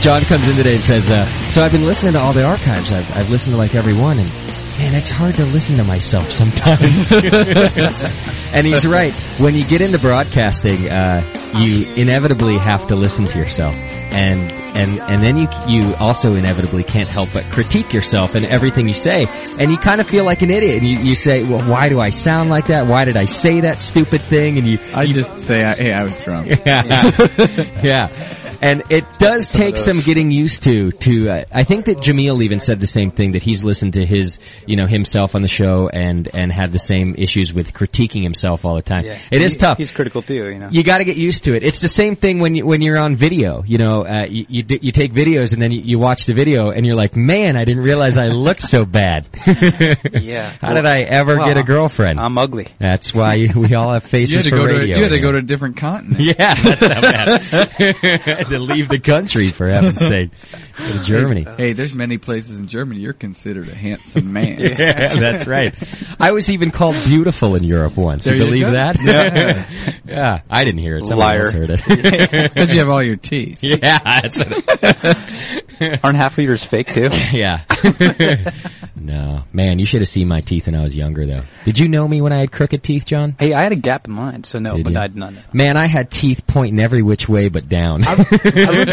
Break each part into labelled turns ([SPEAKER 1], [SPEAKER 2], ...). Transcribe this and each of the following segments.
[SPEAKER 1] John comes in today and says, uh, "So I've been listening to all the archives. I've, I've listened to like every one, and man, it's hard to listen to myself sometimes." and he's right. When you get into broadcasting, uh, you inevitably have to listen to yourself, and and and then you you also inevitably can't help but critique yourself and everything you say, and you kind of feel like an idiot. And you, you say, "Well, why do I sound like that? Why did I say that stupid thing?" And you
[SPEAKER 2] I just say, I, hey, I was drunk.
[SPEAKER 1] yeah. And it does take some getting used to, to, uh, I think that Jameel even said the same thing that he's listened to his, you know, himself on the show and, and had the same issues with critiquing himself all the time. It is tough.
[SPEAKER 3] He's critical too, you know.
[SPEAKER 1] You gotta get used to it. It's the same thing when you, when you're on video, you know, uh, you, you, d- you take videos and then you, you watch the video and you're like, man, I didn't realize I looked so bad.
[SPEAKER 3] yeah.
[SPEAKER 1] How did I ever
[SPEAKER 3] Well,
[SPEAKER 1] get a girlfriend?
[SPEAKER 3] I'm ugly.
[SPEAKER 1] That's why you, we all have faces
[SPEAKER 2] You had to
[SPEAKER 1] for
[SPEAKER 2] go to
[SPEAKER 1] radio.
[SPEAKER 2] a, you had to
[SPEAKER 1] anymore.
[SPEAKER 2] go to a different continent.
[SPEAKER 1] Yeah, that's how bad. Had to leave the country for heaven's sake. Go to Germany.
[SPEAKER 2] Hey, there's many places in Germany you're considered a handsome man.
[SPEAKER 1] Yeah, that's right. I was even called beautiful in Europe once.
[SPEAKER 2] There
[SPEAKER 1] you
[SPEAKER 2] you
[SPEAKER 1] believe
[SPEAKER 2] go.
[SPEAKER 1] that? Yeah. I didn't hear it. Someone
[SPEAKER 3] Liar.
[SPEAKER 1] else heard it.
[SPEAKER 2] Because you have all your teeth.
[SPEAKER 1] yeah, that's what
[SPEAKER 3] Aren't half of yours fake too?
[SPEAKER 1] yeah. no, man, you should have seen my teeth when I was younger though. Did you know me when I had crooked teeth, John?
[SPEAKER 3] hey, I had a gap in mine, so no,
[SPEAKER 1] Did
[SPEAKER 3] but
[SPEAKER 1] you?
[SPEAKER 3] I had none.
[SPEAKER 1] Man, I had teeth pointing every which way but down.
[SPEAKER 3] I remember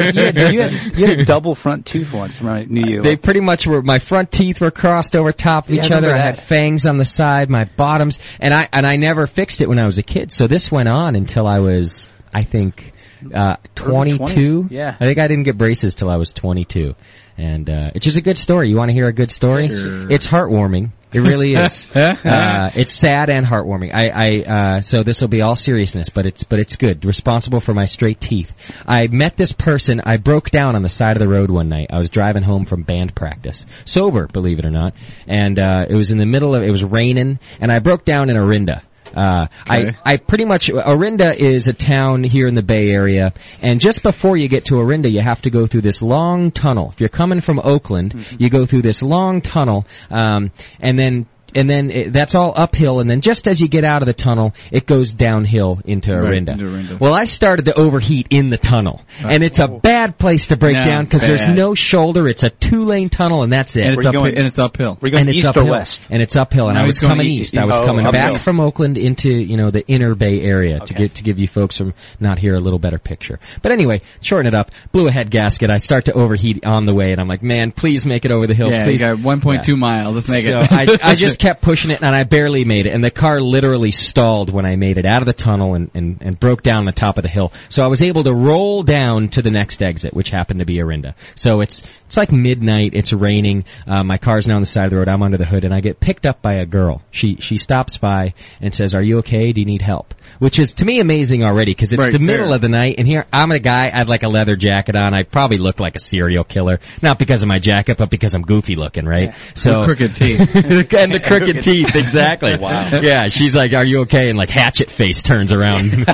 [SPEAKER 3] you, had, you, had, you had a double front tooth once when I knew you.
[SPEAKER 1] They pretty much were. My front teeth were crossed over top of
[SPEAKER 3] Yeah, I
[SPEAKER 1] each other. I
[SPEAKER 3] remember
[SPEAKER 1] had
[SPEAKER 3] that.
[SPEAKER 1] fangs on the side, my bottoms, and I and I never fixed it when I was a kid. So this went on until I was, I think, uh,
[SPEAKER 3] Early
[SPEAKER 1] 22.
[SPEAKER 3] 20s, yeah.
[SPEAKER 1] I think I didn't get braces till I was 22, and uh, it's just a good story. You want to hear a good story?
[SPEAKER 2] Sure.
[SPEAKER 1] It's heartwarming. It really is. uh, it's sad and heartwarming. I, I uh, so this will be all seriousness, but it's but it's good. Responsible for my straight teeth. I met this person. I broke down on the side of the road one night. I was driving home from band practice, sober, believe it or not, and uh, it was in the middle of it was raining, and I broke down in Arinda. Uh,
[SPEAKER 2] Okay.
[SPEAKER 1] I, I pretty much, Orinda is a town here in the Bay Area, and just before you get to Orinda, you have to go through this long tunnel. If you're coming from Oakland,
[SPEAKER 2] Mm-hmm.
[SPEAKER 1] you go through this long tunnel, um, and then and then it, that's all uphill, and then just as you get out of the tunnel, it goes downhill into
[SPEAKER 2] Right,
[SPEAKER 1] Orinda.
[SPEAKER 2] into Orinda.
[SPEAKER 1] Well, I started to overheat in the tunnel, and it's a bad place to break
[SPEAKER 2] No,
[SPEAKER 1] down because there's
[SPEAKER 2] bad.
[SPEAKER 1] no shoulder. It's a two lane tunnel, and that's it
[SPEAKER 2] And it's, up,
[SPEAKER 3] going-
[SPEAKER 2] and it's uphill.
[SPEAKER 3] We're going
[SPEAKER 1] and
[SPEAKER 3] east
[SPEAKER 1] it's
[SPEAKER 3] or
[SPEAKER 1] uphill.
[SPEAKER 3] west.
[SPEAKER 1] And it's uphill, and
[SPEAKER 2] No,
[SPEAKER 1] I
[SPEAKER 2] he's
[SPEAKER 1] was
[SPEAKER 2] going
[SPEAKER 1] coming
[SPEAKER 2] east.
[SPEAKER 1] east. I was
[SPEAKER 3] Oh,
[SPEAKER 1] coming
[SPEAKER 3] uphill.
[SPEAKER 1] back from Oakland into you know the inner Bay Area to get to give you folks from not here a little better picture. But anyway, shorten it up. Blew a head gasket. I start to overheat on the way, and I'm like, man, please make it over the hill.
[SPEAKER 2] Yeah,
[SPEAKER 1] please.
[SPEAKER 2] you got 1.2 miles. Let's make
[SPEAKER 1] So
[SPEAKER 2] it.
[SPEAKER 1] I, I just kept pushing it and I barely made it. And the car literally stalled when I made it out of the tunnel and, and, and broke down the top of the hill. So I was able to roll down to the next exit, which happened to be Arinda. So it's, it's It's like midnight. It's raining. Uh, my car's now on the side of the road. I'm under the hood, and I get picked up by a girl. She she stops by and says, "Are you okay? Do you need help?" Which is to me amazing already because it's
[SPEAKER 2] Right
[SPEAKER 1] the
[SPEAKER 2] there.
[SPEAKER 1] middle of the night, and here I'm a guy. I had like a leather jacket on. I probably looked like a serial killer, not because of my jacket, but because I'm goofy looking, right? So
[SPEAKER 2] crooked teeth.
[SPEAKER 1] and the crooked teeth, exactly. Wow. Yeah, she's like, "Are you okay?" And like Hatchet Face turns around.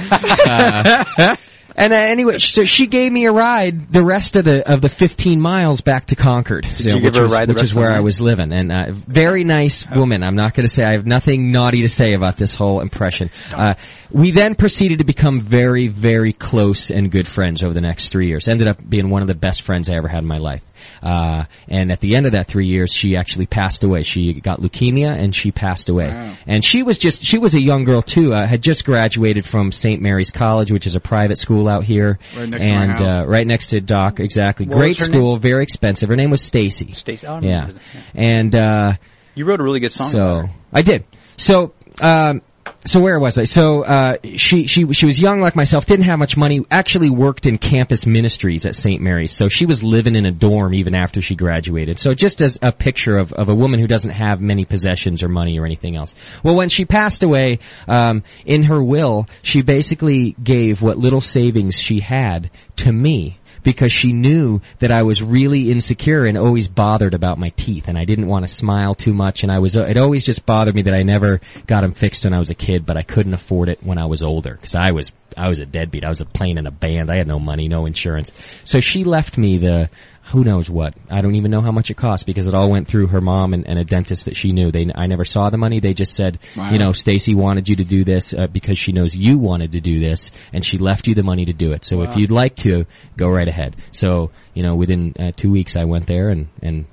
[SPEAKER 1] Uh, and uh, anyway, so she gave me a ride the rest of the of the 15 miles back to Concord, you know,
[SPEAKER 3] give
[SPEAKER 1] which,
[SPEAKER 3] her a
[SPEAKER 1] was,
[SPEAKER 3] ride the
[SPEAKER 1] which
[SPEAKER 3] rest
[SPEAKER 1] is
[SPEAKER 3] of the
[SPEAKER 1] where
[SPEAKER 3] way?
[SPEAKER 1] I was living. And uh, very nice woman. I'm not going to say I have nothing naughty to say about this whole impression. Uh, we then proceeded to become very, very close and good friends over the next three years. Ended up being one of the best friends I ever had in my life. Uh, and at the end of that three years, she actually passed away. She got leukemia and she passed away. And she was just, she was a young girl too, uh, had just graduated from St. Mary's College, which is a private school out here.
[SPEAKER 2] Right next to my
[SPEAKER 1] and,
[SPEAKER 2] house.
[SPEAKER 1] Uh, right next to Doc, exactly.
[SPEAKER 3] What
[SPEAKER 1] Great
[SPEAKER 3] was her name?
[SPEAKER 1] school, very expensive. Her name was Stacy.
[SPEAKER 3] Stacy- oh, I
[SPEAKER 1] yeah.
[SPEAKER 3] remember
[SPEAKER 1] And, uh,
[SPEAKER 3] You wrote a really good song.
[SPEAKER 1] so I did. So um, so where was I? So uh, she she she was young like myself, didn't have much money. Actually worked in campus ministries at St. Mary's. So she was living in a dorm even after she graduated. So just as a picture of of a woman who doesn't have many possessions or money or anything else. Well, when she passed away, um, in her will, she basically gave what little savings she had to me because she knew that I was really insecure and always bothered about my teeth and I didn't want to smile too much and I was it always just bothered me that I never got them fixed when I was a kid but I couldn't afford it when I was older cuz I was I was a deadbeat. I was playing in a band. I had no money, no insurance. So she left me the who knows what. I don't even know how much it cost because it all went through her mom and, and a dentist that she knew. They I never saw the money. They just said, you know, Oh, Stacy wanted you to do this uh, because she knows you wanted to do this, and she left you the money to do it. So if you'd like to, go right ahead. So you know, within uh, two weeks, I went there and and.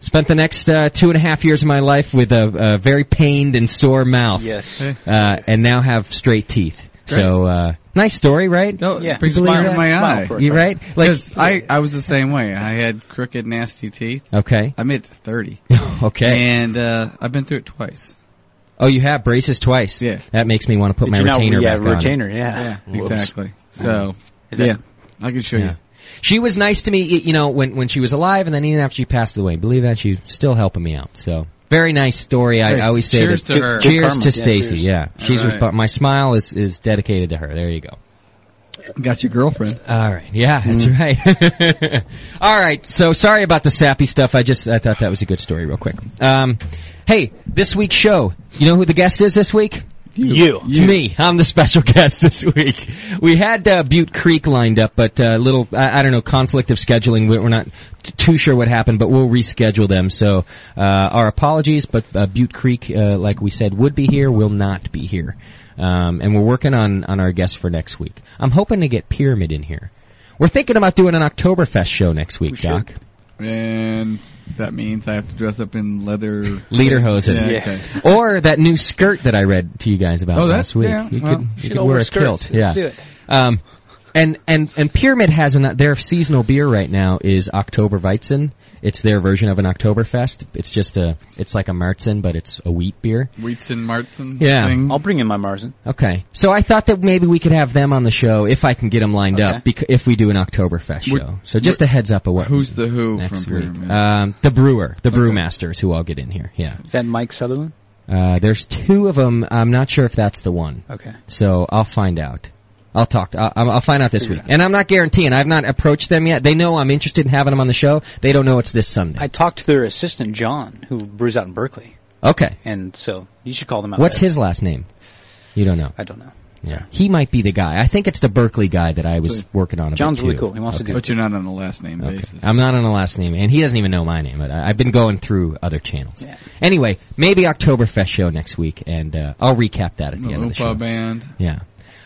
[SPEAKER 1] Spent the next uh, two and a half years of my life with a, a very pained and sore mouth,
[SPEAKER 3] Yes.
[SPEAKER 1] uh, and now have straight teeth. So uh, nice story, right?
[SPEAKER 2] Oh,
[SPEAKER 3] Yeah.
[SPEAKER 2] yeah. brings a
[SPEAKER 1] Believe
[SPEAKER 2] smile
[SPEAKER 1] that?
[SPEAKER 2] to my
[SPEAKER 3] Smile
[SPEAKER 2] eye.
[SPEAKER 3] for
[SPEAKER 1] you right? Like
[SPEAKER 2] Because I, I was the same way. I had crooked, nasty teeth.
[SPEAKER 1] okay,
[SPEAKER 2] I made it to 30.
[SPEAKER 1] okay.
[SPEAKER 2] And uh, I've been through it twice.
[SPEAKER 1] Oh, you have braces twice.
[SPEAKER 2] Yeah.
[SPEAKER 1] That makes me want to put my
[SPEAKER 3] You're now-
[SPEAKER 1] retainer
[SPEAKER 3] yeah,
[SPEAKER 1] back on.
[SPEAKER 3] retainer, yeah.
[SPEAKER 2] Yeah,
[SPEAKER 3] Whoops.
[SPEAKER 2] exactly.
[SPEAKER 1] Uh-huh.
[SPEAKER 2] So,
[SPEAKER 3] Is that-
[SPEAKER 2] yeah, I can show
[SPEAKER 1] Yeah. She was nice to me, y- you know, when, when she was alive and then even after she passed away. Believe that she's still helping me out. So very nice story. I,
[SPEAKER 2] Hey,
[SPEAKER 1] I always say
[SPEAKER 2] cheers
[SPEAKER 1] that-
[SPEAKER 2] to her.
[SPEAKER 1] Cheers
[SPEAKER 3] Good karma.
[SPEAKER 1] to
[SPEAKER 3] Yeah,
[SPEAKER 1] Stacy.
[SPEAKER 3] cheers.
[SPEAKER 1] Yeah. She's
[SPEAKER 2] right.
[SPEAKER 1] resp- my smile is, is dedicated to her. There you go.
[SPEAKER 2] you. Got your girlfriend.
[SPEAKER 1] All right. Yeah, that's
[SPEAKER 3] Mm.
[SPEAKER 1] right. All right. So sorry about the sappy stuff. I just I thought that was a good story real quick. Um hey, this week's show. You know who the guest is this week?
[SPEAKER 3] You.
[SPEAKER 1] It's me. I'm the special guest this week. We had uh, Butte Creek lined up, but uh, little I, I don't know conflict of scheduling. We're, we're not t- too sure what happened, but we'll reschedule them. So uh, our apologies, but uh, Butte Creek, uh, like we said, would be here, will not be here, um, and we're working on on our guests for next week. I'm hoping to get Pyramid in here. We're thinking about doing an Oktoberfest show next week, Doc.
[SPEAKER 2] And that means I have to dress up in leather.
[SPEAKER 1] Lederhosen.
[SPEAKER 2] Yeah,
[SPEAKER 3] Yeah.
[SPEAKER 2] okay.
[SPEAKER 1] or that new skirt that I read to you guys about
[SPEAKER 2] Oh,
[SPEAKER 1] last
[SPEAKER 2] that's-
[SPEAKER 1] week.
[SPEAKER 2] yeah,
[SPEAKER 1] you
[SPEAKER 2] well,
[SPEAKER 1] could, you
[SPEAKER 3] should
[SPEAKER 1] could
[SPEAKER 3] all
[SPEAKER 1] wear
[SPEAKER 3] wear
[SPEAKER 1] a
[SPEAKER 3] skirts.
[SPEAKER 1] kilt.
[SPEAKER 3] Let's
[SPEAKER 1] yeah.
[SPEAKER 3] do it.
[SPEAKER 1] Um, and and and Pyramid has an their seasonal beer right now is Oktober Weizen. It's their version of an Oktoberfest. It's just a it's like a Märzen, but it's a wheat beer.
[SPEAKER 2] Wheats and Martzen.
[SPEAKER 1] Yeah.
[SPEAKER 2] Thing.
[SPEAKER 3] I'll bring in my Marzen.
[SPEAKER 1] Okay, so I thought that maybe we could have them on the show if I can get them lined up. Bec- if we do an Oktoberfest
[SPEAKER 2] We're-
[SPEAKER 1] show, so just a heads up of what
[SPEAKER 2] Who's the who
[SPEAKER 1] next
[SPEAKER 2] from
[SPEAKER 1] week?
[SPEAKER 2] Pyramid?
[SPEAKER 1] Um, the brewer, the brewmaster is who I'll get in here. Yeah,
[SPEAKER 3] Is that Mike Sutherland?
[SPEAKER 1] uh, there's two of them. I'm not sure if that's the one.
[SPEAKER 3] Okay.
[SPEAKER 1] So I'll find out. I'll talk. To, I'll, I'll find out this week, and I'm not guaranteeing. I've not approached them yet. They know I'm interested in having them on the show. They don't know it's this
[SPEAKER 3] I
[SPEAKER 1] Sunday.
[SPEAKER 3] talked to their assistant, John, who brews out in Berkeley.
[SPEAKER 1] okay.
[SPEAKER 3] And so you should call them out.
[SPEAKER 1] What's
[SPEAKER 3] I-
[SPEAKER 1] his last name? You don't know.
[SPEAKER 3] I don't know.
[SPEAKER 1] Yeah, he might be the guy. I think it's the Berkeley guy that I was working on. a bit,
[SPEAKER 3] John's really
[SPEAKER 1] too.
[SPEAKER 3] cool. He wants to do
[SPEAKER 2] but you're not on a last name basis.
[SPEAKER 1] I'm not on a last name, and he doesn't even know my name. But I, I've been going through other channels.
[SPEAKER 3] Yeah.
[SPEAKER 1] Anyway, maybe Oktoberfest show next week, and uh, I'll recap that at the
[SPEAKER 2] the
[SPEAKER 1] end of the
[SPEAKER 2] Opa
[SPEAKER 1] show.
[SPEAKER 2] band.
[SPEAKER 1] Yeah.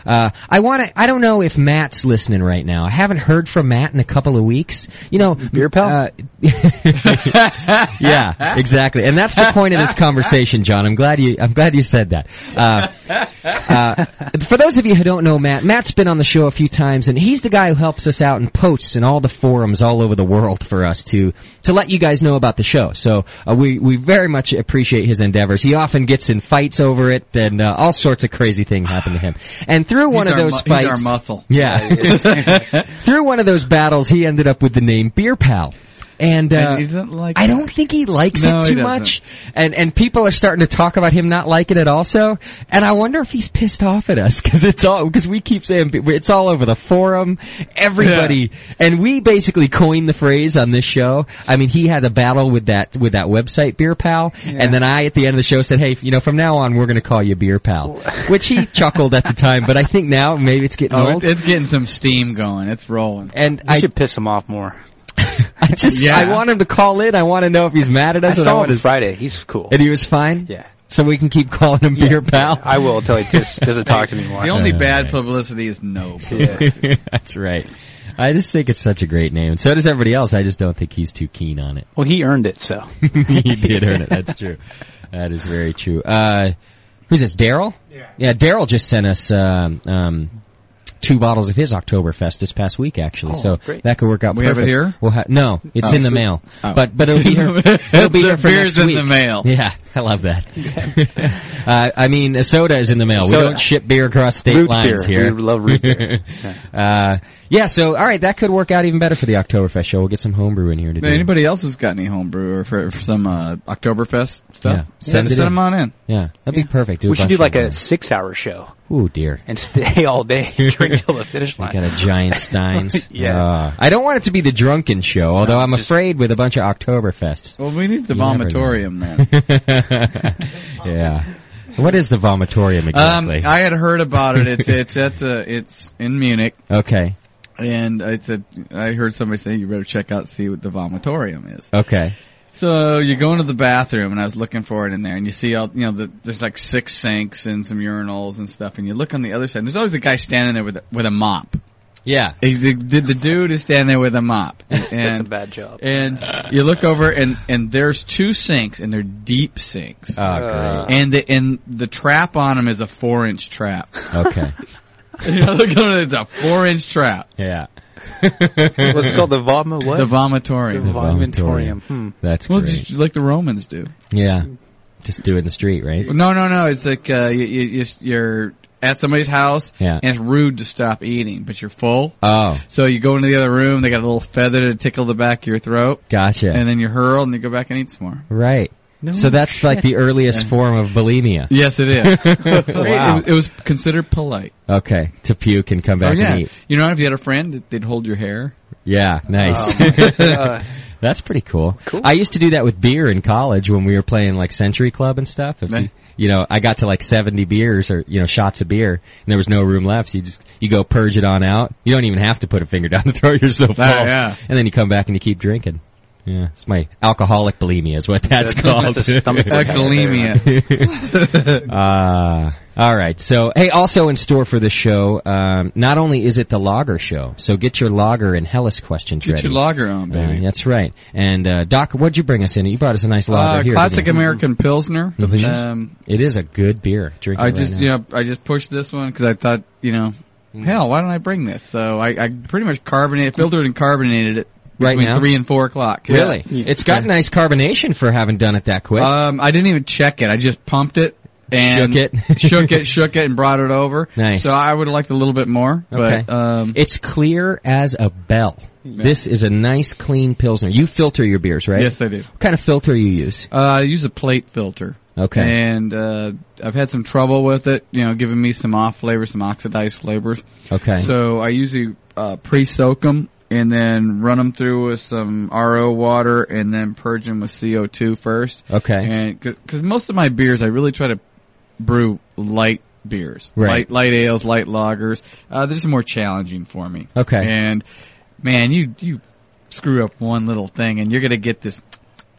[SPEAKER 1] Uh, I want to. I don't know if Matt's listening right now. I haven't heard from Matt in a couple of weeks. You know,
[SPEAKER 3] Beer pal?
[SPEAKER 1] uh, yeah, exactly. And that's the point of this conversation, John. I'm glad you. I'm glad you said that. Uh, uh, for those of you who don't know Matt, Matt's been on the show a few times, and he's the guy who helps us out and posts in all the forums all over the world for us to to let you guys know about the show. So uh, we we very much appreciate his endeavors. He often gets in fights over it, and uh, all sorts of crazy things happen to him. And through one
[SPEAKER 2] He's
[SPEAKER 1] of
[SPEAKER 2] our
[SPEAKER 1] those
[SPEAKER 2] mu- he's
[SPEAKER 1] fights,
[SPEAKER 2] our muscle.
[SPEAKER 1] Yeah, through one of those battles, he ended up with the name Beer Pal. And, uh,
[SPEAKER 2] And he doesn't like
[SPEAKER 1] I
[SPEAKER 2] it.
[SPEAKER 1] don't think he likes
[SPEAKER 2] No,
[SPEAKER 1] it
[SPEAKER 2] he
[SPEAKER 1] too
[SPEAKER 2] doesn't.
[SPEAKER 1] much. And and people are starting to talk about him not liking it also. And I wonder if he's pissed off at us because it's all because we keep saying it's all over the forum, everybody, and we basically coined the phrase on this show. I mean, he had a battle with that with that website Beer Pal, and then I at the end of the show said, "Hey, you know, from now on we're going to call you Beer Pal," which he chuckled at the time. But I think now maybe it's getting
[SPEAKER 2] Oh,
[SPEAKER 1] old.
[SPEAKER 2] it- it's getting some steam going. It's rolling.
[SPEAKER 1] and
[SPEAKER 3] I
[SPEAKER 1] I,
[SPEAKER 3] should piss him off more.
[SPEAKER 1] I just
[SPEAKER 2] Yeah.
[SPEAKER 1] I want him to call in. I want to know if he's mad at
[SPEAKER 3] I
[SPEAKER 1] us. and I
[SPEAKER 3] saw
[SPEAKER 1] want
[SPEAKER 3] him
[SPEAKER 1] his
[SPEAKER 3] Friday. He's cool.
[SPEAKER 1] And he was fine?
[SPEAKER 3] Yeah.
[SPEAKER 1] So we can keep calling him Beer Pal?
[SPEAKER 3] I will until he just doesn't talk to me more.
[SPEAKER 2] The only
[SPEAKER 1] Uh,
[SPEAKER 2] bad publicity is no.
[SPEAKER 1] That's right. I just think it's such a great name. So does everybody else. I just don't think he's too keen on it.
[SPEAKER 3] well, he earned it, so
[SPEAKER 1] he did earn it. That's true. That is very true. Uh, who's this? Daryl? Yeah. Yeah, Daryl just sent us, um, um, two bottles of his Oktoberfest this past week, actually. so
[SPEAKER 3] Oh, great.
[SPEAKER 1] that could work out
[SPEAKER 2] We have it
[SPEAKER 1] perfect.
[SPEAKER 2] here?
[SPEAKER 1] We'll ha- no, it's
[SPEAKER 2] Oh,
[SPEAKER 1] in the
[SPEAKER 2] sweet.
[SPEAKER 1] mail.
[SPEAKER 2] Oh.
[SPEAKER 1] But, but it'll be here, it'll be
[SPEAKER 2] The
[SPEAKER 1] here for
[SPEAKER 2] beer's
[SPEAKER 1] next
[SPEAKER 2] in the
[SPEAKER 1] week.
[SPEAKER 2] mail.
[SPEAKER 1] Yeah, I love that. uh, I mean, a soda is in the mail. We
[SPEAKER 3] Soda.
[SPEAKER 1] don't ship beer across state
[SPEAKER 3] root beer.
[SPEAKER 1] lines here.
[SPEAKER 3] We love root beer.
[SPEAKER 1] Uh, yeah, so all right, that could work out even better for the Oktoberfest show. We'll get some homebrew in here today.
[SPEAKER 2] Anybody else who's got any homebrew or for, for some uh, Oktoberfest
[SPEAKER 1] Yeah.
[SPEAKER 2] stuff?
[SPEAKER 1] Send it in.
[SPEAKER 2] them on in.
[SPEAKER 1] Yeah, that'd be perfect.
[SPEAKER 3] we should do like a
[SPEAKER 1] this.
[SPEAKER 3] six-hour show
[SPEAKER 1] Ooh dear,
[SPEAKER 3] and stay all day drink till the finish
[SPEAKER 1] got
[SPEAKER 3] line.
[SPEAKER 1] a giant Steins.
[SPEAKER 3] Yeah.
[SPEAKER 1] Uh, I don't want it to be the drunken show, although I'm
[SPEAKER 3] just-
[SPEAKER 1] afraid with a bunch of Oktoberfests.
[SPEAKER 2] Well, we need the
[SPEAKER 1] You never know.
[SPEAKER 2] vomitorium then.
[SPEAKER 1] Yeah. What is the vomitorium
[SPEAKER 2] um,
[SPEAKER 1] exactly?
[SPEAKER 2] I had heard about it. It's it's at the it's in Munich,
[SPEAKER 1] okay.
[SPEAKER 2] and it's a. I heard somebody say you better check out see what the vomitorium is.
[SPEAKER 1] Okay.
[SPEAKER 2] So you go into the bathroom, and I was looking for it in there, and you see all you know. The, there's like six sinks and some urinals and stuff, and you look on the other side. And there's always a guy standing there with a, with a mop.
[SPEAKER 1] Yeah.
[SPEAKER 2] He's, the, the dude is standing there with a mop. And,
[SPEAKER 3] That's a bad job.
[SPEAKER 2] And you look over, and and there's two sinks, and they're deep sinks.
[SPEAKER 1] Oh,
[SPEAKER 3] Uh,
[SPEAKER 2] and the and the trap on them is a four inch trap.
[SPEAKER 1] great. Okay.
[SPEAKER 2] you know, look over, it's a four inch trap.
[SPEAKER 1] Yeah.
[SPEAKER 3] What's it called the vomit? What?
[SPEAKER 2] The vomitorium.
[SPEAKER 3] Vomitorium. Hmm.
[SPEAKER 1] That's
[SPEAKER 2] Well,
[SPEAKER 1] great.
[SPEAKER 2] just like the Romans do.
[SPEAKER 1] yeah. Just do it in the street, right?
[SPEAKER 2] No, no, no. It's like uh, you, you, you- you're at somebody's house,
[SPEAKER 1] Yeah.
[SPEAKER 2] and it's rude to stop eating, but you're full.
[SPEAKER 1] Oh,
[SPEAKER 2] so you go into the other room. They got a little feather to tickle the back of your throat,
[SPEAKER 1] gotcha.
[SPEAKER 2] and then you hurl, and you go back and eat some more.
[SPEAKER 1] right. so that's like the earliest form of bulimia.
[SPEAKER 2] Yes, it is.
[SPEAKER 1] Wow.
[SPEAKER 2] it, it was considered polite.
[SPEAKER 1] Okay. To puke and come
[SPEAKER 2] Oh
[SPEAKER 1] back
[SPEAKER 2] yeah.
[SPEAKER 1] and eat.
[SPEAKER 2] You know, if you had a friend, that they'd hold your hair.
[SPEAKER 1] Yeah, nice. That's pretty cool. I used to do that with beer in college when we were playing like Century Club and stuff. If
[SPEAKER 2] Yeah.
[SPEAKER 1] you, you know, I got to like 70 beers or, you know, shots of beer and there was no room left. So you just, you go purge it on out. You don't even have to put a finger down the throat. You're so full.
[SPEAKER 2] yeah.
[SPEAKER 1] And then you come back and you keep drinking. Yeah. It's my alcoholic bulimia is what that's called.
[SPEAKER 3] That's a stomach
[SPEAKER 2] Uh, bulimia.
[SPEAKER 1] Uh, all right. So, hey, also in store for the show, um, not only is it the lager show, so get your lager and Hellas questions
[SPEAKER 2] Get
[SPEAKER 1] ready.
[SPEAKER 2] your lager on,
[SPEAKER 1] Yeah,
[SPEAKER 2] baby.
[SPEAKER 1] that's right. And uh, Doc, what'd you bring us in? You brought us a nice lager
[SPEAKER 2] Uh,
[SPEAKER 1] here.
[SPEAKER 2] classic
[SPEAKER 1] didn't you?
[SPEAKER 2] American Pilsner.
[SPEAKER 1] Delicious.
[SPEAKER 2] Um,
[SPEAKER 1] It is a good beer. Drink it
[SPEAKER 2] I
[SPEAKER 1] right
[SPEAKER 2] just,
[SPEAKER 1] now. Mm.
[SPEAKER 2] you know, I just pushed this one because I thought, you know, hell, why don't I bring this? So I, I pretty much carbonated, filtered and carbonated it
[SPEAKER 1] Right
[SPEAKER 2] between
[SPEAKER 1] now?
[SPEAKER 2] three and four o'clock.
[SPEAKER 1] really,
[SPEAKER 2] Yeah.
[SPEAKER 1] it's got nice carbonation for having done it that quick.
[SPEAKER 2] Um, I didn't even check it. I just pumped it and
[SPEAKER 1] Shook it.
[SPEAKER 2] shook it, shook it, and brought it over.
[SPEAKER 1] Nice.
[SPEAKER 2] So I would have liked a little bit more,
[SPEAKER 1] Okay.
[SPEAKER 2] but um,
[SPEAKER 1] it's clear as a bell. This is a nice, clean pilsner. You filter your beers, right?
[SPEAKER 2] yes, I do.
[SPEAKER 1] What kind of filter you use?
[SPEAKER 2] Uh, I use a plate filter.
[SPEAKER 1] Okay.
[SPEAKER 2] And uh, I've had some trouble with it, you know, giving me some off flavors, some oxidized flavors.
[SPEAKER 1] Okay.
[SPEAKER 2] Uh, So I usually uh, pre-soak them and then run them through with some RO water and then purge them with CO2 first.
[SPEAKER 1] Okay.
[SPEAKER 2] And because most of my beers, I really try to brew light beers,
[SPEAKER 1] Right.
[SPEAKER 2] light light ales, light lagers. Uh, they're just more challenging for me.
[SPEAKER 1] Okay.
[SPEAKER 2] And man, you you screw up one little thing and you're gonna get this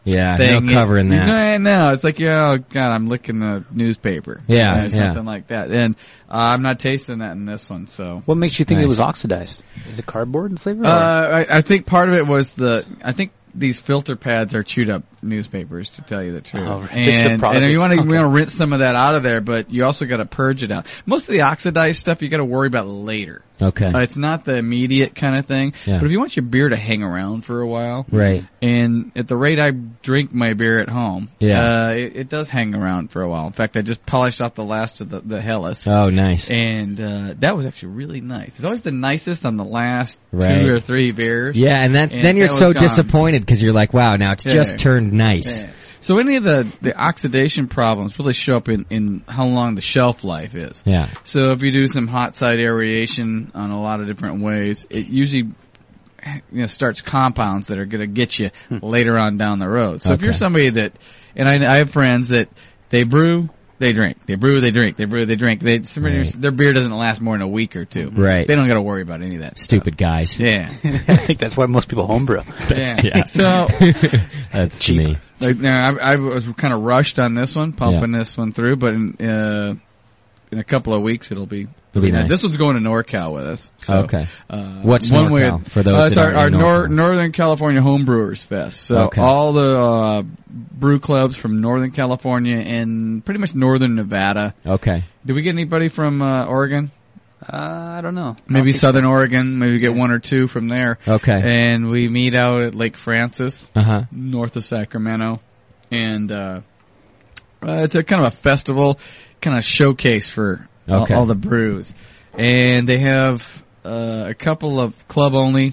[SPEAKER 1] yeah,
[SPEAKER 2] thing.
[SPEAKER 1] no covering
[SPEAKER 2] You-
[SPEAKER 1] that.
[SPEAKER 2] No, no, it's like, yeah, oh god, I'm licking the newspaper.
[SPEAKER 1] Yeah,
[SPEAKER 2] You know, it's
[SPEAKER 1] yeah.
[SPEAKER 2] nothing like that. And uh, I'm not tasting that in this one. So,
[SPEAKER 3] What makes you think
[SPEAKER 1] Nice.
[SPEAKER 3] it was oxidized? Is it cardboard flavor? or-
[SPEAKER 2] uh, I, I think part of it was the. I think these filter pads are chewed up newspapers to tell you the truth.
[SPEAKER 3] Oh, right. It's the
[SPEAKER 2] And,
[SPEAKER 3] product
[SPEAKER 2] and you
[SPEAKER 3] is-
[SPEAKER 2] want to
[SPEAKER 3] okay.
[SPEAKER 2] want to rinse some of that out of there, but you also got to purge it out. Most of the oxidized stuff you got to worry about later.
[SPEAKER 1] Okay.
[SPEAKER 2] Uh, it's not the immediate kind of thing,
[SPEAKER 1] Yeah.
[SPEAKER 2] but if you want your beer to hang around for a while,
[SPEAKER 1] Right.
[SPEAKER 2] And at the rate I drink my beer at home,
[SPEAKER 1] Yeah.
[SPEAKER 2] uh, it, it does hang around for a while. In fact, I just polished off the last of the, the Hellas.
[SPEAKER 1] Oh, nice.
[SPEAKER 2] and uh, that was actually really nice. It's always the nicest on the last
[SPEAKER 1] Right.
[SPEAKER 2] two or three beers.
[SPEAKER 1] Yeah, and that
[SPEAKER 2] And
[SPEAKER 1] then you're
[SPEAKER 2] that was
[SPEAKER 1] so
[SPEAKER 2] gone.
[SPEAKER 1] disappointed because you're like, wow, now it's
[SPEAKER 2] Yeah.
[SPEAKER 1] just turned nice.
[SPEAKER 2] Yeah. So any of the, the oxidation problems really show up in, in how long the shelf life is.
[SPEAKER 1] Yeah.
[SPEAKER 2] So if you do some hot side aeration on a lot of different ways, it usually you know, starts compounds that are going to get you later on down the road. So if you're
[SPEAKER 1] Hmm. Okay.
[SPEAKER 2] somebody that, and I, I have friends that they brew, they drink, they brew, they drink, they brew, they drink. They somebody,
[SPEAKER 1] Right.
[SPEAKER 2] their beer doesn't last more than a week or two.
[SPEAKER 1] Right.
[SPEAKER 2] They don't got to worry about any of that.
[SPEAKER 1] Stupid guys.
[SPEAKER 2] Yeah.
[SPEAKER 3] I think that's why most people homebrew.
[SPEAKER 2] yeah.
[SPEAKER 1] yeah.
[SPEAKER 2] So
[SPEAKER 1] That's
[SPEAKER 3] Cheap.
[SPEAKER 1] me.
[SPEAKER 2] Like now, I, I was kind of rushed on this one, pumping this one through, but in uh, in a couple of weeks it'll be.
[SPEAKER 1] It'll be
[SPEAKER 2] you know,
[SPEAKER 1] nice.
[SPEAKER 2] This one's going to NorCal with us. so,
[SPEAKER 1] Okay.
[SPEAKER 2] Uh,
[SPEAKER 1] What's NorCal, for those
[SPEAKER 2] uh, it's
[SPEAKER 1] that
[SPEAKER 2] our,
[SPEAKER 1] aren't
[SPEAKER 2] our
[SPEAKER 1] in
[SPEAKER 2] Nor-
[SPEAKER 1] NorCal?
[SPEAKER 2] Northern California Homebrewers Fest. So
[SPEAKER 1] Okay.
[SPEAKER 2] all the uh, brew clubs from Northern California and pretty much Northern Nevada.
[SPEAKER 1] Okay.
[SPEAKER 2] Did we get anybody from uh, Oregon?
[SPEAKER 3] Uh, I don't know.
[SPEAKER 2] Maybe Southern Oregon. Maybe get one or two from there.
[SPEAKER 1] Okay.
[SPEAKER 2] And we meet out at Lake Francis
[SPEAKER 1] Uh huh.
[SPEAKER 2] north of Sacramento, and uh, uh, it's a kind of a festival, kind of showcase for all-
[SPEAKER 1] Okay.
[SPEAKER 2] all, the brews, and they have uh, a couple of club only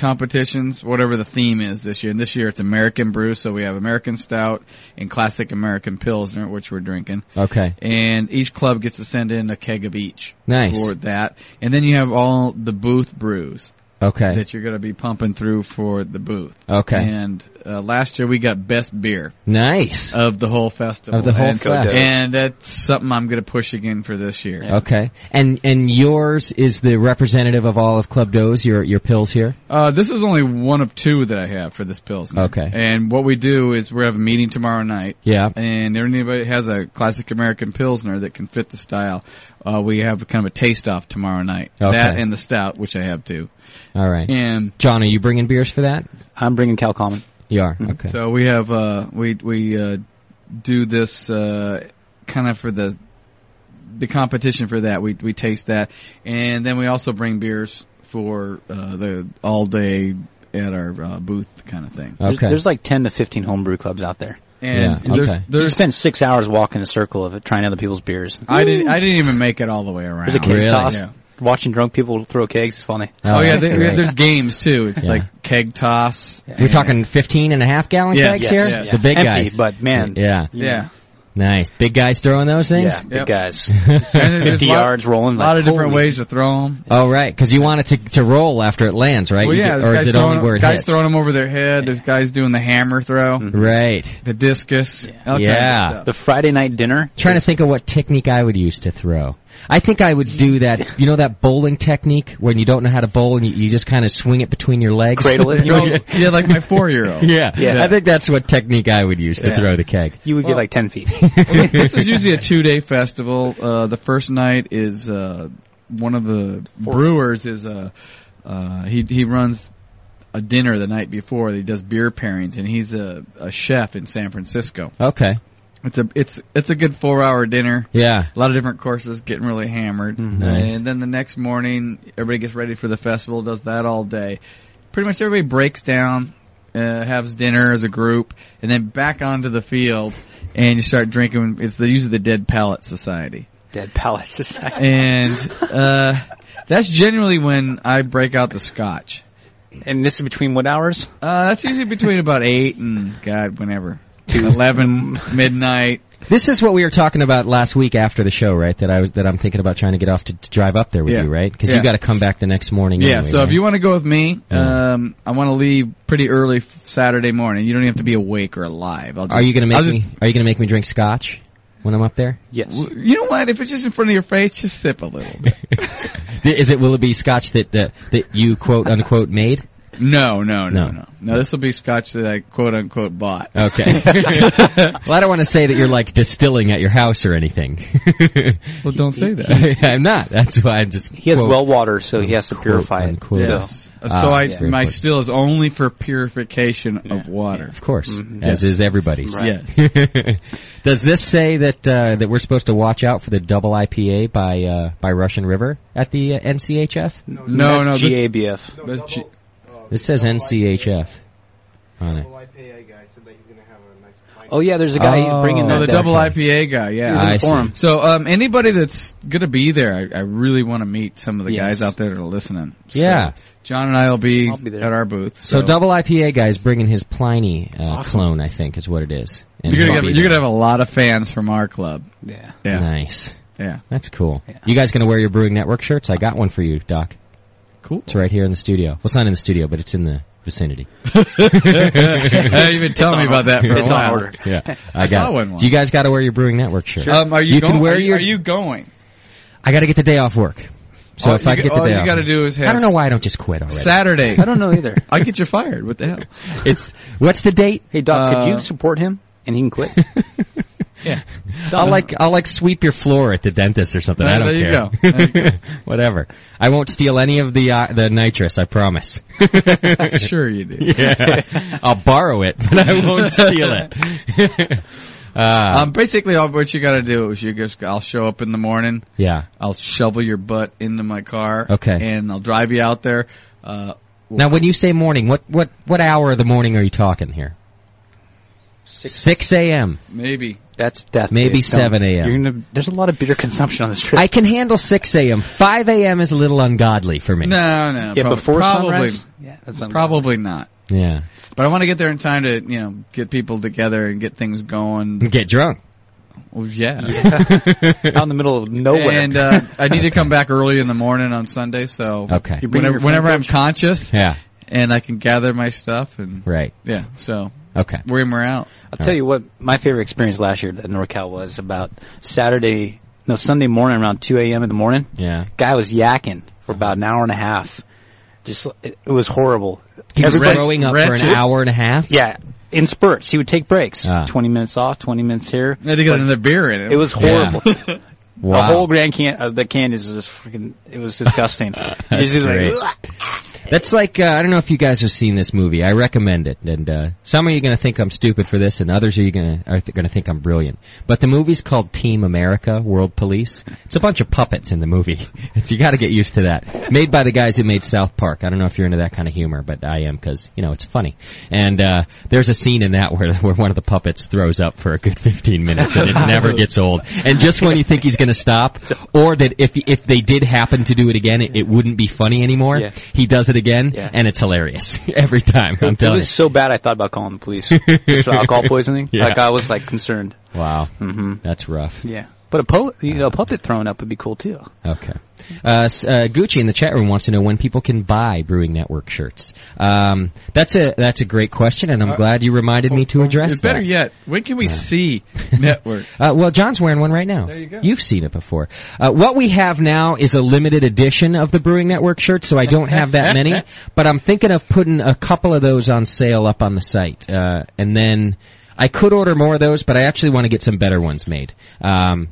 [SPEAKER 2] competitions, whatever the theme is this year. And this year it's American brew, so we have American Stout and classic American Pilsner, which we're drinking.
[SPEAKER 1] Okay.
[SPEAKER 2] And each club gets to send in a keg of each
[SPEAKER 1] Nice.
[SPEAKER 2] for that. And then you have all the booth brews
[SPEAKER 1] Okay.
[SPEAKER 2] that you're going to be pumping through for the booth.
[SPEAKER 1] Okay.
[SPEAKER 2] And uh, last year we got best beer
[SPEAKER 1] Nice.
[SPEAKER 2] of the whole festival.
[SPEAKER 1] Of the whole
[SPEAKER 2] and,
[SPEAKER 1] fest.
[SPEAKER 2] And that's something I'm going to push again for this year.
[SPEAKER 1] Okay. And and yours is the representative of all of Club Doe's, your your pills here?
[SPEAKER 2] Uh, this is only one of two that I have for this Pilsner.
[SPEAKER 1] Okay.
[SPEAKER 2] And what we do is we have a meeting tomorrow night.
[SPEAKER 1] Yeah.
[SPEAKER 2] And if anybody has a classic American Pilsner that can fit the style, uh, we have kind of a taste off tomorrow night.
[SPEAKER 1] Okay.
[SPEAKER 2] That and the stout, which I have too.
[SPEAKER 1] All right.
[SPEAKER 2] And
[SPEAKER 1] John, are you bringing beers for that?
[SPEAKER 3] I'm bringing Cal Common.
[SPEAKER 1] You are. Okay.
[SPEAKER 2] Mm-hmm. So we have uh, we we uh, do this uh, kind of for the the competition for that. We we taste that, and then we also bring beers for uh, the all day at our uh, booth kind of thing.
[SPEAKER 3] There's,
[SPEAKER 1] okay.
[SPEAKER 3] there's like 10 to 15 homebrew clubs out there.
[SPEAKER 2] And
[SPEAKER 1] Yeah,
[SPEAKER 2] there's
[SPEAKER 1] okay.
[SPEAKER 3] You
[SPEAKER 2] there's
[SPEAKER 3] spend six hours walking in a circle of it, trying other people's beers.
[SPEAKER 2] I didn't I didn't even make it all the way around.
[SPEAKER 3] There's a keg
[SPEAKER 1] Really?
[SPEAKER 3] toss.
[SPEAKER 2] Yeah.
[SPEAKER 3] Watching drunk people throw kegs is funny.
[SPEAKER 2] Oh, yeah,
[SPEAKER 1] that's
[SPEAKER 2] there,
[SPEAKER 1] great.
[SPEAKER 2] there's games too. It's
[SPEAKER 1] Yeah.
[SPEAKER 2] like keg toss.
[SPEAKER 1] We're talking 15 and a half gallon
[SPEAKER 2] Yes,
[SPEAKER 1] kegs
[SPEAKER 2] yes,
[SPEAKER 1] here?
[SPEAKER 2] yes.
[SPEAKER 1] The big
[SPEAKER 3] Empty,
[SPEAKER 1] guys.
[SPEAKER 3] but man.
[SPEAKER 1] Yeah.
[SPEAKER 2] Yeah.
[SPEAKER 1] Nice. Big guys throwing those things?
[SPEAKER 3] Yeah, big
[SPEAKER 2] Yep.
[SPEAKER 3] guys.
[SPEAKER 2] And there's
[SPEAKER 3] 50
[SPEAKER 2] lot-
[SPEAKER 3] yards rolling.
[SPEAKER 2] A lot of
[SPEAKER 3] like,
[SPEAKER 2] different
[SPEAKER 3] holy-
[SPEAKER 2] ways to throw them.
[SPEAKER 1] Oh, right. Because you want it to, to roll after it lands, right?
[SPEAKER 2] Well,
[SPEAKER 1] You
[SPEAKER 2] yeah,
[SPEAKER 1] do-
[SPEAKER 2] there's
[SPEAKER 1] or
[SPEAKER 2] guys,
[SPEAKER 1] is it
[SPEAKER 2] throwing,
[SPEAKER 1] only where it
[SPEAKER 2] guys
[SPEAKER 1] hits?
[SPEAKER 2] throwing them over their head. There's guys doing the hammer throw.
[SPEAKER 1] Right.
[SPEAKER 2] the discus. all kinds of
[SPEAKER 1] Yeah.
[SPEAKER 2] stuff.
[SPEAKER 3] The Friday night dinner.
[SPEAKER 1] Trying to think of what technique I would use to throw. I think I would do that, you know that bowling technique when you don't know how to bowl and you, you just kind of swing it between your legs?
[SPEAKER 3] Cradle it. You,
[SPEAKER 2] Oh,
[SPEAKER 3] would-
[SPEAKER 2] yeah, like my four year old.
[SPEAKER 1] yeah.
[SPEAKER 3] Yeah.
[SPEAKER 1] I think that's what technique I would use to
[SPEAKER 2] Yeah.
[SPEAKER 1] throw the keg.
[SPEAKER 3] you would get like 10 feet.
[SPEAKER 2] This is usually a two day festival. Uh, the first night is, uh, one of the brewers is, uh, uh, he, he runs a dinner the night before. He does beer pairings and he's a, a chef in San Francisco.
[SPEAKER 1] Okay.
[SPEAKER 2] It's a, it's, it's a good four hour dinner.
[SPEAKER 1] Yeah.
[SPEAKER 2] A lot of different courses, getting really hammered.
[SPEAKER 1] Nice.
[SPEAKER 2] And then the next morning, everybody gets ready for the festival, does that all day. Pretty much everybody breaks down, uh, has dinner as a group, and then back onto the field, and you start drinking. It's the usually the Dead Palate Society.
[SPEAKER 3] Dead Palate Society.
[SPEAKER 2] And, uh, that's generally when I break out the scotch.
[SPEAKER 3] And this is between what hours?
[SPEAKER 2] Uh, that's usually between about eight and, God, whenever. 11, midnight.
[SPEAKER 1] This is what we were talking about last week after the show, right? That I was, that I'm thinking about trying to get off to, to drive up there with
[SPEAKER 2] Yeah.
[SPEAKER 1] you, right? Because you
[SPEAKER 2] Yeah.
[SPEAKER 1] got to come back the next morning.
[SPEAKER 2] Yeah,
[SPEAKER 1] anyway,
[SPEAKER 2] so if
[SPEAKER 1] right?
[SPEAKER 2] you want to go with me, um, I want to leave pretty early f- Saturday morning. You don't even have to be awake or alive. I'll just,
[SPEAKER 1] are you gonna make
[SPEAKER 2] I'll
[SPEAKER 1] me? Are you gonna make me drink scotch when I'm up there?
[SPEAKER 3] Yes.
[SPEAKER 2] Just, you know what? If it's just in front of your face, just sip a little. bit.
[SPEAKER 1] Th- Is it? Will it be scotch that that, that you quote unquote made?
[SPEAKER 2] No, no, no,
[SPEAKER 1] No.
[SPEAKER 2] no. No, this will be scotch that I quote unquote bought.
[SPEAKER 1] Okay. well, I don't want to say that you're like distilling at your house or anything.
[SPEAKER 2] Well, don't say that.
[SPEAKER 1] I'm not. That's why I'm just.
[SPEAKER 3] He has
[SPEAKER 1] quote,
[SPEAKER 3] well water, so he has to purify
[SPEAKER 1] quote,
[SPEAKER 3] it.
[SPEAKER 1] unquote.
[SPEAKER 2] yes. So,
[SPEAKER 1] Ah,
[SPEAKER 2] I,
[SPEAKER 1] yeah.
[SPEAKER 2] my still is only for purification of water.
[SPEAKER 1] Of course,
[SPEAKER 3] Mm-hmm.
[SPEAKER 1] as is everybody's.
[SPEAKER 2] Yes.
[SPEAKER 1] Does this say that uh, that we're supposed to watch out for the double IPA by uh, by Russian River at the uh, NCHF?
[SPEAKER 2] No, no.
[SPEAKER 3] That's
[SPEAKER 2] this-
[SPEAKER 3] GABF.
[SPEAKER 2] this G-
[SPEAKER 1] This says NCHF on it.
[SPEAKER 4] Double IPA guy said that he's gonna have a nice. pint.
[SPEAKER 3] Oh yeah, there's a guy
[SPEAKER 1] Oh.
[SPEAKER 3] he's bringing
[SPEAKER 2] no,
[SPEAKER 3] that
[SPEAKER 1] Okay.
[SPEAKER 2] the
[SPEAKER 3] down.
[SPEAKER 2] double IPA guy. Yeah,
[SPEAKER 1] I see.
[SPEAKER 2] So um, anybody that's gonna be there, I, I really want to meet some of the guys out there that are listening. So
[SPEAKER 1] Yeah.
[SPEAKER 2] John and I will be,
[SPEAKER 3] I'll be there.
[SPEAKER 2] at our booth.
[SPEAKER 1] So, double IPA guy's bringing his Pliny uh, clone, I think, is what it is. And
[SPEAKER 2] You're gonna,
[SPEAKER 1] he'll
[SPEAKER 2] have,
[SPEAKER 1] be
[SPEAKER 2] you're gonna
[SPEAKER 1] there.
[SPEAKER 2] have a lot of fans from our club.
[SPEAKER 3] Yeah.
[SPEAKER 2] Yeah,
[SPEAKER 1] nice.
[SPEAKER 2] yeah.
[SPEAKER 1] That's cool. You guys gonna wear your Brewing Network shirts? I got one for you, Doc.
[SPEAKER 2] Cool.
[SPEAKER 1] It's right here in the studio. Well, it's not in the studio, but it's in the vicinity.
[SPEAKER 2] Uh, you've been telling me about that for
[SPEAKER 3] It's
[SPEAKER 2] a
[SPEAKER 3] on
[SPEAKER 2] while.
[SPEAKER 3] order.
[SPEAKER 1] Yeah, I, got
[SPEAKER 2] saw
[SPEAKER 1] it.
[SPEAKER 2] one once.
[SPEAKER 1] Do you guys got to wear your Brewing Network shirt?
[SPEAKER 2] Um, are you,
[SPEAKER 1] You
[SPEAKER 2] going,
[SPEAKER 1] can wear
[SPEAKER 2] are, you-
[SPEAKER 1] your-
[SPEAKER 2] are you going?
[SPEAKER 1] I got to get the day off work. So
[SPEAKER 2] All
[SPEAKER 1] if
[SPEAKER 2] you
[SPEAKER 1] I
[SPEAKER 2] g-
[SPEAKER 1] get the
[SPEAKER 2] all
[SPEAKER 1] day
[SPEAKER 2] you
[SPEAKER 1] off,
[SPEAKER 2] gotta do is
[SPEAKER 1] I
[SPEAKER 2] have
[SPEAKER 1] don't know why I don't just quit already.
[SPEAKER 2] Saturday.
[SPEAKER 3] I don't know either.
[SPEAKER 2] I get you fired. What the hell?
[SPEAKER 1] It's what's the date?
[SPEAKER 3] Hey Doc, could
[SPEAKER 2] Uh,
[SPEAKER 3] you support him and he can quit?
[SPEAKER 2] Yeah.
[SPEAKER 1] I'll like I'll like sweep your floor at the dentist or something. I
[SPEAKER 2] Uh,
[SPEAKER 1] don't
[SPEAKER 2] there you
[SPEAKER 1] care.
[SPEAKER 2] go. There you
[SPEAKER 1] Whatever. I won't steal any of the uh, the nitrous. I promise.
[SPEAKER 2] go. sure you do.
[SPEAKER 1] I'll borrow it, but I won't steal it.
[SPEAKER 2] Um, basically, all what you got to do is you just I'll show up in the morning.
[SPEAKER 1] Yeah.
[SPEAKER 2] I'll shovel your butt into my car.
[SPEAKER 1] Okay.
[SPEAKER 2] And I'll drive you out there. Uh,
[SPEAKER 1] Now, when you say morning, what what what hour of the morning are you talking here? Six a.m.
[SPEAKER 2] maybe.
[SPEAKER 3] That's death.
[SPEAKER 1] Maybe
[SPEAKER 3] Don't-
[SPEAKER 1] 7 a.m..
[SPEAKER 3] You're gonna. There's a lot of beer consumption on this trip.
[SPEAKER 1] I can handle six a.m. Five a.m. is a little ungodly for me.
[SPEAKER 2] No, no.
[SPEAKER 3] yeah,
[SPEAKER 2] prob-
[SPEAKER 3] before
[SPEAKER 2] probably,
[SPEAKER 3] sunrise. Yeah, that's ungodly.
[SPEAKER 2] Probably not.
[SPEAKER 1] Yeah.
[SPEAKER 2] But I want to get there in time to you know get people together and get things going.
[SPEAKER 1] Get drunk.
[SPEAKER 2] Well, yeah.
[SPEAKER 3] out in the middle of nowhere.
[SPEAKER 2] And uh, I need to come back early in the morning on Sunday. So
[SPEAKER 1] Okay.
[SPEAKER 3] You bring
[SPEAKER 2] Whenever,
[SPEAKER 3] your
[SPEAKER 2] whenever I'm
[SPEAKER 3] friend,
[SPEAKER 2] conscious,
[SPEAKER 1] Yeah.
[SPEAKER 2] and I can gather my stuff and
[SPEAKER 1] Right.
[SPEAKER 2] yeah. So
[SPEAKER 1] Okay.
[SPEAKER 2] we're in, we're out.
[SPEAKER 3] I'll tell you what my favorite experience last year at NorCal was about Saturday, no Sunday morning around 2 a.m. in the morning.
[SPEAKER 1] Yeah.
[SPEAKER 3] guy was yakking for about an hour and a half. Just it, it was horrible.
[SPEAKER 1] He was
[SPEAKER 3] Everybody-
[SPEAKER 1] throwing up for an
[SPEAKER 2] wretched.
[SPEAKER 1] hour and a half.
[SPEAKER 3] yeah, in spurts. He would take breaks,
[SPEAKER 1] Ah.
[SPEAKER 3] 20 minutes off, 20 minutes here.
[SPEAKER 2] I had to get another beer in it.
[SPEAKER 3] It was horrible. The
[SPEAKER 1] Wow.
[SPEAKER 3] whole Grand Can, uh, the Canyons was just freaking, it was disgusting. It's just like,
[SPEAKER 1] great. That's like uh, I don't know if you guys have seen this movie. I recommend it, and uh, some of you are going to think I'm stupid for this, and others are you going to are th- going to think I'm brilliant. But the movie's called Team America: World Police. It's a bunch of puppets in the movie. It's, you got to get used to that. Made by the guys who made South Park. I don't know if you're into that kind of humor, but I am because you know it's funny. And uh, there's a scene in that where where one of the puppets throws up for a good 15 minutes, and it never gets old. And just when you think he's going to stop, or that if if they did happen to do it again, it, it wouldn't be funny anymore.
[SPEAKER 3] Yeah.
[SPEAKER 1] He does it again,
[SPEAKER 3] Yeah.
[SPEAKER 1] and it's hilarious every time. I'm
[SPEAKER 3] it
[SPEAKER 1] telling
[SPEAKER 3] was so bad I thought about calling the police. Just for alcohol poisoning.
[SPEAKER 1] Yeah.
[SPEAKER 3] Like I was like concerned.
[SPEAKER 1] you. Wow, mm-hmm. that's rough.
[SPEAKER 3] Yeah. But a po- you know, a puppet thrown up would be cool too.
[SPEAKER 1] Okay. Uh, s- uh, Gucci in the chat room wants to know when people can buy Brewing Network shirts. Um, that's a that's a great question, and I'm glad you reminded me to address
[SPEAKER 2] It's better
[SPEAKER 1] that.
[SPEAKER 2] yet. When can we see Network?
[SPEAKER 1] Uh, well, John's wearing one right now. There
[SPEAKER 2] you go.
[SPEAKER 1] You've seen it before. Uh, what we have now is a limited edition of the Brewing Network shirt, so I don't have that many. But I'm thinking of putting a couple of those on sale up on the site, uh, and then I could order more of those. But I actually want to get some better ones made. Um,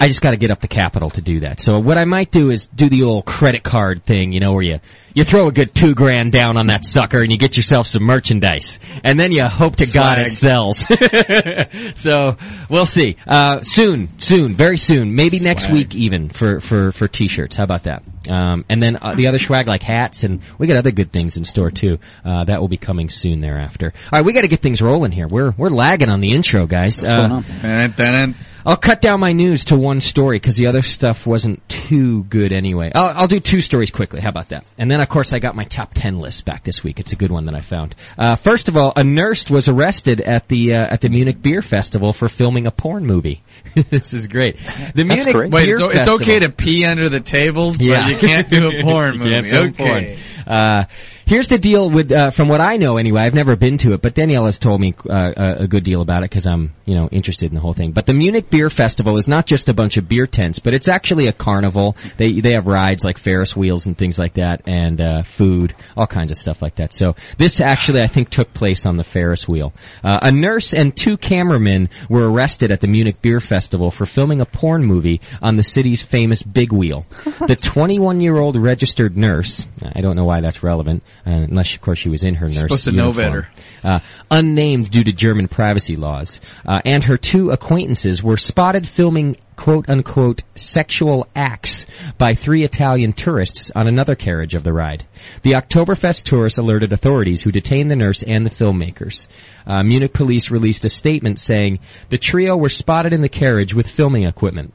[SPEAKER 1] I just got to get up the capital to do that. So what I might do is do the old credit card thing, you know, where you you throw a good two grand down on that sucker and you get yourself some merchandise, and then you hope to God it
[SPEAKER 2] Swag.
[SPEAKER 1] sells. so we'll see. Uh, soon, soon, very soon, maybe next week even for for for t-shirts. How about that? Um, and then uh, the other swag like hats, and we got other good things in store too. Uh, that will be coming soon thereafter. All right, we got to get things rolling here. We're we're lagging on the intro, guys. Uh,
[SPEAKER 2] Dun, dun, dun.
[SPEAKER 1] I'll cut down my news to one story because the other stuff wasn't too good anyway. I'll, I'll do two stories quickly. How about that? And then, of course, I got my top ten list back this week. It's a good one that I found. Uh, first of all, a nurse was arrested at the uh, at the Munich Beer Festival for filming a porn movie. this is great. The Munich
[SPEAKER 3] great.
[SPEAKER 2] Wait,
[SPEAKER 1] Beer
[SPEAKER 2] it's, it's
[SPEAKER 1] Festival.
[SPEAKER 2] okay to pee under the tables,
[SPEAKER 1] Yeah.
[SPEAKER 2] but you can't do a porn movie.
[SPEAKER 1] Yeah, film
[SPEAKER 2] okay.
[SPEAKER 1] porn. Uh, Here's the deal with, uh, from what I know anyway, I've never been to it, but Danielle has told me uh, a a good deal about it because I'm, you know, interested in the whole thing. But the Munich Beer Festival is not just a bunch of beer tents, but it's actually a carnival. They they have rides like Ferris wheels and things like that, and uh, food, all kinds of stuff like that. So this actually, I think, took place on the Ferris wheel. Uh, a nurse and two cameramen were arrested at the Munich Beer Festival for filming a porn movie on the city's famous Big Wheel. The 21-year-old registered nurse, I don't know why that's relevant, uh, unless of course she was in her nurse
[SPEAKER 2] supposed to know
[SPEAKER 1] uniform,
[SPEAKER 2] better.
[SPEAKER 1] uh, unnamed due to German privacy laws, uh, and her two acquaintances were spotted filming quote unquote sexual acts by three Italian tourists on another carriage of the ride. The Oktoberfest tourists alerted authorities who detained the nurse and the filmmakers. Uh, Munich police released a statement saying the trio were spotted in the carriage with filming equipment.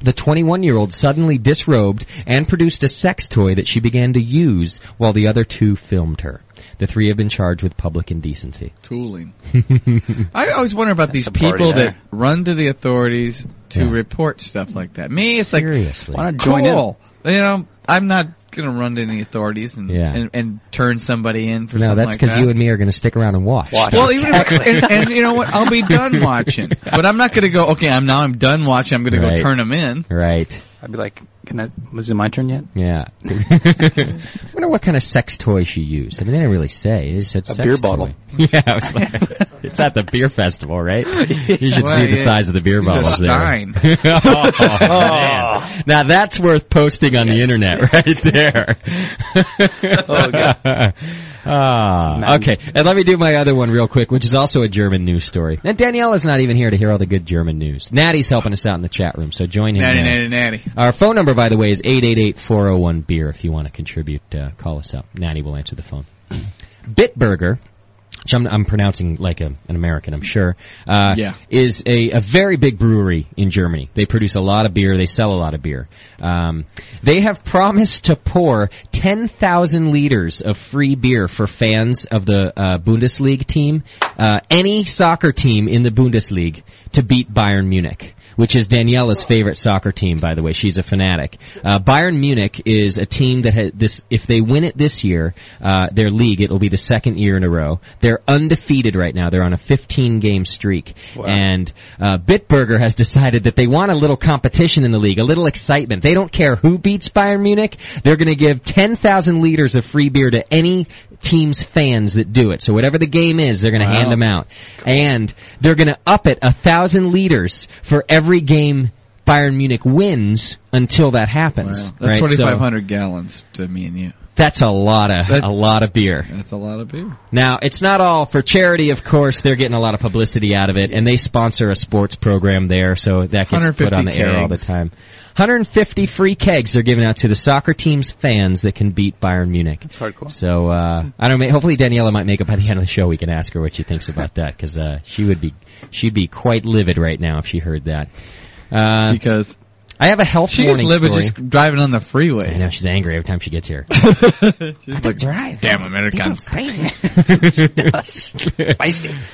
[SPEAKER 1] The 21 year old suddenly disrobed and produced a sex toy that she began to use while the other two filmed her. The three have been charged with public indecency.
[SPEAKER 2] Tooling. I always wonder about these
[SPEAKER 3] a party
[SPEAKER 2] people
[SPEAKER 3] there.
[SPEAKER 2] that run to the authorities to
[SPEAKER 1] Yeah.
[SPEAKER 2] report stuff like that. Me, it's like
[SPEAKER 1] Seriously.
[SPEAKER 3] Why not join in?
[SPEAKER 2] cool. You know, I'm not gonna run to any authorities and
[SPEAKER 1] Yeah.
[SPEAKER 2] and, and turn somebody in for
[SPEAKER 1] no,
[SPEAKER 2] something
[SPEAKER 1] that's
[SPEAKER 2] like that.
[SPEAKER 1] because you and me are going to stick around and watch.
[SPEAKER 3] Watch.
[SPEAKER 2] Well, even if, and, and you know what, I'll be done watching, but I'm not gonna go. Okay, I'm now I'm done watching. I'm gonna
[SPEAKER 1] Right.
[SPEAKER 2] go turn them in.
[SPEAKER 1] Right.
[SPEAKER 3] I'd be like, can I, was it my turn yet?
[SPEAKER 1] Yeah. I wonder what kind of sex toy she used. I mean, they didn't really say. It just said sex
[SPEAKER 3] beer bottle.
[SPEAKER 1] toy. Yeah, I was like, it's at the beer festival, right? You should
[SPEAKER 2] Well,
[SPEAKER 1] see the
[SPEAKER 2] yeah.
[SPEAKER 1] size of the beer
[SPEAKER 2] The
[SPEAKER 1] bottles there.
[SPEAKER 2] Stein.
[SPEAKER 1] Oh, man. Now that's worth posting on the internet right there.
[SPEAKER 3] Oh,
[SPEAKER 1] Ah, okay. And let me do my other one real quick, which is also a German news story. And Daniela's not even here to hear all the good German news. Natty's helping us out in the chat room, so join him.
[SPEAKER 2] Natty,
[SPEAKER 1] now.
[SPEAKER 2] natty, natty.
[SPEAKER 1] Our phone number, by the way, is 888-401-BEER E if you want to contribute. Uh, call us up. Natty will answer the phone. Bitburger, which I'm, I'm pronouncing like a, an American, I'm sure, uh,
[SPEAKER 2] Yeah.
[SPEAKER 1] is a, a very big brewery in Germany. They produce a lot of beer. They sell a lot of beer. Um, they have promised to pour 10,000 liters of free beer for fans of the uh, Bundesliga team, uh, any soccer team in the Bundesliga, to beat Bayern Munich. Which is Daniela's favorite soccer team, by the way. She's a fanatic. Uh, Bayern Munich is a team that has this. If they win it this year, uh, their league, it will be the second year in a row. They're undefeated right now. They're on a 15 game streak, and uh, Bitburger has decided that they want a little competition in the league, a little excitement. They don't care who beats Bayern Munich. They're going to give 10,000 liters of free beer to any team's fans that do it. So whatever the game is, they're going to hand them out, and they're going to up it a thousand liters for every game. Bayern Munich wins until that happens.
[SPEAKER 2] That's
[SPEAKER 1] right? So-
[SPEAKER 2] 2,500 gallons to me and you.
[SPEAKER 1] that's a lot of
[SPEAKER 2] That-
[SPEAKER 1] a lot of beer.
[SPEAKER 2] That's a lot of beer.
[SPEAKER 1] Now, it's not all for charity, of course. They're getting a lot of publicity out of it, and they sponsor a sports program there, so that gets put on the
[SPEAKER 2] 150
[SPEAKER 1] air all the
[SPEAKER 2] kegs.
[SPEAKER 1] time. 150 free kegs they're giving out to the soccer team's fans that can beat Bayern Munich. That's
[SPEAKER 5] hardcore.
[SPEAKER 1] So uh, I don't. know, Hopefully, Daniela might make it by the end of the show. We can ask her what she thinks about that because uh, she would be she'd be quite livid right now if she heard that. Uh,
[SPEAKER 2] Because
[SPEAKER 1] I have a health
[SPEAKER 2] she is
[SPEAKER 1] warning
[SPEAKER 2] livid
[SPEAKER 1] story.
[SPEAKER 2] just driving on the freeway.
[SPEAKER 1] I know she's angry every time she gets here.
[SPEAKER 2] Damn Americans.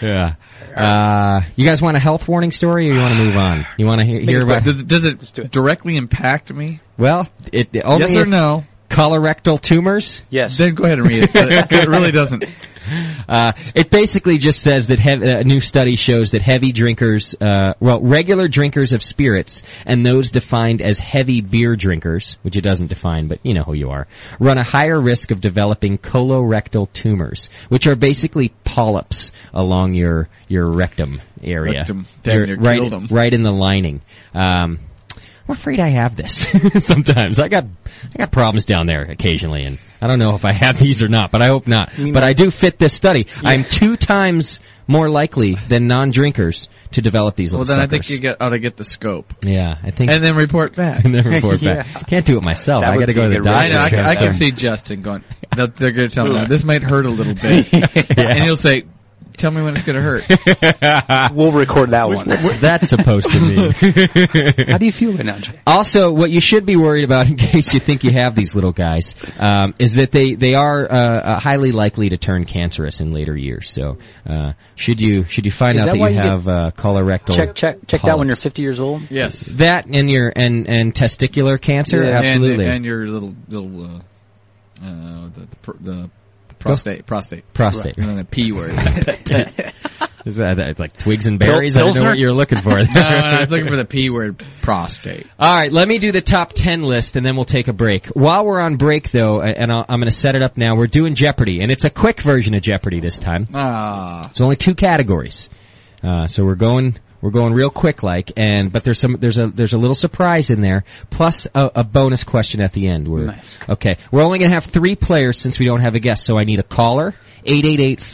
[SPEAKER 1] Yeah. Uh, you guys want a health warning story, or you want to move on? You want to hear, hear about?
[SPEAKER 2] Does, it- does it directly impact me?
[SPEAKER 1] Well, it, it only
[SPEAKER 2] yes or
[SPEAKER 1] if
[SPEAKER 2] no?
[SPEAKER 1] colorectal tumors.
[SPEAKER 3] Yes.
[SPEAKER 2] Then go ahead and read it. but it it really doesn't.
[SPEAKER 1] Uh, it basically just says that hev- uh, a new study shows that heavy drinkers, uh, well, regular drinkers of spirits and those defined as heavy beer drinkers, which it doesn't define, but you know who you are, run a higher risk of developing colorectal tumors, which are basically polyps along your your rectum area,
[SPEAKER 2] Rectum.
[SPEAKER 1] They're
[SPEAKER 2] Damn near
[SPEAKER 1] right,
[SPEAKER 2] killed 'em.
[SPEAKER 1] right in the lining. Um, I'm afraid I have this sometimes. I got I got problems down there occasionally, and I don't know if I have these or not, but I hope not. But I do fit this study. I'm two times more likely than non-drinkers to develop these
[SPEAKER 2] Well,
[SPEAKER 1] little
[SPEAKER 2] then I think
[SPEAKER 1] suckers.
[SPEAKER 2] you get, ought to get the scope
[SPEAKER 1] yeah, I think.
[SPEAKER 2] and then report back.
[SPEAKER 1] and then report back. Can't do it myself.
[SPEAKER 3] That
[SPEAKER 1] I got to
[SPEAKER 3] would
[SPEAKER 1] go to
[SPEAKER 3] be
[SPEAKER 1] the
[SPEAKER 3] a good
[SPEAKER 1] doctor.
[SPEAKER 2] I know. I,
[SPEAKER 1] and
[SPEAKER 2] can- I
[SPEAKER 1] have
[SPEAKER 2] can
[SPEAKER 1] some-
[SPEAKER 2] see Justin going. They're, they're going to tell him this might hurt a little bit, and he'll say, "Tell me when it's going to hurt."
[SPEAKER 3] We'll record that one.
[SPEAKER 1] What's that supposed to mean?
[SPEAKER 3] How do you feel right now, Jay?
[SPEAKER 1] Also, what you should be worried about, in case you think you have these little guys, um, is that they they are uh, uh, highly likely to turn cancerous in later years. So, uh, should you should you find
[SPEAKER 3] Is
[SPEAKER 1] out
[SPEAKER 3] that
[SPEAKER 1] that,
[SPEAKER 3] why
[SPEAKER 1] you
[SPEAKER 3] you
[SPEAKER 1] have uh, colorectal
[SPEAKER 3] Check, check, check that when you're
[SPEAKER 1] polyps.
[SPEAKER 3] 50 years old.
[SPEAKER 2] Yes,
[SPEAKER 1] that and your and and testicular cancer,
[SPEAKER 2] And-
[SPEAKER 1] absolutely.
[SPEAKER 2] And, your little little uh, uh, the, the, pr- the prostate, prostate,
[SPEAKER 1] Prostate.
[SPEAKER 2] And then the P word. Uh,
[SPEAKER 1] Is that, that like twigs and berries? I don't know
[SPEAKER 3] Pilsner?
[SPEAKER 1] what you're looking for.
[SPEAKER 2] no, no, I was looking for the P word, prostate.
[SPEAKER 1] All right, let me do the top 10 list and then we'll take a break. While we're on break though, and I'll, I'm going to set it up now, we're doing Jeopardy and it's a quick version of Jeopardy this time.
[SPEAKER 2] Ah,
[SPEAKER 1] It's only two categories. Uh, so we're going, we're going real quick like, and, but there's some, there's a, there's a little surprise in there, plus a, a bonus question at the end. We're,
[SPEAKER 2] Nice.
[SPEAKER 1] Okay. We're only gonna have three players since we don't have a guest, so I need a caller.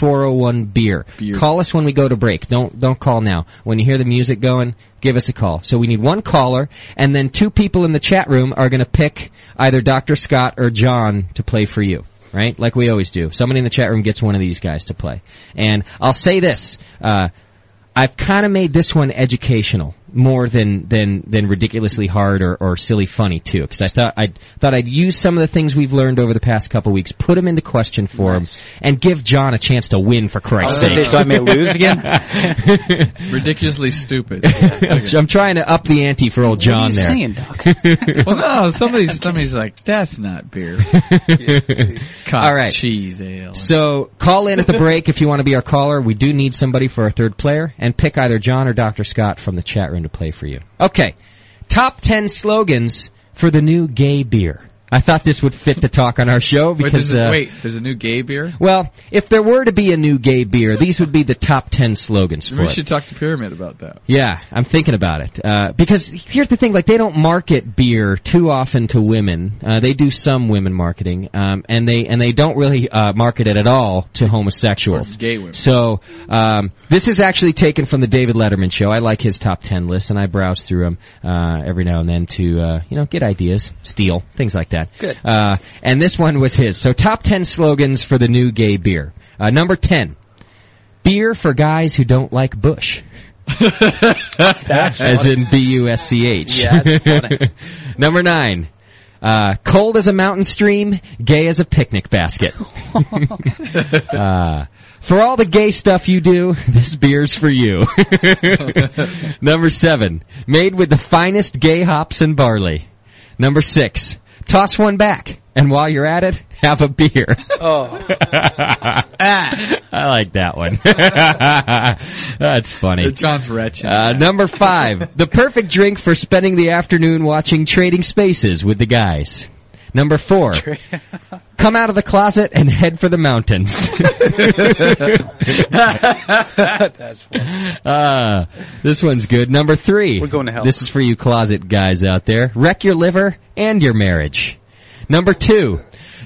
[SPEAKER 1] 888-401-BEER.
[SPEAKER 2] Beer.
[SPEAKER 1] Call us when we go to break. Don't, don't call now. When you hear the music going, give us a call. So we need one caller, and then two people in the chat room are gonna pick either Dr. Scott or John to play for you right? Like we always do. Somebody in the chat room gets one of these guys to play. And I'll say this, uh, I've kind of made this one educational more than, than, than ridiculously hard or, or silly funny too, because I thought I'd, thought I'd use some of the things we've learned over the past couple weeks, put them into question for him, and give John a chance to win for Christ's
[SPEAKER 3] So,
[SPEAKER 1] sake.
[SPEAKER 3] so I may lose again?
[SPEAKER 2] ridiculously stupid.
[SPEAKER 1] I'm trying to up the ante for old John
[SPEAKER 3] what are
[SPEAKER 1] there.
[SPEAKER 3] you saying, Doc?
[SPEAKER 2] well, no, somebody's somebody's like, that's not beer. Cottage
[SPEAKER 1] All right.
[SPEAKER 2] cheese ale.
[SPEAKER 1] So call in at the break if you want to be our caller. We do need somebody for our third player, and pick either John or Dr. Scott from the chat room to play for you. Okay. Top 10 slogans for the new gay beer. I thought this would fit the talk on our show
[SPEAKER 2] Wait,
[SPEAKER 1] because
[SPEAKER 2] there's a,
[SPEAKER 1] uh,
[SPEAKER 2] wait, there's a new gay beer.
[SPEAKER 1] well, if there were to be a new gay beer, these would be the top 10 slogans for
[SPEAKER 2] We
[SPEAKER 1] it.
[SPEAKER 2] should talk to Pyramid about that.
[SPEAKER 1] Yeah, I'm thinking about it. Uh, because here's the thing, like they don't market beer too often to women. Uh, they do some women marketing, um, and they, and they don't really, uh, market it at all to homosexuals.
[SPEAKER 2] Or gay women.
[SPEAKER 1] So, um, this is actually taken from the David Letterman show. I like his top 10 list and I browse through them, uh, every now and then to, uh, you know, get ideas, steal, things like that. Good. Uh, and this one was his. So top 10 slogans for the new gay beer. Uh, number 10. Beer for guys who don't like Bush
[SPEAKER 3] That's
[SPEAKER 1] as in B U S C H.
[SPEAKER 3] Yeah, that's funny.
[SPEAKER 1] Number nine. Uh, cold as a mountain stream, gay as a picnic basket. uh, for all the gay stuff you do, this beer's for you. Number seven, made with the finest gay hops and barley. Number six, toss one back, and while you're at it, have a beer.
[SPEAKER 3] Ah.
[SPEAKER 1] Oh, I like that one. That's funny.
[SPEAKER 2] John's wretched.
[SPEAKER 1] Uh, number five, the perfect drink for spending the afternoon watching Trading Spaces with the guys. Number four, come out of the closet and head for the mountains. Uh, this one's good. Number three, we're
[SPEAKER 3] going to hell.
[SPEAKER 1] This is for you closet guys out there. Wreck your liver and your marriage. Number two,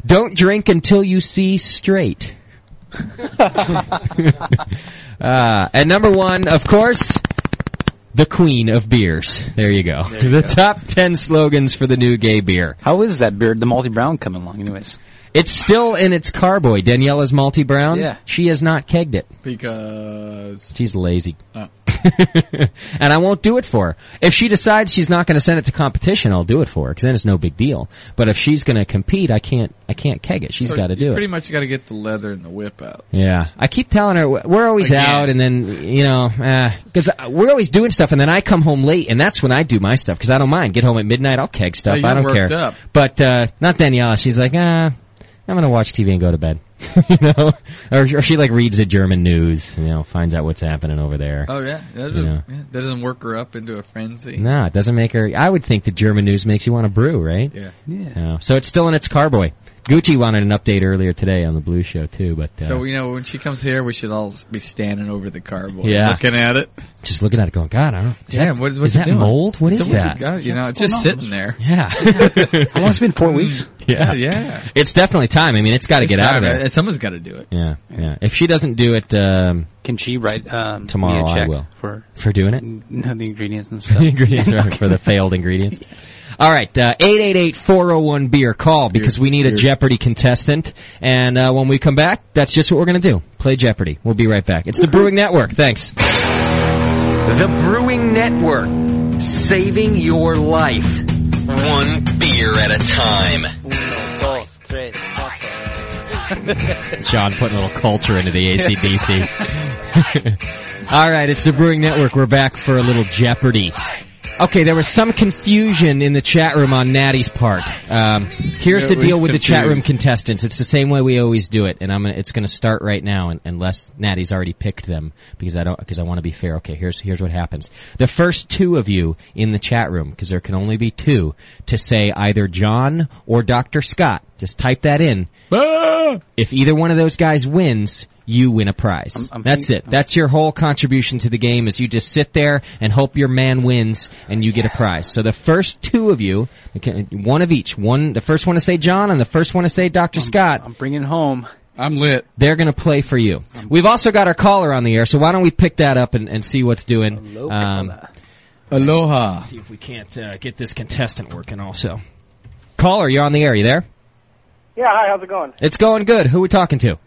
[SPEAKER 1] don't drink until you see straight. Uh, and number one, of course, the queen of beers. There you go. the top ten slogans for the new gay beer.
[SPEAKER 3] How is that beard, the multi brown, coming along, anyways?
[SPEAKER 1] It's still in its carboy. Daniela's multi brown.
[SPEAKER 3] Yeah.
[SPEAKER 1] She has not kegged it.
[SPEAKER 2] because
[SPEAKER 1] She's lazy.
[SPEAKER 2] Oh.
[SPEAKER 1] and I won't do it for her. If she decides she's not going to send it to competition, I'll do it for her because then it's no big deal. But if she's going to compete, I can't. I can't keg it. She's
[SPEAKER 2] so
[SPEAKER 1] got to
[SPEAKER 2] you
[SPEAKER 1] do it.
[SPEAKER 2] Pretty much got to get the leather and the whip out.
[SPEAKER 1] Yeah, I keep telling her "W- we're always
[SPEAKER 2] Again.
[SPEAKER 1] out, and then you know, because we're always doing stuff, and then I come home late, and that's when I do my stuff because I don't mind. Get home at midnight, I'll keg
[SPEAKER 2] Oh,
[SPEAKER 1] stuff.
[SPEAKER 2] you're
[SPEAKER 1] I don't
[SPEAKER 2] worked
[SPEAKER 1] care.
[SPEAKER 2] up.
[SPEAKER 1] But uh, not Daniela. She's like, ah, I'm gonna watch TV and go to bed. you know, or, or she like reads the German news. You know, finds out what's happening over there.
[SPEAKER 2] Oh yeah, that,
[SPEAKER 1] You
[SPEAKER 2] doesn't-
[SPEAKER 1] know.
[SPEAKER 2] yeah, that doesn't work her up into a frenzy.
[SPEAKER 1] No, it doesn't make her. I would think the German news makes you want to brew, right?
[SPEAKER 2] Yeah.
[SPEAKER 1] No. So it's still in its carboy. Gucci wanted an update earlier today on the Blue Show too, but uh,
[SPEAKER 2] So you know when she comes here, we should all be standing over the cardboard,
[SPEAKER 1] Yeah.
[SPEAKER 2] looking at it.
[SPEAKER 1] just looking at it, going, God, I don't. Is
[SPEAKER 2] Damn,
[SPEAKER 1] that,
[SPEAKER 2] what is- what's
[SPEAKER 1] is
[SPEAKER 2] it
[SPEAKER 1] that
[SPEAKER 2] doing?
[SPEAKER 1] mold? What is
[SPEAKER 2] What's it
[SPEAKER 1] that?
[SPEAKER 2] got? You know, it's just sitting there.
[SPEAKER 1] Yeah.
[SPEAKER 3] How long? It's been four weeks.
[SPEAKER 1] yeah.
[SPEAKER 2] Yeah.
[SPEAKER 1] It's definitely time. I mean, it's got to get out of there.
[SPEAKER 2] Sorry, Someone's got to do it.
[SPEAKER 1] Yeah, yeah. If she doesn't do it um,
[SPEAKER 3] Can she write um,
[SPEAKER 1] Tomorrow
[SPEAKER 3] me
[SPEAKER 1] I
[SPEAKER 3] a check
[SPEAKER 1] will.
[SPEAKER 3] for
[SPEAKER 1] for doing it,
[SPEAKER 3] no, the ingredients and
[SPEAKER 1] the
[SPEAKER 3] stuff?
[SPEAKER 1] ingredients are for the failed ingredients. All right, uh, eight eight eight four zero one beer call because we need a
[SPEAKER 2] Beer.
[SPEAKER 1] Jeopardy contestant. And uh, when we come back, that's just what we're gonna do: play Jeopardy. We'll be right back. It's the Brewing Network. Thanks.
[SPEAKER 5] The Brewing Network, saving your life. One beer at a time.
[SPEAKER 1] John putting a little culture into the ACDC. All right, it's the Brewing Network. We're back for a little Jeopardy. Okay, there was some confusion in the chat room on Natty's part. Um, here's
[SPEAKER 2] It
[SPEAKER 1] the
[SPEAKER 2] was
[SPEAKER 1] deal with the chat room
[SPEAKER 2] confused.
[SPEAKER 1] contestants. It's the same way we always do it, and I'm gonna, it's going to start right now, un- unless Natty's already picked them because I don't because I want to be fair. Okay, here's here's what happens: the first two of you in the chat room, because there can only be two, to say either John or Doctor Scott. Just type that in. If either one of those guys wins, you win a prize.
[SPEAKER 3] I'm
[SPEAKER 1] That's
[SPEAKER 3] thinking-
[SPEAKER 1] it. That's your whole contribution to the game is you just sit there and hope your man wins and you get a prize. So the first two of you, okay, one of each, one, the first one to say John and the first one to say
[SPEAKER 2] Um,
[SPEAKER 1] doctor Scott,
[SPEAKER 3] I'm bringing home.
[SPEAKER 2] I'm lit.
[SPEAKER 1] they're gonna play for you.
[SPEAKER 2] um,
[SPEAKER 1] We've also got our caller on the air, so why don't we pick that up and, and see what's doing. Um,
[SPEAKER 2] Aloha.
[SPEAKER 1] see if we can't uh, get this contestant working also. Um, Caller, you're on the air, you there?
[SPEAKER 4] Yeah, hi, how's it going?
[SPEAKER 1] It's going good. Who are we talking to?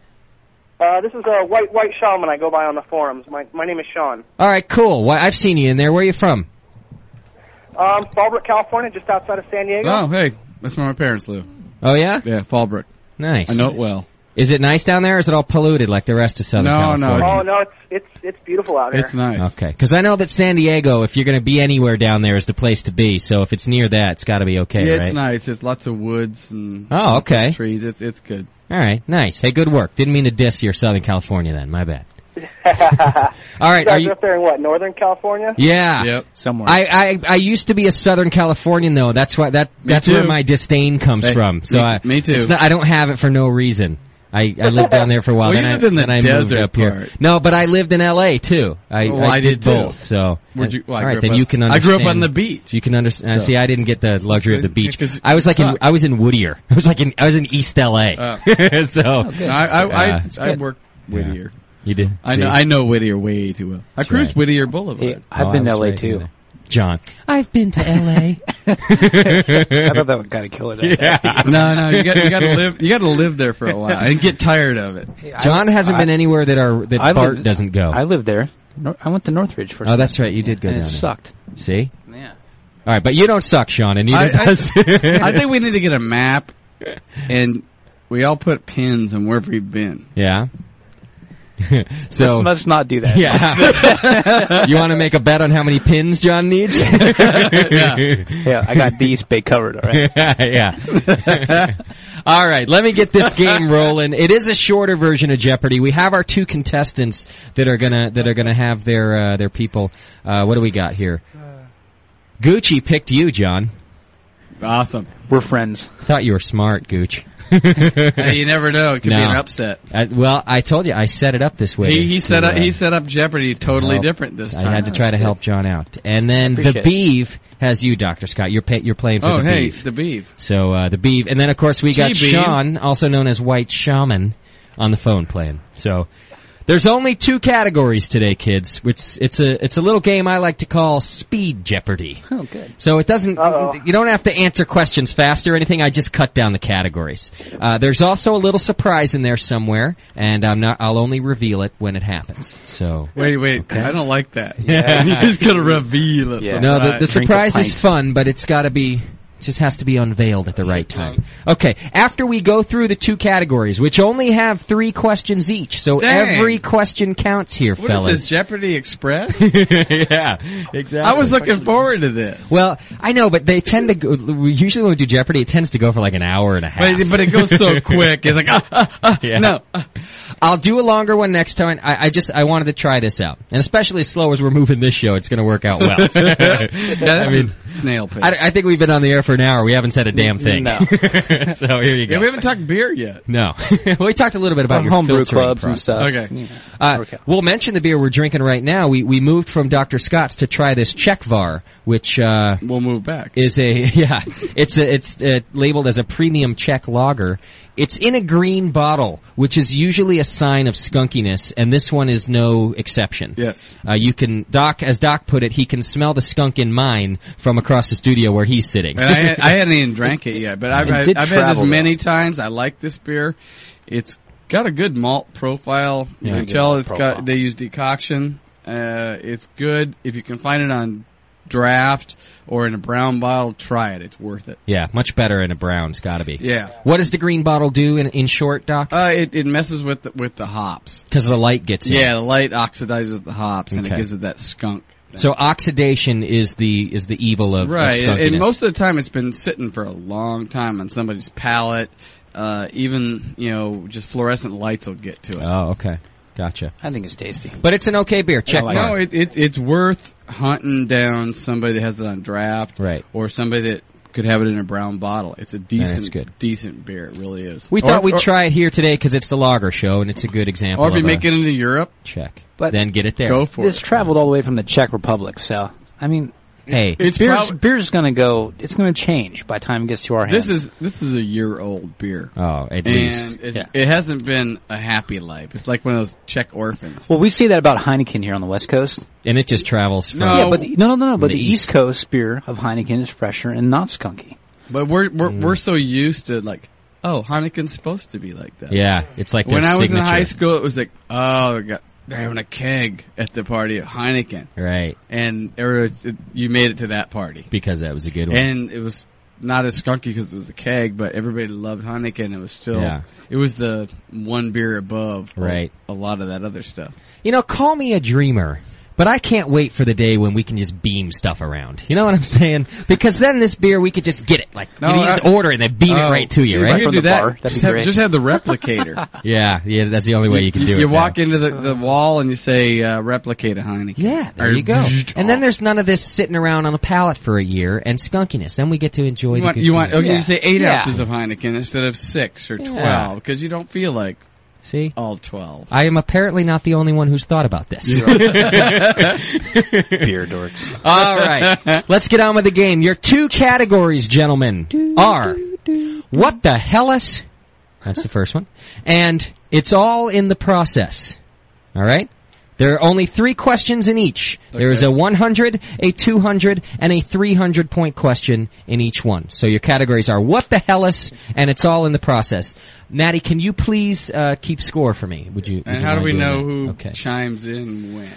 [SPEAKER 4] Uh, this is uh, White White Shaman I go by on the forums. My my name is Sean.
[SPEAKER 1] Alright, cool. Why I've seen you in there. Where are you from?
[SPEAKER 4] Um, Fallbrook, California, just outside of San Diego.
[SPEAKER 2] Oh, hey. That's where my parents live.
[SPEAKER 1] Oh yeah?
[SPEAKER 2] Yeah, Fallbrook.
[SPEAKER 1] Nice.
[SPEAKER 2] I know it well.
[SPEAKER 1] Is it nice down there? Or is it all polluted like the rest of Southern
[SPEAKER 2] No, no,
[SPEAKER 1] California?
[SPEAKER 2] it's-
[SPEAKER 4] Oh no, it's it's it's beautiful out here.
[SPEAKER 2] It's nice.
[SPEAKER 1] Okay, because I know that San Diego, if you're going to be anywhere down there, is the place to be. So if it's near that, it's got to be okay,
[SPEAKER 2] yeah,
[SPEAKER 1] right?
[SPEAKER 2] it's nice. It's lots of woods and
[SPEAKER 1] Oh, okay.
[SPEAKER 2] trees. It's it's good.
[SPEAKER 1] All right, nice. Hey, good work. Didn't mean to diss your Southern California then. My bad. All right,
[SPEAKER 4] you
[SPEAKER 1] are
[SPEAKER 4] guys
[SPEAKER 1] you?
[SPEAKER 4] up there in what Northern California?
[SPEAKER 1] Yeah.
[SPEAKER 2] Yep.
[SPEAKER 3] Somewhere.
[SPEAKER 1] I, I I used to be a Southern Californian though. That's why that that's
[SPEAKER 2] too.
[SPEAKER 1] where my disdain comes
[SPEAKER 2] Hey,
[SPEAKER 1] from. So
[SPEAKER 2] me-
[SPEAKER 1] I,
[SPEAKER 2] me too.
[SPEAKER 1] It's not, I don't have it for no reason. I, I lived down there for a while.
[SPEAKER 2] Well,
[SPEAKER 1] then
[SPEAKER 2] you
[SPEAKER 1] I,
[SPEAKER 2] lived in the
[SPEAKER 1] then I moved
[SPEAKER 2] desert
[SPEAKER 1] up here.
[SPEAKER 2] part.
[SPEAKER 1] No, but I lived in L.A. too. I,
[SPEAKER 2] Well, I
[SPEAKER 1] did,
[SPEAKER 2] did, too.
[SPEAKER 1] both. So
[SPEAKER 2] Where'd you- well, I
[SPEAKER 1] all
[SPEAKER 2] grew
[SPEAKER 1] right,
[SPEAKER 2] up
[SPEAKER 1] then
[SPEAKER 2] on-
[SPEAKER 1] you can
[SPEAKER 2] I
[SPEAKER 1] understand.
[SPEAKER 2] grew up on the beach.
[SPEAKER 1] You can understand.
[SPEAKER 2] So-
[SPEAKER 1] See, I didn't get the luxury of the beach.
[SPEAKER 2] 'Cause
[SPEAKER 1] I was like in
[SPEAKER 2] fuck.
[SPEAKER 1] I was in Whittier. I was like in I was in East L.A.
[SPEAKER 2] Uh,
[SPEAKER 1] so
[SPEAKER 2] I I
[SPEAKER 1] Yeah,
[SPEAKER 2] I,
[SPEAKER 1] it's
[SPEAKER 2] I worked Whittier.
[SPEAKER 1] you did.
[SPEAKER 2] I know
[SPEAKER 1] see?
[SPEAKER 2] I know Whittier way too well. I cruised
[SPEAKER 1] right.
[SPEAKER 2] Whittier Boulevard.
[SPEAKER 3] Hey, I've
[SPEAKER 1] Oh,
[SPEAKER 3] been
[SPEAKER 1] I
[SPEAKER 3] to
[SPEAKER 1] was
[SPEAKER 3] LA
[SPEAKER 1] right in
[SPEAKER 3] too.
[SPEAKER 1] there. John, I've been to L.A.
[SPEAKER 3] I thought that would kind of kill it. Yeah.
[SPEAKER 2] no, no, you got you got to live you got to live there for a while and get tired of it.
[SPEAKER 1] John hasn't been anywhere that our that
[SPEAKER 3] I
[SPEAKER 1] Bart
[SPEAKER 3] lived-
[SPEAKER 1] doesn't go.
[SPEAKER 3] I lived there. Nor- I went to Northridge first.
[SPEAKER 1] oh, that's right. You did go
[SPEAKER 3] and
[SPEAKER 1] down
[SPEAKER 3] it
[SPEAKER 1] there.
[SPEAKER 3] sucked.
[SPEAKER 1] See.
[SPEAKER 3] Yeah.
[SPEAKER 1] All right, but you don't suck, Sean, and neither
[SPEAKER 2] I- I-
[SPEAKER 1] does.
[SPEAKER 2] I think we need to get a map and we all put pins on where we've been.
[SPEAKER 1] yeah. so
[SPEAKER 3] let's, let's not do that.
[SPEAKER 1] yeah, you want to make a bet on how many pins John needs?
[SPEAKER 3] Yeah, I got the East Bay covered. All right.
[SPEAKER 1] yeah. All right, let me get this game rolling. It is a shorter version of Jeopardy. We have our two contestants that are gonna that are gonna have their uh, their people. Uh, what do we got here? Gucci picked you, John.
[SPEAKER 2] Awesome.
[SPEAKER 3] We're friends.
[SPEAKER 1] Thought you were smart, Gooch.
[SPEAKER 2] Hey, you never know. It could be
[SPEAKER 1] No.
[SPEAKER 2] an upset.
[SPEAKER 1] I, well, I told you I set it up this way.
[SPEAKER 2] He, he
[SPEAKER 1] to,
[SPEAKER 2] set up
[SPEAKER 1] uh,
[SPEAKER 2] he set up Jeopardy totally
[SPEAKER 1] help.
[SPEAKER 2] different this time.
[SPEAKER 1] I had to try to help John out, and then the
[SPEAKER 3] Appreciate it.
[SPEAKER 1] Beeve has you, Doctor Scott. You're pa- you're playing for
[SPEAKER 2] Oh,
[SPEAKER 1] the
[SPEAKER 2] hey,
[SPEAKER 1] Beeve.
[SPEAKER 2] the beef.
[SPEAKER 1] so uh, the Beeve, and then of course we got
[SPEAKER 2] Gee, Beeve.
[SPEAKER 1] Sean, also known as White Shaman, on the phone playing. So there's only two categories today, kids. Which it's a it's a little game I like to call Speed Jeopardy.
[SPEAKER 3] Oh, good.
[SPEAKER 1] So it doesn't,
[SPEAKER 4] Uh-oh.
[SPEAKER 1] you don't have to answer questions fast or anything. I just cut down the categories. Uh, there's also a little surprise in there somewhere, and I'm not, I'll only reveal it when it happens. So.
[SPEAKER 2] Wait, wait.
[SPEAKER 1] Okay.
[SPEAKER 2] I don't like that. You're just gonna reveal it.
[SPEAKER 3] Yeah.
[SPEAKER 1] No, the,
[SPEAKER 2] sometime.
[SPEAKER 1] the
[SPEAKER 3] Drink a
[SPEAKER 1] surprise is
[SPEAKER 3] pint.
[SPEAKER 1] fun, but it's gotta be, just has to be unveiled at the right time. Okay, after we go through the two categories, which only have three questions each, so
[SPEAKER 2] Dang.
[SPEAKER 1] every question counts here,
[SPEAKER 2] What is
[SPEAKER 1] fellas.
[SPEAKER 2] this Jeopardy Express?
[SPEAKER 1] yeah, exactly.
[SPEAKER 2] I was looking forward to this.
[SPEAKER 1] Well, I know, but they tend to go, usually when we do Jeopardy, it tends to go for like an hour and a half.
[SPEAKER 2] But, it- but it goes so quick. It's like, ah, ah, ah,
[SPEAKER 1] Yeah.
[SPEAKER 2] no.
[SPEAKER 1] I'll do a longer one next time. I, I just I wanted to try this out, and especially as slow as we're moving this show, it's going to work out well.
[SPEAKER 2] I mean, snail pit.
[SPEAKER 1] I, I think we've been on the air for an hour. We haven't said a damn thing.
[SPEAKER 3] No.
[SPEAKER 1] so here you
[SPEAKER 2] yeah, we
[SPEAKER 1] go.
[SPEAKER 2] haven't talked beer yet.
[SPEAKER 1] No, we talked a little bit about
[SPEAKER 3] From
[SPEAKER 1] your
[SPEAKER 3] homebrew
[SPEAKER 1] filtering
[SPEAKER 3] clubs and
[SPEAKER 1] process.
[SPEAKER 3] stuff.
[SPEAKER 2] Okay.
[SPEAKER 1] Uh, we'll mention the beer we're drinking right now. We we moved from Dr. Scott's to try this Czechvar, which. Uh,
[SPEAKER 2] We'll move back.
[SPEAKER 1] is a yeah. It's a, it's uh labeled as a premium Czech lager. It's in a green bottle, which is usually a sign of skunkiness, and this one is no exception.
[SPEAKER 2] Yes.
[SPEAKER 1] Uh, you can Doc, as Doc put it, he can smell the skunk in mine from across the studio where he's sitting.
[SPEAKER 2] And I, had, I hadn't even drank it yet, but I've,
[SPEAKER 3] It
[SPEAKER 2] I've,
[SPEAKER 3] did
[SPEAKER 2] I've had this
[SPEAKER 3] travel,
[SPEAKER 2] many times. I like this beer. It's got a good malt profile. You
[SPEAKER 1] Yeah.
[SPEAKER 2] can tell it's got, they use decoction. Uh, it's good. If you can find it on draft or in a brown bottle, try it. It's worth it.
[SPEAKER 1] Yeah, much better in a brown. It's got to be.
[SPEAKER 2] Yeah.
[SPEAKER 1] What does the green bottle do in in short, Doc?
[SPEAKER 2] Uh, it, it messes with the, with the hops.
[SPEAKER 1] Because the light gets in.
[SPEAKER 2] Yeah, the light oxidizes the hops and
[SPEAKER 1] Okay.
[SPEAKER 2] it gives it that skunk
[SPEAKER 1] So oxidation is the is the evil of of
[SPEAKER 2] right and,
[SPEAKER 1] skunkiness.
[SPEAKER 2] and most of the time it's been sitting for a long time on somebody's palate uh, even you know just fluorescent lights will get to it
[SPEAKER 1] oh, okay, gotcha.
[SPEAKER 3] I think it's tasty.
[SPEAKER 1] But it's an okay beer. Check mark.
[SPEAKER 2] Oh, no it, it, it's worth hunting down somebody that has it on draft
[SPEAKER 1] Right.
[SPEAKER 2] or somebody that could have it in a brown bottle it's a
[SPEAKER 1] it's
[SPEAKER 2] decent
[SPEAKER 1] good.
[SPEAKER 2] decent beer it really is
[SPEAKER 1] We
[SPEAKER 2] Or-
[SPEAKER 1] thought we'd
[SPEAKER 2] or-
[SPEAKER 1] try uh, it here today because it's the lager show and it's a good example.
[SPEAKER 2] or if you
[SPEAKER 1] of
[SPEAKER 2] make
[SPEAKER 1] a
[SPEAKER 2] it into europe
[SPEAKER 1] check,
[SPEAKER 3] But-
[SPEAKER 1] then get it there.
[SPEAKER 2] go for
[SPEAKER 3] This
[SPEAKER 2] it
[SPEAKER 3] traveled all the way from the Czech Republic, so I mean,
[SPEAKER 1] hey,
[SPEAKER 2] it's
[SPEAKER 3] beer's
[SPEAKER 2] prob-
[SPEAKER 3] beer's going to go. It's going to change by the time it gets to our hands.
[SPEAKER 2] this is this is a year old beer
[SPEAKER 1] oh, at least
[SPEAKER 2] and it,
[SPEAKER 3] Yeah.
[SPEAKER 2] it hasn't been a happy life. It's like one of those Czech orphans.
[SPEAKER 3] well, we see that about Heineken here on the West Coast.
[SPEAKER 1] and it just travels from.
[SPEAKER 2] No.
[SPEAKER 3] yeah, but the, no, no, no. But
[SPEAKER 1] Oh. the
[SPEAKER 3] the, East Coast beer of Heineken is fresher and not skunky.
[SPEAKER 2] But we're we're,
[SPEAKER 1] mm.
[SPEAKER 2] we're so used to like, oh, Heineken's supposed to be like that.
[SPEAKER 1] Yeah, it's like
[SPEAKER 2] When
[SPEAKER 1] their
[SPEAKER 2] I was in
[SPEAKER 1] signature.
[SPEAKER 2] high school, it was like, oh, they got, they're having a keg at the party at Heineken,
[SPEAKER 1] right?
[SPEAKER 2] and everyone- it, you made it to that party,
[SPEAKER 1] Because that was a good one.
[SPEAKER 2] and it was not as skunky because it was a keg, but everybody loved Heineken. It was still,
[SPEAKER 1] Yeah.
[SPEAKER 2] it was the one beer above,
[SPEAKER 1] Right.
[SPEAKER 2] A lot of that other stuff.
[SPEAKER 1] You know, call me a dreamer, but I can't wait for the day when we can just beam stuff around. You know what I'm saying? Because then this beer, we could just get it. Like,
[SPEAKER 2] No,
[SPEAKER 1] you can just
[SPEAKER 2] I-
[SPEAKER 1] order and they beam it
[SPEAKER 2] Oh,
[SPEAKER 1] right to you,
[SPEAKER 2] if
[SPEAKER 1] right?
[SPEAKER 2] could
[SPEAKER 3] From
[SPEAKER 2] do
[SPEAKER 3] the
[SPEAKER 2] that,
[SPEAKER 3] bar, that'd be
[SPEAKER 2] just have-
[SPEAKER 3] great.
[SPEAKER 2] just have the replicator.
[SPEAKER 1] Yeah, yeah, that's the only way you can do it.
[SPEAKER 2] You
[SPEAKER 1] now.
[SPEAKER 2] walk into the, the wall and you say, uh, replicate a Heineken.
[SPEAKER 1] Yeah, there
[SPEAKER 2] Or-
[SPEAKER 1] you go. And then there's none of this sitting around on the palate for a year and skunkiness. Then we get to enjoy
[SPEAKER 2] You
[SPEAKER 1] the
[SPEAKER 2] want,
[SPEAKER 1] good
[SPEAKER 2] you want,
[SPEAKER 1] beer.
[SPEAKER 2] okay, you say eight
[SPEAKER 3] Yeah.
[SPEAKER 2] ounces of Heineken instead of six or
[SPEAKER 1] Yeah.
[SPEAKER 2] twelve because you don't feel like
[SPEAKER 1] See?
[SPEAKER 2] all twelve.
[SPEAKER 1] I am apparently not the only one who's thought about this.
[SPEAKER 3] Beer dorks.
[SPEAKER 1] All right. Let's get on with the game. Your two categories, gentlemen, are what the hellas? That's the first one. And it's all in the process. All right? There are only three questions in each. There is a 100, a 200, and a 300 point question in each one. So your categories are what the hellas, and it's all in the process. Natty, can you please uh, keep score for me? Would you? would
[SPEAKER 2] And
[SPEAKER 1] you
[SPEAKER 2] how
[SPEAKER 1] mind
[SPEAKER 2] do we
[SPEAKER 1] doing
[SPEAKER 2] know
[SPEAKER 1] that?
[SPEAKER 2] who chimes in when?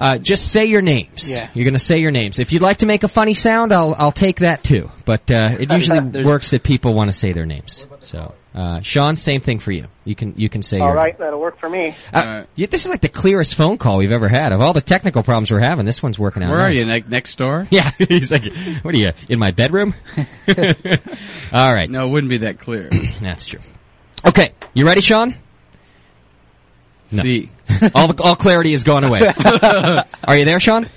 [SPEAKER 1] Uh, just say your names.
[SPEAKER 3] Yeah.
[SPEAKER 1] You're gonna say your names. If you'd like to make a funny sound, I'll, I'll take that too. But, uh, it usually
[SPEAKER 3] There's-
[SPEAKER 1] works that people want to say their names. So, uh, Sean, same thing for you. You can, you can say
[SPEAKER 4] All
[SPEAKER 1] your
[SPEAKER 4] right, that'll work for me.
[SPEAKER 1] Uh, yeah, this is like the clearest phone call we've ever had. Of all the technical problems we're having, this one's working out
[SPEAKER 2] Where are
[SPEAKER 1] nice.
[SPEAKER 2] you? Like next door?
[SPEAKER 1] Yeah. He's like, what are you, in my bedroom? all right.
[SPEAKER 2] No, it wouldn't be that clear.
[SPEAKER 1] That's true. Okay. You ready, Sean?
[SPEAKER 2] See,
[SPEAKER 1] All, the, all clarity has gone away. Are you there, Sean?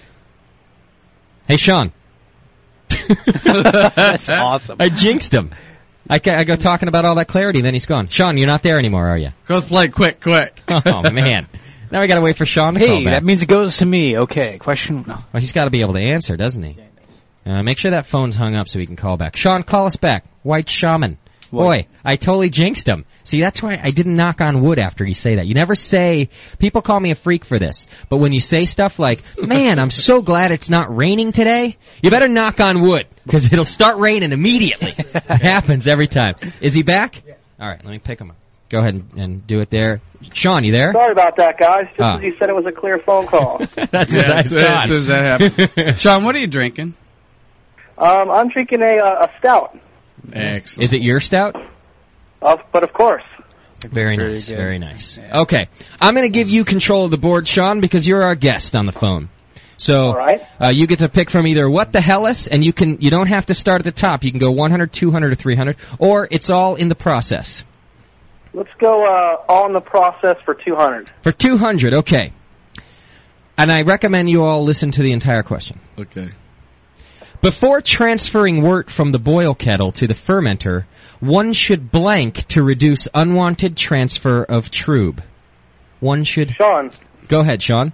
[SPEAKER 1] Hey, Sean.
[SPEAKER 3] That's awesome.
[SPEAKER 1] I jinxed him. I, ca- I go talking about all that clarity, then he's gone. Sean, you're not there anymore, are you?
[SPEAKER 2] go play quick, quick.
[SPEAKER 1] Oh man! Now we got to wait for Sean to call
[SPEAKER 3] Hey,
[SPEAKER 1] back.
[SPEAKER 3] that means it goes to me. Okay, question. No.
[SPEAKER 1] well, he's got to be able to answer, doesn't he? Uh, make sure that phone's hung up so he can call back. Sean, call us back. White Shaman. Boy, I totally jinxed him. See, that's why I didn't knock on wood after you say that. You never say, people call me a freak for this, but when you say stuff like, man, I'm so glad it's not raining today, you better knock on wood, because it'll start raining immediately. it happens every time. Is he back? Alright, let me pick him up. Go ahead and, and do it there. Sean, you there?
[SPEAKER 4] Sorry about that, guys. Just
[SPEAKER 1] Ah.
[SPEAKER 4] as you said, it was a clear phone call.
[SPEAKER 1] That's
[SPEAKER 2] Yeah,
[SPEAKER 1] what I
[SPEAKER 2] as soon- as
[SPEAKER 1] thought.
[SPEAKER 2] soon as that happened. Sean, what are you drinking?
[SPEAKER 4] um, I'm drinking a, uh, a stout,
[SPEAKER 2] Excellent.
[SPEAKER 1] Is it your stout?
[SPEAKER 4] of, but of course.
[SPEAKER 1] Very nice, very nice. Okay, I'm going to give you control of the board, Sean, because you're our guest on the phone. So
[SPEAKER 4] right.
[SPEAKER 1] uh, you get to pick from either what the hellas, and you can you don't have to start at the top. You can go 100, 200, or 300, or it's all in the process.
[SPEAKER 4] Let's go uh, on the process for 200.
[SPEAKER 1] For 200, okay. And I recommend you all listen to the entire question.
[SPEAKER 2] Okay.
[SPEAKER 1] Before transferring wort from the boil kettle to the fermenter, one should blank to reduce unwanted transfer of trube. One should
[SPEAKER 4] Sean,
[SPEAKER 1] go ahead, Sean.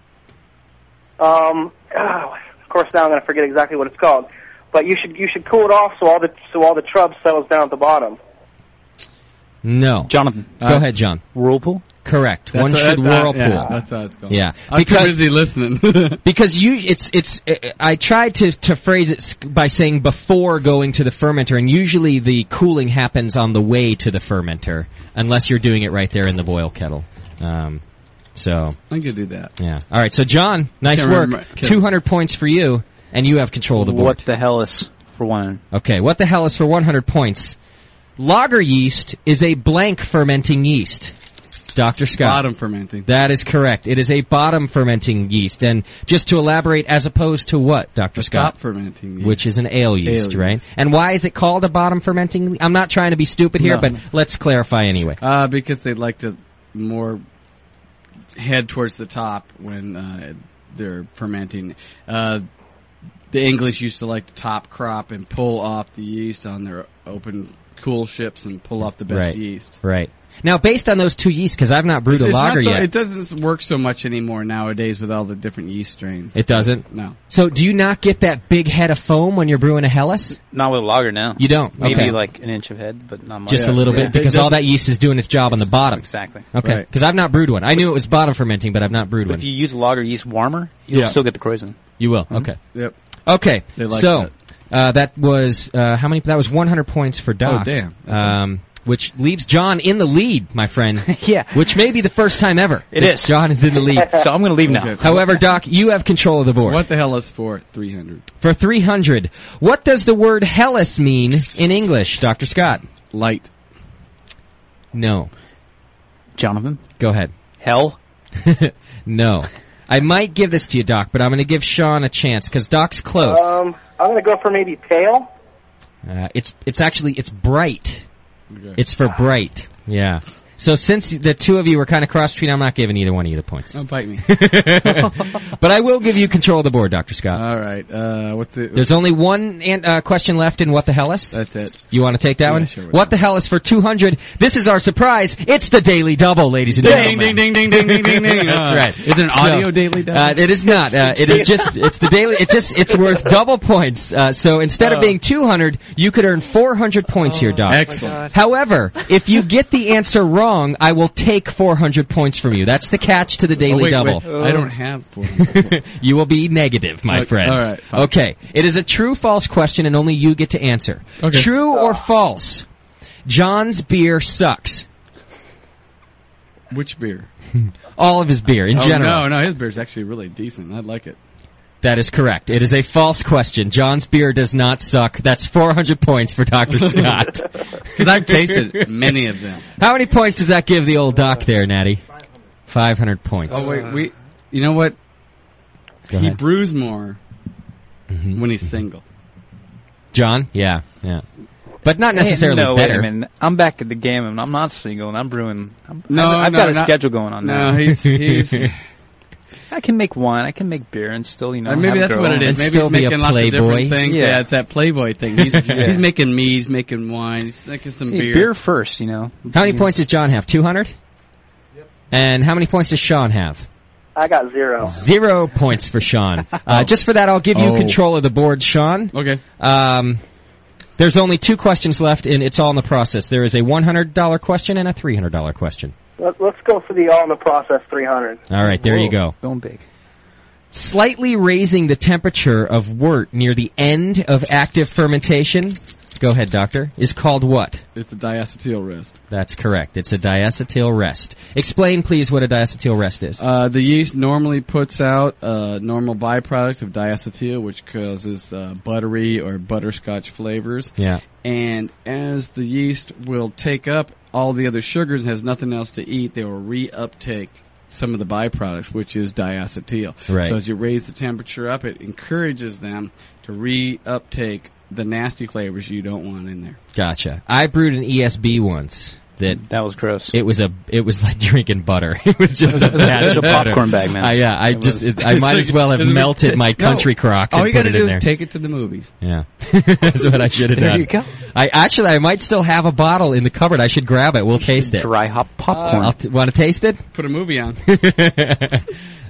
[SPEAKER 4] um, oh, of course now I'm going to forget exactly what it's called. But you should you should cool it off so all the so all the trub settles down at the bottom.
[SPEAKER 1] No,
[SPEAKER 3] Jonathan,
[SPEAKER 1] Go ahead, John.
[SPEAKER 3] whirlpool.
[SPEAKER 1] Correct.
[SPEAKER 2] That's
[SPEAKER 1] One
[SPEAKER 2] how-
[SPEAKER 1] should
[SPEAKER 2] that-
[SPEAKER 1] whirlpool.
[SPEAKER 2] Yeah, that's how it's going.
[SPEAKER 1] Yeah.
[SPEAKER 2] I'm too
[SPEAKER 1] Because-
[SPEAKER 2] busy listening.
[SPEAKER 1] Because you, it's, it's, I- I tried to, to phrase it s- by saying before going to the fermenter, and usually the cooling happens on the way to the fermenter, unless you're doing it right there in the boil kettle. Um, so,
[SPEAKER 2] I could do that.
[SPEAKER 1] yeah. Alright, so John, nice
[SPEAKER 2] Can't
[SPEAKER 1] work.
[SPEAKER 2] remember- can't-
[SPEAKER 1] 200 points for you, and you have control of the board.
[SPEAKER 3] What the hell is for one?
[SPEAKER 1] Okay, what the hell is for 100 points? Lager yeast is a blank fermenting yeast. It's Dr. Scott.
[SPEAKER 2] Bottom fermenting.
[SPEAKER 1] That is correct. It is a bottom fermenting yeast. And just to elaborate, as opposed to what, Dr. Scott?
[SPEAKER 2] Top fermenting. yeast.
[SPEAKER 1] Which is an ale yeast,
[SPEAKER 2] yeast.
[SPEAKER 1] right? And why is it called a bottom fermenting? I'm not trying to be stupid here,
[SPEAKER 2] No.
[SPEAKER 1] but let's clarify anyway.
[SPEAKER 2] Uh, because they'd like to more head towards the top when uh, they're fermenting. Uh, the English used to like to top crop and pull off the yeast on their open cool ships and pull off the best
[SPEAKER 1] Right.
[SPEAKER 2] yeast.
[SPEAKER 1] Right. Now, based on those two yeasts, because I've not brewed a
[SPEAKER 2] It's not
[SPEAKER 1] lager
[SPEAKER 2] so-
[SPEAKER 1] yet.
[SPEAKER 2] It doesn't work so much anymore nowadays with all the different yeast strains.
[SPEAKER 1] It doesn't?
[SPEAKER 2] No.
[SPEAKER 1] So do you not get that big head of foam when you're brewing a Hellas?
[SPEAKER 3] Not with a lager now.
[SPEAKER 1] You don't?
[SPEAKER 3] Maybe
[SPEAKER 1] Okay.
[SPEAKER 3] like an inch of head, but not much.
[SPEAKER 1] Just a
[SPEAKER 2] Yeah,
[SPEAKER 1] little
[SPEAKER 2] yeah.
[SPEAKER 1] bit, because
[SPEAKER 2] It
[SPEAKER 1] all that
[SPEAKER 2] doesn't-
[SPEAKER 1] yeast is doing its job on the bottom.
[SPEAKER 3] Exactly.
[SPEAKER 1] Okay.
[SPEAKER 2] Right.
[SPEAKER 1] Because I've not brewed one. I knew it was bottom fermenting, but I've not brewed
[SPEAKER 3] But
[SPEAKER 1] one.
[SPEAKER 3] if
[SPEAKER 1] You,
[SPEAKER 3] you use lager yeast warmer, you'll
[SPEAKER 1] Yeah.
[SPEAKER 3] still get the croissant.
[SPEAKER 1] will.
[SPEAKER 2] Mm-hmm.
[SPEAKER 1] Okay.
[SPEAKER 2] Yep.
[SPEAKER 1] Okay.
[SPEAKER 2] They like
[SPEAKER 1] so,
[SPEAKER 2] that. Oh,
[SPEAKER 1] Uh, that was, uh, how many, that was 100 points for Doc.
[SPEAKER 2] damn.
[SPEAKER 1] Um, which leaves John in the lead, my friend.
[SPEAKER 3] Yeah.
[SPEAKER 1] Which may be the first time ever.
[SPEAKER 3] It
[SPEAKER 1] that
[SPEAKER 3] is.
[SPEAKER 1] John is in the lead.
[SPEAKER 3] So I'm going to leave now.
[SPEAKER 2] Okay.
[SPEAKER 1] However, Doc, you have control of the board.
[SPEAKER 2] What the hell is for 300?
[SPEAKER 1] For 300. What does the word Hellas mean in English, Dr. Scott?
[SPEAKER 2] Light.
[SPEAKER 1] No.
[SPEAKER 3] Jonathan,
[SPEAKER 1] Go ahead.
[SPEAKER 3] hell,
[SPEAKER 1] No. I might give this to you, Doc, but I'm going to give Sean a chance because Doc's close.
[SPEAKER 3] Uh,
[SPEAKER 4] Um, I'm gonna go for maybe pale.
[SPEAKER 1] Uh, it's it's actually it's bright.
[SPEAKER 2] Okay.
[SPEAKER 1] It's for bright. Yeah. So since the two of you were kind of cross between, I'm not giving either one of you the points.
[SPEAKER 2] Don't bite me.
[SPEAKER 1] But I will give you control of the board, Doctor Scott.
[SPEAKER 2] all right. Uh, what's the?
[SPEAKER 1] There's only one an- uh, question left in what the hell is.
[SPEAKER 2] that's it.
[SPEAKER 1] You want to take that one?
[SPEAKER 2] Uh, sure, why
[SPEAKER 1] what the hell is for 200? This is our surprise. It's the Daily Double, ladies and gentlemen.
[SPEAKER 2] ding ding ding ding ding ding.
[SPEAKER 1] That's right.
[SPEAKER 2] Uh, Is it an
[SPEAKER 1] So,
[SPEAKER 2] audio daily double?
[SPEAKER 1] Uh, it is not. Uh, it is just. It's the daily. It just. It's worth double points. Uh, so instead of
[SPEAKER 2] Oh.
[SPEAKER 1] being two hundred, you could earn four hundred points here, Doc.
[SPEAKER 2] Excellent.
[SPEAKER 1] However, if you get the answer wrong, I will take 400 points from you. That's the catch to the daily
[SPEAKER 2] Oh, wait,
[SPEAKER 1] double.
[SPEAKER 2] wait. I don't have four. hundred.
[SPEAKER 1] You will be negative, my
[SPEAKER 2] Okay,
[SPEAKER 1] friend.
[SPEAKER 2] all right, fine.
[SPEAKER 1] Okay. It is a true false question and only you get to answer.
[SPEAKER 2] Okay.
[SPEAKER 1] True or false? John's beer sucks.
[SPEAKER 2] Which beer?
[SPEAKER 1] All of his beer in
[SPEAKER 2] Oh,
[SPEAKER 1] general.
[SPEAKER 2] no, no, his beer's actually really decent. I like it.
[SPEAKER 1] That is correct. It is a false question. John's beer does not suck. That's 400 points for Dr. Scott.
[SPEAKER 2] Because I've tasted many of them.
[SPEAKER 1] How many points does that give the old doc there, Natty? 500 points.
[SPEAKER 2] Oh wait, we. You know what?
[SPEAKER 1] Go
[SPEAKER 2] He
[SPEAKER 1] ahead. Mm-hmm.
[SPEAKER 2] brews more when he's single.
[SPEAKER 1] John? Yeah, yeah. But not necessarily
[SPEAKER 3] no,
[SPEAKER 1] better.
[SPEAKER 3] Wait a minute. I'm back at the game, and I'm not single, and I'm brewing. I'm,
[SPEAKER 2] No,
[SPEAKER 3] I've, I've
[SPEAKER 2] no,
[SPEAKER 3] got a
[SPEAKER 2] not-
[SPEAKER 3] schedule going on
[SPEAKER 2] No,
[SPEAKER 3] now.
[SPEAKER 2] he's he's.
[SPEAKER 3] I can make wine, I can make beer, and still, you know,
[SPEAKER 2] Uh, maybe
[SPEAKER 3] have
[SPEAKER 2] that's
[SPEAKER 3] a
[SPEAKER 2] what it
[SPEAKER 3] girl.
[SPEAKER 1] And
[SPEAKER 2] is. Maybe
[SPEAKER 1] still
[SPEAKER 2] he's
[SPEAKER 1] be a
[SPEAKER 2] making lots of
[SPEAKER 1] playboy.
[SPEAKER 2] different things.
[SPEAKER 3] Yeah.
[SPEAKER 2] Yeah. it's that Playboy thing. He's, he's making me. He's making wine. He's making some
[SPEAKER 3] Hey,
[SPEAKER 2] beer.
[SPEAKER 3] beer. first, you know.
[SPEAKER 1] How many
[SPEAKER 3] You know.
[SPEAKER 1] points does John have? 200? And how many points does Sean have?
[SPEAKER 4] I got zero.
[SPEAKER 1] Zero points for Sean. Uh, just for that, I'll give you
[SPEAKER 2] Oh.
[SPEAKER 1] control of the board, Sean.
[SPEAKER 2] Okay.
[SPEAKER 1] Um, there's only two questions left, and it's all in the process. There is a $100 question and a $300 question.
[SPEAKER 4] Let, let's go for the all in the process 300.
[SPEAKER 1] All right, there you go.
[SPEAKER 3] Going big.
[SPEAKER 1] Slightly raising the temperature of wort near the end of active fermentation. Go ahead, doctor. Is called what?
[SPEAKER 2] It's the diacetyl rest.
[SPEAKER 1] That's correct. It's a diacetyl rest. Explain, please, what a diacetyl rest is.
[SPEAKER 2] Uh, the yeast normally puts out a normal byproduct of diacetyl, which causes uh, buttery or butterscotch flavors.
[SPEAKER 1] Yeah.
[SPEAKER 2] And as the yeast will take up all the other sugars and has nothing else to eat, they will reuptake some of the byproducts, which is diacetyl.
[SPEAKER 1] Right.
[SPEAKER 2] So as you raise the temperature up, it encourages them to reuptake the nasty flavors you don't want in there.
[SPEAKER 1] Gotcha. I brewed an ESB once that
[SPEAKER 3] That was gross.
[SPEAKER 1] it was a it was like drinking butter. It was just a batch
[SPEAKER 3] It's
[SPEAKER 1] of
[SPEAKER 3] a
[SPEAKER 1] butter.
[SPEAKER 3] popcorn bag, man.
[SPEAKER 1] I, yeah, I just it, I might as well have
[SPEAKER 2] Doesn't-
[SPEAKER 1] melted my
[SPEAKER 2] No.
[SPEAKER 1] country crock
[SPEAKER 2] All
[SPEAKER 1] and
[SPEAKER 2] you
[SPEAKER 1] put
[SPEAKER 2] gotta
[SPEAKER 1] it
[SPEAKER 2] do
[SPEAKER 1] in
[SPEAKER 2] is
[SPEAKER 1] there.
[SPEAKER 2] take it to the movies.
[SPEAKER 1] yeah, that's what I should have done.
[SPEAKER 3] you go.
[SPEAKER 1] I actually I might still have a bottle in the cupboard. I should grab it. We'll taste it.
[SPEAKER 3] Dry hop popcorn.
[SPEAKER 1] Uh,
[SPEAKER 2] Uh,
[SPEAKER 1] I'll t- want to taste it?
[SPEAKER 2] Put a movie on.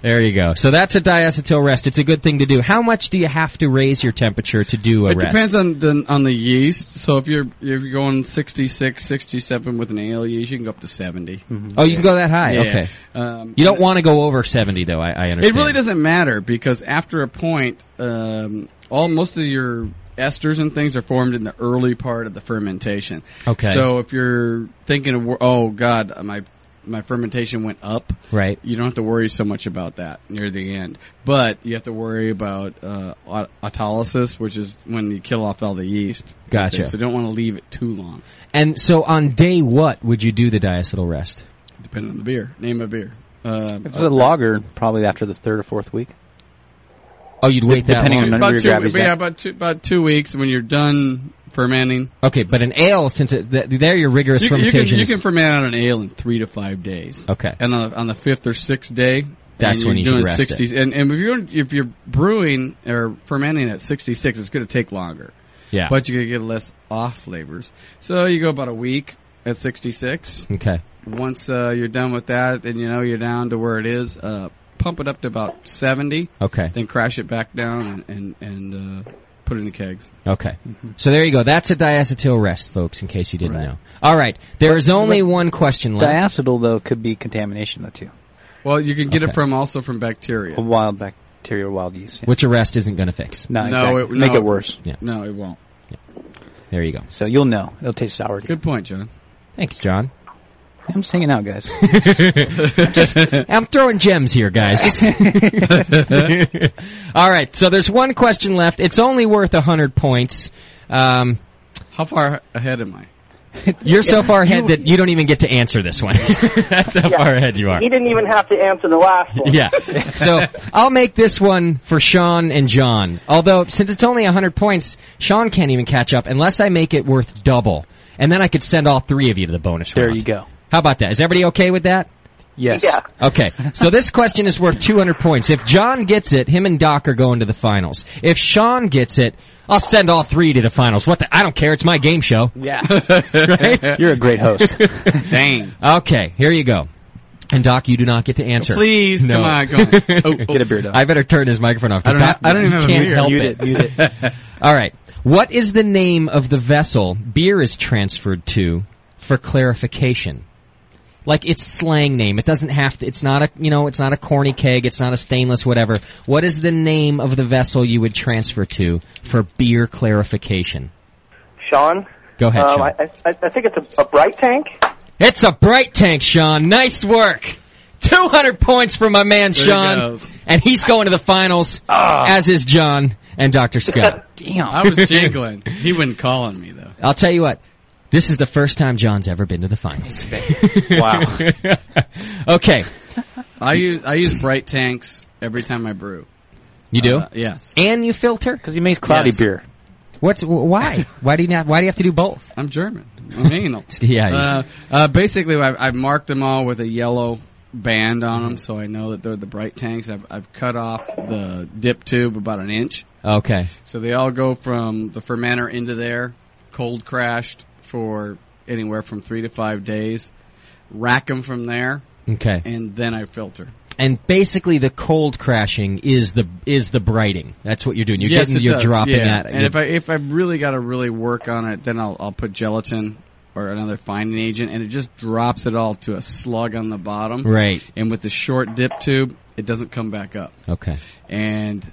[SPEAKER 1] There you go. So that's a diacetyl rest. It's a good thing to do. How much do you have to raise your temperature to do a
[SPEAKER 2] It
[SPEAKER 1] rest?
[SPEAKER 2] depends on the on the yeast. So if you're if you're going 66, 67 with an ale yeast, you can go up to 70.
[SPEAKER 1] oh, you can go that high.
[SPEAKER 2] Yeah.
[SPEAKER 1] Okay.
[SPEAKER 2] Um,
[SPEAKER 1] You don't want to go over 70 though, I, I
[SPEAKER 2] it
[SPEAKER 1] understand.
[SPEAKER 2] really doesn't matter because after a point, um, all most of your esters and things are formed in the early part of the fermentation.
[SPEAKER 1] Okay.
[SPEAKER 2] So if you're thinking of wor- oh god, my my fermentation went up.
[SPEAKER 1] Right.
[SPEAKER 2] You don't have to worry so much about that near the end, but you have to worry about uh, aut- autolysis, which is when you kill off all the yeast.
[SPEAKER 1] Gotcha.
[SPEAKER 2] So you don't want to leave it too long.
[SPEAKER 1] And so on day what would you do the diacetyl rest?
[SPEAKER 2] depending on the beer. Name of beer. Um,
[SPEAKER 3] If it's a lager, probably after the third or fourth week.
[SPEAKER 1] Oh, you'd wait that
[SPEAKER 3] Depending
[SPEAKER 1] long.
[SPEAKER 3] on the-
[SPEAKER 2] about
[SPEAKER 3] your
[SPEAKER 2] two,
[SPEAKER 3] gravity's
[SPEAKER 2] yeah,
[SPEAKER 3] down.
[SPEAKER 2] about two, about two weeks when you're done fermenting.
[SPEAKER 1] Okay, but an ale, since it, th- there your rigorous
[SPEAKER 2] You, can- you
[SPEAKER 1] fermentation
[SPEAKER 2] can you
[SPEAKER 1] is-
[SPEAKER 2] can ferment on an ale in three to five days.
[SPEAKER 1] Okay.
[SPEAKER 2] and on the, on the fifth or sixth day,
[SPEAKER 1] That's
[SPEAKER 2] and
[SPEAKER 1] when you
[SPEAKER 2] you're doing
[SPEAKER 1] should rest it.
[SPEAKER 2] 60s. And, and if you're if you're brewing or fermenting at 66, it's going to take longer.
[SPEAKER 1] yeah.
[SPEAKER 2] but you're going to get less off flavors. So you go about a week at 66.
[SPEAKER 1] okay.
[SPEAKER 2] Once uh, you're done with that, then you know you're down to where it is. Uh, pump it up to about 70.
[SPEAKER 1] Okay.
[SPEAKER 2] Then crash it back down and and, and uh, put it in the kegs.
[SPEAKER 1] Okay. So there you go. That's a diacetyl rest, folks, in case you didn't know. All right. There is only one question left.
[SPEAKER 3] Diacetyl though could be contamination though too.
[SPEAKER 2] Well, you can get
[SPEAKER 1] Okay. Oh,
[SPEAKER 2] it from also from bacteria.
[SPEAKER 3] A wild bacteria, or wild yeast. yeah.
[SPEAKER 1] which arrest isn't going to fix.
[SPEAKER 3] No,
[SPEAKER 2] No,
[SPEAKER 3] exactly.
[SPEAKER 2] it- no.
[SPEAKER 3] make it worse.
[SPEAKER 2] No, it won't.
[SPEAKER 1] There you go.
[SPEAKER 3] So you'll know. It'll taste sour. to you.
[SPEAKER 2] Good point, John.
[SPEAKER 1] Thanks, John.
[SPEAKER 3] I'm just hanging out, guys.
[SPEAKER 1] I'm throwing gems here, guys. Just- All right. So there's one question left. It's only worth a hundred points. Um,
[SPEAKER 2] How far ahead am I?
[SPEAKER 1] you're so far ahead that you don't even get to answer this one. That's how far ahead you are.
[SPEAKER 4] He didn't even have to answer the last one.
[SPEAKER 1] Yeah. So I'll make this one for Sean and John. Although since it's only 100 points, Sean can't even catch up unless I make it worth double. And then I could send all three of you to the bonus
[SPEAKER 3] there
[SPEAKER 1] round.
[SPEAKER 3] you go.
[SPEAKER 1] How about that? Is everybody okay with that?
[SPEAKER 3] Yes.
[SPEAKER 4] Yeah.
[SPEAKER 1] Okay. So this question is worth 200 points. If John gets it, him and Doc are going to the finals. If Sean gets it, I'll send all three to the finals. What the? I don't care. It's my game show.
[SPEAKER 3] Yeah. You're a great host.
[SPEAKER 2] Dang.
[SPEAKER 1] Okay. Here you go. And Doc, you do not get to answer.
[SPEAKER 2] Please,
[SPEAKER 1] No.
[SPEAKER 2] come on, go on. Oh, oh.
[SPEAKER 3] Get a beer dog.
[SPEAKER 1] I better turn his microphone off. 'cause
[SPEAKER 2] I don't
[SPEAKER 1] Doc,
[SPEAKER 2] have- I don't even
[SPEAKER 1] you
[SPEAKER 2] have a
[SPEAKER 1] can't
[SPEAKER 2] beer.
[SPEAKER 1] help
[SPEAKER 3] mute
[SPEAKER 1] it.
[SPEAKER 3] it. Mute it.
[SPEAKER 1] All right. What is the name of the vessel beer is transferred to for clarification? Like its slang name. It doesn't have to, it's not a, you know, it's not a corny keg, it's not a stainless whatever. What is the name of the vessel you would transfer to for beer clarification?
[SPEAKER 4] Sean.
[SPEAKER 1] Go ahead,
[SPEAKER 4] Um,
[SPEAKER 1] Sean.
[SPEAKER 4] I, I, I think it's a, a bright tank.
[SPEAKER 1] It's a bright tank, Sean. Nice work. 200 points for my man,
[SPEAKER 2] he
[SPEAKER 1] Sean.
[SPEAKER 2] goes. Ah.
[SPEAKER 1] And he's going to the finals, as is John and Dr. Scott.
[SPEAKER 2] I was jingling. He wouldn't call on me though.
[SPEAKER 1] I'll tell you what. This is the first time John's ever been to the finals.
[SPEAKER 3] Wow.
[SPEAKER 1] Okay.
[SPEAKER 2] I use I use bright tanks every time I brew.
[SPEAKER 1] You Eh. do?
[SPEAKER 2] Uh, yes.
[SPEAKER 1] and you filter?
[SPEAKER 3] Because he makes cloudy
[SPEAKER 2] Yes.
[SPEAKER 3] beer.
[SPEAKER 1] What's wh- why? Why do you not, why do you have to do both?
[SPEAKER 2] I'm German. I'm anal.
[SPEAKER 1] Yeah, you-
[SPEAKER 2] Uh, uh, basically, I've, I've marked them all with a yellow band on
[SPEAKER 1] Mm-hmm.
[SPEAKER 2] them, so I know that they're the bright tanks. I've, I've cut off the dip tube about an inch,
[SPEAKER 1] Okay.
[SPEAKER 2] so they all go from the fermenter into there, cold crashed for anywhere from three to five days, rack them from there,
[SPEAKER 1] Okay.
[SPEAKER 2] and then I filter.
[SPEAKER 1] And basically the cold crashing is the is the brighting. That's what you're doing. You're
[SPEAKER 2] Yes,
[SPEAKER 1] getting
[SPEAKER 2] it
[SPEAKER 1] you're
[SPEAKER 2] does.
[SPEAKER 1] dropping
[SPEAKER 2] yeah.
[SPEAKER 1] at
[SPEAKER 2] And if I if I really got to really work on it, then I'll I'll put gelatin or another finding agent, and it just drops it all to a slug on the bottom.
[SPEAKER 1] Right.
[SPEAKER 2] And with the short dip tube, it doesn't come back up.
[SPEAKER 1] Okay.
[SPEAKER 2] And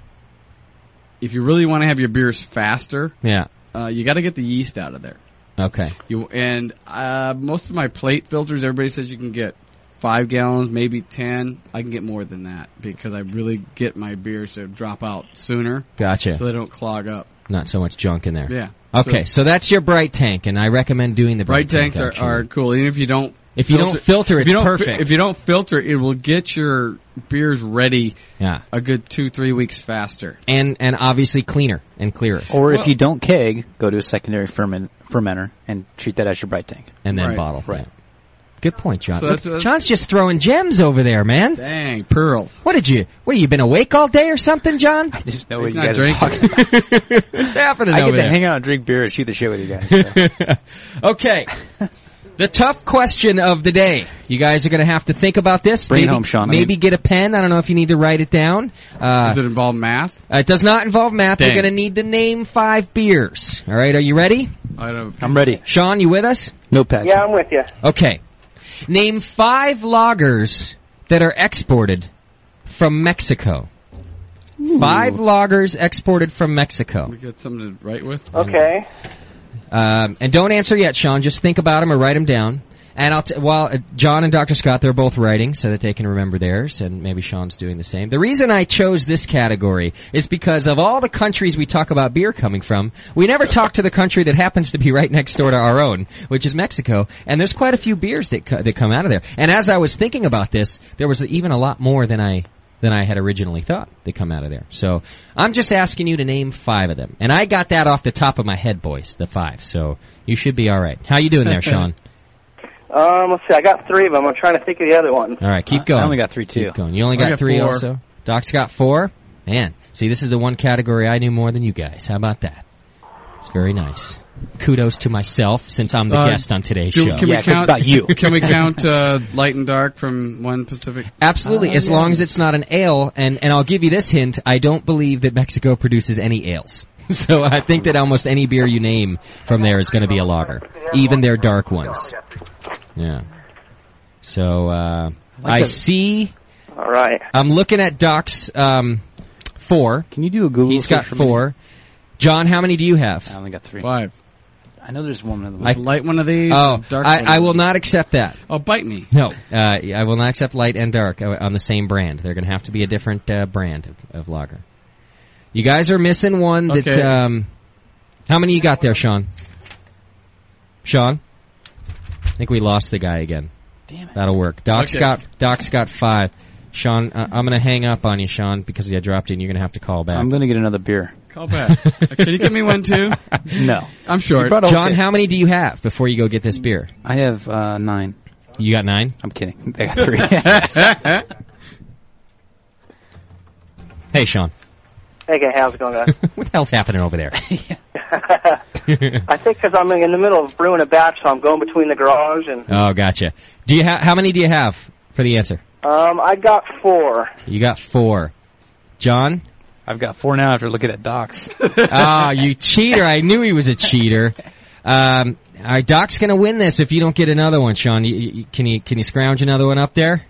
[SPEAKER 2] if you really want to have your beers faster,
[SPEAKER 1] Yeah.
[SPEAKER 2] uh, you got to get the yeast out of there.
[SPEAKER 1] Okay.
[SPEAKER 2] You and uh, most of my plate filters, everybody says you can get five gallons, maybe ten. I can get more than that because I really get my beers to drop out sooner,
[SPEAKER 1] Gotcha.
[SPEAKER 2] so they don't clog up.
[SPEAKER 1] Not so much junk in there.
[SPEAKER 2] Yeah.
[SPEAKER 1] Okay, so, that's your bright tank, and I recommend doing the bright,
[SPEAKER 2] Bright tanks are,
[SPEAKER 1] actually.
[SPEAKER 2] are cool. Even if you don't,
[SPEAKER 1] If you don't filter, it's
[SPEAKER 2] if you don't fi-
[SPEAKER 1] perfect.
[SPEAKER 2] if you don't filter, it will get your beers ready
[SPEAKER 1] yeah,
[SPEAKER 2] a good two three weeks faster.
[SPEAKER 1] and and obviously cleaner and clearer,
[SPEAKER 3] Or if you don't keg, go to a secondary ferment, fermenter and treat that as your bright tank.
[SPEAKER 1] and then
[SPEAKER 2] Right,
[SPEAKER 1] bottle.
[SPEAKER 3] right.
[SPEAKER 1] Yeah. Good point, John.
[SPEAKER 2] So
[SPEAKER 1] Look,
[SPEAKER 2] that's- that's-
[SPEAKER 1] John's just throwing gems over there, man.
[SPEAKER 2] Dang pearls!
[SPEAKER 1] What did you? What have you been awake all day or something, John?
[SPEAKER 3] Just know
[SPEAKER 2] He's not drinking.
[SPEAKER 1] What's happening
[SPEAKER 3] I get
[SPEAKER 1] over
[SPEAKER 3] to
[SPEAKER 1] there?
[SPEAKER 3] hang out and drink beer and shoot the shit with you guys. so.
[SPEAKER 1] okay, the tough question of the day. You guys are going to have to think about this.
[SPEAKER 3] Bring it
[SPEAKER 1] maybe,
[SPEAKER 3] home, Sean. I
[SPEAKER 1] Maybe
[SPEAKER 3] mean-
[SPEAKER 1] get a pen. I don't know if you need to write it down. Uh,
[SPEAKER 2] Does it involve math?
[SPEAKER 1] it does not involve math.
[SPEAKER 2] Dang.
[SPEAKER 1] You're going to need to name five beers. All right, are you ready,
[SPEAKER 2] I don't.
[SPEAKER 3] I'm ready.
[SPEAKER 1] Sean? You with us?
[SPEAKER 3] Notepad.
[SPEAKER 4] Yeah, I'm with you.
[SPEAKER 1] Okay. Name five lagers that are exported from Mexico. Five lagers exported from Mexico.
[SPEAKER 2] We got something to write with.
[SPEAKER 4] Okay.
[SPEAKER 1] Um, and don't answer yet, Sean. Just think about them or write them down. And I'll t- while uh, John and Dr. Scott, they're both writing so that they can remember theirs, and maybe Sean's doing the same. The reason I chose this category is because of all the countries we talk about beer coming from, we never talk to the country that happens to be right next door to our own, which is Mexico. And there's quite a few beers that co- that come out of there. And as I was thinking about this, there was even a lot more than I than I had originally thought that come out of there. So I'm just asking you to name five of them, and I got that off the top of my head, boys, the five. So you should be all right. How you doing there, Sean?
[SPEAKER 4] Um, let's see. I got three of them. I'm trying to think of the other one.
[SPEAKER 1] All right, keep
[SPEAKER 3] I-
[SPEAKER 1] going.
[SPEAKER 3] I only got three, too.
[SPEAKER 1] Keep going. You only
[SPEAKER 2] I
[SPEAKER 1] got
[SPEAKER 2] got
[SPEAKER 1] three
[SPEAKER 2] four.
[SPEAKER 1] also. Doc's got four. Man, see, this is the one category I knew more than you guys. How about that? It's very nice. Kudos to myself since I'm the
[SPEAKER 2] Uh,
[SPEAKER 1] guest on today's
[SPEAKER 2] Do-
[SPEAKER 1] show.
[SPEAKER 2] can we
[SPEAKER 3] Yeah, 'cause it's
[SPEAKER 2] count
[SPEAKER 3] about you.
[SPEAKER 2] Can we count uh, light and dark from one Pacific?
[SPEAKER 3] Oh,
[SPEAKER 1] Absolutely, as long as it's not an ale. And and I'll give you this hint: I don't believe that Mexico produces any ales. So I think that almost any beer you name from there is going to be a lager, even their dark ones. Yeah. So uh, I see.
[SPEAKER 4] All right.
[SPEAKER 1] I'm looking at Doc's um, four.
[SPEAKER 3] Can you do a Google?
[SPEAKER 1] He's got
[SPEAKER 3] search for me?
[SPEAKER 1] four. John, how many do you have?
[SPEAKER 3] I only got three.
[SPEAKER 2] Five.
[SPEAKER 3] I know there's one of them.
[SPEAKER 2] Let's light one of these.
[SPEAKER 1] Oh,
[SPEAKER 2] and dark one of
[SPEAKER 1] I, I
[SPEAKER 2] these.
[SPEAKER 1] will not accept that.
[SPEAKER 2] Oh, bite me.
[SPEAKER 1] No, uh, I will not accept light and dark uh, on the same brand. They're going to have to be a different uh, brand of, of lager. You guys are missing one that.
[SPEAKER 2] Okay.
[SPEAKER 1] Um, how many you got there, Sean? Sean, I think we lost the guy again.
[SPEAKER 3] Damn it.
[SPEAKER 1] That'll work. Doc's
[SPEAKER 2] Okay.
[SPEAKER 1] got Doc's got five. Sean, uh, I'm going to hang up on you, Sean, because I dropped you. and You're going to have to call back.
[SPEAKER 3] I'm going to get another beer.
[SPEAKER 2] Call back. Uh, Can you give me one too?
[SPEAKER 3] No.
[SPEAKER 2] I'm short.
[SPEAKER 3] brought a-
[SPEAKER 1] John,
[SPEAKER 3] Okay.
[SPEAKER 1] how many do you have before you go get this beer?
[SPEAKER 3] I have uh, nine.
[SPEAKER 1] You got nine.
[SPEAKER 3] I'm kidding. I got three.
[SPEAKER 1] Hey, Sean.
[SPEAKER 4] Okay, how's it going, guys?
[SPEAKER 1] What the hell's happening over there?
[SPEAKER 4] I think because I'm in the middle of brewing a batch, so I'm going between the garage and
[SPEAKER 1] oh, gotcha. Do you have how many do you have for the answer?
[SPEAKER 4] um, I got four.
[SPEAKER 1] You got four. John?
[SPEAKER 3] I've got four now after looking at docs.
[SPEAKER 1] Ah, you cheater. I knew he was a cheater. Um, all right, Doc's gonna win this if you don't get another one, Sean. You, you, can you can you scrounge another one up there?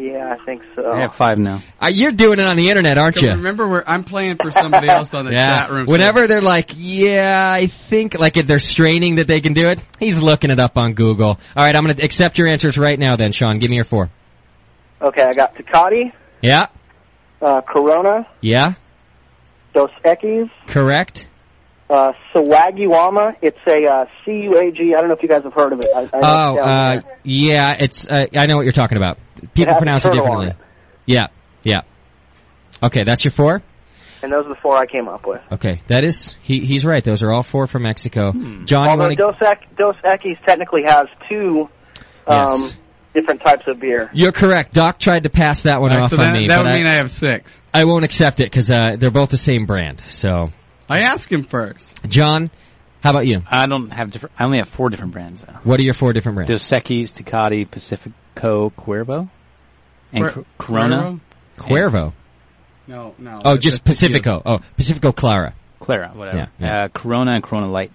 [SPEAKER 4] Yeah, I think so.
[SPEAKER 3] I have five now.
[SPEAKER 1] Uh, you're doing it on the internet, aren't you?
[SPEAKER 2] Remember where I'm playing for somebody else on the chat room. so-
[SPEAKER 1] Whenever they're like, yeah, I think, like if they're straining that they can do it, he's looking it up on Google. All right, I'm gonna accept your answers right now then, Sean. Give me your four.
[SPEAKER 4] Okay, I got Tecate,
[SPEAKER 1] Yeah?
[SPEAKER 4] uh, Corona,
[SPEAKER 1] Yeah?
[SPEAKER 4] Dos Equis,
[SPEAKER 1] Correct?
[SPEAKER 4] uh, Sawagiwama. It's a uh, C U A G. I don't know if you guys have heard of it. I, I
[SPEAKER 1] Oh, uh, yeah, it's, uh, I know what you're talking about. People
[SPEAKER 4] has a
[SPEAKER 1] pronounce it
[SPEAKER 4] turtle on
[SPEAKER 1] differently. Yeah, yeah. Okay, that's your four?
[SPEAKER 4] and those are the four I came up with.
[SPEAKER 1] Okay, that is, he, he's right. Those are all four from Mexico.
[SPEAKER 2] Hmm.
[SPEAKER 1] John, you
[SPEAKER 4] Although
[SPEAKER 1] wanna,
[SPEAKER 4] Dos, Ec- Dos Equis technically has two um,
[SPEAKER 1] Yes.
[SPEAKER 4] different types of beer.
[SPEAKER 1] you're correct. Doc tried to pass that one
[SPEAKER 2] All right,
[SPEAKER 1] off
[SPEAKER 2] so
[SPEAKER 1] on
[SPEAKER 2] that,
[SPEAKER 1] me,
[SPEAKER 2] that
[SPEAKER 1] but
[SPEAKER 2] would
[SPEAKER 1] I,
[SPEAKER 2] mean I have six.
[SPEAKER 1] I won't accept it because, uh, they're both the same brand. So,
[SPEAKER 2] I asked him first.
[SPEAKER 1] John, how about you?
[SPEAKER 3] I don't have different. I only have four different brands though.
[SPEAKER 1] What are your four different brands?
[SPEAKER 3] Dos Equis, Tecate, Pacifico, Cuervo, and
[SPEAKER 2] Cuer-
[SPEAKER 3] Cor- Corona,
[SPEAKER 2] Cuervo?
[SPEAKER 1] Cuervo.
[SPEAKER 2] No, no.
[SPEAKER 1] Oh,
[SPEAKER 2] it's
[SPEAKER 1] just
[SPEAKER 2] tequila.
[SPEAKER 1] Pacifico. Oh, Pacifico Clara.
[SPEAKER 3] Clara, whatever.
[SPEAKER 1] Yeah, yeah.
[SPEAKER 3] Uh, Corona and Corona Light.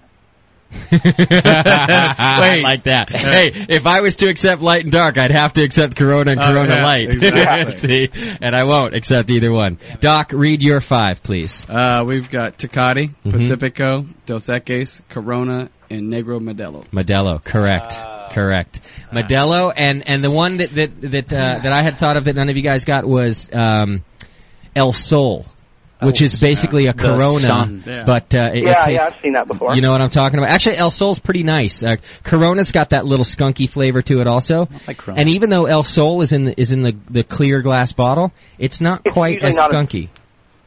[SPEAKER 1] I like that. hey, if I was to accept light and dark, I'd have to accept Corona and
[SPEAKER 2] Oh,
[SPEAKER 1] Corona
[SPEAKER 2] yeah,
[SPEAKER 1] Light.
[SPEAKER 2] exactly.
[SPEAKER 1] See, and I won't accept either one. Doc, read your five, please.
[SPEAKER 2] Uh, we've got Tecate,
[SPEAKER 1] Mm-hmm.
[SPEAKER 2] Pacifico, Dos Equis, Corona, and Negro Modelo.
[SPEAKER 1] Modelo, correct,
[SPEAKER 4] Uh,
[SPEAKER 1] correct. Modelo, and and the one that that that uh, that I had thought of that none of you guys got was um, El Sol, which
[SPEAKER 4] Oh,
[SPEAKER 1] is basically a Corona,
[SPEAKER 3] sun.
[SPEAKER 2] Yeah.
[SPEAKER 1] but uh, it, it
[SPEAKER 4] Yeah, yeah,
[SPEAKER 1] tastes
[SPEAKER 4] I've seen that before.
[SPEAKER 1] You know what I'm talking about. Actually, El Sol's pretty nice. Uh, Corona's got that little skunky flavor to it also.
[SPEAKER 3] like Corona.
[SPEAKER 1] and even though El Sol is in the, is in the, the clear glass bottle, it's not
[SPEAKER 4] It's
[SPEAKER 1] quite
[SPEAKER 4] usually
[SPEAKER 1] as
[SPEAKER 4] not as-
[SPEAKER 1] skunky.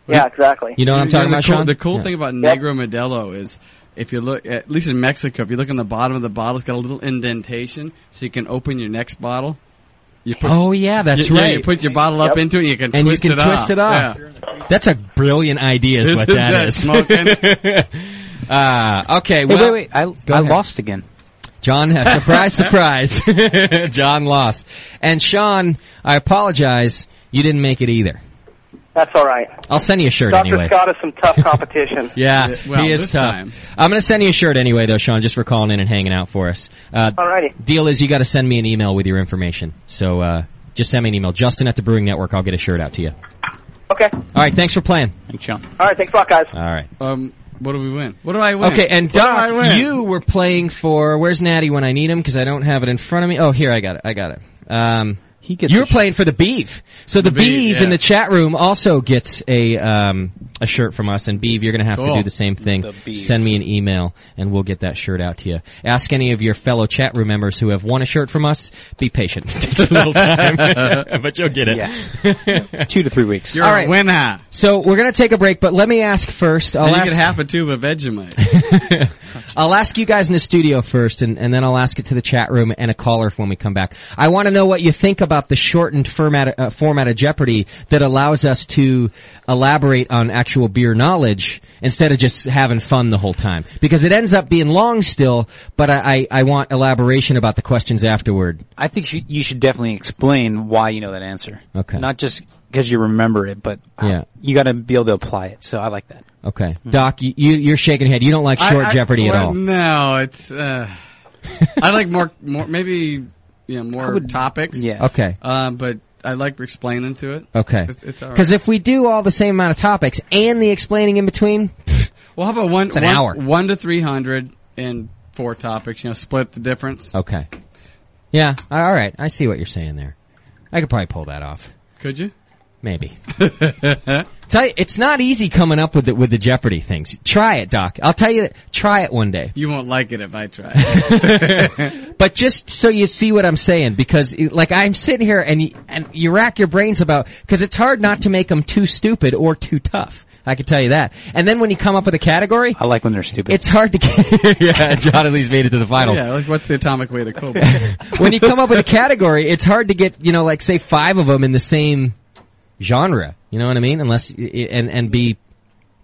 [SPEAKER 4] yeah, exactly.
[SPEAKER 1] you know what I'm talking
[SPEAKER 2] the
[SPEAKER 1] about,
[SPEAKER 2] cool,
[SPEAKER 1] Sean?
[SPEAKER 2] The cool
[SPEAKER 1] Yeah.
[SPEAKER 2] thing about Negro Modelo is if you look, at least in Mexico, if you look on the bottom of the bottle, it's got a little indentation, so you can open your next bottle. You put,
[SPEAKER 1] Oh yeah, that's
[SPEAKER 2] you, yeah,
[SPEAKER 1] right.
[SPEAKER 2] you put your bottle up into it, and you can
[SPEAKER 1] and you
[SPEAKER 2] twist
[SPEAKER 1] can
[SPEAKER 2] it
[SPEAKER 1] twist
[SPEAKER 2] off.
[SPEAKER 1] it off.
[SPEAKER 2] Yeah.
[SPEAKER 1] That's a brilliant idea is what
[SPEAKER 2] Isn't
[SPEAKER 1] that is.
[SPEAKER 2] smoking?
[SPEAKER 1] Uh, okay,
[SPEAKER 3] Hey,
[SPEAKER 1] well,
[SPEAKER 3] wait, wait! I, I
[SPEAKER 1] ahead.
[SPEAKER 3] lost again.
[SPEAKER 1] John, uh, surprise, surprise. John lost. And Sean, I apologize, you didn't make it either.
[SPEAKER 4] That's all right.
[SPEAKER 1] I'll send you a shirt
[SPEAKER 4] Dr.
[SPEAKER 1] anyway.
[SPEAKER 4] Scott is some tough competition.
[SPEAKER 1] Yeah,
[SPEAKER 2] Yeah, well,
[SPEAKER 1] he is
[SPEAKER 2] this
[SPEAKER 1] tough.
[SPEAKER 2] time.
[SPEAKER 1] I'm going to send you a shirt anyway, though, Sean, just for calling in and hanging out for us. Uh,
[SPEAKER 4] Alrighty.
[SPEAKER 1] Deal is you got to send me an email with your information. So uh, just send me an email. Justin at the Brewing Network. I'll get a shirt out to you. All
[SPEAKER 4] Okay.
[SPEAKER 1] right, thanks for playing.
[SPEAKER 3] Thanks, John.
[SPEAKER 1] Uh,
[SPEAKER 4] All right. Thanks a lot, guys.
[SPEAKER 1] All right.
[SPEAKER 2] um, What do we win? What do I win?
[SPEAKER 1] Okay, and
[SPEAKER 2] What do I
[SPEAKER 1] Doc,
[SPEAKER 2] win?
[SPEAKER 1] you were playing for where's Natty when I need him because I don't have it in front of me. Oh, here I got it. I got it. Um,
[SPEAKER 3] He gets
[SPEAKER 1] you're
[SPEAKER 3] a sh-
[SPEAKER 1] playing for the Beef. So the,
[SPEAKER 2] Beeve,
[SPEAKER 1] Beeve in
[SPEAKER 2] yeah.
[SPEAKER 1] the chat room also gets a um, a shirt from us. And Beeve, you're going to have to
[SPEAKER 2] Cool.
[SPEAKER 1] do the same thing.
[SPEAKER 3] The Beeve.
[SPEAKER 1] Send me an email and we'll get that shirt out to you. Ask any of your fellow chat room members who have won a shirt from us. Be patient. It takes a little time, but you'll get it.
[SPEAKER 3] Yeah. Two to three weeks.
[SPEAKER 2] You're
[SPEAKER 1] All right.
[SPEAKER 2] a winner.
[SPEAKER 1] So we're going to take a break, but let me ask first. I'll
[SPEAKER 2] And you
[SPEAKER 1] ask
[SPEAKER 2] get half a tube of Vegemite.
[SPEAKER 1] I'll ask you guys in the studio first, and, and then I'll ask it to the chat room and a caller when we come back. I want to know what you think about the shortened format, uh, format of Jeopardy that allows us to elaborate on actual beer knowledge instead of just having fun the whole time. Because it ends up being long still, but I, I, I want elaboration about the questions afterward.
[SPEAKER 3] I think you, you should definitely explain why you know that answer.
[SPEAKER 1] Okay.
[SPEAKER 3] Not just because you remember it, but uh,
[SPEAKER 1] Yeah.
[SPEAKER 3] you got to be able to apply it. So I like that.
[SPEAKER 1] Okay. Doc, you, you, you're shaking your head. You don't like
[SPEAKER 2] Hmm. I-
[SPEAKER 1] short
[SPEAKER 2] I-
[SPEAKER 1] Jeopardy at
[SPEAKER 2] well,
[SPEAKER 1] all.
[SPEAKER 2] No, it's. Uh, I like more, more maybe, yeah, more topics.
[SPEAKER 3] Yeah.
[SPEAKER 1] Okay.
[SPEAKER 2] Uh, but I like explaining to it.
[SPEAKER 1] Okay.
[SPEAKER 2] It's, it's all right.
[SPEAKER 1] Because if we do all the same amount of topics and the explaining in between,
[SPEAKER 2] Well, how about one?
[SPEAKER 1] an
[SPEAKER 2] one-
[SPEAKER 1] hour.
[SPEAKER 2] One to three hundred and four topics. You know, split the difference.
[SPEAKER 1] Okay. Yeah. a- All right. I see what you're saying there. I could probably pull that off.
[SPEAKER 2] Could you?
[SPEAKER 1] Maybe. tell you, it's not easy coming up with the, with the Jeopardy things. Try it, Doc. I'll tell you. that- Try it one day.
[SPEAKER 2] You won't like it if I try.
[SPEAKER 1] But just so you see what I'm saying, because like I'm sitting here and you, and you rack your brains about because it's hard not to make them too stupid or too tough. I can tell you that. And then when you come up with a category,
[SPEAKER 3] I like when they're stupid.
[SPEAKER 1] it's hard to get. yeah, John at least made it to the finals.
[SPEAKER 2] yeah. Like, what's the atomic weight of cobalt?
[SPEAKER 1] when you come up with a category, it's hard to get, you know, like say five of them in the same genre. You know what I mean? Unless and and be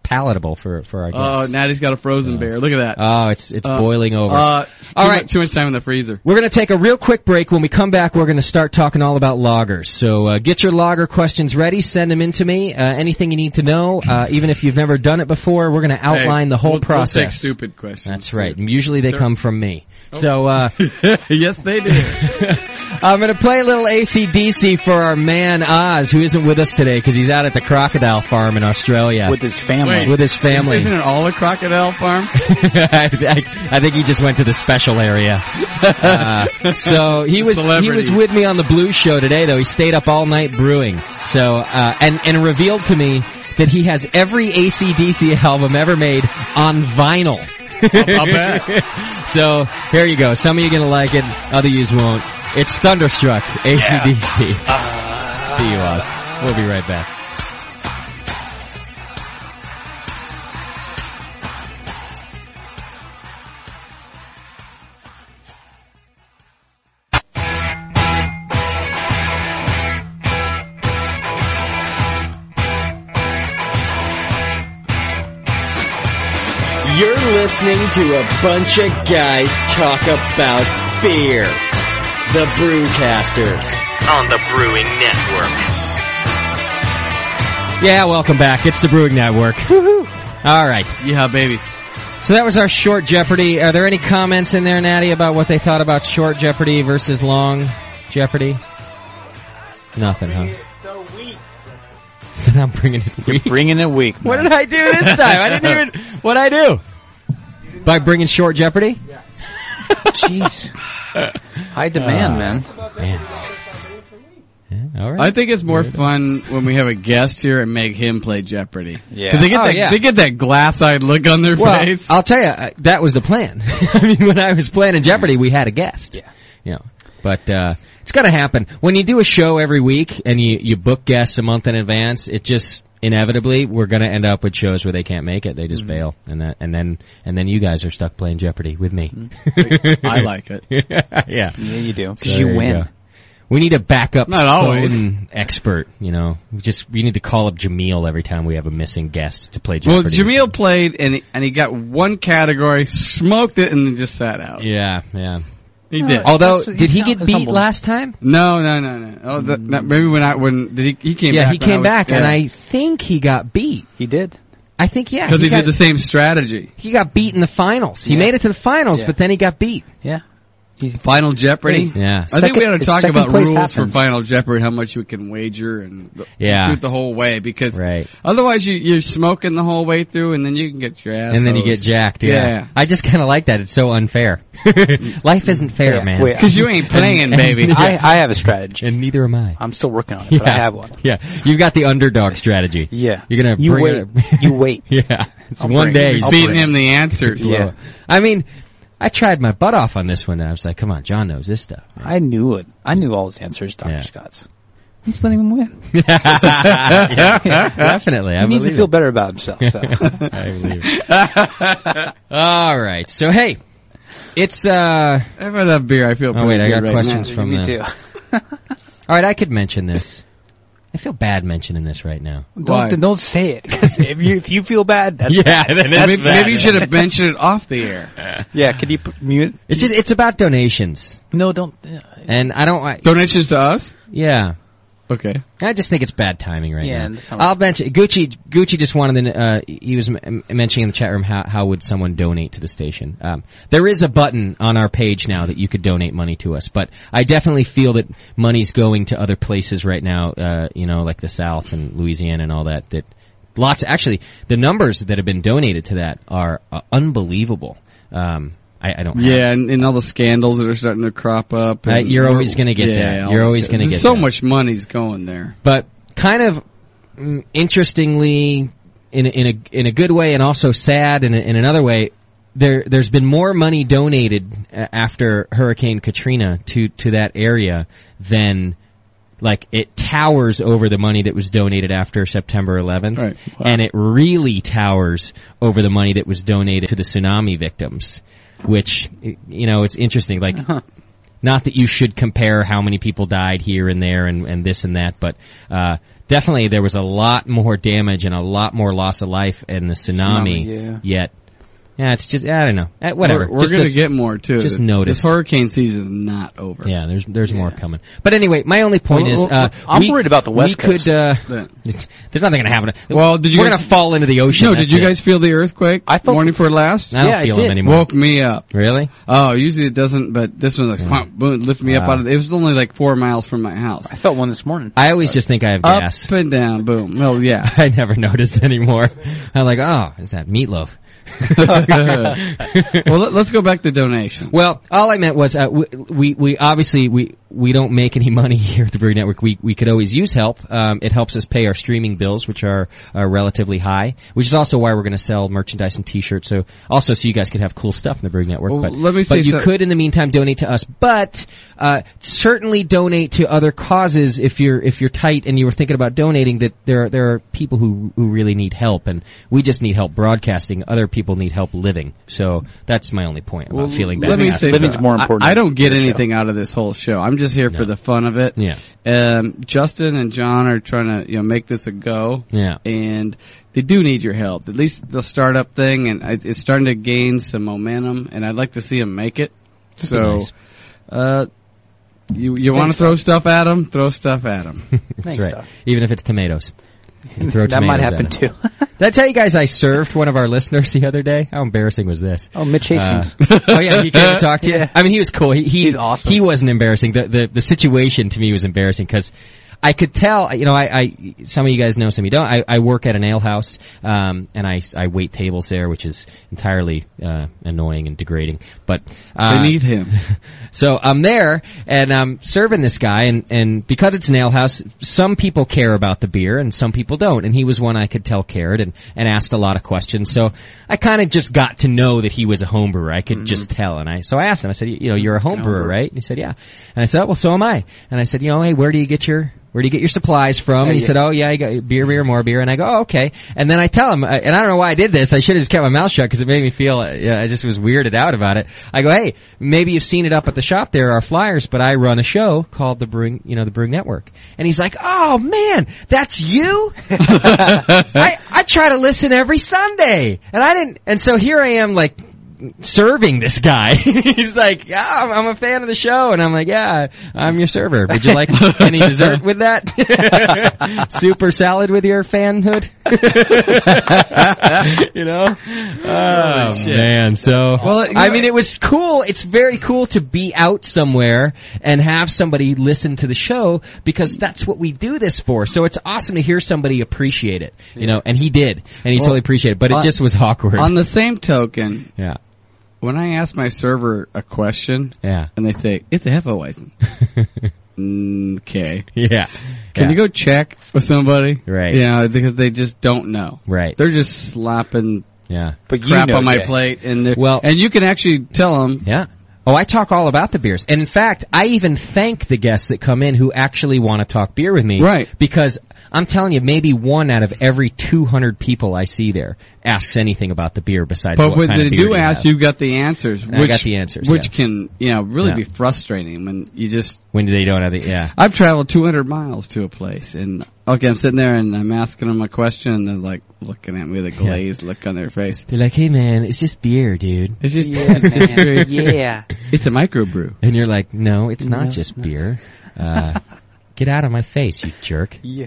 [SPEAKER 1] palatable for for our
[SPEAKER 2] oh,
[SPEAKER 1] guests.
[SPEAKER 2] Natty's got a frozen bear. Look at that.
[SPEAKER 1] oh, it's it's boiling over.
[SPEAKER 2] Uh,
[SPEAKER 1] All
[SPEAKER 2] too
[SPEAKER 1] right.
[SPEAKER 2] much- too much time in the freezer.
[SPEAKER 1] we're going to take a real quick break. When we come back, we're going to start talking all about loggers. So uh, get your logger questions ready. Send them in to me. Uh, anything you need to know, uh, even if you've never done it before, we're going to
[SPEAKER 2] Hey,
[SPEAKER 1] outline the whole
[SPEAKER 2] we'll- we'll
[SPEAKER 1] process.
[SPEAKER 2] take stupid questions.
[SPEAKER 1] That's right. Usually they come from me. So uh,
[SPEAKER 2] yes, they do.
[SPEAKER 1] I'm gonna play a little ACDC for our man Oz, who isn't with us today because he's out at the crocodile farm in Australia
[SPEAKER 3] with his family.
[SPEAKER 2] Wait.
[SPEAKER 1] with his family.
[SPEAKER 2] Isn't it all a crocodile farm?
[SPEAKER 1] I, I- I think he just went to the special area. Uh, so he was he
[SPEAKER 2] Celebrity.
[SPEAKER 1] was with me on the Blues Show today, though. He stayed up all night brewing. So uh, and and revealed to me that he has every ACDC album ever made on vinyl.
[SPEAKER 2] I'll bet.
[SPEAKER 1] So here you go. Some of you are gonna like it, other yous won't. It's Thunderstruck, ACDC. See you, Oz. We'll be right back. You're listening to a bunch of guys talk about beer. The Brewcasters.
[SPEAKER 6] on the Brewing Network.
[SPEAKER 1] Yeah, welcome back. It's the Brewing Network. All right.
[SPEAKER 2] Yeah, baby.
[SPEAKER 1] So that was our short Jeopardy. Are there any comments in there, Natty, about what they thought about short Jeopardy versus long Jeopardy? Nothing, huh? So now I'm bringing it weak.
[SPEAKER 3] Bringing it weak.
[SPEAKER 1] What
[SPEAKER 3] man.
[SPEAKER 1] did I do this time? I didn't even. What I do? By bringing short Jeopardy?
[SPEAKER 3] Jeez. High demand, man.
[SPEAKER 1] All right.
[SPEAKER 2] I think it's more fun when we have a guest here and make him play Jeopardy.
[SPEAKER 3] Yeah.
[SPEAKER 2] 'Cause they get
[SPEAKER 1] Oh,
[SPEAKER 2] that
[SPEAKER 1] yeah.
[SPEAKER 2] they get that glass-eyed look on their
[SPEAKER 1] Well,
[SPEAKER 2] face.
[SPEAKER 1] I'll tell you, uh, that was the plan. I mean, when I was planning Jeopardy, we had a guest. Yeah. You know, but, uh, it's gonna happen. When you do a show every week and you, you book guests a month in advance, it just, inevitably, we're gonna end up with shows where they can't make it. They
[SPEAKER 2] Mm-hmm.
[SPEAKER 1] just bail. And that, and then, and then you guys are stuck playing Jeopardy with me.
[SPEAKER 2] Mm-hmm. I like it.
[SPEAKER 1] yeah.
[SPEAKER 3] Yeah, you do. 'Cause
[SPEAKER 1] So
[SPEAKER 3] you
[SPEAKER 1] there
[SPEAKER 3] win.
[SPEAKER 1] go. we need a backup
[SPEAKER 2] Not always.
[SPEAKER 1] phone expert, you know. We just we need to call up Jameel every time we have a missing guest to play
[SPEAKER 2] Well,
[SPEAKER 1] Jeopardy.
[SPEAKER 2] Jameel played and he, and he got one category, smoked it, and then just sat out.
[SPEAKER 1] Yeah, yeah.
[SPEAKER 2] He did.
[SPEAKER 1] Although,
[SPEAKER 3] That's-
[SPEAKER 1] did he
[SPEAKER 3] he's
[SPEAKER 1] get
[SPEAKER 3] hum-
[SPEAKER 1] beat
[SPEAKER 3] humble.
[SPEAKER 1] last time?
[SPEAKER 2] No, no, no, no. Oh, the, no, maybe when I when did he, he came
[SPEAKER 1] Yeah,
[SPEAKER 2] back?
[SPEAKER 1] he
[SPEAKER 2] when I
[SPEAKER 1] came
[SPEAKER 2] was-
[SPEAKER 1] back, and
[SPEAKER 2] yeah.
[SPEAKER 1] I think he got beat.
[SPEAKER 3] He did.
[SPEAKER 1] I think yeah,
[SPEAKER 2] because he,
[SPEAKER 1] got,
[SPEAKER 2] did the same strategy.
[SPEAKER 1] he got beat in the finals. He made it to the finals,
[SPEAKER 3] Yeah.
[SPEAKER 1] but then he got beat.
[SPEAKER 3] Yeah.
[SPEAKER 2] Final Jeopardy.
[SPEAKER 1] Yeah.
[SPEAKER 2] I think we ought to
[SPEAKER 3] Second-
[SPEAKER 2] talk
[SPEAKER 3] second
[SPEAKER 2] about
[SPEAKER 3] place
[SPEAKER 2] rules for
[SPEAKER 3] happens.
[SPEAKER 2] Final Jeopardy, how much you can wager and the,
[SPEAKER 1] Yeah.
[SPEAKER 2] do it the whole way because
[SPEAKER 1] Right.
[SPEAKER 2] otherwise you, you're smoking the whole way through and then you can get your ass.
[SPEAKER 1] and then you get
[SPEAKER 2] hosed.
[SPEAKER 1] jacked. Yeah.
[SPEAKER 2] Yeah.
[SPEAKER 1] I just kind of like that. It's so unfair. Life isn't fair,
[SPEAKER 3] Yeah.
[SPEAKER 1] man.
[SPEAKER 3] Wait,
[SPEAKER 2] Cause you ain't playing, baby.
[SPEAKER 3] I, I have a strategy.
[SPEAKER 1] and neither am I.
[SPEAKER 3] I'm still working on it, but I have one.
[SPEAKER 1] Yeah. You've got the underdog strategy.
[SPEAKER 3] Yeah.
[SPEAKER 1] You're gonna
[SPEAKER 3] you
[SPEAKER 1] bring
[SPEAKER 3] wait.
[SPEAKER 1] it-
[SPEAKER 3] you wait.
[SPEAKER 1] Yeah. It's
[SPEAKER 3] I'll
[SPEAKER 1] one
[SPEAKER 3] bring it.
[SPEAKER 1] day.
[SPEAKER 2] You're
[SPEAKER 3] I'll
[SPEAKER 2] feeding
[SPEAKER 3] bring
[SPEAKER 2] him the answers.
[SPEAKER 3] Yeah.
[SPEAKER 1] I mean, I tried my butt off on this one. I was like, come on, John knows this stuff.
[SPEAKER 3] I knew it. I knew all his answers, Dr.
[SPEAKER 1] Yeah.
[SPEAKER 3] Scott's. I'm just letting him win.
[SPEAKER 1] Definitely. I
[SPEAKER 3] He needs to
[SPEAKER 1] believe
[SPEAKER 3] feel
[SPEAKER 1] it.
[SPEAKER 3] better about himself. So.
[SPEAKER 1] I believe it. All right. So hey, it's, uh,
[SPEAKER 2] I've had enough beer. I feel.
[SPEAKER 1] oh
[SPEAKER 2] pretty
[SPEAKER 1] wait, I
[SPEAKER 2] good
[SPEAKER 1] got
[SPEAKER 2] right
[SPEAKER 1] questions
[SPEAKER 2] now.
[SPEAKER 1] from
[SPEAKER 3] Me
[SPEAKER 1] the-
[SPEAKER 3] too.
[SPEAKER 1] All right. I could mention this. I feel bad mentioning this right now.
[SPEAKER 2] Why?
[SPEAKER 3] Don't don't say it. 'cause if you if you feel bad, that's
[SPEAKER 1] Yeah. Then
[SPEAKER 2] Maybe, maybe you should have mentioned it off the air.
[SPEAKER 3] yeah. Could you p- mute?
[SPEAKER 1] It's just, it's about donations.
[SPEAKER 3] No, don't. Yeah,
[SPEAKER 1] And I don't, I,
[SPEAKER 2] Donations to us.
[SPEAKER 1] yeah.
[SPEAKER 2] Okay.
[SPEAKER 1] I just think it's bad timing right
[SPEAKER 3] Yeah,
[SPEAKER 1] now.
[SPEAKER 3] and some-
[SPEAKER 1] I'll mention Gucci. Gucci just wanted to. Uh, he was m- m- mentioning in the chat room how how would someone donate to the station? Um, there is a button on our page now that you could donate money to us, but I definitely feel that money's going to other places right now. Uh, you know, like the South and Louisiana and all that. That lots. Actually, the numbers that have been donated to that are uh, unbelievable. Um, I, I don't. have-
[SPEAKER 2] Yeah, and, and all the scandals that are starting to crop up.
[SPEAKER 1] Uh,
[SPEAKER 2] and-
[SPEAKER 1] you're always gonna get
[SPEAKER 2] Yeah,
[SPEAKER 1] that.
[SPEAKER 2] all
[SPEAKER 1] You're
[SPEAKER 2] that
[SPEAKER 1] always
[SPEAKER 2] stuff.
[SPEAKER 1] gonna get
[SPEAKER 2] There's so
[SPEAKER 1] that.
[SPEAKER 2] much money's going there.
[SPEAKER 1] but kind of mm, interestingly, in a- in a in a good way, and also sad in, a, in another way. There, there's been more money donated uh, after Hurricane Katrina to to that area than like it towers over the money that was donated after September 11th,
[SPEAKER 2] Right. Wow.
[SPEAKER 1] and it really towers over the money that was donated to the tsunami victims. Which y- you know, it's interesting. Like
[SPEAKER 2] Uh-huh.
[SPEAKER 1] not that you should compare how many people died here and there and, and this and that, but uh, definitely there was a lot more damage and a lot more loss of life in the tsunami.
[SPEAKER 3] Tsunami,
[SPEAKER 1] Yet, yeah, it's just I don't know. Eh, whatever.
[SPEAKER 2] We're, we're
[SPEAKER 1] Just
[SPEAKER 2] gonna
[SPEAKER 1] does-
[SPEAKER 2] get more too.
[SPEAKER 1] just
[SPEAKER 2] This-
[SPEAKER 1] noticed.
[SPEAKER 2] this hurricane season is not over.
[SPEAKER 1] Yeah, there's there's more coming. But anyway, my only point
[SPEAKER 2] Well,
[SPEAKER 1] is,
[SPEAKER 2] well,
[SPEAKER 1] uh,
[SPEAKER 3] I'm
[SPEAKER 1] we-
[SPEAKER 3] worried about the West
[SPEAKER 1] we could. Uh,
[SPEAKER 2] But-
[SPEAKER 1] there's nothing gonna happen.
[SPEAKER 2] Well, did you
[SPEAKER 1] We're
[SPEAKER 2] guys-
[SPEAKER 1] gonna fall into the ocean.
[SPEAKER 2] No,
[SPEAKER 1] that's
[SPEAKER 2] did you
[SPEAKER 1] it.
[SPEAKER 2] guys feel the earthquake?
[SPEAKER 3] I felt-
[SPEAKER 2] morning for last.
[SPEAKER 1] I don't
[SPEAKER 3] Yeah, I
[SPEAKER 1] feel
[SPEAKER 3] did.
[SPEAKER 1] them anymore.
[SPEAKER 2] Woke me up.
[SPEAKER 1] really?
[SPEAKER 2] Oh, usually it doesn't, but this one like whomp, boom, lift me up
[SPEAKER 1] Wow.
[SPEAKER 2] out of. It was only like four miles from my house.
[SPEAKER 3] I felt one this morning.
[SPEAKER 1] I always just think I have gas.
[SPEAKER 2] Up and down, boom. Well, yeah.
[SPEAKER 1] I never notice anymore. I'm like, oh, is that meatloaf?
[SPEAKER 2] well, let, us go back to donation.
[SPEAKER 1] Well, all I meant was uh, we, we we obviously we we don't make any money here at the Brewery Network. We we could always use help. Um, it helps us pay our streaming bills, which are uh, relatively high, which is also why we're going to sell merchandise and T-shirts. So also so you guys could have cool stuff in the Brewery Network.
[SPEAKER 2] Well,
[SPEAKER 1] but
[SPEAKER 2] let me
[SPEAKER 1] but
[SPEAKER 2] say
[SPEAKER 1] you
[SPEAKER 2] so-
[SPEAKER 1] could in the meantime donate to us, but uh, certainly donate to other causes if you're if you're tight and you were thinking about donating. That there are, there are people who who really need help, and we just need help broadcasting. Other people need help living. So that's my only point about feeling bad.
[SPEAKER 2] Let me
[SPEAKER 1] about
[SPEAKER 2] say
[SPEAKER 3] Living's
[SPEAKER 2] so-
[SPEAKER 3] more
[SPEAKER 2] I-
[SPEAKER 3] important
[SPEAKER 2] I, don't get
[SPEAKER 3] than the show.
[SPEAKER 2] anything out of this whole show. I'm just here for the fun of it.
[SPEAKER 1] Yeah.
[SPEAKER 2] Um, Justin and John are trying to you know make this a go.
[SPEAKER 1] Yeah.
[SPEAKER 2] And they do need your help. At least the startup thing, and I, it's starting to gain some momentum. And I'd like to see them make it. so,
[SPEAKER 1] nice.
[SPEAKER 2] uh, you you want to throw stuff at them? Throw stuff at them.
[SPEAKER 1] That's
[SPEAKER 3] Thanks,
[SPEAKER 1] right.
[SPEAKER 3] Doc.
[SPEAKER 1] Even if it's tomatoes. You throw
[SPEAKER 3] that might
[SPEAKER 1] tomatoes at
[SPEAKER 3] happen
[SPEAKER 1] it.
[SPEAKER 3] too.
[SPEAKER 1] That's how you guys I served one of our listeners the other day. How embarrassing was this?
[SPEAKER 3] oh, Mitch Hastings.
[SPEAKER 1] Uh, oh yeah, he came and talked to you.
[SPEAKER 3] Yeah.
[SPEAKER 1] I mean, he was cool. He, he
[SPEAKER 3] He's awesome.
[SPEAKER 1] He wasn't embarrassing. The the, the situation to me was embarrassing because I could tell. You know, I, I some of you guys know, some of you don't. I, I work at an ale house, um, and I I wait tables there, which is entirely uh, annoying and degrading. But uh,
[SPEAKER 2] I need him.
[SPEAKER 1] so I'm there and I'm serving this guy and, and because it's an ale house, some people care about the beer and some people don't. And he was one I could tell cared and, and asked a lot of questions. So I kind of just got to know that he was a home brewer. I could just tell. And I, so I asked him, I said, you know, you're a home brewer, right? And he said, yeah. And I said, well, so am I. And I said, you know, hey, where do you get your, where do you get your supplies from? And he said, oh yeah, I got beer, beer, more beer. And I go, oh, okay. And then I tell him, I- and I don't know why I did this. I should have just kept my mouth shut because it made me feel, uh, yeah, I just was weirded out about it. I go, hey, maybe you've seen it up at the shop. There are flyers, but I run a show called the Brewing, you know, the Brewing Network. And he's like, oh man, that's you? I, I try to listen every Sunday. And I didn't, and so here I am like, serving this guy. He's like, yeah, I'm, I'm a fan of the show. And I'm like, yeah, I'm your server. Would you like any dessert with that? Super salad with your fanhood? you know? Oh, man. So, I mean, it was cool. It's very cool to be out somewhere and have somebody listen to the show because that's what we do this for. So it's awesome to hear somebody appreciate it, you know, and he did. And he totally appreciated it, but
[SPEAKER 3] uh,
[SPEAKER 1] it
[SPEAKER 2] on-
[SPEAKER 1] just was awkward.
[SPEAKER 2] On the same token,
[SPEAKER 1] yeah.
[SPEAKER 2] when I ask my server a question,
[SPEAKER 1] Yeah.
[SPEAKER 2] and they say it's a Hefeweizen, Mm, okay,
[SPEAKER 1] Yeah.
[SPEAKER 2] can you go check with somebody?
[SPEAKER 1] Right.
[SPEAKER 2] You know, because they just don't know.
[SPEAKER 1] Right.
[SPEAKER 2] They're just slapping
[SPEAKER 1] Yeah.
[SPEAKER 3] But you
[SPEAKER 2] crap
[SPEAKER 3] know
[SPEAKER 2] on my
[SPEAKER 3] Jay.
[SPEAKER 2] plate, and they're-
[SPEAKER 1] Well-
[SPEAKER 2] and you can actually tell them.
[SPEAKER 1] Yeah. Oh, I talk all about the beers. And in fact, I even thank the guests that come in who actually want to talk beer with me.
[SPEAKER 2] Right.
[SPEAKER 1] Because I'm telling you, maybe one out of every 200 people I see there asks anything about the beer besides
[SPEAKER 2] But
[SPEAKER 1] what
[SPEAKER 2] when
[SPEAKER 1] kind
[SPEAKER 2] they
[SPEAKER 1] of beer
[SPEAKER 2] do
[SPEAKER 1] you
[SPEAKER 2] ask,
[SPEAKER 1] have.
[SPEAKER 2] you've got the answers.
[SPEAKER 1] I
[SPEAKER 2] Which,
[SPEAKER 1] got the answers,
[SPEAKER 2] Which
[SPEAKER 1] yeah.
[SPEAKER 2] can, you know, really
[SPEAKER 1] Yeah.
[SPEAKER 2] be frustrating when you just
[SPEAKER 1] When they don't have the, yeah.
[SPEAKER 2] I've traveled 200 miles to a place, and okay, I'm sitting there and I'm asking them a question, and they're like looking at me with a glazed look on their face.
[SPEAKER 1] They're like, hey man, it's just beer, dude.
[SPEAKER 2] It's just, it's just very-
[SPEAKER 3] Yeah.
[SPEAKER 2] it's a microbrew.
[SPEAKER 1] And you're like, no, it's not just beer. Uh, get out of my face, you jerk.
[SPEAKER 2] Yeah,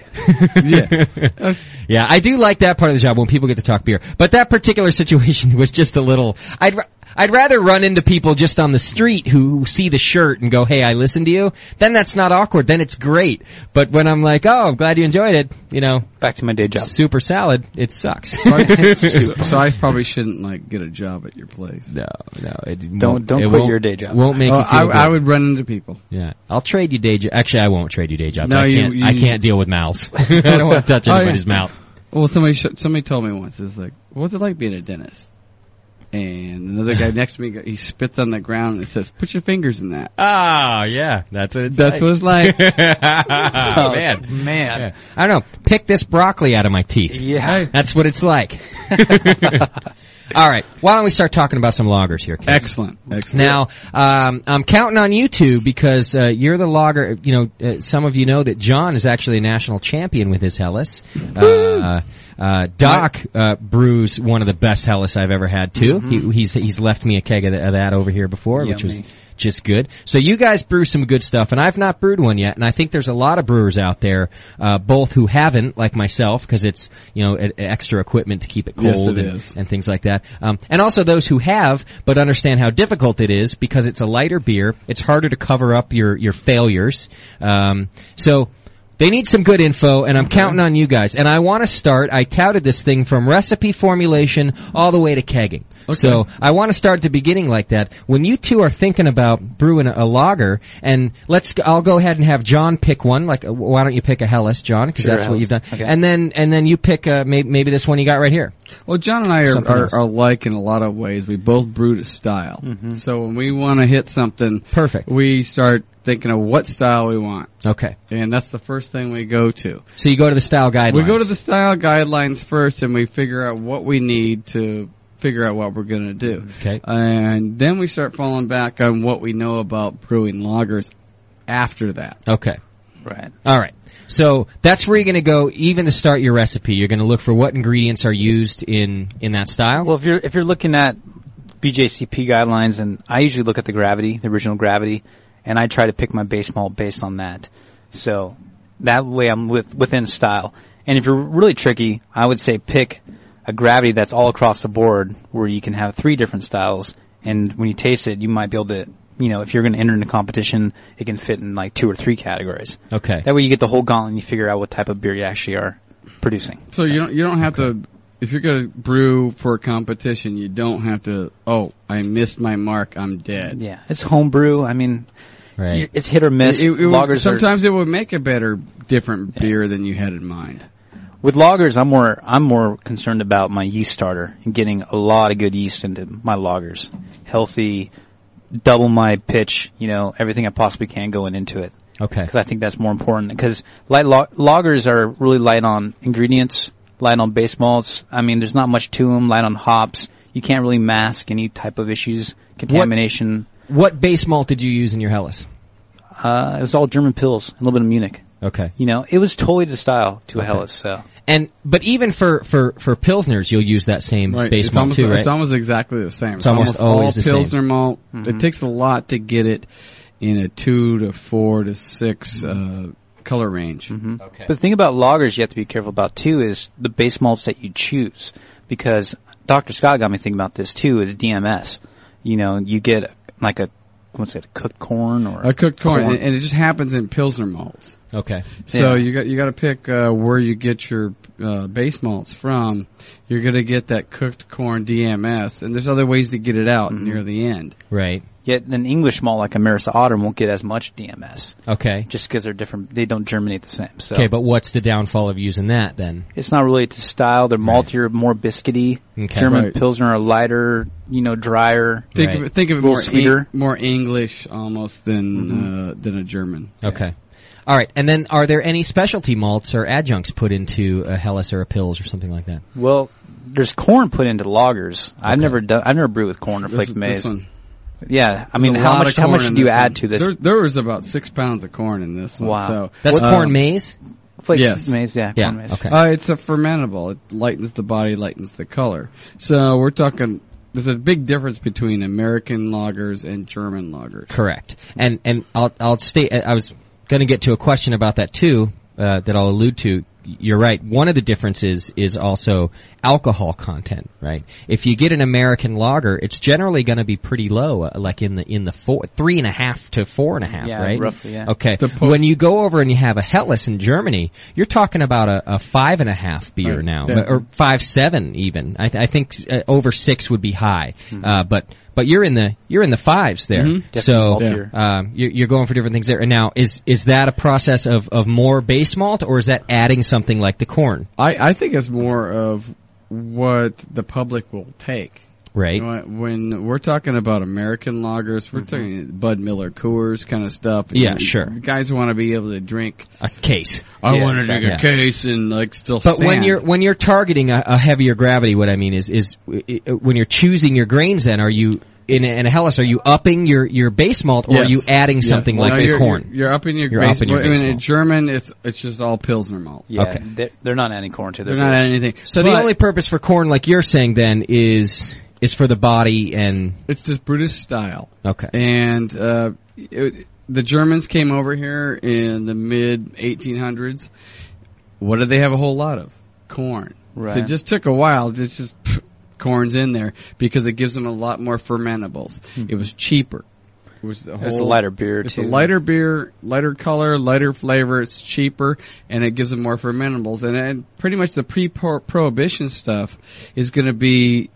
[SPEAKER 1] Yeah, I do like that part of the job when people get to talk beer. But that particular situation was just a little. I'd ra- I'd rather run into people just on the street who see the shirt and go, "Hey, I listened to you." Then that's not awkward. Then it's great. But when I'm like, "Oh, I'm glad you enjoyed it," you know,
[SPEAKER 3] Back to my day job.
[SPEAKER 1] super salad, it sucks.
[SPEAKER 2] so, so I probably shouldn't like get a job at your place.
[SPEAKER 1] no, no, it
[SPEAKER 3] Don't-
[SPEAKER 1] won't-
[SPEAKER 3] don't
[SPEAKER 1] it
[SPEAKER 3] quit
[SPEAKER 1] won't-
[SPEAKER 3] your day job.
[SPEAKER 1] Won't make
[SPEAKER 2] Oh,
[SPEAKER 1] you feel
[SPEAKER 2] I,
[SPEAKER 1] good.
[SPEAKER 2] I would run into people.
[SPEAKER 1] Yeah, I'll trade you day job. Actually, I won't trade you day jobs.
[SPEAKER 2] No,
[SPEAKER 1] I
[SPEAKER 2] you-
[SPEAKER 1] can't.
[SPEAKER 2] you-
[SPEAKER 1] I can't deal with mouths. I don't want to touch
[SPEAKER 2] Oh, yeah.
[SPEAKER 1] anybody's mouth.
[SPEAKER 2] Well, somebody sh- somebody told me once. It's like, what's it like being a dentist? And another guy next to me, he spits on the ground and says, "Put your fingers in that."
[SPEAKER 1] Ah, yeah, that's what it's.
[SPEAKER 2] That's
[SPEAKER 1] like.
[SPEAKER 2] what it's like.
[SPEAKER 1] oh man.
[SPEAKER 3] Man.
[SPEAKER 1] Yeah. I don't know. Pick this broccoli out of my teeth.
[SPEAKER 3] Yeah.
[SPEAKER 1] That's what it's like. All right. Why don't we start talking about some loggers here? Ken?
[SPEAKER 2] Excellent. Excellent.
[SPEAKER 1] Now, um, I'm counting on you two because uh, you're the logger. You know, uh, some of you know that John is actually a national champion with his Hellas. Uh, uh, Doc uh, brews one of the best Hellas I've ever had too. He, he's he's left me a keg of, th- of that over here before, which was just good. So you guys brew some good stuff, and I've not brewed one yet. And I think there's a lot of brewers out there, uh, both who haven't, like myself, because it's you know e- extra equipment to keep it
[SPEAKER 2] Yes,
[SPEAKER 1] cold
[SPEAKER 2] it
[SPEAKER 1] and,
[SPEAKER 2] is.
[SPEAKER 1] and things like that. Um, and also those who have, but understand how difficult it is because it's a lighter beer. It's harder to cover up your your failures. Um, so they need some good info, and I'm counting on you guys. And I want to start. I touted this thing from recipe formulation all the way to kegging. So I want to start at the beginning like that. When you two are thinking about brewing a, a lager, and let's, I'll go ahead and have John pick one. Like, uh, why don't you pick a Hellas, John? Because that's what
[SPEAKER 3] Hellas.
[SPEAKER 1] you've done.
[SPEAKER 3] Okay.
[SPEAKER 1] And then, and then you pick uh, maybe, maybe this one you got right here.
[SPEAKER 2] Well, John and I are,
[SPEAKER 1] Something
[SPEAKER 2] are,
[SPEAKER 1] else.
[SPEAKER 2] are alike in a lot of ways. We both brew to style.
[SPEAKER 1] Mm-hmm.
[SPEAKER 2] So when we want to hit something,
[SPEAKER 1] Perfect.
[SPEAKER 2] we start thinking of what style we want.
[SPEAKER 1] Okay.
[SPEAKER 2] And that's the first thing we go to.
[SPEAKER 1] So you go to the style guidelines.
[SPEAKER 2] We go to the style guidelines first and we figure out what we need to figure out what we're going to do.
[SPEAKER 1] Okay.
[SPEAKER 2] And then we start falling back on what we know about brewing lagers after that.
[SPEAKER 1] Okay.
[SPEAKER 3] Right.
[SPEAKER 1] All right. So that's where you're going to go. Even to start your recipe, you're going to look for what ingredients are used in in that style.
[SPEAKER 3] Well, if you're if you're looking at BJCP guidelines, and I usually look at the gravity, the original gravity, and I try to pick my base malt based on that. So that way I'm with within style. And if you're really tricky, I would say pick a gravity that's all across the board, where you can have three different styles. And when you taste it, you might be able to, you know, if you're going to enter into competition, it can fit in like two or three categories.
[SPEAKER 1] Okay.
[SPEAKER 3] That way you get the whole gauntlet and you figure out what type of beer you actually are producing.
[SPEAKER 2] So you don't you don't have to if you're going to brew for a competition, you don't have to. Oh, I missed my mark. I'm dead.
[SPEAKER 3] Yeah. It's homebrew. I mean,
[SPEAKER 1] Right.
[SPEAKER 3] It's hit or miss.
[SPEAKER 2] It- it would-
[SPEAKER 3] lagers
[SPEAKER 2] sometimes it would make a better, different beer than you had in mind.
[SPEAKER 3] are, with loggers, I'm more I'm more concerned about my yeast starter and getting a lot of good yeast into my loggers. Healthy, double my pitch. You know everything I possibly can going into it
[SPEAKER 1] Okay.
[SPEAKER 3] because I think that's more important. Because light lo- loggers are really light on ingredients, light on base malts. I mean, there's not much to them. Light on hops. You can't really mask any type of issues, contamination.
[SPEAKER 1] What base malt did you use in your Hellas?
[SPEAKER 3] Uh, it was all German pills, a little bit of Munich.
[SPEAKER 1] Okay.
[SPEAKER 3] You know, it was totally the style to a Helles. So
[SPEAKER 1] And but even for for for pilsners, you'll use that same
[SPEAKER 2] Right.
[SPEAKER 1] base
[SPEAKER 2] it's
[SPEAKER 1] malt
[SPEAKER 2] almost,
[SPEAKER 1] too, right?
[SPEAKER 2] It's almost exactly the same.
[SPEAKER 1] It's almost always
[SPEAKER 2] all
[SPEAKER 1] the same.
[SPEAKER 2] Pilsner malt.
[SPEAKER 3] Mm-hmm.
[SPEAKER 2] It takes a lot to get it in a two to four to six
[SPEAKER 3] Mm-hmm.
[SPEAKER 2] uh, color range.
[SPEAKER 3] But the thing about loggers you have to be careful about too is the base malts that you choose because Dr. Scott got me thinking about this too is DMS. You know, you get like a, what's it, cooked corn or
[SPEAKER 2] A cooked corn, And, and it just happens in Pilsner malts.
[SPEAKER 1] okay.
[SPEAKER 2] So
[SPEAKER 3] Yeah.
[SPEAKER 2] you got you got to pick uh, where you get your uh, base malts from. You're gonna get that cooked corn DMS, and there's other ways to get it out
[SPEAKER 3] Mm-hmm.
[SPEAKER 2] near the end.
[SPEAKER 1] Right.
[SPEAKER 3] Yet an English malt like a Marissa Autumn won't get as much DMS
[SPEAKER 1] Okay.
[SPEAKER 3] just because they're different. They don't germinate the same. So
[SPEAKER 1] Okay, but what's the downfall of using that then?
[SPEAKER 3] it's not really to style. They're maltier, more biscuity.
[SPEAKER 1] Okay.
[SPEAKER 3] German
[SPEAKER 2] Right.
[SPEAKER 3] Pilsner are lighter, you know, drier.
[SPEAKER 2] Think of
[SPEAKER 1] Right.
[SPEAKER 2] it, think of it
[SPEAKER 3] Little
[SPEAKER 2] more Eng-
[SPEAKER 3] sweeter. Mm-hmm.
[SPEAKER 2] more English almost than uh, than a German.
[SPEAKER 1] Okay. All right. And then are there any specialty malts or adjuncts put into a Helles or a Pils or something like that?
[SPEAKER 3] Well, there's corn put into lagers. I've
[SPEAKER 1] Okay.
[SPEAKER 3] never done, I've never brewed with corn or
[SPEAKER 2] This,
[SPEAKER 3] flaked maize.
[SPEAKER 2] this one.
[SPEAKER 3] Yeah, I
[SPEAKER 2] There's
[SPEAKER 3] mean,
[SPEAKER 2] a
[SPEAKER 3] how
[SPEAKER 2] lot
[SPEAKER 3] much
[SPEAKER 2] of
[SPEAKER 3] how much
[SPEAKER 2] corn in
[SPEAKER 3] do you
[SPEAKER 2] this
[SPEAKER 3] add
[SPEAKER 2] one.
[SPEAKER 3] to this
[SPEAKER 2] There, there was about six pounds of corn in this one.
[SPEAKER 3] Wow.
[SPEAKER 2] So
[SPEAKER 1] That's
[SPEAKER 2] uh,
[SPEAKER 1] corn maize?
[SPEAKER 3] flake
[SPEAKER 2] yes.
[SPEAKER 3] maize? Yeah, corn
[SPEAKER 1] Yeah.
[SPEAKER 3] maize.
[SPEAKER 1] Okay.
[SPEAKER 2] Uh, it's a fermentable. It lightens the body, lightens the color. So we're talking. There's a big difference between American lagers and German lagers.
[SPEAKER 1] Correct. And and I'll I'll state I was going to get to a question about that too uh, that I'll allude to. You're right. One of the differences is also alcohol content, right? If you get an American lager, it's generally going to be pretty low, uh, like in the in the four, three and a half to four and a half,
[SPEAKER 3] Yeah,
[SPEAKER 1] right?
[SPEAKER 3] roughly, yeah.
[SPEAKER 1] Okay.
[SPEAKER 2] The post-
[SPEAKER 1] when you go over and you have a Helles in Germany, you're talking about a, a five and a half beer
[SPEAKER 2] Right.
[SPEAKER 1] now,
[SPEAKER 2] Yeah.
[SPEAKER 1] or five seven even. I, th- I think uh, over six would be high, uh, but but you're in the you're in the fives there. So
[SPEAKER 3] Definitely
[SPEAKER 1] um, you're, you're going for different things there. And now is is that a process of of more base malt, or is that adding something like the corn?
[SPEAKER 2] I, I think it's more of what the public will take.
[SPEAKER 1] Right.
[SPEAKER 2] You know what, When we're talking about American lagers,
[SPEAKER 3] Mm-hmm.
[SPEAKER 2] we're talking Bud Miller Coors kind of stuff.
[SPEAKER 1] Yeah,
[SPEAKER 2] You-
[SPEAKER 1] sure.
[SPEAKER 2] Guys want to be able to drink.
[SPEAKER 1] A case.
[SPEAKER 2] I want to
[SPEAKER 1] exactly.
[SPEAKER 2] drink a
[SPEAKER 1] Yeah.
[SPEAKER 2] case and like still.
[SPEAKER 1] But when
[SPEAKER 2] stand.
[SPEAKER 1] you're when you're targeting a, a heavier gravity, what I mean is is i- i- when you're choosing your grains, then are you in a, in a Hellas? Are you upping your your base malt, or are
[SPEAKER 2] Yes.
[SPEAKER 1] you adding
[SPEAKER 2] Yes.
[SPEAKER 1] something
[SPEAKER 2] No,
[SPEAKER 1] like
[SPEAKER 2] you're,
[SPEAKER 1] the corn?
[SPEAKER 2] You're, you're up in your
[SPEAKER 1] You're
[SPEAKER 2] base.
[SPEAKER 1] up in your
[SPEAKER 2] I mean,
[SPEAKER 1] base
[SPEAKER 2] in
[SPEAKER 1] malt.
[SPEAKER 2] German, it's it's just all Pilsner malt.
[SPEAKER 3] Yeah,
[SPEAKER 1] Okay.
[SPEAKER 3] they're, they're not adding corn to their
[SPEAKER 2] They're not
[SPEAKER 3] beer.
[SPEAKER 2] adding anything.
[SPEAKER 1] so the
[SPEAKER 2] But
[SPEAKER 1] only purpose for corn, like you're saying, then is is for the body and
[SPEAKER 2] it's this British style.
[SPEAKER 1] okay,
[SPEAKER 2] And uh, it, the Germans came over here in the mid 1800s. What did they have a whole lot of? Corn. So it
[SPEAKER 3] Right.
[SPEAKER 2] just took a while. It's just pff, corn's in there because it gives them a lot more fermentables. It was cheaper. It was the whole,
[SPEAKER 3] It's a lighter beer
[SPEAKER 2] It's
[SPEAKER 3] too.
[SPEAKER 2] a lighter beer, lighter color, lighter flavor. It's cheaper, and it gives them more fermentables. And, and pretty much the pre-prohibition stuff is going to be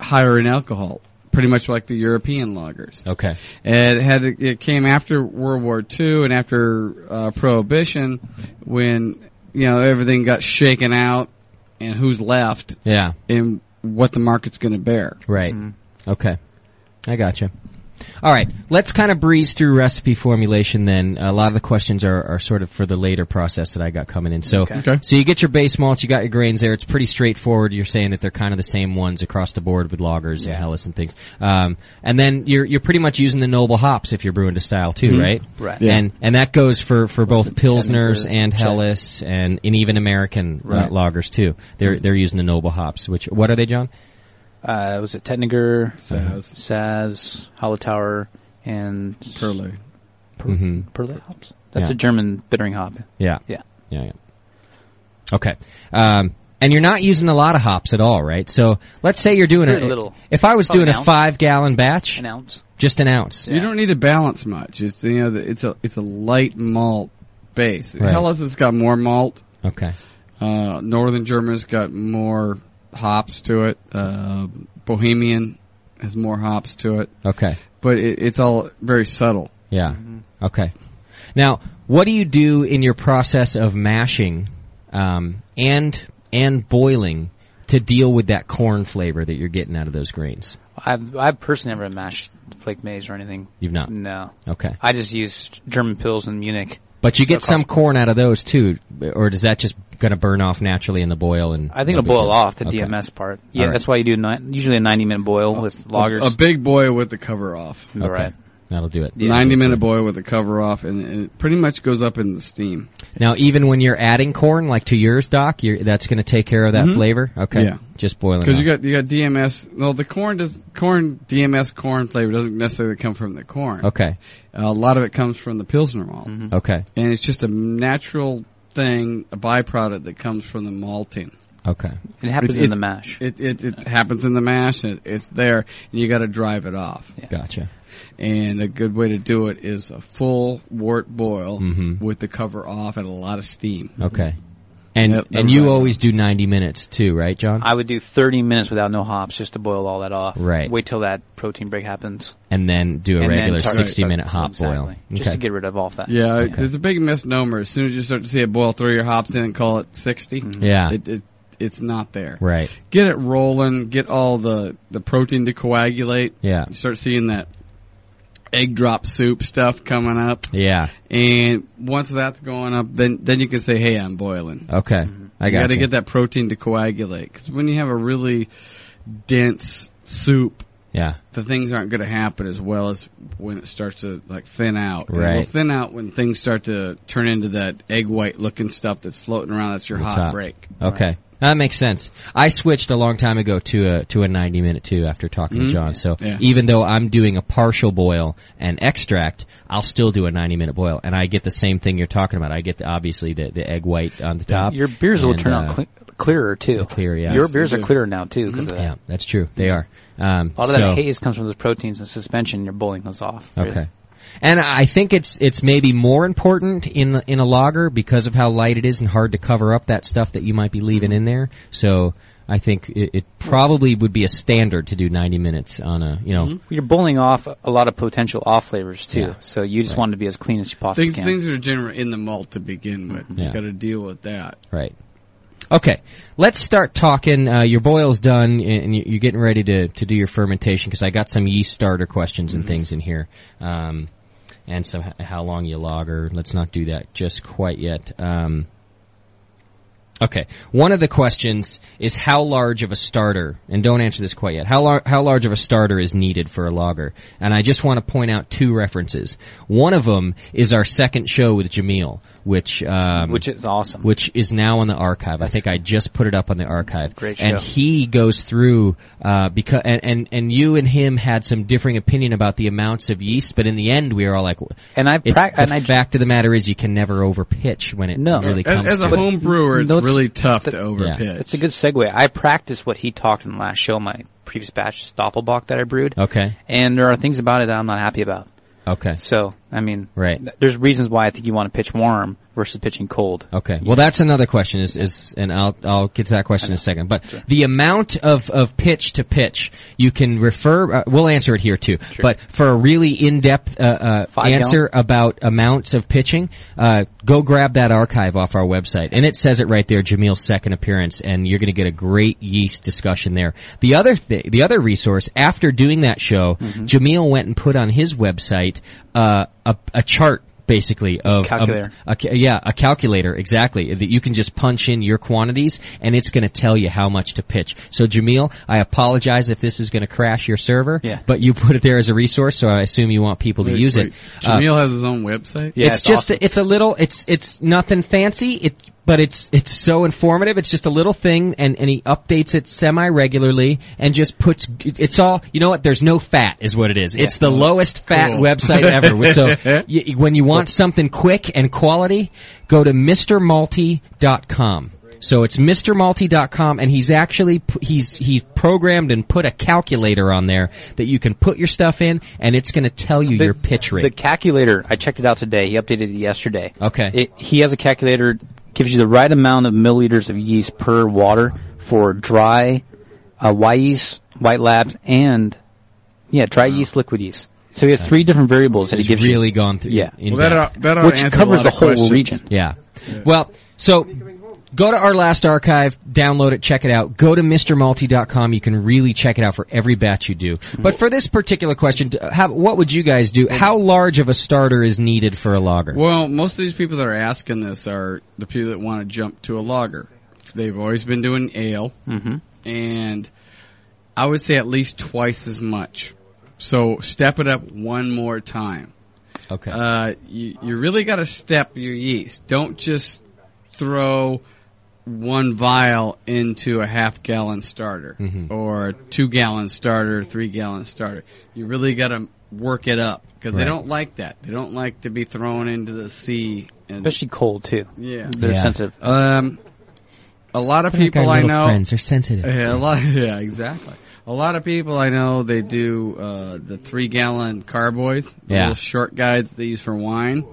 [SPEAKER 2] higher in alcohol, pretty much like the European lagers.
[SPEAKER 1] okay,
[SPEAKER 2] And It had it came after World War II and after uh, Prohibition, when you know everything got shaken out, and who's left,
[SPEAKER 1] yeah.
[SPEAKER 2] and what the market's going to bear.
[SPEAKER 1] Right. Okay. I gotcha. All right. Let's kind of breeze through recipe formulation then. A lot of the questions are, are sort of for the later process that I got coming in. So,
[SPEAKER 2] Okay.
[SPEAKER 1] so you get your base malts, you got your grains there. It's pretty straightforward. You're saying that they're kind of the same ones across the board with lagers and Helles and things. Um, and then you're, you're pretty much using the noble hops if you're brewing to style too, right?
[SPEAKER 3] Right.
[SPEAKER 2] Yeah.
[SPEAKER 1] And, and that goes for, for both Pilsners
[SPEAKER 3] Check.
[SPEAKER 1] and Helles and, and even American uh,
[SPEAKER 2] Right.
[SPEAKER 1] lagers too. They're, they're using the noble hops, which, what are they, John?
[SPEAKER 3] Uh, was it Tettinger,
[SPEAKER 2] Saz.
[SPEAKER 3] Saz, Hollow Tower, and
[SPEAKER 2] Curly.
[SPEAKER 3] Per- Perlet hops?
[SPEAKER 1] Mm-hmm.
[SPEAKER 3] That's
[SPEAKER 1] Yeah.
[SPEAKER 3] a German bittering hop.
[SPEAKER 1] Yeah.
[SPEAKER 3] Yeah.
[SPEAKER 1] Yeah, yeah. Okay. Um, and you're not using a lot of hops at all, right? So let's say you're doing
[SPEAKER 3] Very
[SPEAKER 1] a
[SPEAKER 3] little.
[SPEAKER 1] If I was
[SPEAKER 3] Probably
[SPEAKER 1] doing
[SPEAKER 3] an
[SPEAKER 1] a
[SPEAKER 3] ounce.
[SPEAKER 1] five gallon batch,
[SPEAKER 3] An ounce.
[SPEAKER 1] just an ounce.
[SPEAKER 2] You don't need to balance much. It's you know the- it's a it's a light malt base.
[SPEAKER 1] Right.
[SPEAKER 2] Hellas has got more malt.
[SPEAKER 1] Okay.
[SPEAKER 2] Uh, Northern German's got more hops to it. Uh, Bohemian has more hops to it,
[SPEAKER 1] Okay.
[SPEAKER 2] but it, it's all very subtle.
[SPEAKER 1] Yeah.
[SPEAKER 3] Mm-hmm.
[SPEAKER 1] Okay. Now, what do you do in your process of mashing um, and and boiling to deal with that corn flavor that you're getting out of those grains?
[SPEAKER 3] I've I've personally never mashed flake maize or anything.
[SPEAKER 1] You've not?
[SPEAKER 3] No.
[SPEAKER 1] Okay.
[SPEAKER 3] I just used German pills in Munich.
[SPEAKER 1] But you get some corn out of those too, or does that just going to burn off naturally in the boil? And
[SPEAKER 3] I think
[SPEAKER 1] no
[SPEAKER 3] it'll
[SPEAKER 1] big
[SPEAKER 3] boil
[SPEAKER 1] deal?
[SPEAKER 3] off the
[SPEAKER 1] Okay.
[SPEAKER 3] DMS part. Yeah,
[SPEAKER 1] Alright.
[SPEAKER 2] Oh.
[SPEAKER 3] that's why you do ni- usually a ninety minute boil with
[SPEAKER 2] A,
[SPEAKER 3] lagers.
[SPEAKER 2] a big boy with the cover off.
[SPEAKER 3] All right.
[SPEAKER 1] That'll do it.
[SPEAKER 2] 90 minute boil with the cover off, and it pretty much goes up in the steam.
[SPEAKER 1] Now, even when you're adding corn, like to yours, Doc, you're, that's going to take care of that
[SPEAKER 3] Mm-hmm.
[SPEAKER 1] flavor. Okay,
[SPEAKER 2] Yeah.
[SPEAKER 1] just boiling.
[SPEAKER 2] Because
[SPEAKER 1] up.
[SPEAKER 2] you got you got DMS. Well, the corn does corn DMS corn flavor doesn't necessarily come from the corn.
[SPEAKER 1] okay, Mm-hmm.
[SPEAKER 2] a lot of it comes from the pilsner malt,
[SPEAKER 1] okay,
[SPEAKER 2] and it's just a natural thing, a byproduct that comes from the malting.
[SPEAKER 1] okay.
[SPEAKER 3] It happens
[SPEAKER 2] It's-
[SPEAKER 3] in the
[SPEAKER 2] it's-
[SPEAKER 3] mash.
[SPEAKER 2] It it, it happens in the mash, and it, it's there, and you got to drive it off.
[SPEAKER 1] Gotcha.
[SPEAKER 2] And a good way to do it is a full wort boil with the cover off and a lot of steam.
[SPEAKER 1] Okay, and
[SPEAKER 2] Yep, that
[SPEAKER 1] and
[SPEAKER 2] was
[SPEAKER 1] you
[SPEAKER 2] right.
[SPEAKER 1] always do 90 minutes too, right, John?
[SPEAKER 3] I would do 30 minutes without no hops just to boil all that off.
[SPEAKER 1] Right.
[SPEAKER 3] Wait till that protein break happens.
[SPEAKER 1] and then do a
[SPEAKER 3] and then
[SPEAKER 1] regular
[SPEAKER 3] start-
[SPEAKER 1] 60
[SPEAKER 3] start-
[SPEAKER 1] minute hot
[SPEAKER 3] exactly.
[SPEAKER 1] boil.
[SPEAKER 3] Just to get rid of all that.
[SPEAKER 2] Yeah, there's a big misnomer. As soon as you start to see it boil, throw your hops in and call it 60.
[SPEAKER 1] Yeah.
[SPEAKER 2] It, it, it's not there.
[SPEAKER 1] right.
[SPEAKER 2] Get it rolling, get all the, the protein to coagulate.
[SPEAKER 1] Yeah.
[SPEAKER 2] You start seeing that egg drop soup stuff coming up.
[SPEAKER 1] Yeah.
[SPEAKER 2] And once that's going up, then, then you can say, hey, I'm boiling.
[SPEAKER 1] Okay.
[SPEAKER 3] Mm-hmm.
[SPEAKER 1] I
[SPEAKER 2] you
[SPEAKER 1] got
[SPEAKER 2] gotta get that protein to coagulate. Cause when you have a really dense soup,
[SPEAKER 1] Yeah.
[SPEAKER 2] the things aren't going to happen as well as when it starts to like thin out. And
[SPEAKER 1] Right.
[SPEAKER 2] It'll thin out when things start to turn into that egg white looking stuff that's floating around. That's your hot
[SPEAKER 1] top. Oh,
[SPEAKER 2] break.
[SPEAKER 1] Okay. That makes sense. I switched a long time ago to a to a 90 minute too after talking
[SPEAKER 3] Mm-hmm.
[SPEAKER 1] to John. So
[SPEAKER 2] Yeah.
[SPEAKER 1] even though I'm doing a partial boil and extract, I'll still do a 90 minute boil and I get the same thing you're talking about. I get the, obviously the, the egg white on the top.
[SPEAKER 3] Your beers will
[SPEAKER 1] and,
[SPEAKER 3] turn out
[SPEAKER 1] uh,
[SPEAKER 3] cle- clearer too.
[SPEAKER 1] clear, yeah.
[SPEAKER 3] Your
[SPEAKER 1] Yes,
[SPEAKER 3] beers
[SPEAKER 2] they
[SPEAKER 3] are
[SPEAKER 2] do.
[SPEAKER 3] clearer now too because
[SPEAKER 1] Yeah, that's true. They are. Um,
[SPEAKER 3] a lot of
[SPEAKER 1] so-
[SPEAKER 3] that haze comes from those proteins and suspension. You're boiling those off.
[SPEAKER 1] Okay. And I think it's it's maybe more important in in a lager because of how light it is and hard to cover up that stuff that you might be leaving in there. So I think it, it probably would be a standard to do 90 minutes on a you know
[SPEAKER 3] You're boiling off a lot of potential off flavors too. So you just want it to be as clean as you possibly
[SPEAKER 2] Things
[SPEAKER 3] can.
[SPEAKER 2] things that are generally in the malt to begin with.
[SPEAKER 1] Mm-hmm. Yeah.
[SPEAKER 2] You got to deal with that.
[SPEAKER 1] right. Okay, let's start talking. Uh, your boil's done, and and you- you're getting ready to, to do your fermentation because I got some yeast starter questions and things in here, um, and some h- how long you lager. Let's not do that just quite yet. Um, Okay. One of the questions is how large of a starter, and don't answer this quite yet. How lar- how large of a starter is needed for a logger? And I just want to point out two references. One of them is our second show with Jamil, which um,
[SPEAKER 3] Which is awesome.
[SPEAKER 1] which is now on the archive. I think I just put it up on the archive.
[SPEAKER 3] Great
[SPEAKER 1] And
[SPEAKER 3] show.
[SPEAKER 1] he goes through uh, because and, and and you and him had some differing opinion about the amounts of yeast, but in the end we were all like.
[SPEAKER 3] And I
[SPEAKER 1] It,
[SPEAKER 3] prac-
[SPEAKER 1] the
[SPEAKER 3] and I
[SPEAKER 1] fact of the matter is, you can never overpitch when it
[SPEAKER 3] No.
[SPEAKER 1] really
[SPEAKER 2] As,
[SPEAKER 1] comes
[SPEAKER 2] as a
[SPEAKER 1] to it.
[SPEAKER 2] home brewer, it's
[SPEAKER 3] No, it's-
[SPEAKER 2] really tough to
[SPEAKER 3] that-
[SPEAKER 2] overpitch.
[SPEAKER 3] It's a good segue. I practiced what he talked in the last show, my previous batch Stoppelbach that I brewed.
[SPEAKER 1] Okay.
[SPEAKER 3] And there are things about it that I'm not happy about.
[SPEAKER 1] Okay.
[SPEAKER 3] So, I mean,
[SPEAKER 1] Right.
[SPEAKER 3] th- there's reasons why I think you want to pitch warm versus pitching cold.
[SPEAKER 1] Okay. Well, that's another question. Is is and I'll I'll get to that question in a second. But the amount of of pitch to pitch, you can refer. Uh, we'll answer it here too. But for a really in depth uh, uh,
[SPEAKER 3] Five
[SPEAKER 1] answer about amounts of pitching, uh, go grab that archive off our website, and it says it right there. Jamil's second appearance, and you're going to get a great yeast discussion there. The other thing, the other resource after doing that show,
[SPEAKER 3] Mm-hmm.
[SPEAKER 1] Jamil went and put on his website uh, a, a chart. Basically, of of-
[SPEAKER 3] Calculator.
[SPEAKER 1] a, ca- yeah, a calculator, exactly. That you can just punch in your quantities and it's going to tell you how much to pitch. So Jamil, I apologize if this is going to crash your server,
[SPEAKER 3] Yeah.
[SPEAKER 1] but you put it there as a resource, so I assume you want people to use it. Uh,
[SPEAKER 2] Jamil has his own website.
[SPEAKER 3] Yeah,
[SPEAKER 1] it's,
[SPEAKER 3] it's
[SPEAKER 1] just
[SPEAKER 3] awesome.
[SPEAKER 1] it's a little it's it's nothing fancy it but it's it's so informative it's just a little thing and and he updates it semi regularly and just puts it's all you know what there's no fat is what it is it's the lowest fat website ever so y- when you want something quick and quality go to mrmalty.com so it's MrMalty.com and he's actually, p- he's, he's programmed and put a calculator on there that you can put your stuff in and it's gonna tell you your pitch rate.
[SPEAKER 3] The calculator, I checked it out today. He updated it yesterday.
[SPEAKER 1] Okay.
[SPEAKER 3] It, he has a calculator, gives you the right amount of milliliters of yeast per water for dry, uh, white yeast, white labs, and, yeah, dry yeast, liquid yeast. So he has three different variables that he
[SPEAKER 1] He's
[SPEAKER 3] gives
[SPEAKER 1] really
[SPEAKER 3] you.
[SPEAKER 1] gone through.
[SPEAKER 3] Yeah.
[SPEAKER 1] in
[SPEAKER 2] Well, that, uh,
[SPEAKER 1] depth.
[SPEAKER 2] ought- that ought to
[SPEAKER 3] Which
[SPEAKER 2] answer
[SPEAKER 3] covers
[SPEAKER 2] a lot
[SPEAKER 3] the
[SPEAKER 2] of
[SPEAKER 3] whole
[SPEAKER 2] questions.
[SPEAKER 3] region.
[SPEAKER 1] Yeah. Well, so go to our last archive, download it, check it out. Go to MrMalty.com. You can really check it out for every batch you do. But for this particular question, d- how, what would you guys do? How large of a starter is needed for a lager?
[SPEAKER 2] Well, most of these people that are asking this are the people that want to jump to a lager. They've always been doing ale, mm-hmm. and I would say at least twice as much. So step it up one more time.
[SPEAKER 1] Okay.
[SPEAKER 2] Uh, you, you really got to step your yeast. Don't just throw one vial into a half gallon starter or a two gallon starter, three gallon starter. You really got to work it up because
[SPEAKER 1] Right.
[SPEAKER 2] they don't like that. They don't like to be thrown into the sea. And,
[SPEAKER 3] especially cold too.
[SPEAKER 2] yeah.
[SPEAKER 3] They're
[SPEAKER 1] Yeah.
[SPEAKER 3] sensitive.
[SPEAKER 2] Um, a lot of
[SPEAKER 1] They're like our
[SPEAKER 2] people I
[SPEAKER 1] little
[SPEAKER 2] know.
[SPEAKER 1] friends are sensitive.
[SPEAKER 2] Yeah, a lot. Yeah, exactly. A lot of people I know they do uh, the three gallon carboys, the
[SPEAKER 1] Yeah.
[SPEAKER 2] little short guys that they use for wine,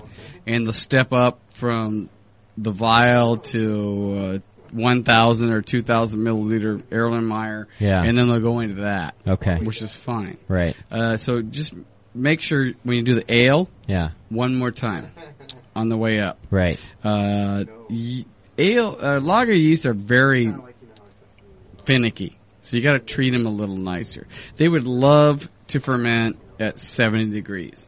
[SPEAKER 2] and the step up from the vial to uh, one thousand or two thousand milliliter Erlenmeyer,
[SPEAKER 1] Yeah.
[SPEAKER 2] and then they'll go into that,
[SPEAKER 1] Okay.
[SPEAKER 2] which is fine.
[SPEAKER 1] Right.
[SPEAKER 2] Uh, so just make sure when you do the ale,
[SPEAKER 1] Yeah.
[SPEAKER 2] one more time on the way up.
[SPEAKER 1] Right.
[SPEAKER 2] Uh, ye- ale uh, lager yeast are very finicky, so you got to treat them a little nicer. They would love to ferment at seventy degrees,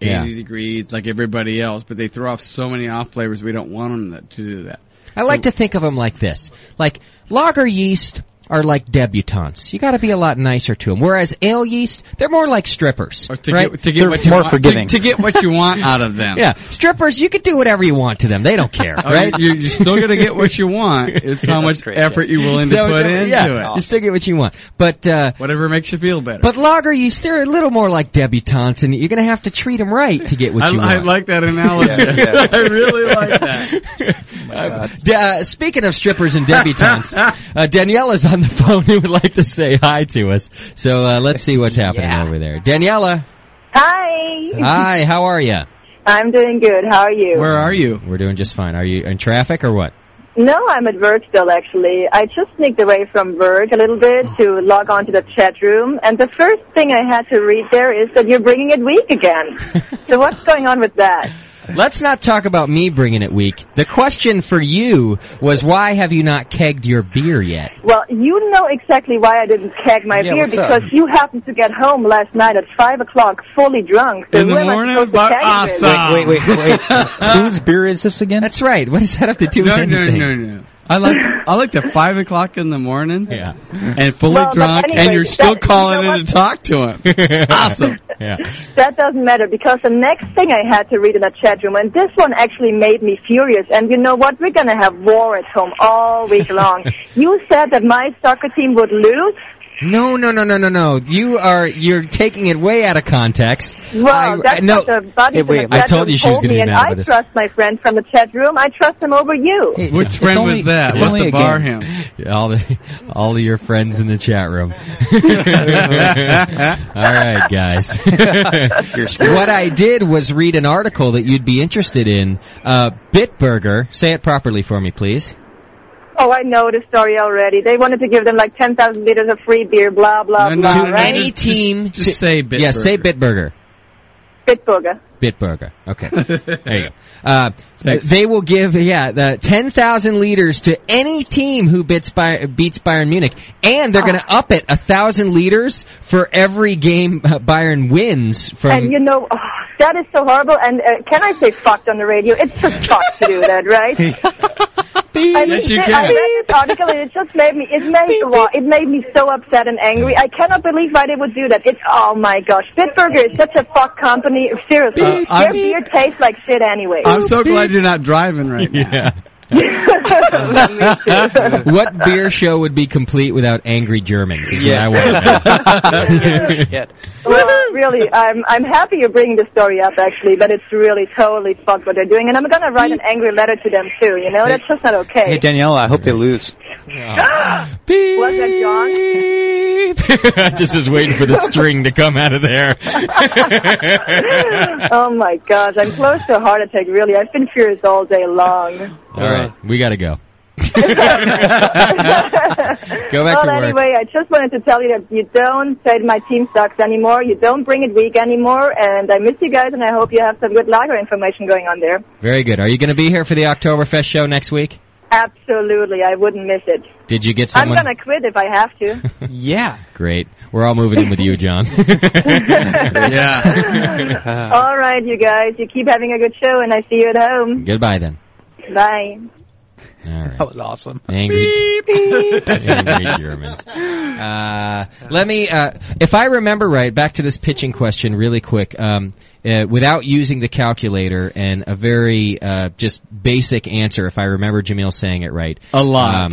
[SPEAKER 2] eighty
[SPEAKER 1] Yeah.
[SPEAKER 2] degrees, like everybody else, but they throw off so many off flavors. We don't want them to do that.
[SPEAKER 1] I like to think of them like this. Like, lager yeast are like debutantes. You gotta be a lot nicer to them. Whereas ale yeast, they're more like strippers.
[SPEAKER 2] Or to
[SPEAKER 1] right?
[SPEAKER 2] get, to get
[SPEAKER 3] They're
[SPEAKER 2] what you
[SPEAKER 3] more
[SPEAKER 2] want,
[SPEAKER 3] forgiving.
[SPEAKER 2] To, to get what you want out of them.
[SPEAKER 1] yeah. Strippers, you can do whatever you want to them. They don't care,
[SPEAKER 2] I mean,
[SPEAKER 1] right?
[SPEAKER 2] You're, you're still gonna get what you want. It's how much
[SPEAKER 3] great,
[SPEAKER 2] effort you're willing to
[SPEAKER 1] So-
[SPEAKER 2] put
[SPEAKER 1] so,
[SPEAKER 2] into
[SPEAKER 1] yeah,
[SPEAKER 2] it.
[SPEAKER 1] You still get what you want. But, uh,
[SPEAKER 2] Whatever makes you feel better.
[SPEAKER 1] but lager yeast, they're a little more like debutantes and you're gonna have to treat them right to get what
[SPEAKER 2] I,
[SPEAKER 1] you want.
[SPEAKER 2] I like that analogy. I really like that.
[SPEAKER 1] Da- uh, speaking of strippers and debutantes, uh, Daniela's on the phone who would like to say hi to us. So uh, let's see what's happening over there. Daniela,
[SPEAKER 7] Hi.
[SPEAKER 1] hi, how are you?
[SPEAKER 7] I'm doing good. How are you?
[SPEAKER 2] Where are you?
[SPEAKER 1] We're doing just fine. Are you in traffic or what?
[SPEAKER 7] no, I'm at work still, actually. I just sneaked away from work a little bit to log on to the chat room, and the first thing I had to read there is that you're bringing it weak again. so what's going on with that?
[SPEAKER 1] Let's not talk about me bringing it weak. The question for you was why have you not kegged your beer yet?
[SPEAKER 7] Well, you know exactly why I didn't keg my
[SPEAKER 3] Yeah,
[SPEAKER 7] beer
[SPEAKER 3] what's up?
[SPEAKER 7] because you happened to get home last night at 5 o'clock fully drunk. So
[SPEAKER 2] In the
[SPEAKER 7] who am I
[SPEAKER 2] morning?
[SPEAKER 7] supposed to
[SPEAKER 2] But
[SPEAKER 7] keg it with?
[SPEAKER 2] awesome.
[SPEAKER 3] Wait, wait, wait. Whose beer is this again?
[SPEAKER 1] That's right. What does that have to do
[SPEAKER 2] No,
[SPEAKER 1] with
[SPEAKER 2] no,
[SPEAKER 1] anything?
[SPEAKER 2] no, no. I like I like the five o'clock in the morning.
[SPEAKER 1] Yeah.
[SPEAKER 2] And fully
[SPEAKER 7] Well, but
[SPEAKER 2] drunk, and
[SPEAKER 7] anyway,
[SPEAKER 2] you're still
[SPEAKER 7] that- you
[SPEAKER 2] calling
[SPEAKER 7] know
[SPEAKER 2] in to talk to him. awesome.
[SPEAKER 7] That doesn't matter because the next thing I had to read in the chat room, and this one actually made me furious. And you know what? We're gonna have war at home all week long. you said that my soccer team would lose.
[SPEAKER 1] No, no, no, no, no, no. You are you're taking it way out of context.
[SPEAKER 7] Well,
[SPEAKER 1] I-
[SPEAKER 7] that's
[SPEAKER 1] I- no.
[SPEAKER 7] what the buddies
[SPEAKER 3] Hey,
[SPEAKER 7] in
[SPEAKER 3] wait,
[SPEAKER 7] the
[SPEAKER 1] I
[SPEAKER 7] chat
[SPEAKER 1] told
[SPEAKER 7] room
[SPEAKER 1] you she was gonna
[SPEAKER 7] me,
[SPEAKER 1] be
[SPEAKER 7] and
[SPEAKER 1] mad
[SPEAKER 7] I
[SPEAKER 1] with us.
[SPEAKER 7] trust my friend from the chat room. I trust him over you.
[SPEAKER 2] Which
[SPEAKER 3] It's
[SPEAKER 2] friend
[SPEAKER 3] only-
[SPEAKER 2] was that?
[SPEAKER 3] it's
[SPEAKER 2] What
[SPEAKER 3] only
[SPEAKER 2] the
[SPEAKER 3] a
[SPEAKER 2] bar
[SPEAKER 3] game.
[SPEAKER 2] him?
[SPEAKER 1] all the all of your friends in the chat room. all right, guys. what I did was read an article that you'd be interested in. Uh, Bitburger, say it properly for me, please.
[SPEAKER 7] Oh, I know the story already. They wanted to give them like ten thousand liters of free beer. Blah blah
[SPEAKER 2] No, no,
[SPEAKER 7] blah.
[SPEAKER 2] no,
[SPEAKER 1] to
[SPEAKER 2] no,
[SPEAKER 7] right?
[SPEAKER 1] any
[SPEAKER 2] Just-
[SPEAKER 1] team,
[SPEAKER 2] just- just say Bitburger.
[SPEAKER 1] Yeah, say Bitburger.
[SPEAKER 7] Bitburger.
[SPEAKER 1] Bitburger. Okay. There you go. Uh, they will give, yeah, the 10,000 liters to any team who beats, By- beats Bayern Munich. And
[SPEAKER 7] Ah.
[SPEAKER 1] they're gonna up it a thousand liters for every game uh, Bayern wins from,
[SPEAKER 7] And you know, oh, that is so horrible. And uh, can I say fucked on the radio? It's just fucked to do that, right? I mean,
[SPEAKER 2] Yes, you
[SPEAKER 7] I
[SPEAKER 2] can.
[SPEAKER 7] read this article and it just made me, it made, well, it made me so upset and angry. I cannot believe why they would do that. It's, oh my gosh. Bitburger is such a fuck company. Seriously.
[SPEAKER 2] Uh,
[SPEAKER 7] Their
[SPEAKER 2] I'm-
[SPEAKER 7] beer tastes like shit anyway.
[SPEAKER 2] I'm so glad you're not driving right now.
[SPEAKER 1] what beer show would be complete without angry Germans is
[SPEAKER 3] Yeah.
[SPEAKER 1] what I want to know.
[SPEAKER 3] Yeah.
[SPEAKER 7] well, really, I'm, I'm happy you're bringing the story up actually, but it's really totally fucked what they're doing. And I'm gonna write an angry letter to them too, you know? That's just not okay.
[SPEAKER 3] Hey Daniela, I hope they lose.
[SPEAKER 7] Was that John?
[SPEAKER 1] I just was waiting for the string to come out of there.
[SPEAKER 7] Oh my gosh. I'm close to a heart attack, really. I've been furious all day long.
[SPEAKER 1] All right, we gotta go. go back
[SPEAKER 7] well,
[SPEAKER 1] to work.
[SPEAKER 7] anyway, I just wanted to tell you that you don't say my team sucks anymore. You don't bring it weak anymore. And I miss you guys, and I hope you have some good lager information going on there.
[SPEAKER 1] Very good. Are you going to be here for the Oktoberfest show next week?
[SPEAKER 7] Absolutely, I wouldn't miss it.
[SPEAKER 1] Did you get someone?
[SPEAKER 7] I'm gonna quit if I have to.
[SPEAKER 3] Yeah.
[SPEAKER 1] Great. We're all moving in with you, John.
[SPEAKER 2] Yeah.
[SPEAKER 7] All right, you guys, you keep having a good show, and I see you at home.
[SPEAKER 1] Goodbye then.
[SPEAKER 7] Bye.
[SPEAKER 3] That was awesome.
[SPEAKER 1] Angry, angry Germans. Uh, let me, uh, if I remember right, back to this pitching question really quick. Um, uh, without using the calculator and a very uh, just basic answer, if I remember Jamil saying it right,
[SPEAKER 2] A lot.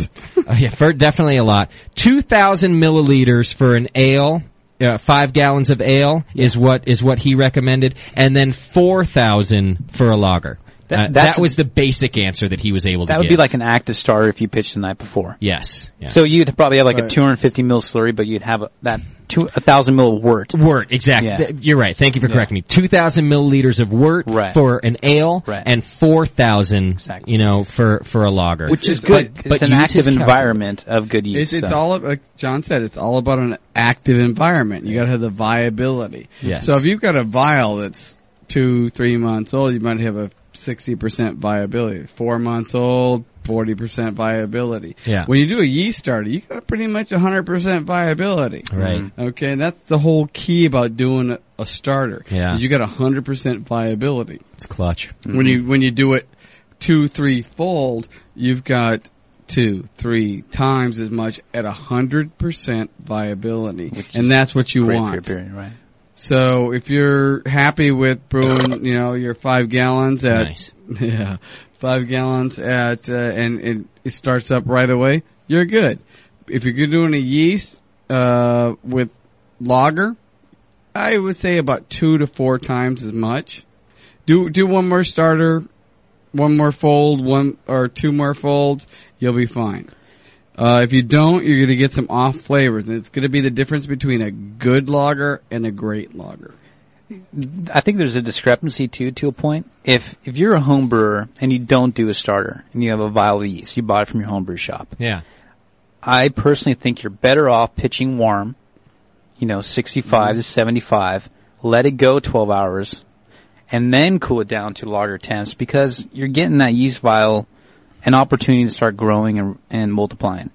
[SPEAKER 1] Um, uh, yeah, for definitely a lot. Two thousand milliliters for an ale. Uh, five gallons of ale is what is what he recommended, and then four thousand for a lager.
[SPEAKER 3] That-
[SPEAKER 1] Uh,
[SPEAKER 3] that's-
[SPEAKER 1] that was the basic answer that he was able to.
[SPEAKER 3] That would
[SPEAKER 1] give.
[SPEAKER 3] be like an active starter if you pitched the night before.
[SPEAKER 1] Yes. Yeah.
[SPEAKER 3] So you'd probably have like a
[SPEAKER 2] Right.
[SPEAKER 3] 250 mil slurry, but you'd have a, that two, a thousand mil wort.
[SPEAKER 1] Wort, exactly.
[SPEAKER 3] Yeah.
[SPEAKER 1] Th- You're right. Thank you for correcting me. 2,000 milliliters of wort
[SPEAKER 3] Right.
[SPEAKER 1] for an ale
[SPEAKER 3] Right.
[SPEAKER 1] and 4,000,
[SPEAKER 3] Exactly.
[SPEAKER 1] you know, for, for a lager.
[SPEAKER 3] Which is good.
[SPEAKER 1] But-
[SPEAKER 3] it's
[SPEAKER 1] but
[SPEAKER 3] an
[SPEAKER 1] use
[SPEAKER 3] active
[SPEAKER 1] his calculator.
[SPEAKER 3] environment of good uh, yeast.
[SPEAKER 2] It's, it's
[SPEAKER 3] so.
[SPEAKER 2] all ab- like John said. It's all about an active environment. You got to have the viability.
[SPEAKER 1] Yes.
[SPEAKER 2] So if you've got a vial that's two, three months old, you might have a sixty percent viability. Four months old, forty percent viability.
[SPEAKER 1] Yeah.
[SPEAKER 2] When you do a yeast starter, you got pretty much hundred percent viability.
[SPEAKER 1] Right.
[SPEAKER 3] Mm.
[SPEAKER 2] Okay, and that's the whole key about doing a, a starter.
[SPEAKER 1] Yeah.
[SPEAKER 2] is You got hundred percent viability
[SPEAKER 1] It's clutch.
[SPEAKER 3] Mm. Mm-hmm.
[SPEAKER 2] when you when you do it two three fold you've got two three times as much at a hundred percent viability and that's what you
[SPEAKER 3] Great for your
[SPEAKER 2] want
[SPEAKER 3] period, right?
[SPEAKER 2] so if you're happy with brewing you know your five gallons at
[SPEAKER 1] Nice.
[SPEAKER 2] yeah five gallons at uh, and, and it starts up right away you're good if you're doing a yeast uh, with lager i would say about two to four times as much do do one more starter, one more fold, one or two more folds, you'll be fine. Uh, if you don't, you're going to get some off flavors, and it's going to be the difference between a good lager and a great lager.
[SPEAKER 3] I think there's a discrepancy too, to a point. If, if you're a home brewer and you don't do a starter and you have a vial of yeast, you bought it from your home brew shop.
[SPEAKER 1] Yeah.
[SPEAKER 3] I personally think you're better off pitching warm, you know, 65 to 75, let it go 12 hours, and then cool it down to lager temps because you're getting that yeast vial an opportunity to start growing and, and multiplying.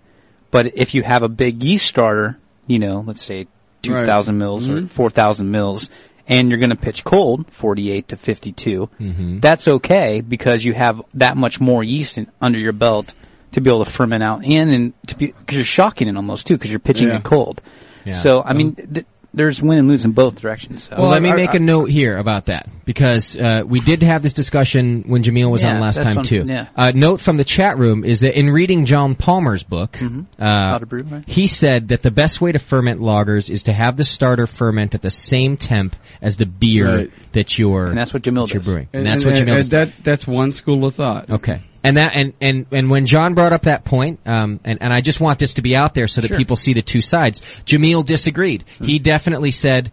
[SPEAKER 3] But if you have a big yeast starter, you know, let's say 2,000 mils
[SPEAKER 2] Mm-hmm.
[SPEAKER 3] or 4,000 mils, and you're going to pitch cold, 48 to 52,
[SPEAKER 2] Mm-hmm.
[SPEAKER 3] that's okay because you have that much more yeast in, under your belt to be able to ferment out in and to be, cause you're shocking it almost too, cause you're pitching
[SPEAKER 2] Yeah.
[SPEAKER 3] it cold.
[SPEAKER 1] Yeah.
[SPEAKER 3] So, I mean, th- there's win and lose in both directions. So.
[SPEAKER 1] Well, let me
[SPEAKER 2] I-
[SPEAKER 1] make a note here about that because uh, we did have this discussion when Jamil was
[SPEAKER 3] Yeah,
[SPEAKER 1] on last
[SPEAKER 3] that's
[SPEAKER 1] time
[SPEAKER 3] what
[SPEAKER 1] too.
[SPEAKER 3] I'm- yeah.
[SPEAKER 1] A note from the chat room is that in reading John Palmer's book,
[SPEAKER 3] Mm-hmm.
[SPEAKER 1] uh,
[SPEAKER 3] to brew, right?
[SPEAKER 1] he said that the best way to ferment lagers is to have the starter ferment at the same temp as the beer
[SPEAKER 2] Right.
[SPEAKER 1] that you're
[SPEAKER 3] And that's what Jamil
[SPEAKER 1] that you're
[SPEAKER 3] does.
[SPEAKER 1] brewing, and, that's what Jamil
[SPEAKER 2] and
[SPEAKER 1] does.
[SPEAKER 2] that that's one school of thought.
[SPEAKER 1] Okay. And that and and and when John brought up that point, um, and and I just want this to be out there so that people see the two sides. Jameel disagreed. He definitely said,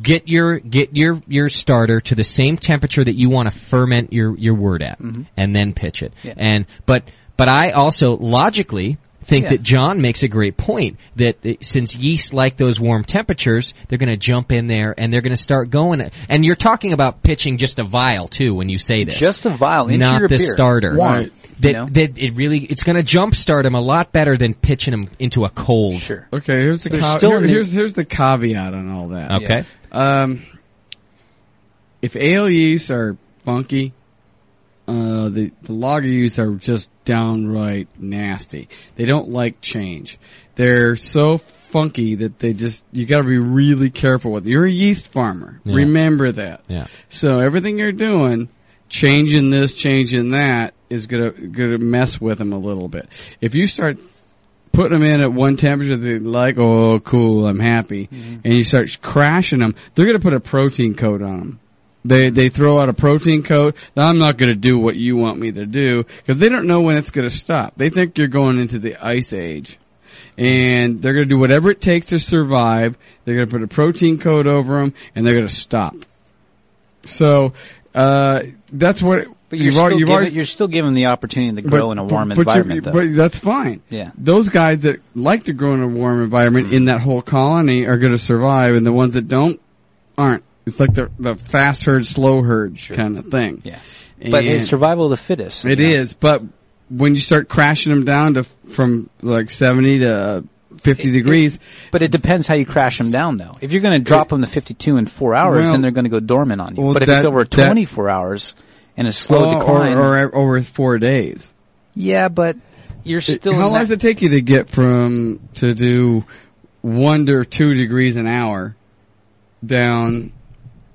[SPEAKER 1] "Get your get your your starter to the same temperature that you want to ferment your your word at, and then pitch it." And but but I also logically think that John makes a great point that uh, since yeast like those warm temperatures, they're going to jump in there and they're going to start going. And you're talking about pitching just a vial too when you say this,
[SPEAKER 3] Just a vial into
[SPEAKER 1] not
[SPEAKER 3] your
[SPEAKER 1] the
[SPEAKER 3] beer.
[SPEAKER 1] starter.
[SPEAKER 2] Right.
[SPEAKER 1] That,
[SPEAKER 3] You know?
[SPEAKER 1] that it really it's going to jumpstart him a lot better than pitching him into a cold.
[SPEAKER 3] Sure.
[SPEAKER 2] Okay, here's the
[SPEAKER 3] There's
[SPEAKER 2] co-
[SPEAKER 3] still
[SPEAKER 2] here-
[SPEAKER 3] an-
[SPEAKER 2] here's here's the caveat on all that.
[SPEAKER 1] Okay.
[SPEAKER 2] Um, if ale yeasts are funky, uh, the, the lager yeasts are just downright nasty. They don't like change. They're so funky that they just, you gotta be really careful with it. You're a yeast farmer. Remember that.
[SPEAKER 1] Yeah.
[SPEAKER 2] So everything you're doing, changing this, changing that, is gonna, gonna mess with them a little bit. If you start putting them in at one temperature they like, oh, cool, I'm happy,
[SPEAKER 3] Mm-hmm.
[SPEAKER 2] and you start crashing them, they're going to put a protein coat on them. They, they throw out a protein coat. Now I'm not going to do what you want me to do because they don't know when it's going to stop. They think you're going into the ice age and they're going to do whatever it takes to survive. They're going to put a protein coat over them and they're going to stop. So, uh, that's what
[SPEAKER 3] But you're,
[SPEAKER 2] you've
[SPEAKER 3] still
[SPEAKER 2] already, you've
[SPEAKER 3] given-
[SPEAKER 2] already,
[SPEAKER 3] you're still given the opportunity to grow in a warm
[SPEAKER 2] you-
[SPEAKER 3] environment though.
[SPEAKER 2] But that's fine.
[SPEAKER 3] Yeah.
[SPEAKER 2] Those guys that like to grow in a warm environment in that whole colony are going to survive, and the ones that don't aren't. It's like the the fast herd, slow herd kind of thing.
[SPEAKER 3] yeah. But
[SPEAKER 2] And-
[SPEAKER 3] it's survival of the fittest.
[SPEAKER 2] it is, but when you start crashing them down to from like seventy to fifty degrees,
[SPEAKER 3] But it depends how you crash them down, though. If you're going to drop them to 52 in four hours,
[SPEAKER 2] Well-
[SPEAKER 3] then they're going to go dormant on you.
[SPEAKER 2] Well,
[SPEAKER 3] but if it's
[SPEAKER 2] that-
[SPEAKER 3] over
[SPEAKER 2] that-
[SPEAKER 3] 24 hours and a slow
[SPEAKER 2] Oh,
[SPEAKER 3] decline,
[SPEAKER 2] or, or over four days.
[SPEAKER 3] Yeah, but you're still.
[SPEAKER 2] How
[SPEAKER 3] in
[SPEAKER 2] long
[SPEAKER 3] that-
[SPEAKER 2] does it take you to get from to do one to two degrees an hour down?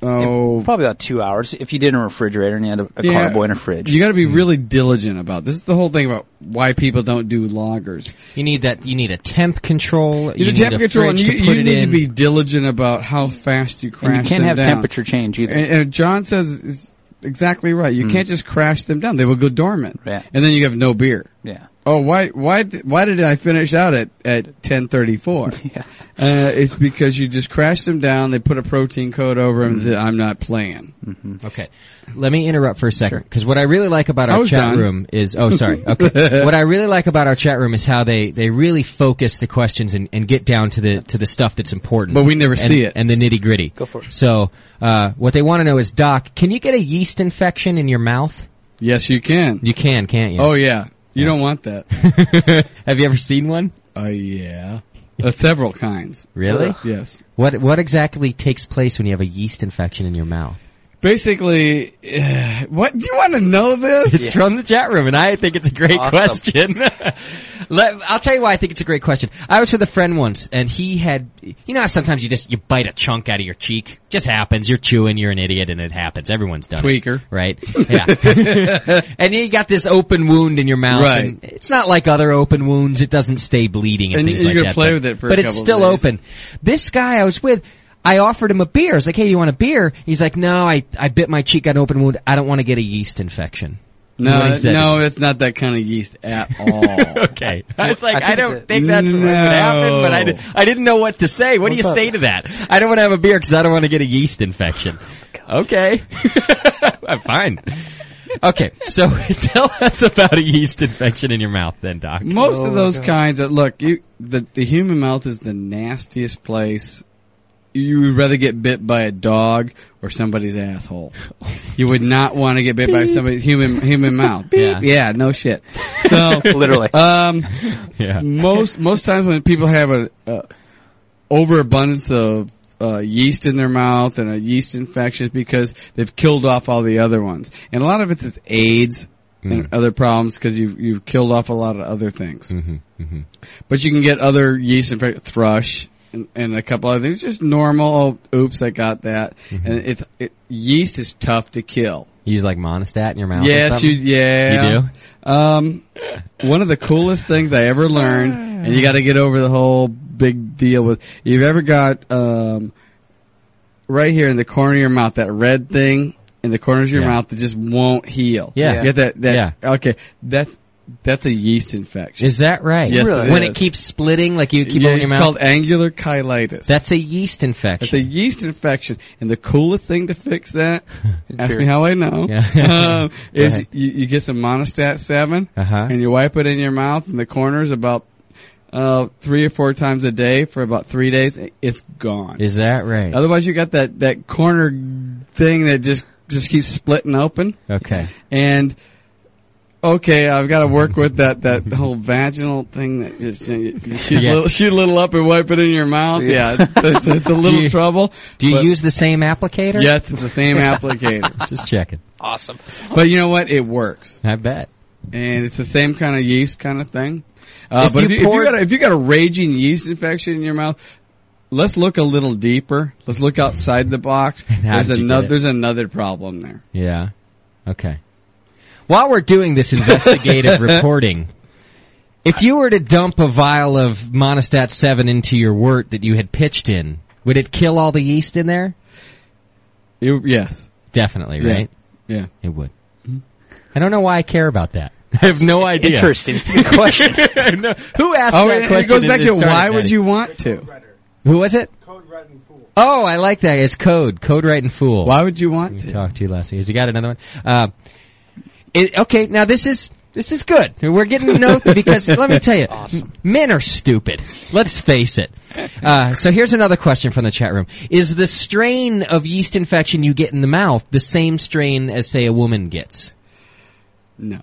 [SPEAKER 2] Oh,
[SPEAKER 3] Probably about two hours if you did in a refrigerator and you had a, a carboy in a fridge. Mm.
[SPEAKER 2] You got to be really diligent about this. Is the whole thing about why people don't do loggers.
[SPEAKER 1] You need that. You need a temp control. You,
[SPEAKER 2] You,
[SPEAKER 1] need
[SPEAKER 2] have
[SPEAKER 1] a
[SPEAKER 2] control, and
[SPEAKER 1] fridge
[SPEAKER 2] you,
[SPEAKER 1] to put
[SPEAKER 2] you
[SPEAKER 1] it
[SPEAKER 2] need
[SPEAKER 1] in.
[SPEAKER 2] to be diligent about how fast you crash.
[SPEAKER 3] and you can't
[SPEAKER 2] them
[SPEAKER 3] have
[SPEAKER 2] down.
[SPEAKER 3] temperature change either. Mm.
[SPEAKER 2] And, and John says is exactly right. You can't just crash them down; they will go dormant.
[SPEAKER 3] Yeah.
[SPEAKER 2] And then you have no beer.
[SPEAKER 3] Yeah.
[SPEAKER 2] Oh, why, why, d- why did I finish out at at ten thirty four?
[SPEAKER 3] Yeah.
[SPEAKER 2] Uh, it's because you just crashed them down. They put a protein coat over them.
[SPEAKER 1] Mm-hmm.
[SPEAKER 2] and said, I'm not playing.
[SPEAKER 1] Mm. Okay. Let me interrupt for a second because what I really like about
[SPEAKER 2] I
[SPEAKER 1] our
[SPEAKER 2] was
[SPEAKER 1] chat
[SPEAKER 2] done.
[SPEAKER 1] room is oh sorry okay what I really like about our chat room is how they they really focus the questions and, and get down to the to the stuff that's important
[SPEAKER 2] But we never
[SPEAKER 1] and,
[SPEAKER 2] see it.
[SPEAKER 1] and the nitty gritty go for it so uh, what they want to know is Doc can you get a yeast infection in your mouth
[SPEAKER 2] Yes, you can.
[SPEAKER 1] you can can't you
[SPEAKER 2] Oh yeah, you don't want that.
[SPEAKER 1] have you ever seen one
[SPEAKER 2] Oh yeah, uh, several kinds. Uh,
[SPEAKER 1] really
[SPEAKER 2] Yes.
[SPEAKER 1] what what exactly takes place when you have a yeast infection in your mouth
[SPEAKER 2] Basically, eh, what do you want to know this?
[SPEAKER 1] It's from the chat room, and I think it's a great
[SPEAKER 8] Awesome.
[SPEAKER 1] question. Let, I'll tell you why I think it's a great question. I was with a friend once, and he had, you know, how sometimes you just you bite a chunk out of your cheek. Just happens. You're chewing. You're an idiot, and it happens. Everyone's done it,
[SPEAKER 2] Tweaker.
[SPEAKER 1] right? Yeah. and you got this open wound in your mouth.
[SPEAKER 2] Right.
[SPEAKER 1] and it's not like other open wounds. It doesn't stay bleeding and,
[SPEAKER 2] And
[SPEAKER 1] things
[SPEAKER 2] you
[SPEAKER 1] like
[SPEAKER 2] could
[SPEAKER 1] that.
[SPEAKER 2] play
[SPEAKER 1] but,
[SPEAKER 2] with it for a
[SPEAKER 1] but it's
[SPEAKER 2] couple of
[SPEAKER 1] still
[SPEAKER 2] days.
[SPEAKER 1] open. This guy I was with. I offered him a beer. I was like, "Hey, you want a beer?" He's like, "No, I, I bit my cheek, got an open wound. I don't want to get a yeast infection." Is
[SPEAKER 2] No,
[SPEAKER 1] what he said.
[SPEAKER 2] no, it's not that kind of yeast at all.
[SPEAKER 1] Okay. I was like,
[SPEAKER 3] I
[SPEAKER 1] I,
[SPEAKER 3] think it's
[SPEAKER 1] don't
[SPEAKER 3] a-
[SPEAKER 1] think that's what would happen, but I,
[SPEAKER 2] No.
[SPEAKER 1] did, I didn't know what to say. What do you say to that? I don't want to have a beer because I don't want to get a yeast infection.
[SPEAKER 3] Oh,
[SPEAKER 1] okay. I'm fine. Okay, so tell us about a yeast infection in your mouth then, Doc.
[SPEAKER 2] Most of those kinds that look, you, the the human mouth is the nastiest place. You would rather get bit by a dog or somebody's asshole. You would not want to get bit by somebody's human human mouth.
[SPEAKER 1] Yeah.
[SPEAKER 2] yeah, no shit. So
[SPEAKER 3] Literally.
[SPEAKER 2] Um,
[SPEAKER 1] Yeah.
[SPEAKER 2] most most times when people have a, a overabundance of uh, yeast in their mouth and a yeast infection, it's because they've killed off all the other ones, and a lot of it's, it's AIDS and other problems because you you've killed off a lot of other things. Mm-hmm, But you can get other yeast infection, thrush. And, and a couple other things, just normal. Oh, oops, I got that. And it's it, yeast is tough to kill.
[SPEAKER 1] You use like monostat in your mouth? or
[SPEAKER 2] Yes, you.
[SPEAKER 1] something?
[SPEAKER 2] Yeah,
[SPEAKER 1] You do?
[SPEAKER 2] Um, one of the coolest things I ever learned, and you got to get over the whole big deal with. You've ever got um, right here in the corner of your mouth that red thing in the corners of your
[SPEAKER 1] Yeah.
[SPEAKER 2] mouth that just won't heal.
[SPEAKER 1] Yeah.
[SPEAKER 2] you got that. that Okay, that's that's a yeast infection.
[SPEAKER 1] Is that right?
[SPEAKER 2] Yes, Really? it
[SPEAKER 1] When
[SPEAKER 2] is.
[SPEAKER 1] it keeps splitting, like you keep
[SPEAKER 2] Yeah,
[SPEAKER 1] opening
[SPEAKER 2] it's
[SPEAKER 1] your mouth?
[SPEAKER 2] called angular chylitis.
[SPEAKER 1] that's a yeast infection.
[SPEAKER 2] It's a yeast infection, and the coolest thing to fix that. ask me how I know.
[SPEAKER 1] Yeah.
[SPEAKER 2] um, is
[SPEAKER 1] ahead.
[SPEAKER 2] you, you get some monostat 7
[SPEAKER 1] Uh-huh.
[SPEAKER 2] and you wipe it in your mouth in the corners about uh, three or four times a day for about three days. It- It's gone.
[SPEAKER 1] Is that right?
[SPEAKER 2] Otherwise, you got that that corner thing that just just keeps splitting open.
[SPEAKER 1] Okay.
[SPEAKER 2] And okay, I've got to work with that that whole vaginal thing that just you, you shoot,
[SPEAKER 1] Yeah.
[SPEAKER 2] little, shoot a little up and wipe it in your mouth. Yeah, it's, it's- it's a little
[SPEAKER 1] you-
[SPEAKER 2] trouble.
[SPEAKER 1] Do you
[SPEAKER 2] but-
[SPEAKER 1] use the same applicator?
[SPEAKER 2] Yes, it's the same applicator.
[SPEAKER 1] Just checking.
[SPEAKER 2] but you know what? It works,
[SPEAKER 1] I bet.
[SPEAKER 2] and it's the same kind of yeast kind of thing. Uh,
[SPEAKER 1] If
[SPEAKER 2] but
[SPEAKER 1] you
[SPEAKER 2] if you, if,
[SPEAKER 1] poured-
[SPEAKER 2] you got a, if you got a raging yeast infection in your mouth, let's look a little deeper. Let's look outside the box.
[SPEAKER 1] How
[SPEAKER 2] There's
[SPEAKER 1] did you get
[SPEAKER 2] another.
[SPEAKER 1] it?
[SPEAKER 2] There's another problem there.
[SPEAKER 1] Yeah. Okay. While we're doing this investigative reporting, if you were to dump a vial of Monostat 7 into your wort that you had pitched in, would it kill all the yeast in there?
[SPEAKER 2] You- yes.
[SPEAKER 1] Definitely,
[SPEAKER 2] Yeah.
[SPEAKER 1] right?
[SPEAKER 2] Yeah.
[SPEAKER 1] It would. I don't know why I care about that. I have no idea.
[SPEAKER 3] Interesting question.
[SPEAKER 1] No, Who asked
[SPEAKER 2] Oh,
[SPEAKER 1] that
[SPEAKER 2] it,
[SPEAKER 1] question?
[SPEAKER 2] it goes
[SPEAKER 1] and
[SPEAKER 2] back to
[SPEAKER 1] started
[SPEAKER 2] why would
[SPEAKER 1] that?
[SPEAKER 2] you want to?
[SPEAKER 1] Who was it? Code Right and Fool. Oh, I like that. It's Code. Code Right and Fool.
[SPEAKER 2] Why would you want
[SPEAKER 1] we
[SPEAKER 2] to?
[SPEAKER 1] talked to you last week. Has he got another one? Uh, it, okay, now this is this is good. We're getting to know because let me tell you, m- men are stupid. Let's face it. Uh, so here's another question from the chat room: Is the strain of yeast infection you get in the mouth the same strain as say a woman gets?
[SPEAKER 2] No.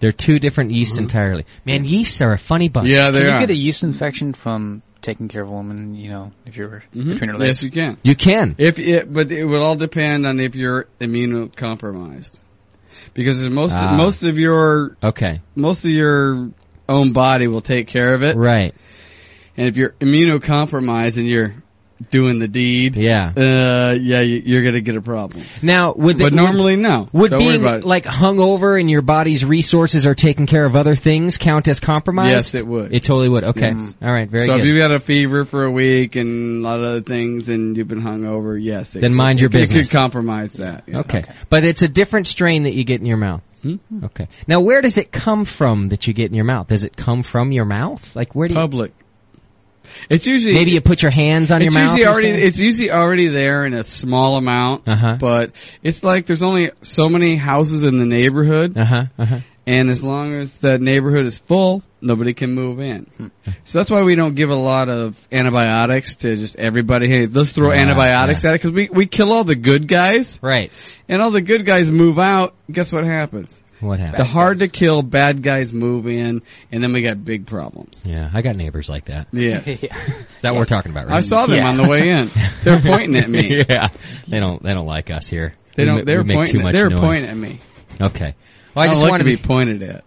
[SPEAKER 1] They're two different yeasts entirely. Man, yeasts are a funny bunch.
[SPEAKER 2] Mm-hmm. Yeah,
[SPEAKER 3] Can
[SPEAKER 2] they
[SPEAKER 3] you
[SPEAKER 2] are.
[SPEAKER 3] get a yeast infection from taking care of a woman, you know, if you're between her legs?
[SPEAKER 2] Mm-hmm. yes, you can.
[SPEAKER 1] you can.
[SPEAKER 2] If it, but it would all depend on if you're immunocompromised. because most
[SPEAKER 1] Ah.
[SPEAKER 2] most of your
[SPEAKER 1] Okay.
[SPEAKER 2] most of your own body will take care of it.
[SPEAKER 1] Right.
[SPEAKER 2] And if you're immunocompromised and you're doing the deed,
[SPEAKER 1] yeah,
[SPEAKER 2] uh, yeah, you- you're gonna get a problem.
[SPEAKER 1] Now, would
[SPEAKER 2] but
[SPEAKER 1] the-
[SPEAKER 2] normally no.
[SPEAKER 1] Would
[SPEAKER 2] Don't worry
[SPEAKER 1] being
[SPEAKER 2] about it.
[SPEAKER 1] like hungover and your body's resources are taking care of other things count as compromised?
[SPEAKER 2] Yes, it would.
[SPEAKER 1] It totally would. Okay.
[SPEAKER 2] Yes.
[SPEAKER 1] All right. Very
[SPEAKER 2] so
[SPEAKER 1] good.
[SPEAKER 2] if you've had a fever for a week and a lot of other things, and you've been hungover, yes, it
[SPEAKER 1] Then
[SPEAKER 2] could-
[SPEAKER 1] mind your
[SPEAKER 2] it could- It
[SPEAKER 1] business.
[SPEAKER 2] could compromise that. yeah.
[SPEAKER 1] okay. But it's a different strain that you get in your mouth.
[SPEAKER 2] Hmm?
[SPEAKER 1] Okay. Now, where does it come from that you get in your mouth? Does it come from your mouth? Like where do you?
[SPEAKER 2] Public. It's usually
[SPEAKER 1] maybe you put your hands on
[SPEAKER 2] it's
[SPEAKER 1] your mouth.
[SPEAKER 2] usually
[SPEAKER 1] you're
[SPEAKER 2] already
[SPEAKER 1] saying?
[SPEAKER 2] it's usually already there in a small amount,
[SPEAKER 1] Uh-huh.
[SPEAKER 2] but it's like there's only so many houses in the neighborhood,
[SPEAKER 1] uh-huh, uh-huh.
[SPEAKER 2] and as long as the neighborhood is full, nobody can move in.
[SPEAKER 1] Hmm.
[SPEAKER 2] So that's why we don't give a lot of antibiotics to just everybody. Hey, let's throw
[SPEAKER 1] Yeah,
[SPEAKER 2] antibiotics at it because we we kill all the good guys,
[SPEAKER 1] right?
[SPEAKER 2] And all the good guys move out. Guess what happens?
[SPEAKER 1] What happens?
[SPEAKER 2] The hard to kill bad guys move in, and then we got big problems.
[SPEAKER 1] yeah, I got neighbors like that.
[SPEAKER 2] Yes.
[SPEAKER 1] Is that what we're talking about? Right?
[SPEAKER 2] I saw them on the way in. They're pointing at me.
[SPEAKER 1] yeah, they don't. They don't like us here.
[SPEAKER 2] They
[SPEAKER 1] We
[SPEAKER 2] don't-
[SPEAKER 1] ma- we
[SPEAKER 2] they're
[SPEAKER 1] make
[SPEAKER 2] pointing
[SPEAKER 1] Too
[SPEAKER 2] at-
[SPEAKER 1] much
[SPEAKER 2] they're
[SPEAKER 1] noise.
[SPEAKER 2] pointing at me.
[SPEAKER 1] Okay. Well, I,
[SPEAKER 2] I
[SPEAKER 1] just
[SPEAKER 2] like
[SPEAKER 1] wanted
[SPEAKER 2] to be pointed at.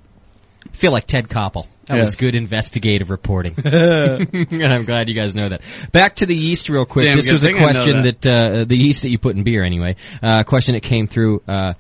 [SPEAKER 1] Feel like Ted Koppel. That was
[SPEAKER 2] Yes.
[SPEAKER 1] good investigative reporting, and I'm glad you guys know that. Back to the yeast, real quick.
[SPEAKER 2] Damn
[SPEAKER 1] this
[SPEAKER 2] good
[SPEAKER 1] was a
[SPEAKER 2] thing I know
[SPEAKER 1] question
[SPEAKER 2] that.
[SPEAKER 1] that, uh, the yeast that you put in beer, anyway. Uh, question that came through. Uh,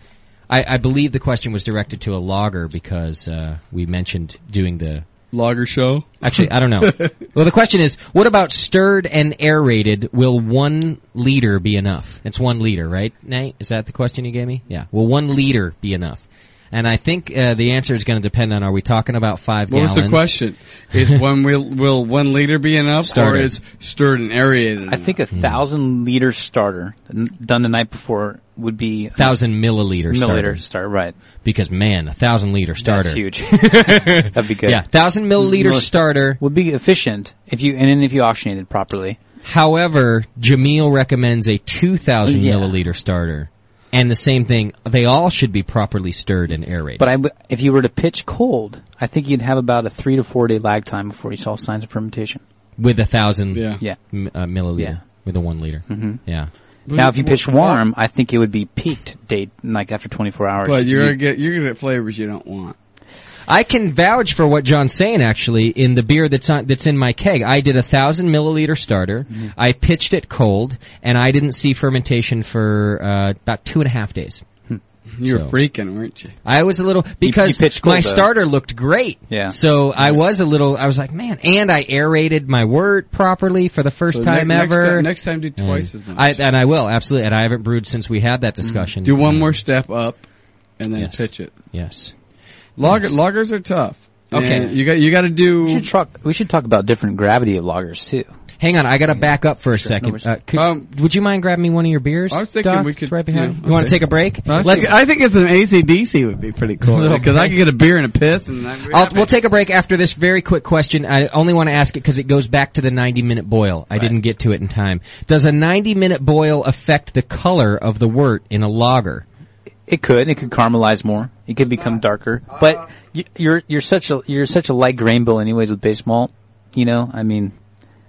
[SPEAKER 1] I, I believe the question was directed to a logger because uh, we mentioned doing the
[SPEAKER 2] Logger show.
[SPEAKER 1] Actually, I don't know. well, the question is, what about stirred and aerated? Will one liter be enough? It's one liter, right, Nate? Is that the question you gave me? Yeah. Will one liter be enough? And I think uh, the answer is going to depend on: Are we talking about five
[SPEAKER 2] What was
[SPEAKER 1] gallons?
[SPEAKER 2] the question? Is one will will one liter be enough,
[SPEAKER 1] Starter.
[SPEAKER 2] or is stirred and aerated?
[SPEAKER 3] I think a thousand liter starter n- done the night before would be
[SPEAKER 1] Thousand milliliter starter.
[SPEAKER 3] milliliter starter, right?
[SPEAKER 1] Because man, a thousand liter starter.
[SPEAKER 3] That's huge. That'd be good.
[SPEAKER 1] Yeah, thousand milliliter
[SPEAKER 3] Milli-
[SPEAKER 1] starter
[SPEAKER 3] would be efficient if you and then if you oxygenate it properly.
[SPEAKER 1] However, Jameel recommends a 2,000
[SPEAKER 3] Yeah.
[SPEAKER 1] milliliter starter. And the same thing, they all should be properly stirred and aerated.
[SPEAKER 3] But I w if you were to pitch cold, I think you'd have about a three to four day lag time before you saw signs of fermentation.
[SPEAKER 1] with a thousand
[SPEAKER 2] Yeah.
[SPEAKER 3] Yeah.
[SPEAKER 1] m- uh, milliliter,
[SPEAKER 3] Yeah.
[SPEAKER 1] with a one liter. Mm-hmm. Yeah.
[SPEAKER 3] now, if you pitch warm, I think it would be peaked date like after 24 hours.
[SPEAKER 2] But you're
[SPEAKER 3] You-
[SPEAKER 2] gonna get you're gonna get flavors you don't want.
[SPEAKER 1] I can vouch for what John's saying actually in the beer that's on, that's in my keg. I did a thousand milliliter starter.
[SPEAKER 3] Mm-hmm.
[SPEAKER 1] I pitched it cold, and I didn't see fermentation for uh, about two and a half days.
[SPEAKER 2] You were
[SPEAKER 1] So-
[SPEAKER 2] freaking, weren't you?
[SPEAKER 1] I was a little because
[SPEAKER 3] pitched cold,
[SPEAKER 1] my
[SPEAKER 3] though.
[SPEAKER 1] starter looked great.
[SPEAKER 3] Yeah.
[SPEAKER 1] So I was a little. I was like, man, and I aerated my wort properly for the first
[SPEAKER 2] So
[SPEAKER 1] time
[SPEAKER 2] ne- next
[SPEAKER 1] ever.
[SPEAKER 2] time- next time do twice
[SPEAKER 1] And
[SPEAKER 2] as much.
[SPEAKER 1] I, and I will absolutely, and I haven't brewed since we had that
[SPEAKER 3] Mm-hmm.
[SPEAKER 1] discussion.
[SPEAKER 2] Do one more step up, and then
[SPEAKER 1] Yes.
[SPEAKER 2] pitch it.
[SPEAKER 1] Yes.
[SPEAKER 2] Logger, Loggers are tough.
[SPEAKER 1] Okay.
[SPEAKER 2] And you got you got to do.
[SPEAKER 3] we should talk. We should talk about different gravity of lagers too.
[SPEAKER 1] Hang on, I got to back up for a second. Uh, could-
[SPEAKER 2] Um,
[SPEAKER 1] would you mind grabbing me one of your beers?
[SPEAKER 2] I was thinking
[SPEAKER 1] Doc?
[SPEAKER 2] we could-
[SPEAKER 1] It's right behind.
[SPEAKER 2] yeah,
[SPEAKER 1] You want to
[SPEAKER 2] okay.
[SPEAKER 1] take a break?
[SPEAKER 2] I think, I think it's an ACDC would be pretty cool
[SPEAKER 1] Little
[SPEAKER 2] because I could get a beer and a piss, and I'd be
[SPEAKER 1] I'll,
[SPEAKER 2] happy.
[SPEAKER 1] we'll take a break after this very quick question. I only want to ask it because it goes back to the 90 minute boil. I didn't get to it in time. Does a 90 minute boil affect the color of the wort in a lager?
[SPEAKER 3] It could. It could caramelize more. It could become darker. But you, you're you're such a you're such a light grain bill, anyways, with base malt. You know, I mean,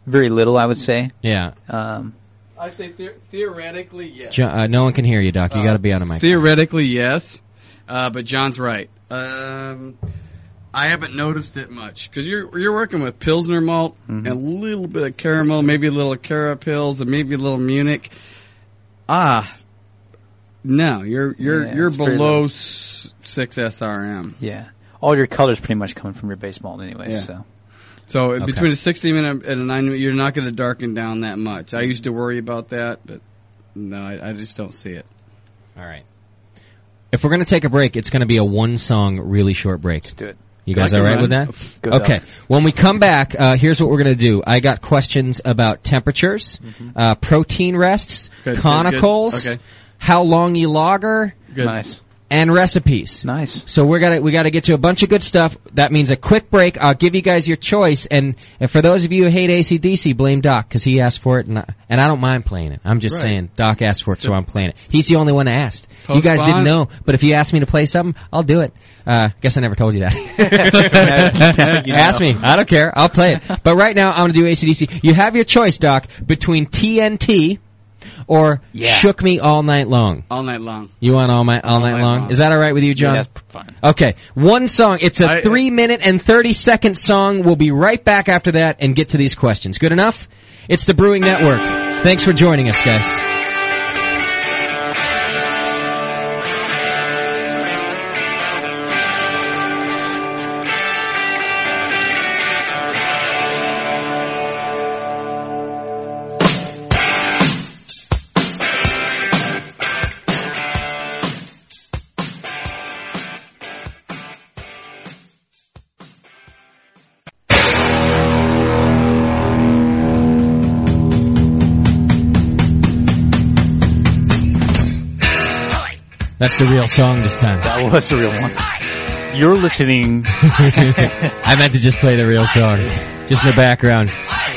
[SPEAKER 3] very little, I would say.
[SPEAKER 1] Yeah.
[SPEAKER 3] Um,
[SPEAKER 2] I say theoretically yes.
[SPEAKER 1] Jo- uh, no one can hear you, Doc. You got to be on a mic.
[SPEAKER 2] Theoretically, yes, uh, but John's right. Um, I haven't noticed it much because you're you're working with Pilsner malt and
[SPEAKER 3] Mm-hmm.
[SPEAKER 2] a little bit of caramel, maybe a little Cara Pils, and maybe a little Munich. Ah, no, you're you're
[SPEAKER 3] Yeah,
[SPEAKER 2] you're
[SPEAKER 3] it's pretty
[SPEAKER 2] below
[SPEAKER 3] low.
[SPEAKER 2] s- six SRM.
[SPEAKER 3] yeah. All your colors pretty much coming from your base malt, anyways.
[SPEAKER 2] Yeah.
[SPEAKER 3] So
[SPEAKER 2] So between a 60 minute and a 90 minute, you're not going to darken down that much. I used to worry about that, but no, I, I just don't see it.
[SPEAKER 1] All right. If we're going to take a break, it's going to be a one song, really short break.
[SPEAKER 3] do it.
[SPEAKER 1] You guys
[SPEAKER 2] I
[SPEAKER 1] all
[SPEAKER 2] can
[SPEAKER 1] right
[SPEAKER 2] run.
[SPEAKER 1] with that?
[SPEAKER 3] Go, Doc.
[SPEAKER 1] okay. When we come back, uh, here's what we're going to do. I got questions about temperatures, uh, protein rests,
[SPEAKER 2] Mm-hmm. Good, good, good.
[SPEAKER 1] conicals,
[SPEAKER 2] Okay.
[SPEAKER 1] how long you lager,
[SPEAKER 2] Good.
[SPEAKER 3] Nice,
[SPEAKER 1] and recipes.
[SPEAKER 3] nice.
[SPEAKER 1] So we're gonna we gotta get to a bunch of good stuff. That means a quick break. I'll give you guys your choice. And, and for those of you who hate ACDC, blame Doc because he asked for it, and I, and I don't mind playing it. I'm just
[SPEAKER 2] Right.
[SPEAKER 1] saying Doc asked for it, so I'm playing it. He's the only one that asked. you
[SPEAKER 2] Post
[SPEAKER 1] guys didn't
[SPEAKER 2] bond?
[SPEAKER 1] know, but if you asked me to play something, I'll do it. Uh, guess I never told you that. Ask me. I don't care. I'll play it. But right now, I'm gonna do ACDC. You have your choice, Doc, between TNT or
[SPEAKER 2] Yeah.
[SPEAKER 1] shook me all night long.
[SPEAKER 2] All night long.
[SPEAKER 1] You want all my all, night, long? Is that all right with you, John?
[SPEAKER 2] Yeah, that's fine.
[SPEAKER 1] Okay, one song. It's a
[SPEAKER 3] uh,
[SPEAKER 2] I-
[SPEAKER 1] three minute and thirty second song. We'll be right back after that and get to these questions. Good enough? It's the Brewing Network. Thanks for joining us, guys. That's the real song this time.
[SPEAKER 3] That was the real one. You're listening.
[SPEAKER 1] I meant to just play the real song. Just in the background.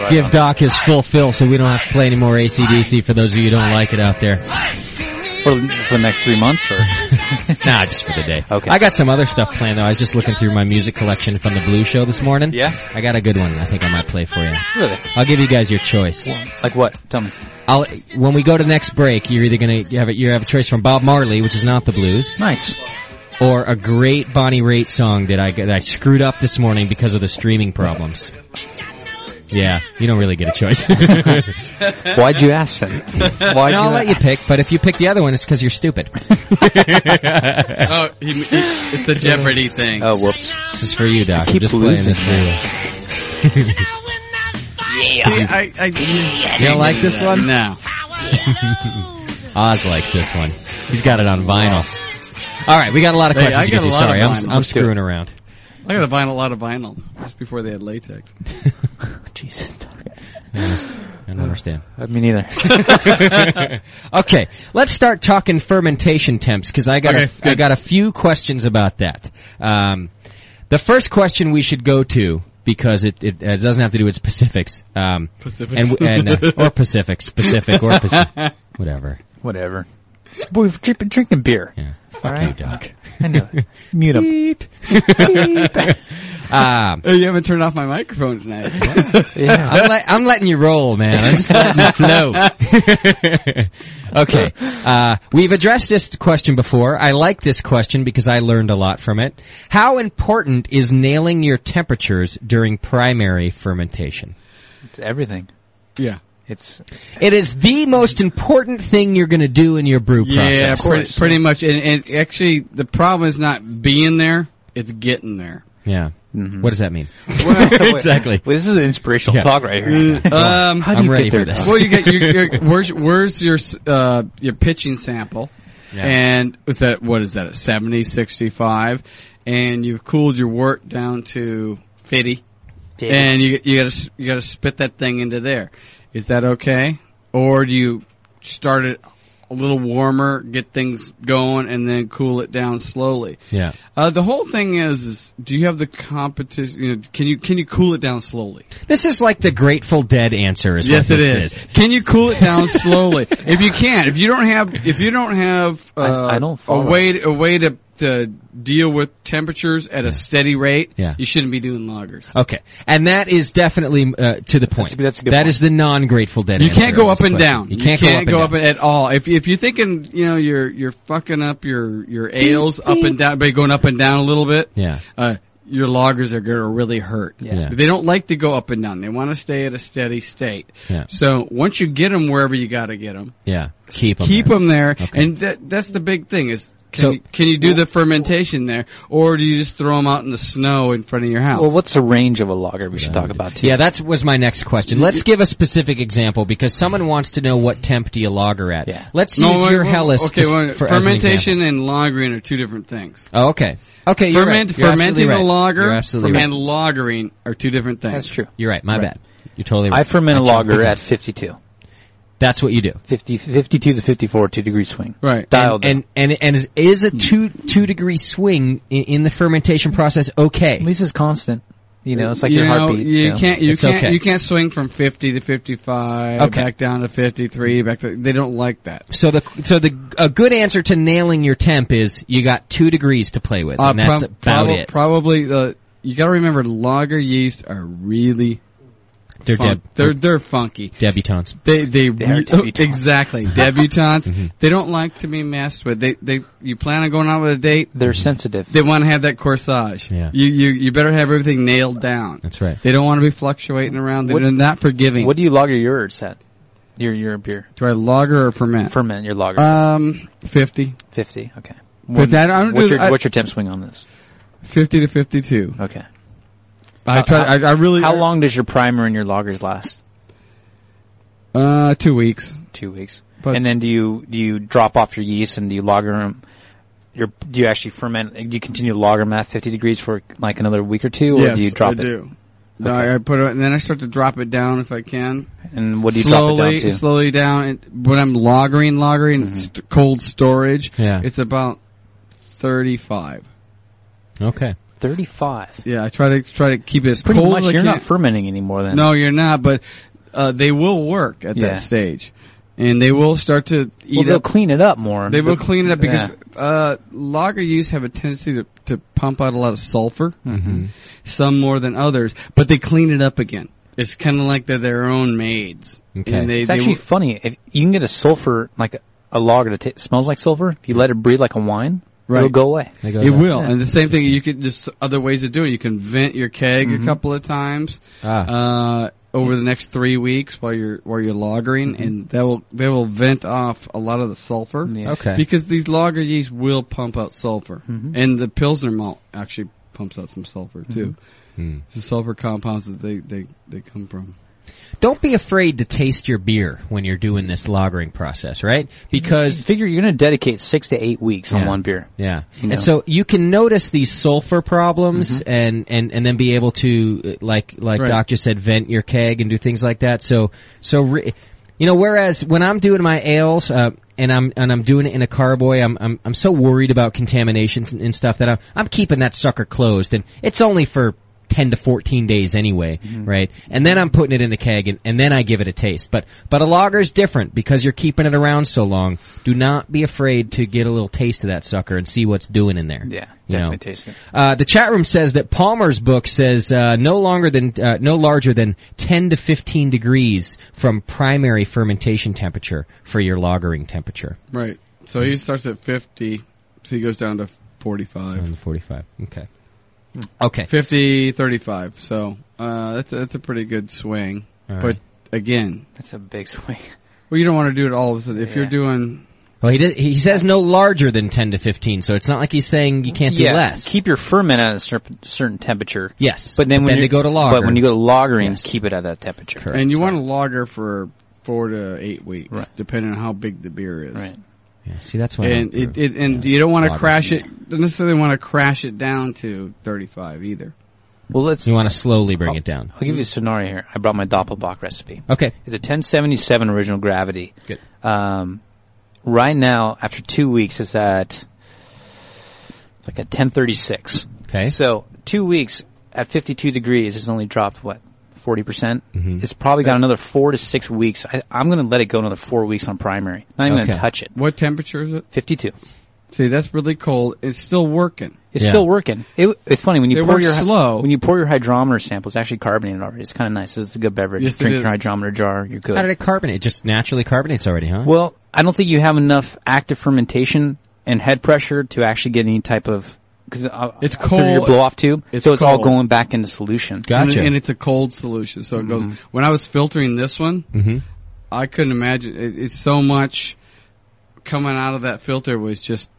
[SPEAKER 1] Give Doc his full fill so we don't have to play any more ACDC for those of you who don't like it out there.
[SPEAKER 3] For, for the next three months, or
[SPEAKER 1] nah, just for the day.
[SPEAKER 3] Okay.
[SPEAKER 1] I got some other stuff planned though. I was just looking through my music collection from the Blue Show this morning.
[SPEAKER 3] Yeah?
[SPEAKER 1] I got a good one I think I might play for you.
[SPEAKER 3] Really?
[SPEAKER 1] I'll give you guys your choice.
[SPEAKER 3] Like what? Tell me.
[SPEAKER 1] I'll, when we go to the next break, you're either gonna you have a, you have a choice from Bob Marley, which is not the blues.
[SPEAKER 3] Nice.
[SPEAKER 1] Or a great Bonnie Raitt song that I, that I screwed up this morning because of the streaming problems. Yeah, you don't really get a choice.
[SPEAKER 3] Why'd you ask then? Why'd
[SPEAKER 1] no,
[SPEAKER 3] you
[SPEAKER 1] I'll let you pick, but if you pick the other one, it's because you're stupid.
[SPEAKER 2] oh, he, he, it's a Jeopardy thing.
[SPEAKER 3] Oh, whoops.
[SPEAKER 1] This is for you, Doc.
[SPEAKER 3] keep
[SPEAKER 1] I'm just playing
[SPEAKER 3] losing.
[SPEAKER 1] this for you.
[SPEAKER 2] I, I,
[SPEAKER 1] You don't like this one?
[SPEAKER 2] No.
[SPEAKER 1] Oz likes this one. He's got it on vinyl. All right, we got a lot of
[SPEAKER 2] Hey,
[SPEAKER 1] questions
[SPEAKER 2] I
[SPEAKER 1] to
[SPEAKER 2] got
[SPEAKER 1] get
[SPEAKER 2] a
[SPEAKER 1] to.
[SPEAKER 2] lot of
[SPEAKER 1] Sorry,
[SPEAKER 2] vinyl.
[SPEAKER 1] I'm, I'm
[SPEAKER 2] Let's do it.
[SPEAKER 1] screwing around.
[SPEAKER 2] I got a vinyl, lot of vinyl. Just before they had latex.
[SPEAKER 3] Jesus.
[SPEAKER 1] I don't understand.
[SPEAKER 3] Uh, Me neither.
[SPEAKER 1] Okay, let's start talking fermentation temps because I got
[SPEAKER 2] Okay,
[SPEAKER 1] a, I
[SPEAKER 2] good.
[SPEAKER 1] got a few questions about that. Um, the first question we should go to because it, it, uh doesn't have to do with specifics. Um,
[SPEAKER 2] Pacifics.
[SPEAKER 1] and, and uh, or Pacific, specific or Pacific, whatever.
[SPEAKER 3] Whatever. We've been drinking beer.
[SPEAKER 1] Yeah. Fuck
[SPEAKER 3] All right.
[SPEAKER 1] you, Doc.
[SPEAKER 3] I know. Mute him.
[SPEAKER 1] Um,
[SPEAKER 2] Hey, Oh, you haven't turned off my microphone tonight.
[SPEAKER 1] I'm, let- I'm letting you roll, man. I'm just letting you flow. okay. Uh, we've addressed this question before. I like this question because I learned a lot from it. How important is nailing your temperatures during primary fermentation?
[SPEAKER 3] It's everything.
[SPEAKER 2] yeah.
[SPEAKER 3] It's
[SPEAKER 1] It is the most important thing you're going to do in your brew
[SPEAKER 2] Yeah,
[SPEAKER 1] process.
[SPEAKER 2] pretty, pretty much. And, and actually, the problem is not being there, it's getting there.
[SPEAKER 1] Yeah.
[SPEAKER 2] Mm-hmm.
[SPEAKER 1] What does that mean? exactly.
[SPEAKER 3] Well, this is an inspirational
[SPEAKER 1] Yeah.
[SPEAKER 3] talk right here.
[SPEAKER 2] Um,
[SPEAKER 1] I'm ready for this.
[SPEAKER 2] well, you get your, your where's, where's your uh, your pitching sample, and is that what is that at 70, 65, and you've cooled your wort down to fifty, and you you gotta s- you gotta spit that thing into there. Is that okay, or do you start it a little warmer, get things going, and then cool it down slowly?
[SPEAKER 1] Yeah.
[SPEAKER 2] Uh, the whole thing is, is do you have the competition? You know, can you can you cool it down slowly?
[SPEAKER 1] This is like the Grateful Dead answer is
[SPEAKER 2] Yes,
[SPEAKER 1] what
[SPEAKER 2] it
[SPEAKER 1] this
[SPEAKER 2] is. Can you cool it down slowly? if you can, if you don't have, if you don't have uh,
[SPEAKER 3] I don't
[SPEAKER 2] a
[SPEAKER 3] follow.
[SPEAKER 2] way to, a way to to deal with temperatures at a steady rate,
[SPEAKER 1] Yeah.
[SPEAKER 2] you shouldn't be doing loggers.
[SPEAKER 1] Okay, and that is definitely uh, to the point.
[SPEAKER 3] That's- that's a good
[SPEAKER 1] That
[SPEAKER 3] point.
[SPEAKER 1] is the non-grateful dead.
[SPEAKER 2] You
[SPEAKER 1] answer
[SPEAKER 2] can't go
[SPEAKER 1] on
[SPEAKER 2] up
[SPEAKER 1] this
[SPEAKER 2] and
[SPEAKER 1] question.
[SPEAKER 2] down.
[SPEAKER 1] You can't,
[SPEAKER 2] go,
[SPEAKER 1] and
[SPEAKER 2] up, and at all. If if you're thinking, you know, you're you're fucking up your your ales up and down by going up and down a little bit.
[SPEAKER 1] Yeah.
[SPEAKER 2] Uh, your loggers are gonna really hurt.
[SPEAKER 1] Yeah.
[SPEAKER 2] They don't like to go up and down. They want to stay at a steady state.
[SPEAKER 1] Yeah.
[SPEAKER 2] So once you get them wherever you got to get them,
[SPEAKER 1] Yeah, keep them.
[SPEAKER 2] keep them there,
[SPEAKER 1] Okay.
[SPEAKER 2] and that, that's the big thing is can,
[SPEAKER 1] So-
[SPEAKER 2] you, can you do the fermentation there, or do you just throw them out in the snow in front of your house?
[SPEAKER 3] well, what's the range of a logger we should talk about too?
[SPEAKER 1] Yeah, that was my next question. Let's give a specific example because someone wants to know what temp do you lager at.
[SPEAKER 3] Yeah.
[SPEAKER 1] Let's
[SPEAKER 2] No,
[SPEAKER 1] use
[SPEAKER 2] wait,
[SPEAKER 1] your
[SPEAKER 2] wait,
[SPEAKER 1] Hellas
[SPEAKER 2] okay,
[SPEAKER 1] to-
[SPEAKER 2] wait,
[SPEAKER 1] for as an example.
[SPEAKER 2] fermentation and lagering are two different things.
[SPEAKER 1] Oh, okay. Okay, you're
[SPEAKER 2] Ferment,
[SPEAKER 1] right. You're absolutely
[SPEAKER 2] fermenting
[SPEAKER 1] right.
[SPEAKER 2] a lager
[SPEAKER 1] You're absolutely
[SPEAKER 2] and
[SPEAKER 1] right.
[SPEAKER 2] lagering are two different things.
[SPEAKER 3] That's true.
[SPEAKER 1] You're right. My bad. You're totally right.
[SPEAKER 3] I ferment a
[SPEAKER 1] tried to
[SPEAKER 3] lager
[SPEAKER 1] think-
[SPEAKER 3] at 52.
[SPEAKER 1] That's what you do.
[SPEAKER 3] 50, 52 to 54, two degree swing.
[SPEAKER 2] Right.
[SPEAKER 3] Dialed
[SPEAKER 1] And and and is, is a two two degree swing in, in the fermentation process okay?
[SPEAKER 3] At least it's constant. You know, it's like
[SPEAKER 2] you
[SPEAKER 3] your
[SPEAKER 2] know,
[SPEAKER 3] heartbeat.
[SPEAKER 2] You
[SPEAKER 3] know?
[SPEAKER 2] can't. You
[SPEAKER 1] It's
[SPEAKER 2] can't.
[SPEAKER 1] okay.
[SPEAKER 2] You can't swing from fifty to fifty-five.
[SPEAKER 1] Okay.
[SPEAKER 2] Back down to fifty-three. Back to. They don't like that.
[SPEAKER 1] So the so the a good answer to nailing your temp is you got two degrees to play with, and that's
[SPEAKER 2] Uh, prob-
[SPEAKER 1] about
[SPEAKER 2] prob-
[SPEAKER 1] it.
[SPEAKER 2] Probably the. You got to remember, lager yeast are really
[SPEAKER 1] They're
[SPEAKER 2] funk-
[SPEAKER 1] deb-
[SPEAKER 2] they're they're funky.
[SPEAKER 1] Debutantes.
[SPEAKER 2] They they,
[SPEAKER 1] are
[SPEAKER 2] re-
[SPEAKER 1] debutantes.
[SPEAKER 2] exactly debutantes.
[SPEAKER 3] Mm-hmm.
[SPEAKER 2] They don't like to be messed with. They they you plan on going out with a date.
[SPEAKER 3] They're sensitive.
[SPEAKER 2] They want to have that corsage.
[SPEAKER 1] Yeah.
[SPEAKER 2] You you you better have everything nailed down.
[SPEAKER 1] That's right.
[SPEAKER 2] They don't want to be fluctuating around. They're
[SPEAKER 3] What-
[SPEAKER 2] not forgiving.
[SPEAKER 3] What do you lager your yours at? Your your beer
[SPEAKER 2] do I lager or ferment?
[SPEAKER 3] ferment your lager
[SPEAKER 2] Um, fifty.
[SPEAKER 3] fifty. Okay.
[SPEAKER 2] But that- I don't
[SPEAKER 3] what's,
[SPEAKER 2] do-
[SPEAKER 3] your,
[SPEAKER 2] I-
[SPEAKER 3] what's your temp swing on this?
[SPEAKER 2] 50 to 52.
[SPEAKER 3] Okay.
[SPEAKER 2] I
[SPEAKER 3] How-
[SPEAKER 2] try, I,
[SPEAKER 3] how-
[SPEAKER 2] I really,
[SPEAKER 3] How long does your primer and your lagers last?
[SPEAKER 2] Uh, two weeks.
[SPEAKER 3] Two weeks.
[SPEAKER 2] But-
[SPEAKER 3] and then do you do you drop off your yeast and do you lager them? Your, do you actually ferment? Do you continue to lager them at fifty degrees for like another week or two, or
[SPEAKER 2] yes,
[SPEAKER 3] do you drop
[SPEAKER 2] I
[SPEAKER 3] it?
[SPEAKER 2] do. No, I, I put it, and then I start to drop it down if I can.
[SPEAKER 3] And what do you drop
[SPEAKER 2] slowly,
[SPEAKER 3] it down to? Mm-hmm.
[SPEAKER 2] slowly down. And when I'm lagering, lagering, st- cold storage,
[SPEAKER 1] Yeah.
[SPEAKER 2] it's about 35.
[SPEAKER 1] Okay.
[SPEAKER 3] Thirty-five.
[SPEAKER 2] Yeah, I try to, try to keep it as
[SPEAKER 3] Pretty
[SPEAKER 2] cold
[SPEAKER 3] much.
[SPEAKER 2] as I
[SPEAKER 3] You're
[SPEAKER 2] can.
[SPEAKER 3] not fermenting anymore then.
[SPEAKER 2] no, you're not, but, uh, they will work at
[SPEAKER 3] Yeah.
[SPEAKER 2] that stage. And they will start to eat
[SPEAKER 3] Well, they'll
[SPEAKER 2] up
[SPEAKER 3] clean it up more.
[SPEAKER 2] They will clean it up because
[SPEAKER 3] Yeah.
[SPEAKER 2] uh, lager yeast have a tendency to, to pump out a lot of sulfur, mm-hmm. some more than others, but they clean it up again. It's kind of like they're their own maids.
[SPEAKER 1] Okay.
[SPEAKER 2] And they,
[SPEAKER 3] It's
[SPEAKER 2] they
[SPEAKER 3] actually
[SPEAKER 2] will-
[SPEAKER 3] funny. If you can get a sulfur, like a, a lager that ta smells like sulfur, if you let it breathe like a wine, it'll
[SPEAKER 2] Right.
[SPEAKER 3] go away.
[SPEAKER 1] They go
[SPEAKER 2] it
[SPEAKER 1] there.
[SPEAKER 2] will. And the same thing, you could just other ways of doing it. You can vent your keg a couple of times
[SPEAKER 1] Mm-hmm. Ah.
[SPEAKER 2] uh, over the next three weeks while you're while you're lagering,
[SPEAKER 1] Mm-hmm.
[SPEAKER 2] and that will they will vent off a lot of the sulfur.
[SPEAKER 3] Yeah.
[SPEAKER 1] Okay. Mm-hmm.
[SPEAKER 2] Because these lager yeast will pump out sulfur, and the Pilsner malt actually pumps out some sulfur too. It's the sulfur compounds that they, they, they come from.
[SPEAKER 1] Don't be afraid to taste your beer when you're doing this lagering process, right? Because
[SPEAKER 3] Figure you're going to dedicate six to eight weeks on
[SPEAKER 1] Yeah.
[SPEAKER 3] one beer.
[SPEAKER 1] Yeah.
[SPEAKER 3] know?
[SPEAKER 1] And so you can notice these sulfur problems and, and, and then be able to, uh, like, like
[SPEAKER 2] Right.
[SPEAKER 1] Doc just said, vent your keg and do things like that. So, so, re- you know, whereas when I'm doing my ales, uh, and I'm, and I'm doing it in a carboy, I'm, I'm, I'm so worried about contaminations and, and stuff that I'm, I'm keeping that sucker closed and it's only for 10 to 14 days anyway,
[SPEAKER 3] Mm-hmm.
[SPEAKER 1] right? And then I'm putting it in a keg and, and then I give it a taste. But, but a lager is different because you're keeping it around so long. Do not be afraid to get a little taste of that sucker and see what's doing in there.
[SPEAKER 3] Yeah,
[SPEAKER 1] You know?
[SPEAKER 3] definitely taste it.
[SPEAKER 1] Uh, the chat room says that Palmer's book says, uh, no longer than, uh, no larger than 10 to 15 degrees from primary fermentation temperature for your lagering temperature.
[SPEAKER 2] Right. So he starts at 50, so he goes down to 45.
[SPEAKER 3] Mm.
[SPEAKER 1] Around 45. Okay. Okay.
[SPEAKER 2] 50, 35. So, uh, that's a, that's a pretty good swing.
[SPEAKER 1] All right.
[SPEAKER 2] But again,
[SPEAKER 3] That's a big swing.
[SPEAKER 2] well, you don't want to do it all of a sudden. If you're
[SPEAKER 3] Yeah.
[SPEAKER 2] doing,
[SPEAKER 1] Well, he did, he says no larger than 10 to 15, so it's not like he's saying you can't do
[SPEAKER 3] yeah,
[SPEAKER 1] less.
[SPEAKER 3] keep your ferment at a cer- certain temperature.
[SPEAKER 1] Yes,
[SPEAKER 3] but
[SPEAKER 1] but
[SPEAKER 3] then when
[SPEAKER 1] then
[SPEAKER 3] you
[SPEAKER 1] they go to lager.
[SPEAKER 3] But when you go to lagering,
[SPEAKER 1] Yes.
[SPEAKER 3] keep it at that temperature.
[SPEAKER 1] Correct.
[SPEAKER 2] and you want to lager for four to eight weeks,
[SPEAKER 3] Right.
[SPEAKER 2] depending on how big the beer is.
[SPEAKER 3] Right.
[SPEAKER 1] Yeah, see, that's why.
[SPEAKER 2] And it, it and you don't want to crash it, don't necessarily want to crash it down to 35 either.
[SPEAKER 3] Well, let's.
[SPEAKER 1] You want to slowly bring it down.
[SPEAKER 3] I'll give you a scenario here. I brought my Doppelbock recipe.
[SPEAKER 1] Okay.
[SPEAKER 3] It's a 1077 original gravity.
[SPEAKER 1] Good.
[SPEAKER 3] Um, right now, after two weeks, it's at it's like at 1036.
[SPEAKER 1] Okay.
[SPEAKER 3] So two weeks at 52 degrees, it's only dropped what 40 percent.
[SPEAKER 1] Mm-hmm.
[SPEAKER 3] It's probably got another four to six weeks. I, I'm going to let it go another four weeks on primary. Not even going
[SPEAKER 1] Okay.
[SPEAKER 3] to touch it.
[SPEAKER 2] What temperature is it?
[SPEAKER 3] 52.
[SPEAKER 2] See, that's really cold. It's still working.
[SPEAKER 3] It's
[SPEAKER 1] Yeah.
[SPEAKER 3] still working. It, it's funny when you
[SPEAKER 2] They
[SPEAKER 3] pour
[SPEAKER 2] work
[SPEAKER 3] your
[SPEAKER 2] slow.
[SPEAKER 3] when you pour your hydrometer sample. It's actually carbonated already. It's kind of nice. It's a good beverage.
[SPEAKER 2] Yes, it
[SPEAKER 3] Drink
[SPEAKER 2] is.
[SPEAKER 3] your hydrometer jar. You're good.
[SPEAKER 1] How did it carbonate? It just naturally carbonates already, huh?
[SPEAKER 3] Well, I don't think you have enough active fermentation and head pressure to actually get any type of because uh,
[SPEAKER 2] It's
[SPEAKER 3] through your
[SPEAKER 2] cold.
[SPEAKER 3] blow off tube,
[SPEAKER 2] It's
[SPEAKER 3] so it's all
[SPEAKER 2] cold.
[SPEAKER 3] going back into solution.
[SPEAKER 1] gotcha. Mm-hmm.
[SPEAKER 2] And, and it's a cold solution. So it goes, when I was filtering this one, I couldn't imagine. It, it's so much coming out of that filter was just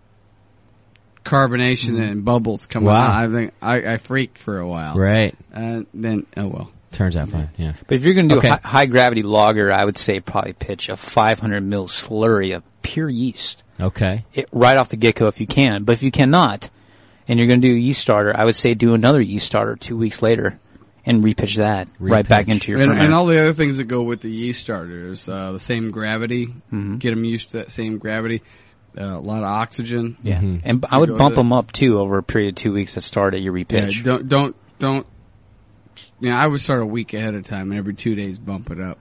[SPEAKER 2] carbonation and bubbles coming
[SPEAKER 1] Mm-hmm. Wow.
[SPEAKER 2] out. I think I, I freaked for a while.
[SPEAKER 1] right.
[SPEAKER 2] And then, oh well.
[SPEAKER 1] Turns out fine. Yeah.
[SPEAKER 3] But if you're going to do
[SPEAKER 1] Okay.
[SPEAKER 3] a high, high gravity lager, I would say probably pitch a 500 mil slurry of pure yeast
[SPEAKER 1] Okay.
[SPEAKER 3] it, right off the get go if you can. But if you cannot, and you're going to do a yeast starter, I would say do another yeast starter two weeks later and repitch that right
[SPEAKER 1] Repitch.
[SPEAKER 3] back into your
[SPEAKER 2] And,
[SPEAKER 3] fermenter.
[SPEAKER 2] and all the other things that go with the yeast starters, uh, the same gravity,
[SPEAKER 1] Mm-hmm.
[SPEAKER 2] get them used to that same gravity, uh, a lot of oxygen.
[SPEAKER 3] yeah, and I
[SPEAKER 2] You
[SPEAKER 3] would
[SPEAKER 2] go
[SPEAKER 3] bump
[SPEAKER 2] to-
[SPEAKER 3] them up too over a period of two weeks that start at your
[SPEAKER 2] Yeah,
[SPEAKER 3] repitch.
[SPEAKER 2] don't don't don't you know, I would start a week ahead of time and every two days bump it up.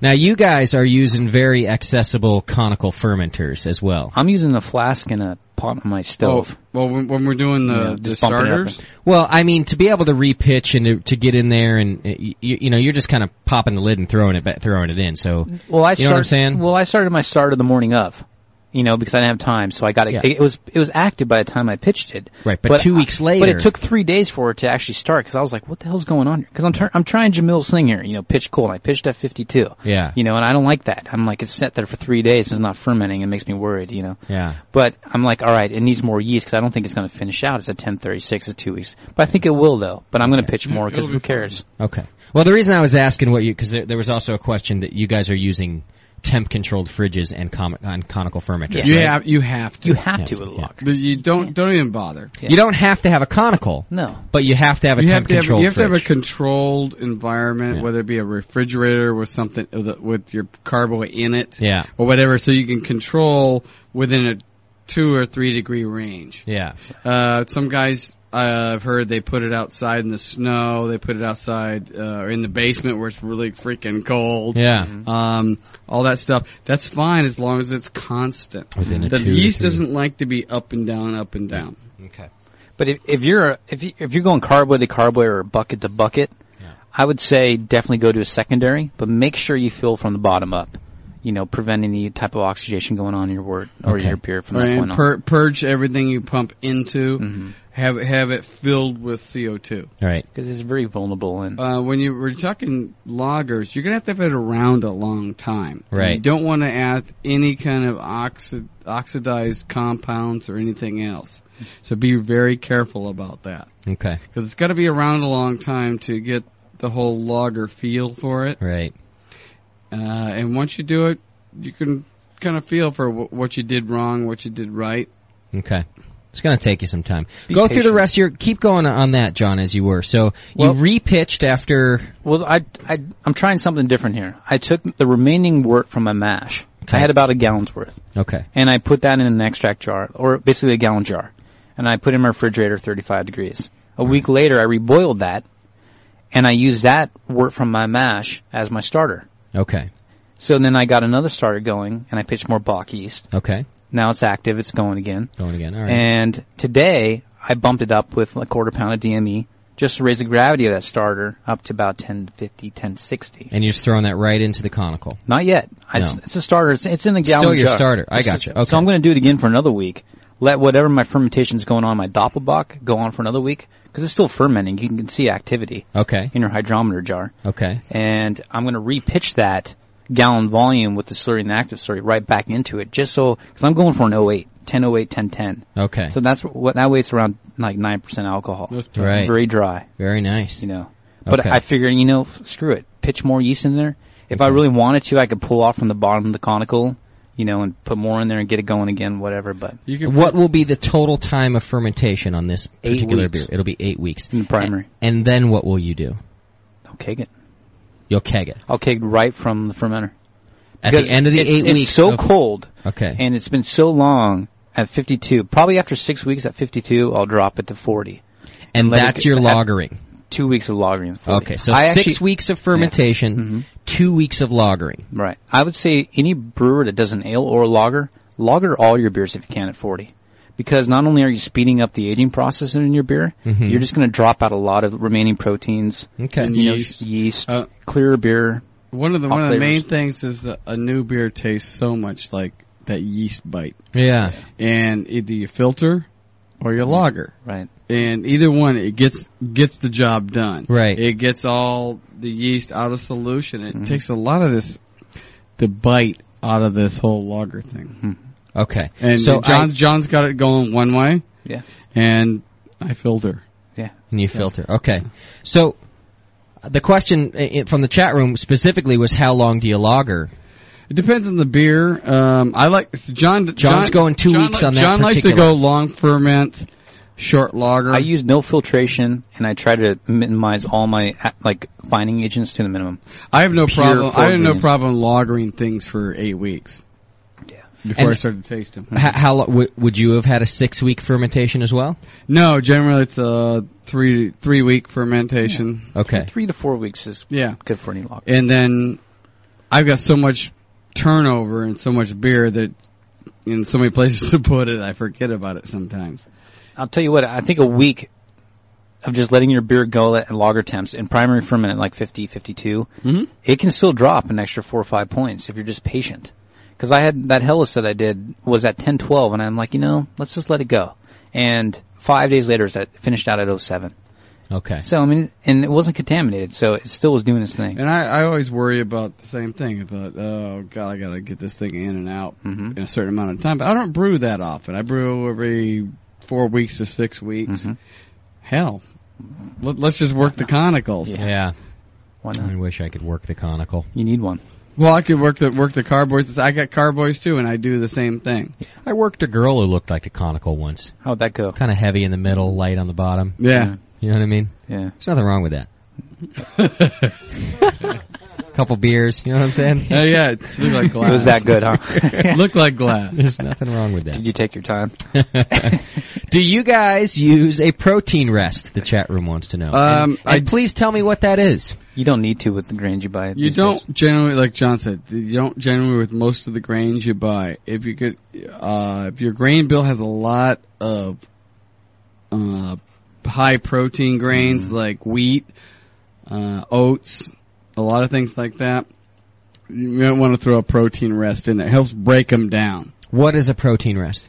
[SPEAKER 1] Now you guys are using very accessible conical fermenters as well.
[SPEAKER 3] I'm using a flask and a pot on my
[SPEAKER 1] Oh.
[SPEAKER 3] stove.
[SPEAKER 2] well, when, when we're doing the,
[SPEAKER 3] Yeah,
[SPEAKER 2] the
[SPEAKER 3] just bump it up.
[SPEAKER 2] starters,
[SPEAKER 1] Well, I mean, to be able to repitch and to, to get in there, and uh, you, you know, you're just kind of popping the lid and throwing it, back, throwing it in. So,
[SPEAKER 3] Well, I
[SPEAKER 1] you know what I'm
[SPEAKER 3] start-
[SPEAKER 1] saying?
[SPEAKER 3] Well, I started my starter the morning of, you know, because I didn't have time, so I got it.
[SPEAKER 1] Yeah.
[SPEAKER 3] It was it was active by the time I pitched it.
[SPEAKER 1] Right, but two
[SPEAKER 3] I-
[SPEAKER 1] weeks
[SPEAKER 3] but
[SPEAKER 1] later-
[SPEAKER 3] it took three days for it to actually start because I was like, "What the hell's going on?" here? Because I'm try- I'm trying Jamil Singh here, you know, pitch cool, and I pitched at 52.
[SPEAKER 1] Yeah.
[SPEAKER 3] you know, and I don't like that. I'm like, it's set there for three days, it's not fermenting, it makes me worried, you know.
[SPEAKER 1] Yeah.
[SPEAKER 3] But I'm like, all right, it needs more yeast because I don't think it's going to finish out. It's at 10:36 in two weeks, but I think it will though. But I'm going to pitch more because who cares?
[SPEAKER 1] Okay. Well, the reason I was asking what you because there, there was also a question that you guys are using temp controlled fridges and com- on conical fermenters.
[SPEAKER 2] you
[SPEAKER 1] right?
[SPEAKER 2] have you have to
[SPEAKER 3] You have to at lock.
[SPEAKER 2] But you don't don't even bother.
[SPEAKER 1] You don't have to have a conical.
[SPEAKER 3] No.
[SPEAKER 1] But you have to have a
[SPEAKER 2] You have
[SPEAKER 1] temp
[SPEAKER 2] to have
[SPEAKER 1] controlled
[SPEAKER 2] you have to have a
[SPEAKER 1] fridge.
[SPEAKER 2] controlled environment, whether it be a refrigerator with something with the- with your carbo in it,
[SPEAKER 1] Yeah.
[SPEAKER 2] or whatever, so you can control within a two or three degree range.
[SPEAKER 1] yeah.
[SPEAKER 2] Uh, some guys uh, I've heard they put it outside in the snow. They put it outside uh, or in the basement where it's really freaking cold.
[SPEAKER 1] Yeah.
[SPEAKER 2] Um, all that stuff. That's fine as long as it's constant.
[SPEAKER 1] Within a
[SPEAKER 2] the
[SPEAKER 1] two to
[SPEAKER 2] yeast
[SPEAKER 1] three-
[SPEAKER 2] doesn't like to be up and down, up and down.
[SPEAKER 1] Okay.
[SPEAKER 3] But if, if you're if you, if you're going carboy to carboy or bucket to bucket, I would say definitely go to a secondary, but make sure you fill from the bottom up. You know, prevent any type of oxidation going on in your wort or
[SPEAKER 1] Okay.
[SPEAKER 3] your beer from that
[SPEAKER 2] Right,
[SPEAKER 3] point on.
[SPEAKER 2] pur- purge everything you pump into.
[SPEAKER 1] Mm-hmm.
[SPEAKER 2] Have have it filled with CO two.
[SPEAKER 1] All right.
[SPEAKER 3] Because it's very vulnerable and
[SPEAKER 2] Uh, when you we're talking loggers, you're gonna have to have it around a long time.
[SPEAKER 1] Right.
[SPEAKER 2] You don't want to add any kind of oxi- oxidized compounds or anything else. So be very careful about that
[SPEAKER 1] Okay.
[SPEAKER 2] because it's got to be around a long time to get the whole logger feel for it.
[SPEAKER 1] Right.
[SPEAKER 2] Uh, and once you do it, you can kind of feel for wh- what you did wrong, what you did right.
[SPEAKER 1] Okay. It's going to take you some time. Go through the
[SPEAKER 3] patient.
[SPEAKER 1] rest of your. Keep going on that, John, as you were. So
[SPEAKER 3] Well-
[SPEAKER 1] you repitched after.
[SPEAKER 3] Well, I, I, I'm trying something different here. I took the remaining wort from my mash.
[SPEAKER 1] Okay.
[SPEAKER 3] I had about a gallon's worth.
[SPEAKER 1] Okay.
[SPEAKER 3] And I put that in an extract jar, or basically a gallon jar. And I put it in my refrigerator 35 degrees. A week later, I reboiled that, and I used that wort from my mash as my starter.
[SPEAKER 1] Okay.
[SPEAKER 3] So then I got another starter going, and I pitched more Bach yeast.
[SPEAKER 1] Okay.
[SPEAKER 3] Now it's active, it's going again.
[SPEAKER 1] Going again. All right.
[SPEAKER 3] And today, I bumped it up with a quarter pound of DME, just to raise the gravity of that starter up to about 1050, 1060.
[SPEAKER 1] And you're just throwing that right into the conical.
[SPEAKER 3] Not yet. I,
[SPEAKER 1] No.
[SPEAKER 3] It's a starter. It's, it's in the gallon
[SPEAKER 1] Still your
[SPEAKER 3] jar.
[SPEAKER 1] starter. I
[SPEAKER 3] It's
[SPEAKER 1] gotcha.
[SPEAKER 3] just-
[SPEAKER 1] Okay.
[SPEAKER 3] So I'm going to do it again for another week. Let whatever my fermentation's going on, in my doppelbock, go on for another week because it's still fermenting. You can see activity
[SPEAKER 1] Okay.
[SPEAKER 3] in your hydrometer jar.
[SPEAKER 1] Okay.
[SPEAKER 3] And I'm going to repitch that gallon volume with the slurry and the active slurry right back into it, just so because I'm going for an 08, 1008, 1010.
[SPEAKER 1] Okay.
[SPEAKER 3] So that's what that way it's around like nine percent alcohol.
[SPEAKER 1] Right.
[SPEAKER 3] Very dry
[SPEAKER 1] Very nice.
[SPEAKER 3] you know. But
[SPEAKER 1] Okay.
[SPEAKER 3] I figure, you know, f- screw it. Pitch more yeast in there. If I really wanted to, I could pull off from the bottom of the conical, you know, and put more in there and get it going again, whatever. But
[SPEAKER 2] You can
[SPEAKER 1] What will be the total time of fermentation on this
[SPEAKER 3] Eight
[SPEAKER 1] particular
[SPEAKER 3] weeks.
[SPEAKER 1] beer? It'll be eight weeks.
[SPEAKER 3] In the primary.
[SPEAKER 1] A- And, then what will you do?
[SPEAKER 3] I'll keg it.
[SPEAKER 1] You'll keg it
[SPEAKER 3] I'll keg right from the fermenter.
[SPEAKER 1] at the
[SPEAKER 3] Because
[SPEAKER 1] end of the
[SPEAKER 3] it's,
[SPEAKER 1] eight
[SPEAKER 3] it's
[SPEAKER 1] weeks.
[SPEAKER 3] so
[SPEAKER 1] of-
[SPEAKER 3] cold.
[SPEAKER 1] Okay.
[SPEAKER 3] And it's been so long at 52. Probably after six weeks at 52, I'll drop it to 40.
[SPEAKER 1] and
[SPEAKER 3] let it
[SPEAKER 1] that's
[SPEAKER 3] go-
[SPEAKER 1] your
[SPEAKER 3] at-
[SPEAKER 1] lagering.
[SPEAKER 3] Two weeks of lagering. 40.
[SPEAKER 1] Okay, so
[SPEAKER 3] I
[SPEAKER 1] six
[SPEAKER 3] actually- Mm-hmm.
[SPEAKER 1] weeks of fermentation, two weeks of lagering.
[SPEAKER 3] Right. I would say any brewer that does an ale or a lager, lager all your beers if you can at 40. Because not only are you speeding up the aging process in your beer,
[SPEAKER 2] Mm-hmm.
[SPEAKER 3] you're just going to drop out a lot of remaining proteins,
[SPEAKER 1] Okay,
[SPEAKER 2] And
[SPEAKER 3] you know,
[SPEAKER 2] Yeast.
[SPEAKER 3] yeast
[SPEAKER 2] Uh,
[SPEAKER 3] clearer beer.
[SPEAKER 2] One of the
[SPEAKER 3] Hop
[SPEAKER 2] one of the main
[SPEAKER 3] flavors.
[SPEAKER 2] things is that a new beer tastes so much like that yeast bite,
[SPEAKER 1] yeah,
[SPEAKER 2] and either you filter or you lager,
[SPEAKER 3] Right.
[SPEAKER 2] and either one it gets gets the job done.
[SPEAKER 1] Right. Mm-hmm.
[SPEAKER 2] it gets all the yeast out of solution. It takes a lot of this the bite out of this whole lager thing.
[SPEAKER 1] okay. Mm-hmm.
[SPEAKER 2] And
[SPEAKER 1] so
[SPEAKER 2] John's
[SPEAKER 1] I,
[SPEAKER 2] John's got it going one way,
[SPEAKER 3] Yeah.
[SPEAKER 2] and I filter.
[SPEAKER 3] Yeah.
[SPEAKER 1] and you filter. Okay, so the question i- i- from the chat room specifically was how long do you lager?
[SPEAKER 2] It depends on the beer. Um, I like so John.
[SPEAKER 1] John's
[SPEAKER 2] John-
[SPEAKER 1] going two
[SPEAKER 2] John
[SPEAKER 1] weeks
[SPEAKER 2] li-
[SPEAKER 1] on that
[SPEAKER 2] John likes to
[SPEAKER 1] particular.
[SPEAKER 2] go long ferment, short lager.
[SPEAKER 3] I use no filtration and I try to minimize all my a- like binding agents to the minimum.
[SPEAKER 2] I have no
[SPEAKER 3] Pure
[SPEAKER 2] problem.
[SPEAKER 3] full
[SPEAKER 2] I have no
[SPEAKER 3] greens.
[SPEAKER 2] problem lagering things for eight weeks.
[SPEAKER 3] Yeah.
[SPEAKER 2] Before
[SPEAKER 1] And-
[SPEAKER 2] I started to taste them.
[SPEAKER 1] H- how lo- w- would you have had a six week fermentation as well?
[SPEAKER 2] No, generally it's a three three week fermentation.
[SPEAKER 1] Okay.
[SPEAKER 3] Three to four weeks is
[SPEAKER 2] yeah
[SPEAKER 3] good for any lager.
[SPEAKER 2] And then I've got so much turnover and so much beer that in so many places to put it, I forget about it sometimes.
[SPEAKER 3] I'll tell you what, I think a week of just letting your beer go at lager temps and primary ferment at like 50, 52,
[SPEAKER 2] Mhm.
[SPEAKER 3] it can still drop an extra four or five points if you're just patient. Cause I had that Hellas that I did was at 10, 12 and I'm like, you know, let's just let it go. And five days later is that finished out at 07.
[SPEAKER 1] Okay.
[SPEAKER 3] So I mean, and it wasn't contaminated, so it still was doing its thing.
[SPEAKER 2] And I, I always worry about the same thing about, oh god, I gotta get this thing in and out
[SPEAKER 3] Mm-hmm.
[SPEAKER 2] in a certain amount of time. But I don't brew that often. I brew every four weeks to six weeks.
[SPEAKER 3] Mm-hmm.
[SPEAKER 2] Hell, let, us just work the conicals.
[SPEAKER 1] Yeah.
[SPEAKER 3] Why
[SPEAKER 1] not? I wish I could work the conical.
[SPEAKER 3] You need one.
[SPEAKER 2] Well, I could work the work the carboys. I got carboys too, and I do the same thing.
[SPEAKER 1] I worked a girl who looked like a conical once.
[SPEAKER 3] How'd that go?
[SPEAKER 1] Kind of heavy in the middle, light on the bottom.
[SPEAKER 2] Yeah.
[SPEAKER 1] You know what I mean?
[SPEAKER 3] Yeah.
[SPEAKER 1] There's nothing wrong with that. Couple beers, you know what I'm saying?
[SPEAKER 2] Yeah, Oh, yeah, it looked like glass.
[SPEAKER 3] It was that good, huh?
[SPEAKER 2] Looked like glass.
[SPEAKER 1] There's nothing wrong with that.
[SPEAKER 3] Did you take your time?
[SPEAKER 1] Do you guys use a protein rest? The chat room wants to know.
[SPEAKER 2] Um,
[SPEAKER 1] and, and please tell me what that is.
[SPEAKER 3] You don't need to with the grains you buy.
[SPEAKER 2] You
[SPEAKER 3] these
[SPEAKER 2] don't
[SPEAKER 3] days.
[SPEAKER 2] generally, like John said, you don't generally with most of the grains you buy. If you could, uh, if your grain bill has a lot of uh, high protein grains like wheat, uh, oats, a lot of things like that, you might want to throw a protein rest in there. It helps break them down.
[SPEAKER 1] What is a protein rest?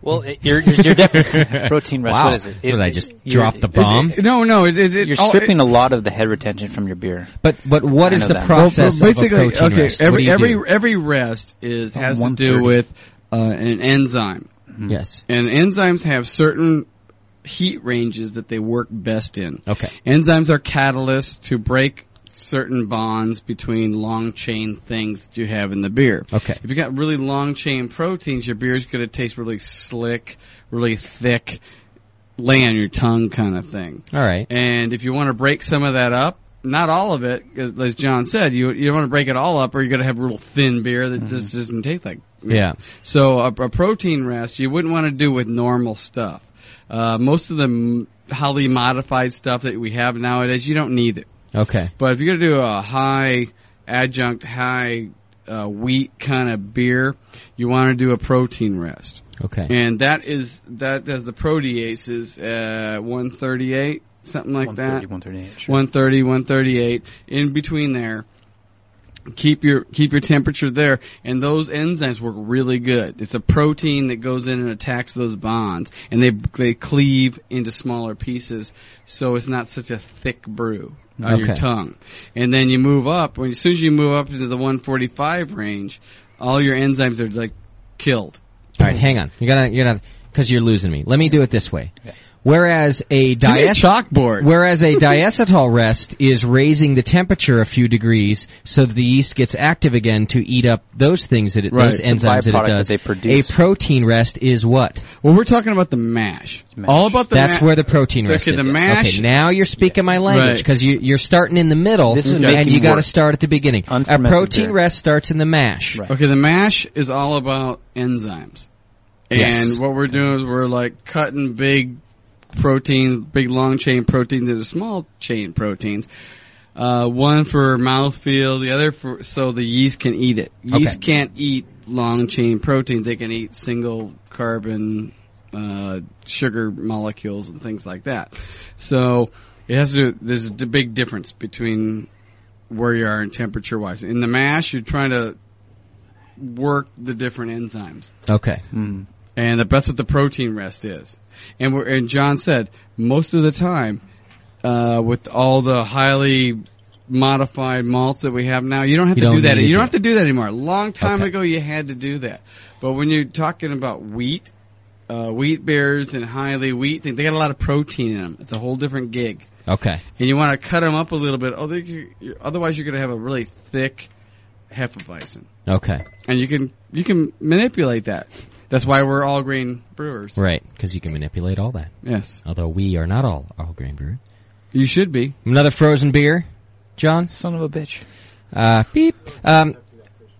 [SPEAKER 3] Well, it, you're, you're, you're definitely protein rest.
[SPEAKER 1] Wow.
[SPEAKER 3] What is it? oh,
[SPEAKER 1] What did I just
[SPEAKER 3] you're-
[SPEAKER 1] drop the bomb?
[SPEAKER 2] No, no, it, it, it,
[SPEAKER 3] You're
[SPEAKER 2] all- it-
[SPEAKER 3] stripping a lot of the head retention from your beer.
[SPEAKER 1] But but what
[SPEAKER 3] I
[SPEAKER 1] is
[SPEAKER 3] know
[SPEAKER 1] the
[SPEAKER 3] that.
[SPEAKER 2] Well,
[SPEAKER 1] process
[SPEAKER 2] well,
[SPEAKER 1] of a protein
[SPEAKER 2] okay,
[SPEAKER 1] rest? What do
[SPEAKER 2] Every
[SPEAKER 1] you
[SPEAKER 2] every
[SPEAKER 1] do?
[SPEAKER 2] every rest is has to do
[SPEAKER 3] 130.
[SPEAKER 2] with uh, an enzyme.
[SPEAKER 1] yes.
[SPEAKER 2] and enzymes have certain heat ranges that they work best in.
[SPEAKER 1] Okay.
[SPEAKER 2] Enzymes are catalysts to break certain bonds between long chain things that you have in the beer.
[SPEAKER 1] Okay.
[SPEAKER 2] If you got really long chain proteins, your beer's going to taste really slick, really thick, lay on your tongue kind of thing.
[SPEAKER 1] All right.
[SPEAKER 2] And if you want to break some of that up, not all of it, 'cause as John said, you you want to break it all up, or you're going to have real thin beer that just doesn't taste like.
[SPEAKER 1] Mm-hmm. Yeah.
[SPEAKER 2] So a, a protein rest you wouldn't want to do with normal stuff. Uh, most of the m- highly modified stuff that we have nowadays, you don't need it.
[SPEAKER 1] Okay.
[SPEAKER 2] But if you're going to do a high adjunct, high uh, wheat kind of beer, you want to do a protein rest.
[SPEAKER 1] Okay.
[SPEAKER 2] And that is that as the proteases uh 138 something like
[SPEAKER 3] 130,
[SPEAKER 2] that.
[SPEAKER 3] 138, sure.
[SPEAKER 2] 130 138 in between there. Keep your keep your temperature there and those enzymes work really good. It's a protein that goes in and attacks those bonds and they they cleave into smaller pieces so it's not such a thick brew on your
[SPEAKER 1] Okay.
[SPEAKER 2] tongue. And then you move up when as soon as you move up into the 145 range, all your enzymes are like killed.
[SPEAKER 1] All right. Hang on. You gotta you gotta because you're losing me. Let me do it this way. Whereas a
[SPEAKER 2] Give me a
[SPEAKER 1] diet
[SPEAKER 2] chalkboard.
[SPEAKER 1] Whereas a diacetyl rest is raising the temperature a few degrees so that the yeast gets active again to eat up those things that it,
[SPEAKER 2] Right.
[SPEAKER 1] those
[SPEAKER 2] The
[SPEAKER 1] enzymes that
[SPEAKER 3] byproduct
[SPEAKER 1] it
[SPEAKER 3] that
[SPEAKER 1] does.
[SPEAKER 3] they produce.
[SPEAKER 1] A protein rest is what?
[SPEAKER 2] Well, we're talking about the mash. All about the
[SPEAKER 1] That's
[SPEAKER 2] ma-
[SPEAKER 1] where the protein rest
[SPEAKER 2] Okay,
[SPEAKER 1] is.
[SPEAKER 2] the mash-
[SPEAKER 1] Okay, now you're speaking my language
[SPEAKER 2] Right.
[SPEAKER 1] because you, you're starting in the middle
[SPEAKER 3] This is
[SPEAKER 1] and
[SPEAKER 3] making
[SPEAKER 1] you got to
[SPEAKER 3] work.
[SPEAKER 1] start at the beginning. A
[SPEAKER 3] Unfermented
[SPEAKER 1] protein
[SPEAKER 3] beer.
[SPEAKER 1] rest starts in the mash.
[SPEAKER 2] Okay, the mash is all about enzymes. And
[SPEAKER 1] Yes.
[SPEAKER 2] what we're doing is we're like cutting big proteins, big long chain proteins into small chain proteins. Uh, one for mouthfeel, the other for, so the yeast can eat it. Yeast can't eat long chain proteins. They can eat single carbon, uh, sugar molecules and things like that. So it has to do, there's a d- big difference between where you are in temperature wise. In the mash, you're trying to work the different enzymes.
[SPEAKER 1] Okay.
[SPEAKER 2] Mm. And that- that's what the protein rest is. And we're, and John said, most of the time, uh, with all the highly modified malts that we have now, you don't have
[SPEAKER 1] You
[SPEAKER 2] to
[SPEAKER 1] don't
[SPEAKER 2] do that.
[SPEAKER 1] need to
[SPEAKER 2] You don't have
[SPEAKER 1] do
[SPEAKER 2] to do that anymore. A long time
[SPEAKER 1] Okay.
[SPEAKER 2] ago, you had to do that. But when you're talking about wheat, uh, wheat beers and highly wheat, they, they got a lot of protein in them. It's a whole different gig
[SPEAKER 1] Okay.
[SPEAKER 2] and you want to cut them up a little bit. Other, you- you- Otherwise, you're going to have a really thick hefeweizen,
[SPEAKER 1] Okay.
[SPEAKER 2] and you can you can manipulate that. That's why we're all grain brewers.
[SPEAKER 1] Right. Because you can manipulate all that.
[SPEAKER 2] Yes,
[SPEAKER 1] Although we are not all all grain brewers.
[SPEAKER 2] you should be.
[SPEAKER 1] Another frozen beer, John.
[SPEAKER 3] Son of a bitch.
[SPEAKER 1] Uh, beep. Um,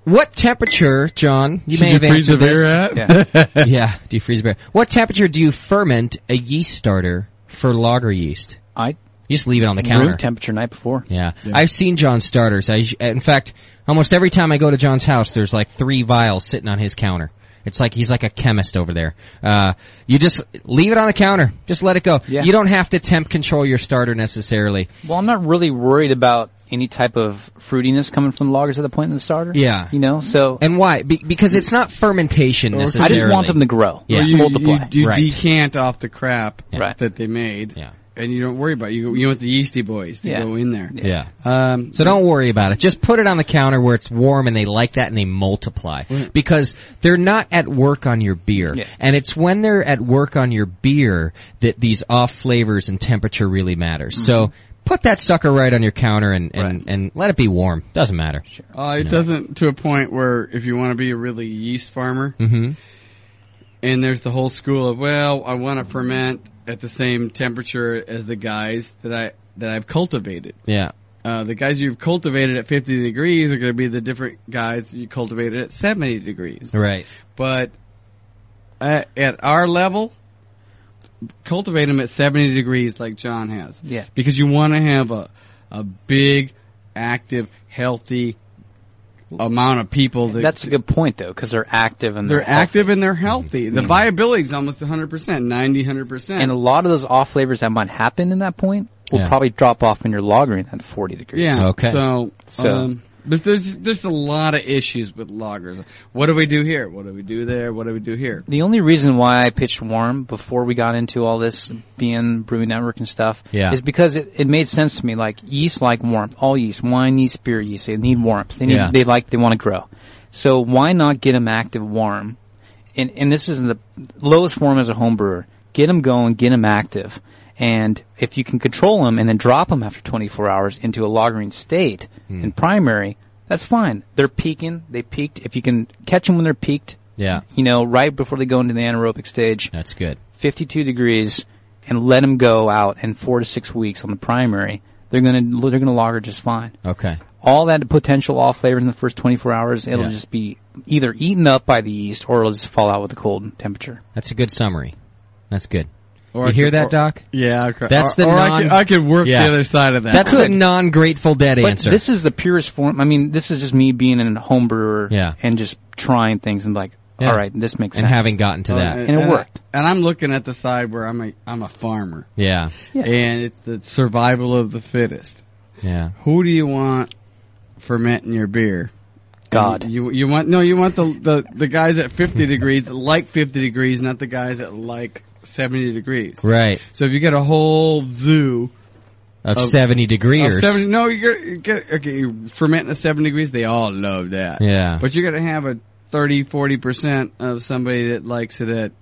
[SPEAKER 1] What temperature, John? You
[SPEAKER 2] Should
[SPEAKER 1] may
[SPEAKER 2] you
[SPEAKER 1] have
[SPEAKER 2] freeze
[SPEAKER 1] answered
[SPEAKER 2] a beer
[SPEAKER 1] this.
[SPEAKER 2] at?
[SPEAKER 1] Yeah. yeah. Do you freeze a beer? What temperature do you ferment a yeast starter for lager yeast?
[SPEAKER 3] I
[SPEAKER 1] you just leave it on the
[SPEAKER 3] room
[SPEAKER 1] counter.
[SPEAKER 3] temperature night before.
[SPEAKER 1] Yeah. I've seen John's starters. I, in fact, almost every time I go to John's house, there's like three vials sitting on his counter. It's like he's like a chemist over there. Uh, you just leave it on the counter. Just let it go.
[SPEAKER 3] Yeah.
[SPEAKER 1] You don't have to temp control your starter necessarily.
[SPEAKER 3] Well, I'm not really worried about any type of fruitiness coming from the loggers at the point in the starter.
[SPEAKER 1] Yeah.
[SPEAKER 3] You know, so.
[SPEAKER 1] And why? Be- because it's not fermentation
[SPEAKER 3] I
[SPEAKER 1] necessarily.
[SPEAKER 3] just want them to grow.
[SPEAKER 1] Yeah.
[SPEAKER 2] Or you,
[SPEAKER 3] Multiply.
[SPEAKER 2] You, you
[SPEAKER 1] Right.
[SPEAKER 2] decant off the crap
[SPEAKER 3] Right.
[SPEAKER 2] that they made,
[SPEAKER 1] Yeah.
[SPEAKER 2] and you don't worry about it. You, you want the yeasty boys to
[SPEAKER 3] Yeah.
[SPEAKER 2] go in there.
[SPEAKER 1] Yeah.
[SPEAKER 2] Um,
[SPEAKER 1] So don't worry about it. Just put it on the counter where it's warm and they like that and they multiply. Because they're not at work on your beer.
[SPEAKER 3] Mm. Yeah.
[SPEAKER 1] And it's when they're at work on your beer that these off flavors and temperature really matter.
[SPEAKER 3] Mm-hmm.
[SPEAKER 1] So put that sucker right on your counter and, and, and let it be warm. Doesn't matter.
[SPEAKER 2] Uh, it doesn't to a point where if you want to be a really yeast farmer,
[SPEAKER 1] hmm
[SPEAKER 2] and there's the whole school of well, I want to ferment at the same temperature as the guys that I that I've cultivated.
[SPEAKER 1] Yeah.
[SPEAKER 2] Uh, the guys you've cultivated at 50 degrees are going to be the different guys you cultivated at 70 degrees.
[SPEAKER 1] Right.
[SPEAKER 2] But at, at our level, cultivate them at 70 degrees like John has.
[SPEAKER 3] Yeah.
[SPEAKER 2] Because you want to have a, a big, active, healthy amount of people that
[SPEAKER 3] That's a good point though, because they're active and
[SPEAKER 2] they're
[SPEAKER 3] they're, healthy.
[SPEAKER 2] active and they're healthy. The viability is almost 100%, 90, 100%.
[SPEAKER 3] Mm-hmm. And a lot of those off flavors that might happen in that point will
[SPEAKER 1] Yeah.
[SPEAKER 3] probably drop off when you're lagering at 40 degrees.
[SPEAKER 2] Yeah.
[SPEAKER 1] Okay.
[SPEAKER 2] So,
[SPEAKER 3] So-
[SPEAKER 2] um, but there's there's a lot of issues with loggers. What do we do here? What do we do there? What do we do here?
[SPEAKER 3] The only reason why I pitched warm before we got into all this being brewing network and stuff
[SPEAKER 1] Yeah.
[SPEAKER 3] is because it, it made sense to me. Like yeast like warmth, all yeast, wine yeast, beer yeast, they need warmth. They need,
[SPEAKER 1] Yeah.
[SPEAKER 3] they like, they want to grow. So why not get them active warm? And, and this is the lowest form as a home brewer. Get them going, get them active. And if you can control them and then drop them after 24 hours into a lagering state
[SPEAKER 1] Hmm.
[SPEAKER 3] in primary, that's fine. They're peaking. They peaked. If you can catch them when they're peaked,
[SPEAKER 1] Yeah.
[SPEAKER 3] you know, right before they go into the anaerobic stage,
[SPEAKER 1] That's good.
[SPEAKER 3] 52 degrees, and let them go out in four to six weeks on the primary. They're gonna they're gonna lager just fine.
[SPEAKER 1] Okay.
[SPEAKER 3] All that potential off flavors in the first 24 hours, it'll
[SPEAKER 1] Yeah.
[SPEAKER 3] just be either eaten up by the yeast or it'll just fall out with the cold temperature.
[SPEAKER 1] That's a good summary. That's good.
[SPEAKER 2] Or
[SPEAKER 1] you hear that,
[SPEAKER 2] or-
[SPEAKER 1] Doc?
[SPEAKER 2] Yeah. Okay.
[SPEAKER 1] That's
[SPEAKER 2] or,
[SPEAKER 1] the
[SPEAKER 2] or I,
[SPEAKER 1] non-
[SPEAKER 2] could, I could work
[SPEAKER 1] Yeah.
[SPEAKER 2] the other side of that.
[SPEAKER 1] That's the
[SPEAKER 3] Good.
[SPEAKER 1] non-Grateful Dead
[SPEAKER 3] But
[SPEAKER 1] answer.
[SPEAKER 3] this is the purest form. I mean, this is just me being a home brewer
[SPEAKER 1] Yeah.
[SPEAKER 3] and just trying things and like,
[SPEAKER 1] Yeah.
[SPEAKER 3] all right, this makes
[SPEAKER 1] and
[SPEAKER 3] sense.
[SPEAKER 1] having gotten to that.
[SPEAKER 3] And it worked.
[SPEAKER 2] Oh, And I'm looking at the side where I'm a I'm a farmer,
[SPEAKER 1] yeah.
[SPEAKER 2] and it's the survival of the fittest.
[SPEAKER 1] Yeah.
[SPEAKER 2] Who do you want fermenting your beer?
[SPEAKER 3] God.
[SPEAKER 2] You you want no you want the the, the guys at 50 degrees that like 50 degrees, not the guys that like 70 degrees.
[SPEAKER 1] Right.
[SPEAKER 2] So if you get a whole zoo
[SPEAKER 1] Of,
[SPEAKER 2] Of-
[SPEAKER 1] 70
[SPEAKER 2] Oh,
[SPEAKER 1] degrees.
[SPEAKER 2] 70, no, you're gonna get, okay, you ferment in the 70 degrees, they all love that.
[SPEAKER 1] Yeah.
[SPEAKER 2] But you're going to have a 30, 40% of somebody that likes it at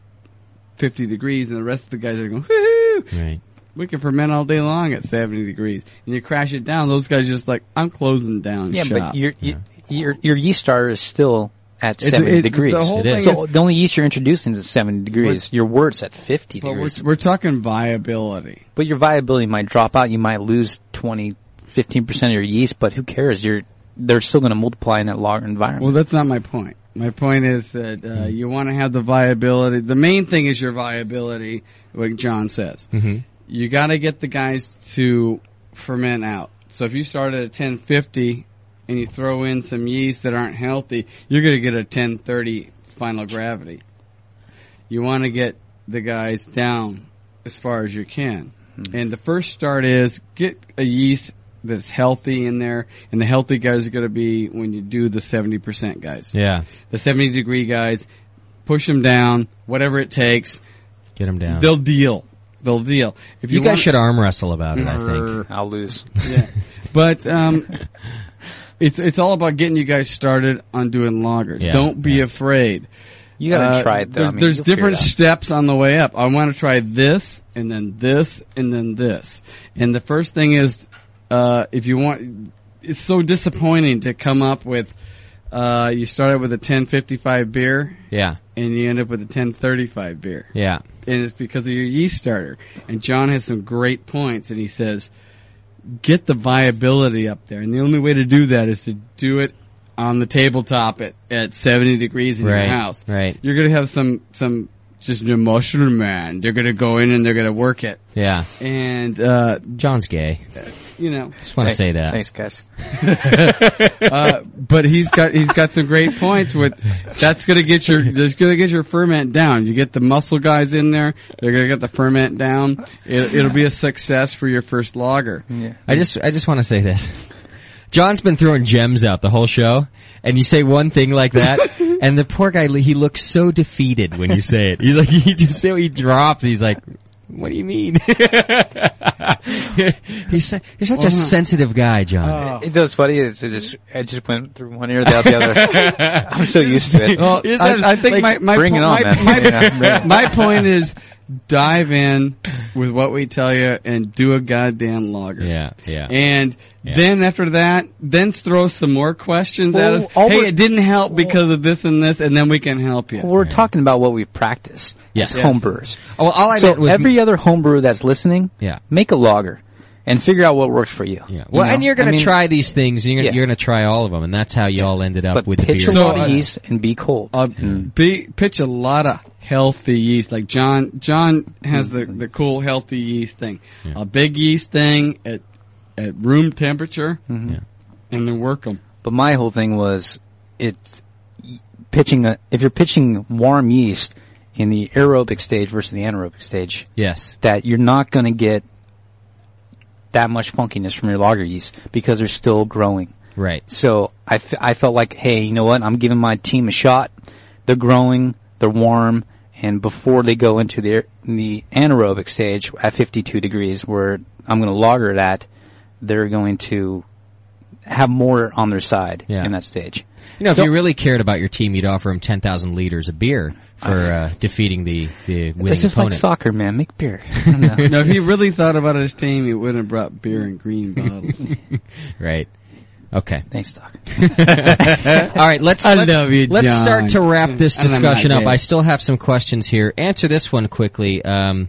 [SPEAKER 2] 50 degrees and the rest of the guys are going, woo
[SPEAKER 1] Right.
[SPEAKER 2] we can ferment all day long at 70 degrees. And you crash it down, those guys are just like, I'm closing down
[SPEAKER 3] yeah,
[SPEAKER 2] shop.
[SPEAKER 3] but your, your your your yeast starter is still at
[SPEAKER 2] It's-
[SPEAKER 3] 70
[SPEAKER 2] it's-
[SPEAKER 3] degrees.
[SPEAKER 2] the whole It thing is-
[SPEAKER 3] So the only yeast you're introducing is at 70 degrees. your wort's at 50
[SPEAKER 2] But we're,
[SPEAKER 3] degrees.
[SPEAKER 2] we're talking viability.
[SPEAKER 3] But your viability might drop out. You might lose 20, 15% of your yeast, but who cares? You're, they're still going to multiply in that lager environment.
[SPEAKER 2] Well, that's not my point. My point is that uh, you want to have the viability. The main thing is your viability, like John says. Mm-hmm. You got to get the guys to ferment out. So if you start at a 1050 and you throw in some yeast that aren't healthy, you're going to get a 1030 final gravity. You want to get the guys down as far as you can. And the first start is get a yeast that's healthy in there, and the healthy guys are going to be when you do the 70% guys.
[SPEAKER 1] Yeah.
[SPEAKER 2] The 70 degree guys, push them down, whatever it takes,
[SPEAKER 1] Get them down.
[SPEAKER 2] they'll deal. They'll deal. If
[SPEAKER 1] you
[SPEAKER 2] you,
[SPEAKER 1] guys
[SPEAKER 2] want-
[SPEAKER 1] should arm wrestle about it, I think.
[SPEAKER 3] I'll lose.
[SPEAKER 2] yeah. But um, it's it's all about getting you guys started on doing loggers.
[SPEAKER 1] Yeah,
[SPEAKER 2] Don't be afraid.
[SPEAKER 3] You got to
[SPEAKER 2] Uh,
[SPEAKER 3] try it though.
[SPEAKER 2] There's,
[SPEAKER 3] I mean,
[SPEAKER 2] there's
[SPEAKER 3] you'll figure
[SPEAKER 2] different
[SPEAKER 3] it out.
[SPEAKER 2] steps on the way up. I want to try this and then this and then this. And the first thing is, uh, if you want, it's so disappointing to come up with, uh, you start out with a 1055 beer
[SPEAKER 1] Yeah.
[SPEAKER 2] and you end up with a 1035 beer.
[SPEAKER 1] Yeah.
[SPEAKER 2] And it's because of your yeast starter. And John has some great points and he says, get the viability up there. And the only way to do that is to do it on the tabletop at, at 70 degrees in
[SPEAKER 1] Right,
[SPEAKER 2] your house.
[SPEAKER 1] right.
[SPEAKER 2] You're going to have some, some, just an emotional man. They're going to go in and they're going to work it.
[SPEAKER 1] Yeah.
[SPEAKER 2] And, uh,
[SPEAKER 1] John's gay.
[SPEAKER 2] you know.
[SPEAKER 1] Just want to say that.
[SPEAKER 3] Thanks, guys.
[SPEAKER 2] uh, but he's got he's got some great points with that's gonna get your that's gonna get your ferment down. You get the muscle guys in there, they're gonna get the ferment down. It, it'll be a success for your first lager.
[SPEAKER 3] Yeah.
[SPEAKER 1] I just I just want to say this. John's been throwing gems out the whole show, and you say one thing like that, and the poor guy he looks so defeated when you say it. He's like he just so he drops. He's like, "What do you mean?" he's su- you're such a sensitive guy,
[SPEAKER 2] Oh.
[SPEAKER 1] John.
[SPEAKER 3] It does funny. It's, it just I just went through one ear and out the other. I'm so used to it.
[SPEAKER 2] Well,
[SPEAKER 1] Yes,
[SPEAKER 2] I,
[SPEAKER 1] that's-
[SPEAKER 2] Oh, I think
[SPEAKER 1] like,
[SPEAKER 2] my my
[SPEAKER 3] bring it
[SPEAKER 2] po-
[SPEAKER 3] on,
[SPEAKER 2] my,
[SPEAKER 3] man.
[SPEAKER 2] my-
[SPEAKER 3] Yeah, bring it.
[SPEAKER 2] my point is dive in with what we tell you and do a goddamn lager.
[SPEAKER 1] Yeah, yeah.
[SPEAKER 2] And then after that, then throw some more questions at
[SPEAKER 3] Well,
[SPEAKER 2] us.
[SPEAKER 3] all
[SPEAKER 2] Hey,
[SPEAKER 3] we're-
[SPEAKER 2] it didn't help because of this and this, and then we can help you.
[SPEAKER 3] We're talking about what we practice
[SPEAKER 1] Yes.
[SPEAKER 3] as
[SPEAKER 1] Yes.
[SPEAKER 3] homebrewers.
[SPEAKER 1] Oh, well, all I
[SPEAKER 3] So
[SPEAKER 1] meant was
[SPEAKER 3] every other homebrewer that's listening,
[SPEAKER 1] Yeah.
[SPEAKER 3] make a logger and figure out what works for you.
[SPEAKER 1] yeah. Well,
[SPEAKER 3] You know?
[SPEAKER 1] and you're gonna
[SPEAKER 3] I mean,
[SPEAKER 1] try these things. And you're gonna,
[SPEAKER 3] Yeah.
[SPEAKER 1] you're gonna try all of them, and that's how you all ended up
[SPEAKER 3] but
[SPEAKER 1] with the
[SPEAKER 3] pitch
[SPEAKER 1] beer.
[SPEAKER 3] a lot
[SPEAKER 2] So, uh,
[SPEAKER 3] of yeast and be cold.
[SPEAKER 2] uh, be, pitch a lot of healthy yeast. Like John, John has the,
[SPEAKER 1] Mm-hmm.
[SPEAKER 2] the cool healthy yeast thing. A big yeast thing at, at room temperature and then work them.
[SPEAKER 3] But my whole thing was it pitching a, if you're pitching warm yeast in the aerobic stage versus the anaerobic stage,
[SPEAKER 1] yes.
[SPEAKER 3] that you're not going to get that much funkiness from your lager yeast because they're still growing.
[SPEAKER 1] Right.
[SPEAKER 3] So I, f- I felt like, hey, you know what? I'm giving my team a shot. They're growing, they're warm, and before they go into their the anaerobic stage at 52 degrees, where I'm going to lager it at, they're going to have more on their side
[SPEAKER 1] Yeah.
[SPEAKER 3] in that stage.
[SPEAKER 1] You know,
[SPEAKER 3] So-
[SPEAKER 1] if you really cared about your team, you'd offer them ten thousand liters of beer for uh, defeating the the winning
[SPEAKER 3] it's just
[SPEAKER 1] opponent.
[SPEAKER 3] like soccer, man. Make beer. I don't know.
[SPEAKER 2] Now, if he really thought about his team, he would have brought beer in green bottles.
[SPEAKER 1] Right. Okay.
[SPEAKER 3] Thanks, Doc.
[SPEAKER 1] All right. Let's.
[SPEAKER 2] I
[SPEAKER 1] let's,
[SPEAKER 2] love you,
[SPEAKER 1] let's
[SPEAKER 2] John.
[SPEAKER 1] start to wrap this
[SPEAKER 2] And I'm
[SPEAKER 1] discussion
[SPEAKER 2] not
[SPEAKER 1] up.
[SPEAKER 2] gay.
[SPEAKER 1] I still have some questions here. Answer this one quickly. Um,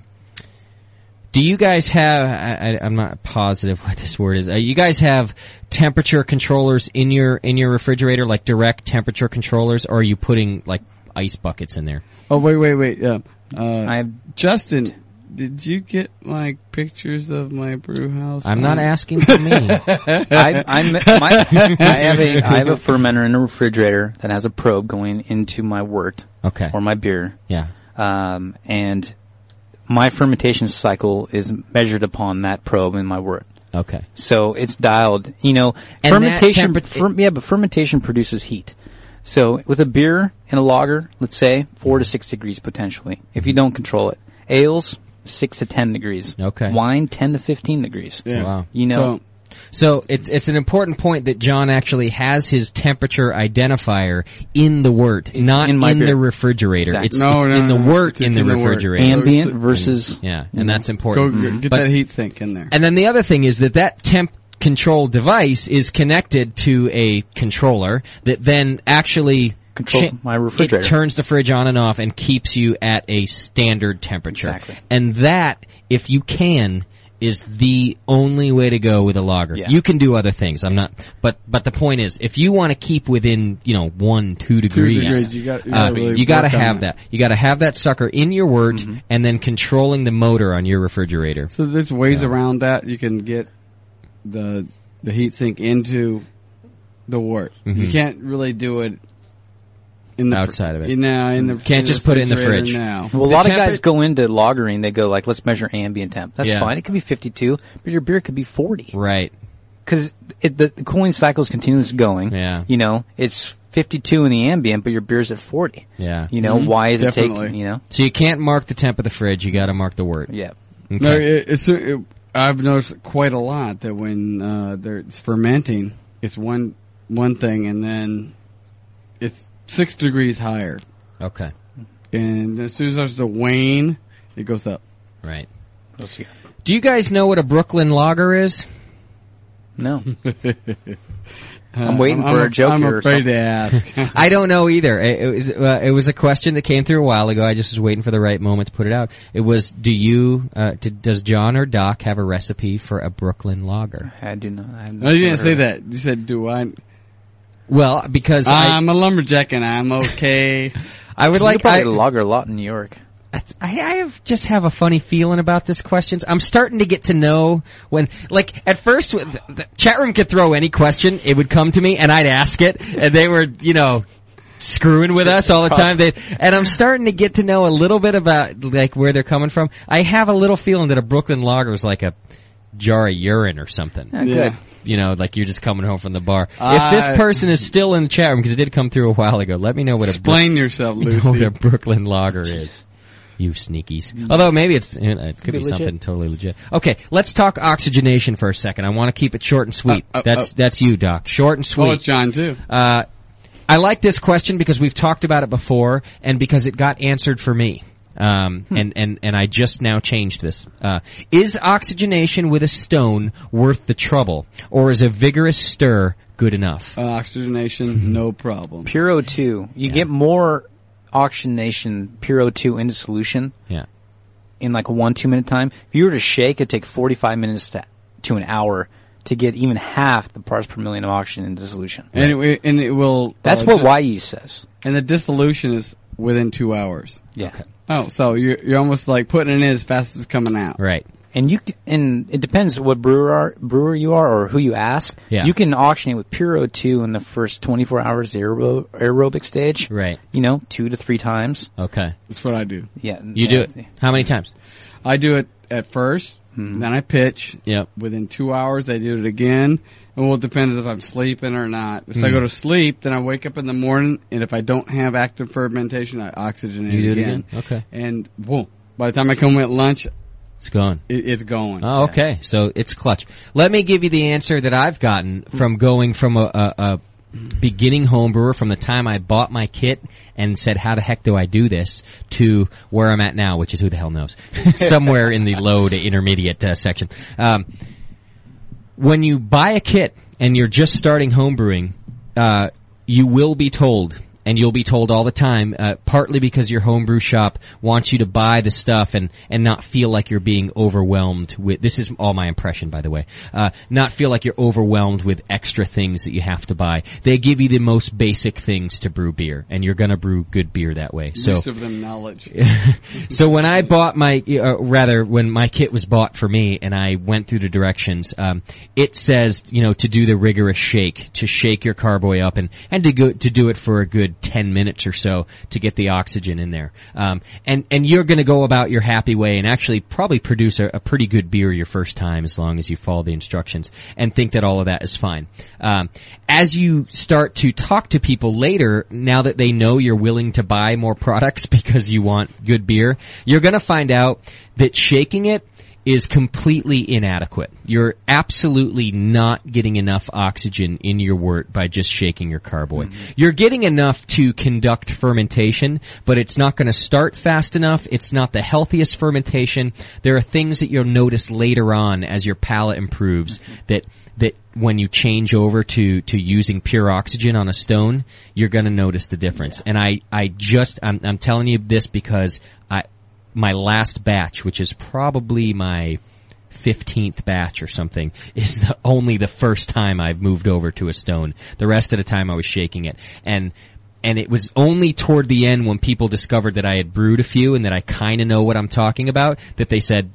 [SPEAKER 1] do you guys have? I, I, I'm not positive what this word is. Uh, you guys have temperature controllers in your in your refrigerator, like direct temperature controllers, or are you putting like ice buckets in there?
[SPEAKER 2] oh, wait, wait, wait. Uh, uh,
[SPEAKER 3] I have
[SPEAKER 2] Justin, did you get like pictures of my brew house?
[SPEAKER 1] I'm not
[SPEAKER 2] on-
[SPEAKER 1] asking for me.
[SPEAKER 3] I, I'm, my, I have a I have a fermenter in a refrigerator that has a probe going into my wort
[SPEAKER 1] Okay.
[SPEAKER 3] or my beer,
[SPEAKER 1] Yeah.
[SPEAKER 3] um, and my fermentation cycle is measured upon that probe in my wort.
[SPEAKER 1] Okay.
[SPEAKER 3] So it's dialed. You know,
[SPEAKER 1] And
[SPEAKER 3] fermentation.
[SPEAKER 1] that temper-
[SPEAKER 3] fer- yeah, but fermentation produces heat. So with a beer and a lager, let's say four to six degrees potentially, if you don't control it. Ales six to ten degrees.
[SPEAKER 1] Okay.
[SPEAKER 3] Wine ten to fifteen degrees.
[SPEAKER 2] Yeah.
[SPEAKER 1] Wow.
[SPEAKER 3] You know.
[SPEAKER 2] So,
[SPEAKER 1] So it's it's an important point that John actually has his temperature identifier in the wort, not in,
[SPEAKER 3] in my beer.
[SPEAKER 1] the refrigerator.
[SPEAKER 3] Exactly.
[SPEAKER 1] It's,
[SPEAKER 2] No,
[SPEAKER 1] it's
[SPEAKER 2] no,
[SPEAKER 1] in the
[SPEAKER 2] no, no.
[SPEAKER 1] wort
[SPEAKER 2] It's
[SPEAKER 1] in the
[SPEAKER 2] in the wort.
[SPEAKER 1] refrigerator.
[SPEAKER 3] ambient
[SPEAKER 2] So-
[SPEAKER 3] versus
[SPEAKER 1] yeah, and that's
[SPEAKER 2] go
[SPEAKER 1] important.
[SPEAKER 2] get
[SPEAKER 1] Mm-hmm. But-
[SPEAKER 2] that heat sink in there.
[SPEAKER 1] and then the other thing is that that temp control device is connected to a controller that then actually
[SPEAKER 3] Controls
[SPEAKER 1] cha-
[SPEAKER 3] my refrigerator.
[SPEAKER 1] It turns the fridge on and off and keeps you at a standard temperature.
[SPEAKER 3] Exactly.
[SPEAKER 1] And that, if you can, is the only way to go with a lager.
[SPEAKER 3] Yeah.
[SPEAKER 1] You can do other things. I'm not, but but the point is, if you want to keep within you know one two degrees, uh,
[SPEAKER 2] degrees, you got- you gotta really
[SPEAKER 1] you gotta
[SPEAKER 2] work on
[SPEAKER 1] have that.
[SPEAKER 2] that. Mm-hmm.
[SPEAKER 1] You got to have that sucker in your wort and then controlling the motor on your refrigerator.
[SPEAKER 2] So there's ways around that. You can get the the heat sink into the wart. You can't really do it in the fr-
[SPEAKER 1] Mm-hmm. Outside of it.
[SPEAKER 2] You know, in the
[SPEAKER 1] Can't
[SPEAKER 2] the
[SPEAKER 1] just put it in the
[SPEAKER 2] refrigerator
[SPEAKER 1] fridge.
[SPEAKER 2] now.
[SPEAKER 3] Well, a
[SPEAKER 1] The
[SPEAKER 3] lot of
[SPEAKER 1] temper-
[SPEAKER 3] guys go into lagering. They go like, let's measure ambient temp. That's
[SPEAKER 1] Yeah.
[SPEAKER 3] fine. It could be 52, but your beer could be 40
[SPEAKER 1] Right.
[SPEAKER 3] because the, the cooling cycle is continuous going.
[SPEAKER 1] Yeah.
[SPEAKER 3] You know, it's 52 in the ambient, but your beer's at 40.
[SPEAKER 1] Yeah.
[SPEAKER 3] You know, why is it
[SPEAKER 2] Mm-hmm. Definitely.
[SPEAKER 3] taking, you know?
[SPEAKER 1] So you can't mark the temp of the fridge. You got to mark the wort.
[SPEAKER 3] Yeah.
[SPEAKER 1] Okay.
[SPEAKER 2] No, it, it's it, I've noticed quite a lot that when uh, they're it's fermenting, it's one one thing, and then it's six degrees higher,
[SPEAKER 1] okay.
[SPEAKER 2] and as soon as there's the wane, it goes up.
[SPEAKER 1] Right. Do you guys know what a Brooklyn lager is?
[SPEAKER 3] No.
[SPEAKER 2] Uh,
[SPEAKER 3] I'm waiting for a joke
[SPEAKER 2] I'm
[SPEAKER 3] here or
[SPEAKER 2] afraid
[SPEAKER 3] something.
[SPEAKER 2] to ask.
[SPEAKER 1] I don't know either. It, it was uh, it was a question that came through a while ago. I just was waiting for the right moment to put it out. It was, do you uh, did, does John or Doc have a recipe for a Brooklyn lager?
[SPEAKER 3] I do not. I have
[SPEAKER 2] No, you didn't
[SPEAKER 3] never
[SPEAKER 2] say
[SPEAKER 3] heard of
[SPEAKER 2] that. You said, "Do I?"
[SPEAKER 1] Well, because I-
[SPEAKER 2] I'm a lumberjack and I'm okay.
[SPEAKER 1] I would like- I-
[SPEAKER 3] probably log a lot in New York.
[SPEAKER 1] I, I have just have a funny feeling about this questions. I'm starting to get to know when, like, at first, with- the, the chat room could throw any question, it would come to me, and I'd ask it, and they were, you know, screwing with us all the time. They, and I'm starting to get to know a little bit about, like, where they're coming from. I have a little feeling that a Brooklyn lager is like a jar of urine or something.
[SPEAKER 3] Yeah, good. Yeah.
[SPEAKER 1] You know, like you're just coming home from the bar.
[SPEAKER 2] Uh,
[SPEAKER 1] if this person is still in the chat room, because it did come through a while ago, let me know what a Brook-
[SPEAKER 2] Explain yourself,
[SPEAKER 1] you know
[SPEAKER 2] Lucy.
[SPEAKER 1] what a Brooklyn lager is. You sneakies. Although maybe it's it could,
[SPEAKER 2] Could
[SPEAKER 1] be,
[SPEAKER 2] be legit.
[SPEAKER 1] something totally legit. Okay, let's talk oxygenation for a second. I want to keep it short and sweet.
[SPEAKER 2] Uh, uh,
[SPEAKER 1] that's
[SPEAKER 2] uh.
[SPEAKER 1] that's you, Doc. Short and sweet.
[SPEAKER 2] Oh, it's John, too.
[SPEAKER 1] Uh, I like this question because we've talked about it before, and because it got answered for me. Um,
[SPEAKER 2] Hmm.
[SPEAKER 1] and and and I just now changed this. Uh, is oxygenation with a stone worth the trouble, or is a vigorous stir good enough?
[SPEAKER 2] Uh, oxygenation, no problem.
[SPEAKER 3] Pure O2. You get more oxygenation, pure O2 into solution.
[SPEAKER 1] Yeah.
[SPEAKER 3] In like a one, two minute time. If you were to shake, it'd take 45 minutes to, to an hour to get even half the parts per million of oxygen into solution.
[SPEAKER 2] And it, wi- and it will.
[SPEAKER 3] That's
[SPEAKER 2] uh,
[SPEAKER 3] what
[SPEAKER 2] just-
[SPEAKER 3] YE says.
[SPEAKER 2] And the dissolution is within two hours.
[SPEAKER 3] Yeah.
[SPEAKER 2] Oh, so you're, you're almost like putting it in as fast as it's coming out.
[SPEAKER 1] Right.
[SPEAKER 3] And you c- and it depends what brewer are, brewer you are or who you ask.
[SPEAKER 2] Yeah.
[SPEAKER 3] You can auctionate with pure O2 in the first 24 hours aero, aerobic stage.
[SPEAKER 1] Right.
[SPEAKER 3] You know, two to three times.
[SPEAKER 1] Okay.
[SPEAKER 2] That's what I do.
[SPEAKER 3] Yeah.
[SPEAKER 1] You do it. How many times?
[SPEAKER 2] I do it at 1st then I pitch.
[SPEAKER 1] Yep.
[SPEAKER 2] Within two hours, they do it again. And well, it depends if I'm sleeping or not. If I
[SPEAKER 1] Mhm.
[SPEAKER 2] go to sleep, then I wake up in the morning, and if I don't have active fermentation, I oxygenate
[SPEAKER 1] You do it
[SPEAKER 2] again.
[SPEAKER 1] again? Okay.
[SPEAKER 2] And whoa, by the time I come at lunch,
[SPEAKER 1] It's gone.
[SPEAKER 2] it, it's going.
[SPEAKER 1] Oh, okay. So it's clutch. Let me give you the answer that I've gotten from going from a, a, a beginning homebrewer from the time I bought my kit and said, how the heck do I do this to where I'm at now, which is who the hell knows. Somewhere in the low to intermediate uh, section. Um, when you buy a kit and you're just starting homebrewing, uh, you will be told, and you'll be told all the time, uh, partly because your homebrew shop wants you to buy the stuff and, and not feel like you're being overwhelmed with, this is all my impression by the way, uh, not feel like you're overwhelmed with extra things that you have to buy. They give you the most basic things to brew beer, and you're gonna brew good beer that way. So,
[SPEAKER 2] Use of them knowledge.
[SPEAKER 1] so when I bought my, uh, rather when my kit was bought for me, and I went through the directions, um, it says you know to do the rigorous shake, to shake your carboy up, and and to go to do it for a good ten minutes or so to get the oxygen in there. Um, and and you're going to go about your happy way and actually probably produce a, a pretty good beer your first time as long as you follow the instructions and think that all of that is fine. Um, as you start to talk to people later, now that they know you're willing to buy more products because you want good beer, you're going to find out that shaking it is completely inadequate. You're absolutely not getting enough oxygen in your wort by just shaking your carboy. You're getting enough to conduct fermentation, but it's not going to start fast enough. It's not the healthiest fermentation. There are things that you'll notice later on as your palate improves that that when you change over to to using pure oxygen on a stone, you're going to notice the difference. And I I just I'm I'm telling you this because I my last batch, which is probably my 15th batch or something, is the, only the first time I've moved over to a stone. The rest of the time I was shaking it. And, and it was only toward the end when people discovered that I had brewed a few and that I kinda know what I'm talking about that they said,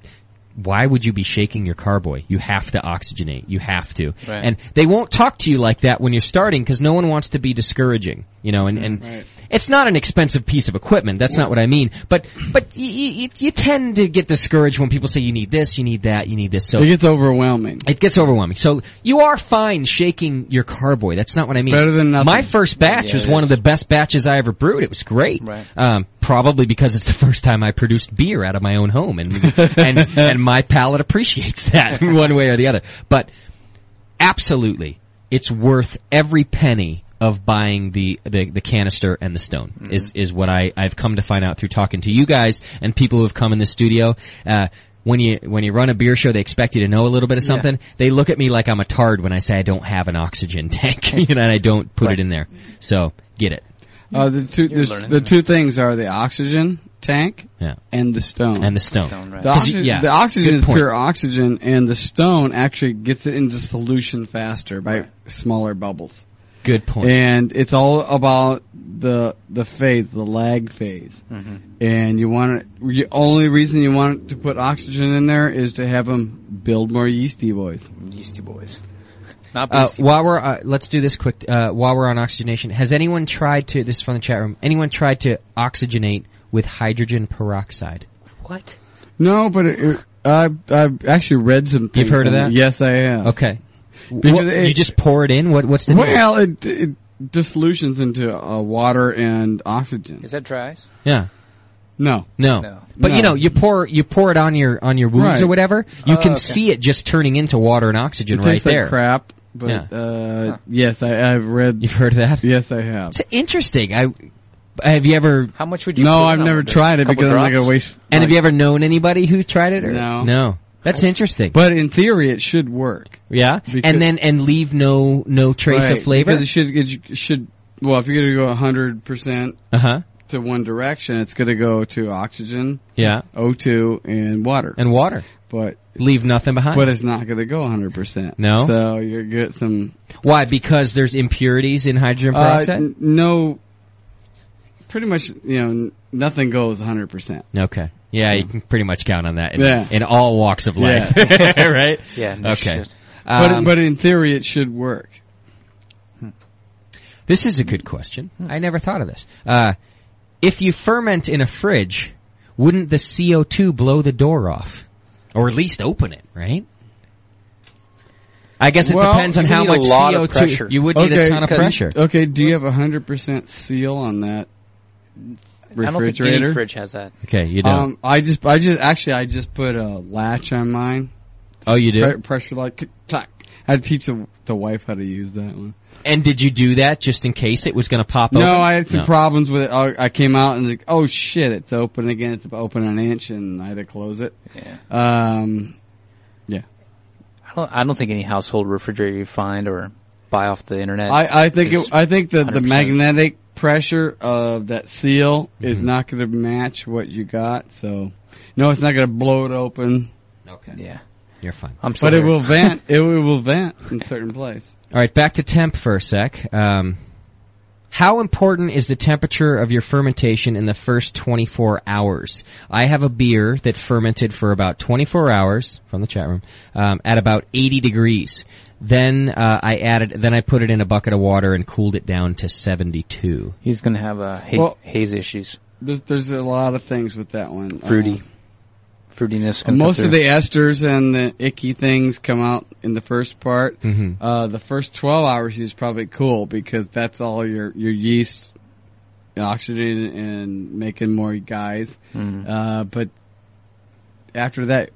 [SPEAKER 1] why would you be shaking your carboy? You have to oxygenate. You have to.
[SPEAKER 3] Right.
[SPEAKER 1] And they won't talk to you like that when you're starting because no one wants to be discouraging, you know, and, and it's not an expensive piece of equipment. That's not what I mean. But, but you, you, you tend to get discouraged when people say you need this, you need that, you need this. So
[SPEAKER 2] it gets overwhelming.
[SPEAKER 1] it gets overwhelming. So you are fine shaking your carboy. That's not what I mean.
[SPEAKER 2] better than nothing.
[SPEAKER 1] My first batch
[SPEAKER 2] Yeah,
[SPEAKER 1] was
[SPEAKER 2] it
[SPEAKER 1] one
[SPEAKER 2] is.
[SPEAKER 1] of the best batches I ever brewed. It was great.
[SPEAKER 2] Right.
[SPEAKER 1] Um, probably because it's the first time I produced beer out of my own home, and and and my palate appreciates that in one way or the other. But absolutely, it's worth every penny of buying the, the, the canister and the stone is, is what I, I've come to find out through talking to you guys and people who have come in the studio. Uh, when you, when you run a beer show, they expect you to know a little bit of
[SPEAKER 3] Yeah.
[SPEAKER 1] something. They look at me like I'm a tard when I say I don't have an oxygen tank, you know, and I don't put it in there. So, get it.
[SPEAKER 2] Uh, the two
[SPEAKER 1] You're
[SPEAKER 2] there's-
[SPEAKER 1] learning.
[SPEAKER 2] the two things are the oxygen tank
[SPEAKER 1] Yeah.
[SPEAKER 2] and the stone
[SPEAKER 1] And the stone. Stone, right.
[SPEAKER 2] The
[SPEAKER 1] 'Cause you-
[SPEAKER 2] oxygen,
[SPEAKER 1] yeah,
[SPEAKER 2] the oxygen
[SPEAKER 1] good
[SPEAKER 2] is
[SPEAKER 1] point.
[SPEAKER 2] pure oxygen, and the stone actually gets it into solution faster by smaller bubbles.
[SPEAKER 1] Good point.
[SPEAKER 2] And it's all about the the phase, the lag phase.
[SPEAKER 1] Mhm.
[SPEAKER 2] And you want to, the only reason you want to put oxygen in there is to have them build more yeasty boys.
[SPEAKER 3] Yeasty boys. Not
[SPEAKER 1] Uh, while we're uh, let's do this quick. Uh, while we're on oxygenation, has anyone tried to? This is from the chat room. Anyone tried to oxygenate with hydrogen peroxide?
[SPEAKER 3] What?
[SPEAKER 2] No, but it, it, I I've actually read some.
[SPEAKER 1] You've
[SPEAKER 2] things
[SPEAKER 1] heard of
[SPEAKER 2] on it.
[SPEAKER 1] that?
[SPEAKER 2] Yes, I have.
[SPEAKER 1] Okay.
[SPEAKER 2] Because
[SPEAKER 1] What-
[SPEAKER 2] it-
[SPEAKER 1] you just pour it in. What what's the deal?
[SPEAKER 2] well, it, it dissolutions into uh, water and oxygen.
[SPEAKER 3] Is that dry?
[SPEAKER 1] Yeah.
[SPEAKER 2] No.
[SPEAKER 1] No.
[SPEAKER 2] No.
[SPEAKER 1] But you
[SPEAKER 2] No.
[SPEAKER 1] know, you pour you pour it on your on your wounds
[SPEAKER 2] Right.
[SPEAKER 1] or whatever. You
[SPEAKER 2] Oh,
[SPEAKER 1] can
[SPEAKER 2] okay.
[SPEAKER 1] see it just turning into water and oxygen
[SPEAKER 2] It
[SPEAKER 1] right
[SPEAKER 2] tastes like
[SPEAKER 1] there.
[SPEAKER 2] crap, but
[SPEAKER 1] Yeah.
[SPEAKER 2] uh, yes, I, I've read.
[SPEAKER 1] You've heard that?
[SPEAKER 2] Yes, I have.
[SPEAKER 1] It's interesting. I have you ever?
[SPEAKER 3] How much
[SPEAKER 2] would you No, put I've on never it? tried it Couple because I'm not drops? gonna waste-
[SPEAKER 1] And have you ever known anybody who's tried it? Or?
[SPEAKER 2] No.
[SPEAKER 1] no. That's interesting.
[SPEAKER 2] But in theory, it should work.
[SPEAKER 1] Yeah,
[SPEAKER 2] Because-
[SPEAKER 1] and then and leave no no trace
[SPEAKER 2] Right,
[SPEAKER 1] of flavor.
[SPEAKER 2] Because it should it should well, if you're going to go 100 percent
[SPEAKER 1] Uh-huh.
[SPEAKER 2] to one direction, it's going to go to oxygen,
[SPEAKER 1] Yeah.
[SPEAKER 2] O2, and water,
[SPEAKER 1] and water.
[SPEAKER 2] But
[SPEAKER 1] leave nothing behind.
[SPEAKER 2] But it's not going to go 100 percent.
[SPEAKER 1] No?
[SPEAKER 2] so you get some
[SPEAKER 1] Why? Because there's impurities in hydrogen
[SPEAKER 2] Uh,
[SPEAKER 1] peroxide.
[SPEAKER 2] n- no, pretty much you know n- nothing goes 100 percent.
[SPEAKER 1] okay. Yeah, you can pretty much count on that in,
[SPEAKER 2] Yeah.
[SPEAKER 1] in all walks of life,
[SPEAKER 2] Yeah.
[SPEAKER 1] right?
[SPEAKER 2] Yeah, no
[SPEAKER 1] okay.
[SPEAKER 2] shit. But
[SPEAKER 1] Um,
[SPEAKER 2] but in theory, it should work.
[SPEAKER 1] This is a good question.
[SPEAKER 2] Hmm.
[SPEAKER 1] I never thought of this. Uh, if you ferment in a fridge, wouldn't the CO2 blow the door off? Or at least open it, right? I guess it
[SPEAKER 2] Well,
[SPEAKER 1] depends on
[SPEAKER 2] you
[SPEAKER 1] how
[SPEAKER 2] need a
[SPEAKER 1] much
[SPEAKER 2] lot
[SPEAKER 1] CO2.
[SPEAKER 2] of pressure.
[SPEAKER 1] You would need a
[SPEAKER 2] Okay, Uh,
[SPEAKER 1] ton of
[SPEAKER 2] because-
[SPEAKER 1] pressure.
[SPEAKER 2] Okay, do you have a hundred percent seal on that
[SPEAKER 3] I don't think
[SPEAKER 2] refrigerator?
[SPEAKER 3] any fridge has that.
[SPEAKER 1] Okay, you don't.
[SPEAKER 2] Um, I just, I just, actually, I just put a latch on mine.
[SPEAKER 1] Oh, you did?
[SPEAKER 2] Pre- pressure like clack. I had to teach the, the wife how to use that one.
[SPEAKER 1] and did you do that just in case it was going to pop
[SPEAKER 2] No,
[SPEAKER 1] open?
[SPEAKER 2] I had some
[SPEAKER 1] Oh. No.
[SPEAKER 2] problems with it. I I came out and like, oh shit, it's open again. It's open an inch, and I had to close it. Yeah. Um, yeah.
[SPEAKER 3] I don't, I don't think any household refrigerator you find or buy off the internet.
[SPEAKER 2] I, I think
[SPEAKER 3] is
[SPEAKER 2] it, I think that the
[SPEAKER 3] 100%.
[SPEAKER 2] magnetic pressure of that seal is not going to match what you got. So, no, it's not going to blow it open.
[SPEAKER 1] Okay.
[SPEAKER 3] Yeah.
[SPEAKER 1] You're fine.
[SPEAKER 3] I'm
[SPEAKER 2] but
[SPEAKER 3] sorry.
[SPEAKER 2] it will vent. It will vent in certain place.
[SPEAKER 1] All right, back to temp for a sec. Um, how important is the temperature of your fermentation in the first 24 hours? I have a beer that fermented for about 24 hours from the chat room um, at about 80 degrees. Then uh, I added, then I put it in a bucket of water and cooled it down to 72.
[SPEAKER 3] He's going to have uh, ha-
[SPEAKER 2] Well-
[SPEAKER 3] haze issues.
[SPEAKER 2] There's there's a lot of things with that one.
[SPEAKER 3] Fruity. Fruitiness.
[SPEAKER 2] Uh,
[SPEAKER 3] gonna come
[SPEAKER 2] most of
[SPEAKER 3] through.
[SPEAKER 2] the esters and the icky things come out in the first part.
[SPEAKER 3] Mhm.
[SPEAKER 2] Uh, the first 12 hours is probably cool because that's all your, your yeast oxygen and making more guys.
[SPEAKER 3] Mhm.
[SPEAKER 2] Uh, but after that,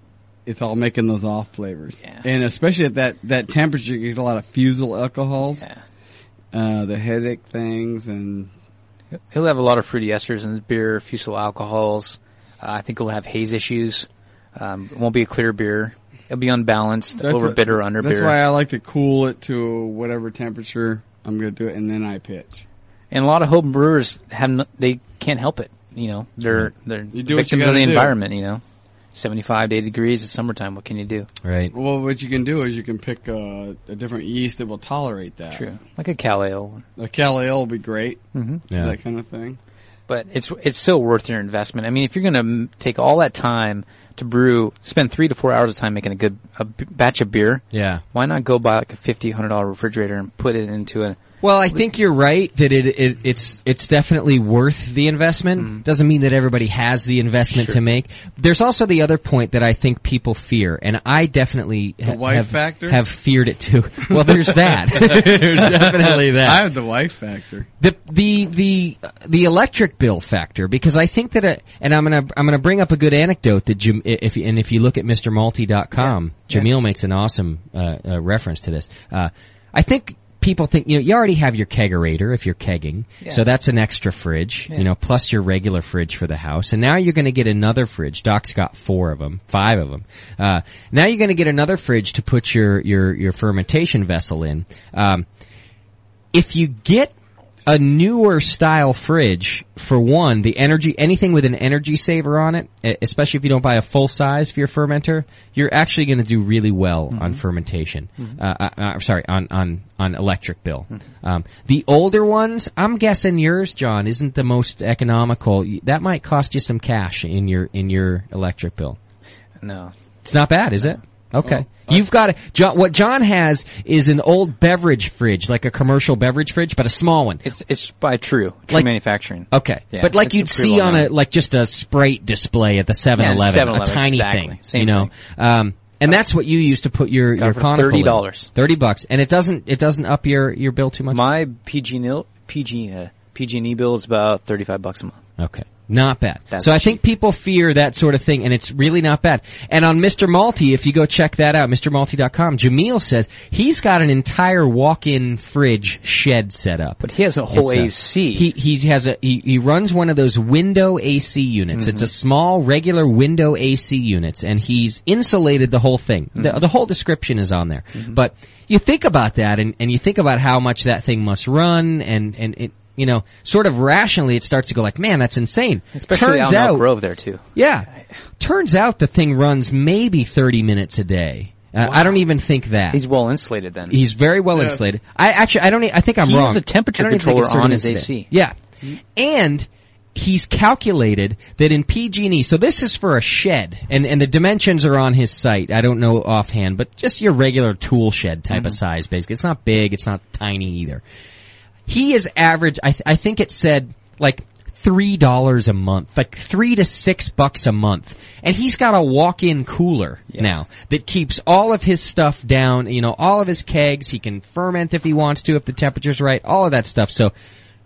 [SPEAKER 2] it's all making those off flavors. And especially at that, that temperature, you get a lot of fusel alcohols. Uh, the headache things and
[SPEAKER 3] He'll have a lot of fruity esters in his beer, fusel alcohols. Uh, I think he'll have haze issues. Um, it won't be a clear beer. It'll be unbalanced, over
[SPEAKER 2] what-
[SPEAKER 3] bitter, under
[SPEAKER 2] That's
[SPEAKER 3] bitter.
[SPEAKER 2] why I like to cool it to whatever temperature I'm going to do it and then I pitch.
[SPEAKER 3] and a lot of home brewers have n- they can't help it. You know, they're they're
[SPEAKER 2] Mm. You do what you
[SPEAKER 3] victims of
[SPEAKER 2] gotta
[SPEAKER 3] the
[SPEAKER 2] do.
[SPEAKER 3] environment. You know, seventy-five to eighty degrees. It's summertime. What can you do?
[SPEAKER 1] Right.
[SPEAKER 2] Well, what you can do is you can pick uh, a different yeast that will tolerate that.
[SPEAKER 3] True. Like a Cal Ale.
[SPEAKER 2] A Cal Ale will be great.
[SPEAKER 3] Mhm.
[SPEAKER 1] Yeah.
[SPEAKER 2] That kind of thing.
[SPEAKER 3] But it's it's so worth your investment. I mean, if you're going to m- take all that time to brew, spend three to four hours of time making a good a b- batch of beer.
[SPEAKER 1] Yeah.
[SPEAKER 3] Why not go buy like a fifty, hundred dollar refrigerator and put it into a
[SPEAKER 1] Well, I think you're right that it, it it's it's definitely worth the investment.
[SPEAKER 2] Mm.
[SPEAKER 1] Doesn't mean that everybody has the investment
[SPEAKER 3] Sure.
[SPEAKER 1] to make. There's also the other point that I think people fear, and I definitely ha-
[SPEAKER 2] wife
[SPEAKER 1] have,
[SPEAKER 2] factor?
[SPEAKER 1] have feared it too. Well, there's that. there's definitely that.
[SPEAKER 2] I have the wife factor.
[SPEAKER 1] The the the the electric bill factor because I think that a, and I'm gonna I'm gonna bring up a good anecdote that Jam, if and if you look at MrMalty.com, Jamil makes an awesome uh, uh, reference to this. Uh, I think people think you know you already have your kegerator if you're kegging, so
[SPEAKER 3] Yeah.
[SPEAKER 1] that's an extra fridge, you know, plus your regular fridge for the house, and now you're gonna get another fridge. Doc's got four of them, five of them. Uh, now you're gonna get another fridge to put your your your fermentation vessel in. Um, if you get a newer style fridge, for one, the energy, anything with an energy saver on it, e- especially if you don't buy a full size for your fermenter, you're actually going to do really well on fermentation.
[SPEAKER 9] Mhm.
[SPEAKER 1] Uh, uh, uh, sorry, on, on, on electric bill. Um, the older ones, I'm guessing yours, John, isn't the most economical. Y- That might cost you some cash in your, in your electric bill.
[SPEAKER 3] No.
[SPEAKER 1] It's not bad, is it? Okay.
[SPEAKER 3] Well,
[SPEAKER 1] You've got a, John, what John has is an old beverage fridge, like a commercial beverage fridge, but a small one.
[SPEAKER 3] It's it's by True. True
[SPEAKER 1] Like-
[SPEAKER 3] manufacturing.
[SPEAKER 1] Okay.
[SPEAKER 3] Yeah,
[SPEAKER 1] but like
[SPEAKER 3] it's a
[SPEAKER 1] you'd
[SPEAKER 3] pretty
[SPEAKER 1] see
[SPEAKER 3] well
[SPEAKER 1] on
[SPEAKER 3] known.
[SPEAKER 1] a, like just a Sprite display at the 7-Eleven, a
[SPEAKER 3] 7-Eleven,
[SPEAKER 1] tiny
[SPEAKER 3] exactly.
[SPEAKER 1] thing,
[SPEAKER 3] Same
[SPEAKER 1] you know. Um, and that's what you use to put your,
[SPEAKER 3] Got
[SPEAKER 1] your
[SPEAKER 3] it for
[SPEAKER 1] conical in.
[SPEAKER 3] $30.
[SPEAKER 1] 30 bucks. And it doesn't, it doesn't up your, your bill too much?
[SPEAKER 3] My PG nil PG uh, PG&E bill is about thirty five bucks a month.
[SPEAKER 1] Okay. Not bad.
[SPEAKER 3] That's
[SPEAKER 1] so I think people fear that sort of thing, and it's really not bad. And on Mr. Malty, if you go check that out, MrMalty.com, Jameel says he's got an entire walk-in fridge shed set up. But
[SPEAKER 3] he has a whole AC.
[SPEAKER 1] He he has a he, he runs one of those window AC units. It's a
[SPEAKER 3] Mm-hmm.
[SPEAKER 1] small regular window AC units, and he's insulated the whole thing.
[SPEAKER 3] Mm-hmm.
[SPEAKER 1] The, the whole description is on there. But you think about that, and and you think about how much that thing must run, and and it. You know, sort of rationally, it starts to go like, "Man, that's insane."
[SPEAKER 3] Especially
[SPEAKER 1] Turns
[SPEAKER 3] out in Elk
[SPEAKER 1] out,
[SPEAKER 3] Grove there too.
[SPEAKER 1] yeah. Turns out the thing runs maybe 30 minutes a day. Uh, I don't even think that.
[SPEAKER 3] He's well insulated then.
[SPEAKER 1] He's very well
[SPEAKER 3] Yes.
[SPEAKER 1] insulated. I actually, I don't. e- I think I'm
[SPEAKER 3] He
[SPEAKER 1] wrong.
[SPEAKER 3] has a
[SPEAKER 1] I
[SPEAKER 3] temperature
[SPEAKER 1] don't even think
[SPEAKER 3] controller
[SPEAKER 1] it's 30
[SPEAKER 3] on
[SPEAKER 1] minutes
[SPEAKER 3] his
[SPEAKER 1] a day.
[SPEAKER 3] AC.
[SPEAKER 1] Yeah, and he's calculated that in PG&E. E, So this is for a shed, and and the dimensions are on his site. I don't know offhand, but just your regular tool shed type
[SPEAKER 3] Mm-hmm.
[SPEAKER 1] of
[SPEAKER 9] Mhm.
[SPEAKER 1] size. Basically, it's not big. It's not tiny either. He is average. I th- I think it said like. Three dollars a month, like three to six bucks a month, and he's got a walk-in cooler now that keeps all of his stuff down, you know, all of his kegs. He can ferment if he wants to, if the temperature's right, all of that stuff. So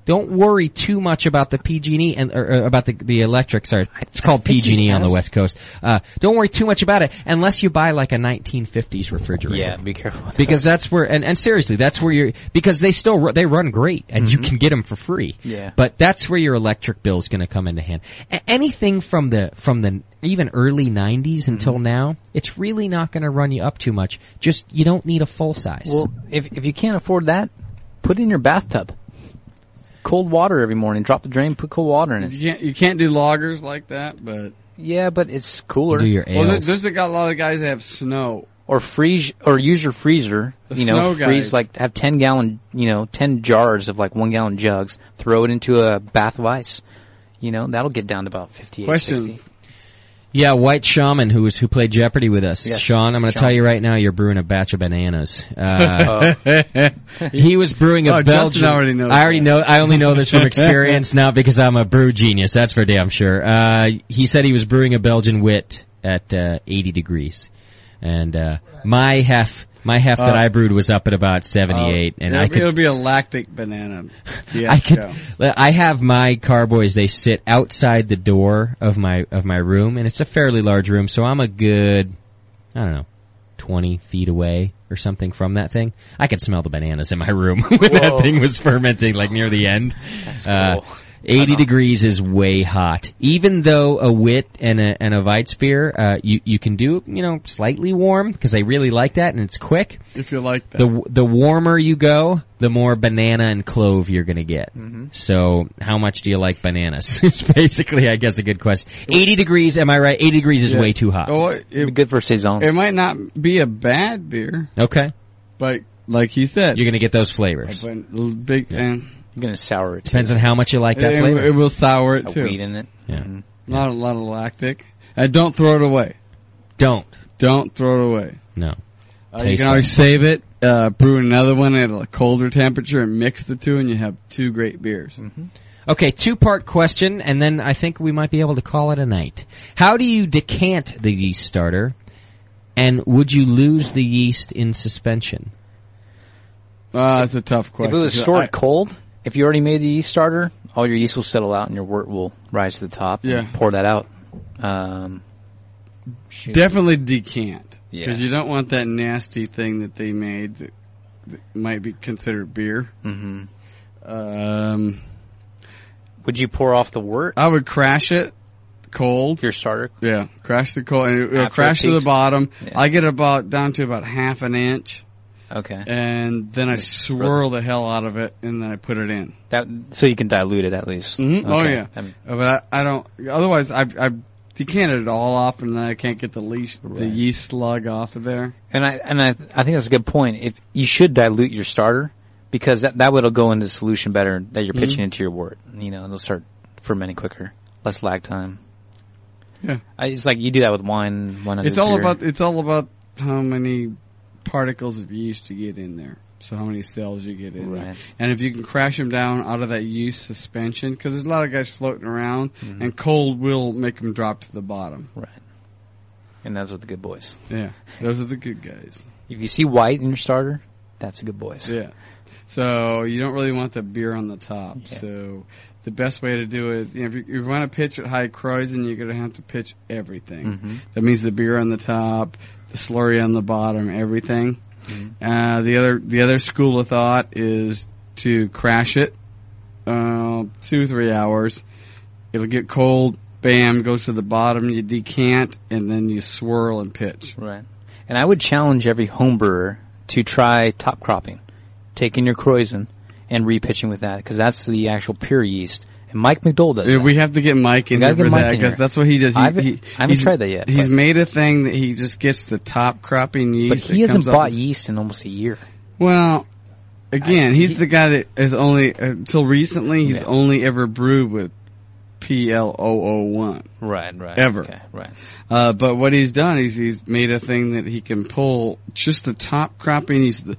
[SPEAKER 1] don't worry too much about the PG&E and, or, or about the, the electric, sorry. It's called
[SPEAKER 9] think he
[SPEAKER 1] PG&E E on the
[SPEAKER 9] has-
[SPEAKER 1] West Coast. Uh, don't worry too much about it unless you buy like a 1950s refrigerator.
[SPEAKER 3] Yeah, be careful. with
[SPEAKER 1] Because that's where, and, and seriously, that's where you're, because they still, ru- they run great and you can get them for free.
[SPEAKER 3] Yeah.
[SPEAKER 1] But that's where your electric bill is going to come into hand. A- anything from the, from the even early 90s until now, it's really not going to run you up too much. Just, you don't need a full size.
[SPEAKER 3] Well, if if you can't afford that, put it in your bathtub. Cold water every morning. Drop the drain. Put cold water in it.
[SPEAKER 2] You can't, you can't do loggers like that, but
[SPEAKER 3] yeah, but it's cooler.
[SPEAKER 1] Do your
[SPEAKER 2] well, there,
[SPEAKER 3] ales.
[SPEAKER 2] there's a got a lot of guys that have snow.
[SPEAKER 3] or freeze or use your freezer.
[SPEAKER 2] The
[SPEAKER 3] you know,
[SPEAKER 2] snow
[SPEAKER 3] freeze
[SPEAKER 2] guys.
[SPEAKER 3] like have ten gallon, you know, ten jars of like one gallon jugs. Throw it into a bath of ice. You know, that'll get down to about fifty eight.
[SPEAKER 1] Yeah, White Shaman, who was who played Jeopardy with us.
[SPEAKER 3] Yes.
[SPEAKER 1] Sean, I'm going to
[SPEAKER 3] Shaman.
[SPEAKER 1] tell you right now, you're brewing a batch of bananas. Uh, he was brewing a
[SPEAKER 2] Oh, Justin
[SPEAKER 1] Belgian.
[SPEAKER 2] already knows
[SPEAKER 1] I already know. I only know this from experience, not because I'm a brew genius. That's for damn sure. Uh, he said he was brewing a Belgian wit at uh, 80 degrees, and uh, my hef, my hef that
[SPEAKER 2] Oh.
[SPEAKER 1] I brewed was up at about 78,
[SPEAKER 2] Oh,
[SPEAKER 1] and
[SPEAKER 2] it'll,
[SPEAKER 1] I
[SPEAKER 2] be-
[SPEAKER 1] could
[SPEAKER 2] it'll be a lactic banana.
[SPEAKER 1] I could.
[SPEAKER 2] fiasco.
[SPEAKER 1] I have my carboys. They sit outside the door of my of my room, and it's a fairly large room. So I'm a good, I don't know, twenty feet away or something from that thing. I could smell the bananas in my room when that
[SPEAKER 9] Whoa.
[SPEAKER 1] thing was fermenting, like near the end.
[SPEAKER 9] That's
[SPEAKER 1] Uh,
[SPEAKER 9] cool. Uh-huh.
[SPEAKER 1] 80 degrees is way hot. Even though a wit and a, and a Weizbier, uh, you, you can do, you know, slightly warm, cause I really like that and it's quick.
[SPEAKER 2] If you like that.
[SPEAKER 1] The, w- the warmer you go, the more banana and clove you're gonna get.
[SPEAKER 2] Mm-hmm.
[SPEAKER 1] So, how much do you like bananas? it's basically, I guess, a good question. 80 degrees, am I right? 80 degrees is
[SPEAKER 2] Yeah.
[SPEAKER 1] way too hot.
[SPEAKER 2] Oh, it-
[SPEAKER 3] good for saison.
[SPEAKER 2] It might not be a bad beer,
[SPEAKER 1] Okay.
[SPEAKER 2] but like he said,
[SPEAKER 1] you're gonna get those flavors.
[SPEAKER 2] but big and
[SPEAKER 3] you're gonna sour it. uh,
[SPEAKER 1] Depends on how much you like that
[SPEAKER 2] it,
[SPEAKER 1] flavor.
[SPEAKER 2] It will sour it
[SPEAKER 1] A
[SPEAKER 2] too.
[SPEAKER 1] wheat in it. Yeah. Mhm.
[SPEAKER 2] Not a lot of lactic. And don't throw it away.
[SPEAKER 1] Don't.
[SPEAKER 2] Don't throw it away.
[SPEAKER 1] No.
[SPEAKER 2] Uh, you
[SPEAKER 1] Taste
[SPEAKER 2] can always
[SPEAKER 1] it.
[SPEAKER 2] save it, uh, brew another one at a colder temperature, and mix the two, and you have two great beers.
[SPEAKER 1] Okay, two part question, and then I think we might be able to call it a night. How do you decant the yeast starter, and would you lose the yeast in suspension?
[SPEAKER 2] Uh, that's a tough question.
[SPEAKER 3] If it was
[SPEAKER 2] I-
[SPEAKER 3] stored cold, if you already made the yeast starter, all your yeast will settle out and your wort will rise to the top. and
[SPEAKER 2] Yeah.
[SPEAKER 3] pour that out. Um, shoot.
[SPEAKER 2] Definitely decant.
[SPEAKER 3] Yeah.
[SPEAKER 2] Because you don't want that nasty thing that they made that, that might be considered beer.
[SPEAKER 3] Mm-hmm.
[SPEAKER 2] Um,
[SPEAKER 3] Would you pour off the wort?
[SPEAKER 2] I would crash it cold.
[SPEAKER 3] Your starter?
[SPEAKER 2] Yeah. Crash the cold. And it, it'll
[SPEAKER 3] After it
[SPEAKER 2] crash to the
[SPEAKER 3] peaks?
[SPEAKER 2] bottom. I get about down to about half an inch.
[SPEAKER 3] Okay.
[SPEAKER 2] And then I swirl the hell out of it, and then I put it in.
[SPEAKER 3] That so you can dilute it at least.
[SPEAKER 2] Mhm. Oh
[SPEAKER 3] Mm-hmm. Okay. Um,
[SPEAKER 2] yeah,
[SPEAKER 3] I mean,
[SPEAKER 2] Uh, but I, I don't. Otherwise, I I decanted it all off, and then I can't get the leash, the yeast slug off of there.
[SPEAKER 3] And I and I I think that's a good point. If you should dilute your starter because that that will go into solution better that you're pitching
[SPEAKER 2] Mhm.
[SPEAKER 3] into your wort. You know, it'll start fermenting quicker, less lag time.
[SPEAKER 2] Yeah.
[SPEAKER 3] I, it's like you do that with wine. One
[SPEAKER 2] It's all about it's all about how many particles of yeast you get in there. So how many cells you get in there,
[SPEAKER 3] Right.
[SPEAKER 2] and if you can crash them down out of that yeast suspension, because there's a lot of guys floating around,
[SPEAKER 3] Mm-hmm.
[SPEAKER 2] and cold will make them drop to the bottom.
[SPEAKER 3] Right. And that's with the good boys.
[SPEAKER 2] Yeah, those are the good guys.
[SPEAKER 3] If you see white in your starter, that's a good boys.
[SPEAKER 2] Yeah. So you don't really want the beer on the top. So the best way to do it is you know, if you, if you want to pitch at high Croizen, you're going to have to pitch everything.
[SPEAKER 3] Mhm.
[SPEAKER 2] That means the beer on the top, the slurry on the bottom, everything. Uh, the other the other school of thought is to crash it uh, two three hours. It'll get cold. Bam, goes to the bottom. You decant and then you swirl and pitch.
[SPEAKER 3] Right. And I would challenge every home brewer to try top cropping, taking your Croizen and repitching with that because that's the actual pure yeast. And Mike McDowell does.
[SPEAKER 2] Yeah,
[SPEAKER 3] that.
[SPEAKER 2] we have to get Mike in
[SPEAKER 3] We gotta
[SPEAKER 2] here for
[SPEAKER 3] get Mike
[SPEAKER 2] that
[SPEAKER 3] in
[SPEAKER 2] because
[SPEAKER 3] here.
[SPEAKER 2] that's what he does. He,
[SPEAKER 3] I've-
[SPEAKER 2] he-
[SPEAKER 3] I haven't
[SPEAKER 2] he's-
[SPEAKER 3] tried that yet,
[SPEAKER 2] He's
[SPEAKER 3] but-
[SPEAKER 2] made a thing that he just gets the top cropping
[SPEAKER 3] but
[SPEAKER 2] yeast.
[SPEAKER 3] he
[SPEAKER 2] that
[SPEAKER 3] hasn't
[SPEAKER 2] comes off
[SPEAKER 3] bought
[SPEAKER 2] his-
[SPEAKER 3] yeast in almost a year.
[SPEAKER 2] Well, again, he's the guy that is only until recently he's only ever brewed with PL001.
[SPEAKER 3] Right, right.
[SPEAKER 2] Ever.
[SPEAKER 3] Okay, right.
[SPEAKER 2] Uh, but what he's done is he's made a thing that he can pull just the top cropping yeast, the,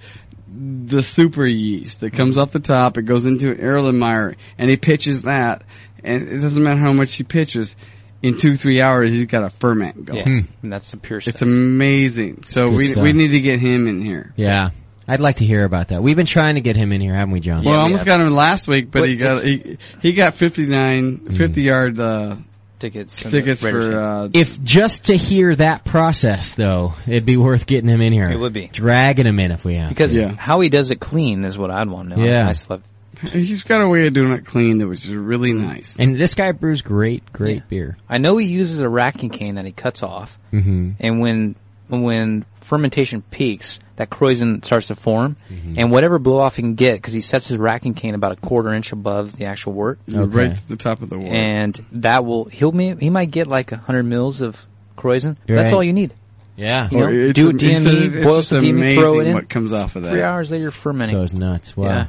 [SPEAKER 2] the super yeast that comes off the top. It goes into an Erlenmeyer and he pitches that. And it doesn't matter how much he pitches. In two, three hours, he's got a ferment going.
[SPEAKER 3] Yeah. And that's the pure
[SPEAKER 2] It's
[SPEAKER 3] stuff.
[SPEAKER 2] amazing. So
[SPEAKER 1] It's good
[SPEAKER 2] we,
[SPEAKER 1] stuff.
[SPEAKER 2] we need to get him in here.
[SPEAKER 1] Yeah. I'd like to hear about that. We've been trying to get him in here, haven't we, John?
[SPEAKER 2] Well, I almost got him last week, but
[SPEAKER 3] What-
[SPEAKER 2] he got, he, he got 59,
[SPEAKER 1] Mm.
[SPEAKER 2] 50 yard, uh,
[SPEAKER 3] tickets. and the
[SPEAKER 2] tickets
[SPEAKER 3] Raiders
[SPEAKER 2] for,
[SPEAKER 3] game.
[SPEAKER 2] uh,
[SPEAKER 1] If just to hear that process, though, it'd be worth getting him in here.
[SPEAKER 3] It would be.
[SPEAKER 1] Dragging him in if we have.
[SPEAKER 3] because
[SPEAKER 2] yeah.
[SPEAKER 3] how he does it clean is what I'd want to know.
[SPEAKER 1] Yeah.
[SPEAKER 3] I slept.
[SPEAKER 2] uh, he's got a way of doing it clean that was just really nice.
[SPEAKER 1] and this guy brews great, great
[SPEAKER 3] Yeah.
[SPEAKER 1] beer.
[SPEAKER 3] I know he uses a racking cane that he cuts off,
[SPEAKER 1] Mm-hmm.
[SPEAKER 3] and when when fermentation peaks, that croizen starts to form,
[SPEAKER 2] Mm-hmm.
[SPEAKER 3] and whatever blow off he can get, because he sets his racking cane about a quarter inch above the actual wort,
[SPEAKER 2] Right to the top of the wall.
[SPEAKER 3] and that will he'll may, he might get like hundred mils of croizen. but
[SPEAKER 1] Right.
[SPEAKER 3] That's all you need.
[SPEAKER 1] Yeah.
[SPEAKER 3] You know, do a DME, boil some DME,
[SPEAKER 2] amazing
[SPEAKER 3] E, throw it in.
[SPEAKER 2] what comes off of that.
[SPEAKER 3] Three hours later, you're fermenting.
[SPEAKER 1] Goes nuts. Wow.
[SPEAKER 3] Yeah.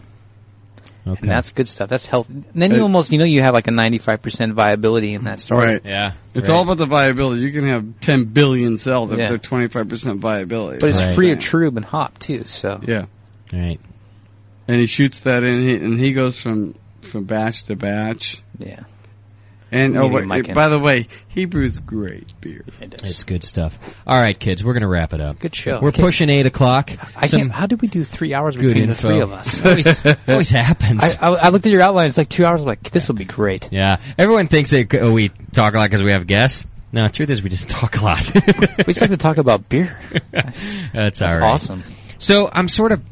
[SPEAKER 1] Okay.
[SPEAKER 3] And that's good stuff. That's healthy. And then you
[SPEAKER 2] Uh,
[SPEAKER 3] almost, you know, you have like a 95% viability in that start.
[SPEAKER 2] Right.
[SPEAKER 1] yeah.
[SPEAKER 2] It's all about the viability. You can have 10 billion cells if
[SPEAKER 3] Yeah.
[SPEAKER 2] they're 25% viability.
[SPEAKER 3] But it's
[SPEAKER 1] Right.
[SPEAKER 3] free of trube and hop too, so.
[SPEAKER 2] Yeah.
[SPEAKER 1] All right.
[SPEAKER 2] And he shoots that in he- and he goes from, from batch to batch.
[SPEAKER 3] Yeah.
[SPEAKER 2] And
[SPEAKER 3] We
[SPEAKER 2] oh,
[SPEAKER 3] need
[SPEAKER 2] wait,
[SPEAKER 3] Mike in.
[SPEAKER 2] by the way, he brews great beer.
[SPEAKER 1] It's good stuff. All right, kids, we're going to wrap it up.
[SPEAKER 3] Good show.
[SPEAKER 1] We're
[SPEAKER 3] Okay.
[SPEAKER 1] pushing 8 o'clock.
[SPEAKER 3] I
[SPEAKER 1] Some
[SPEAKER 3] can't, how did we do three hours
[SPEAKER 1] good
[SPEAKER 3] between the
[SPEAKER 1] info.
[SPEAKER 3] three of us?
[SPEAKER 1] always, always happens.
[SPEAKER 3] I, I, I looked at your outline, it's like two hours, I'm like, this will be great.
[SPEAKER 1] yeah. Everyone thinks that oh, we talk a lot because we have guests. No, truth is we just talk a lot.
[SPEAKER 3] We just like to talk about beer.
[SPEAKER 1] That's all right.
[SPEAKER 3] Awesome.
[SPEAKER 1] So I'm sort of,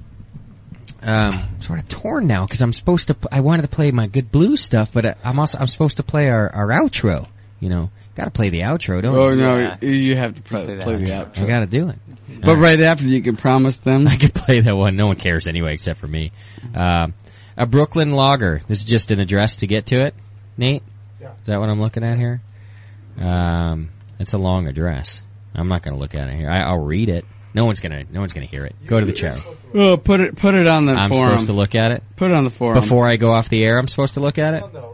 [SPEAKER 1] um, sort of torn now because I'm supposed to. pl- I wanted to play my good blues stuff, but I- I'm also I'm supposed to play our, our outro. You know, got to play the outro, don't
[SPEAKER 2] Oh
[SPEAKER 1] you?
[SPEAKER 2] no,
[SPEAKER 3] Yeah.
[SPEAKER 2] you- you have to play,
[SPEAKER 3] Play
[SPEAKER 2] play,
[SPEAKER 3] that
[SPEAKER 2] the
[SPEAKER 1] I
[SPEAKER 2] outro.
[SPEAKER 1] got to do it.
[SPEAKER 2] But right after you can promise them.
[SPEAKER 1] I could play that one. No one cares anyway, except for me. Um, a Brooklyn Lager. This is just an address to get to it. Nate, is that what I'm looking at here? Um, it's a long address. I'm not going to look at it here. I, I'll read it. No one's gonna. No one's gonna hear it. Go to the chair.
[SPEAKER 2] Oh, put it put it on the
[SPEAKER 1] I'm
[SPEAKER 2] forum.
[SPEAKER 1] supposed to look at it.
[SPEAKER 2] put it on the forum.
[SPEAKER 1] before I go off the air, I'm supposed to look at it? no.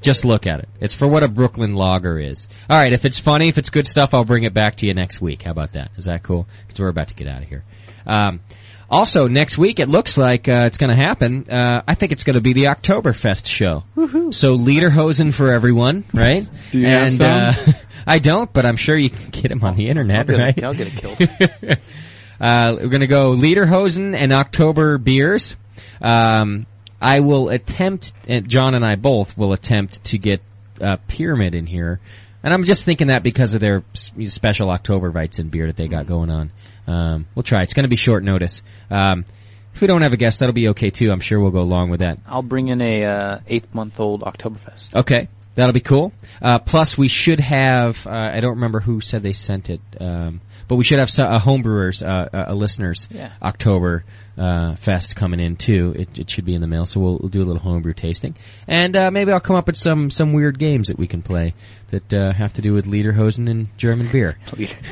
[SPEAKER 1] Just, look at it. It's for what a Brooklyn logger is. All right, if it's funny, if it's good stuff, I'll bring it back to you next week. How about that? Is that cool? Because we're about to get out of here. Um, also, next week, it looks like uh, it's going to happen. Uh, I think it's going to be the Oktoberfest show. Woohoo. So, Lederhosen for everyone, right?
[SPEAKER 2] Do you have
[SPEAKER 1] and,
[SPEAKER 2] some?
[SPEAKER 1] Uh, I don't, but I'm sure you can get them on the internet,
[SPEAKER 3] I'll get,
[SPEAKER 1] right?
[SPEAKER 3] it, I'll get it killed.
[SPEAKER 1] Uh, we're gonna go Lederhosen and October beers. Um, I will attempt, and John and I both will attempt to get uh, Pyramid in here. And I'm just thinking that because of their s- special Oktobervites and beer that they got going on. Um, we'll try. It's gonna be short notice. Um, if we don't have a guest, that'll be okay too. I'm sure we'll go along with that.
[SPEAKER 3] I'll bring in a, uh, eighth month old Oktoberfest.
[SPEAKER 1] Okay. That'll be cool. Uh, plus we should have, uh, I don't remember who said they sent it, um, But we should have so- a homebrewers, uh, a listeners
[SPEAKER 2] Yeah.
[SPEAKER 1] October uh, fest coming in too. It, it should be in the mail, so we'll, we'll do a little homebrew tasting, and uh, maybe I'll come up with some some weird games that we can play that uh, have to do with lederhosen and German beer.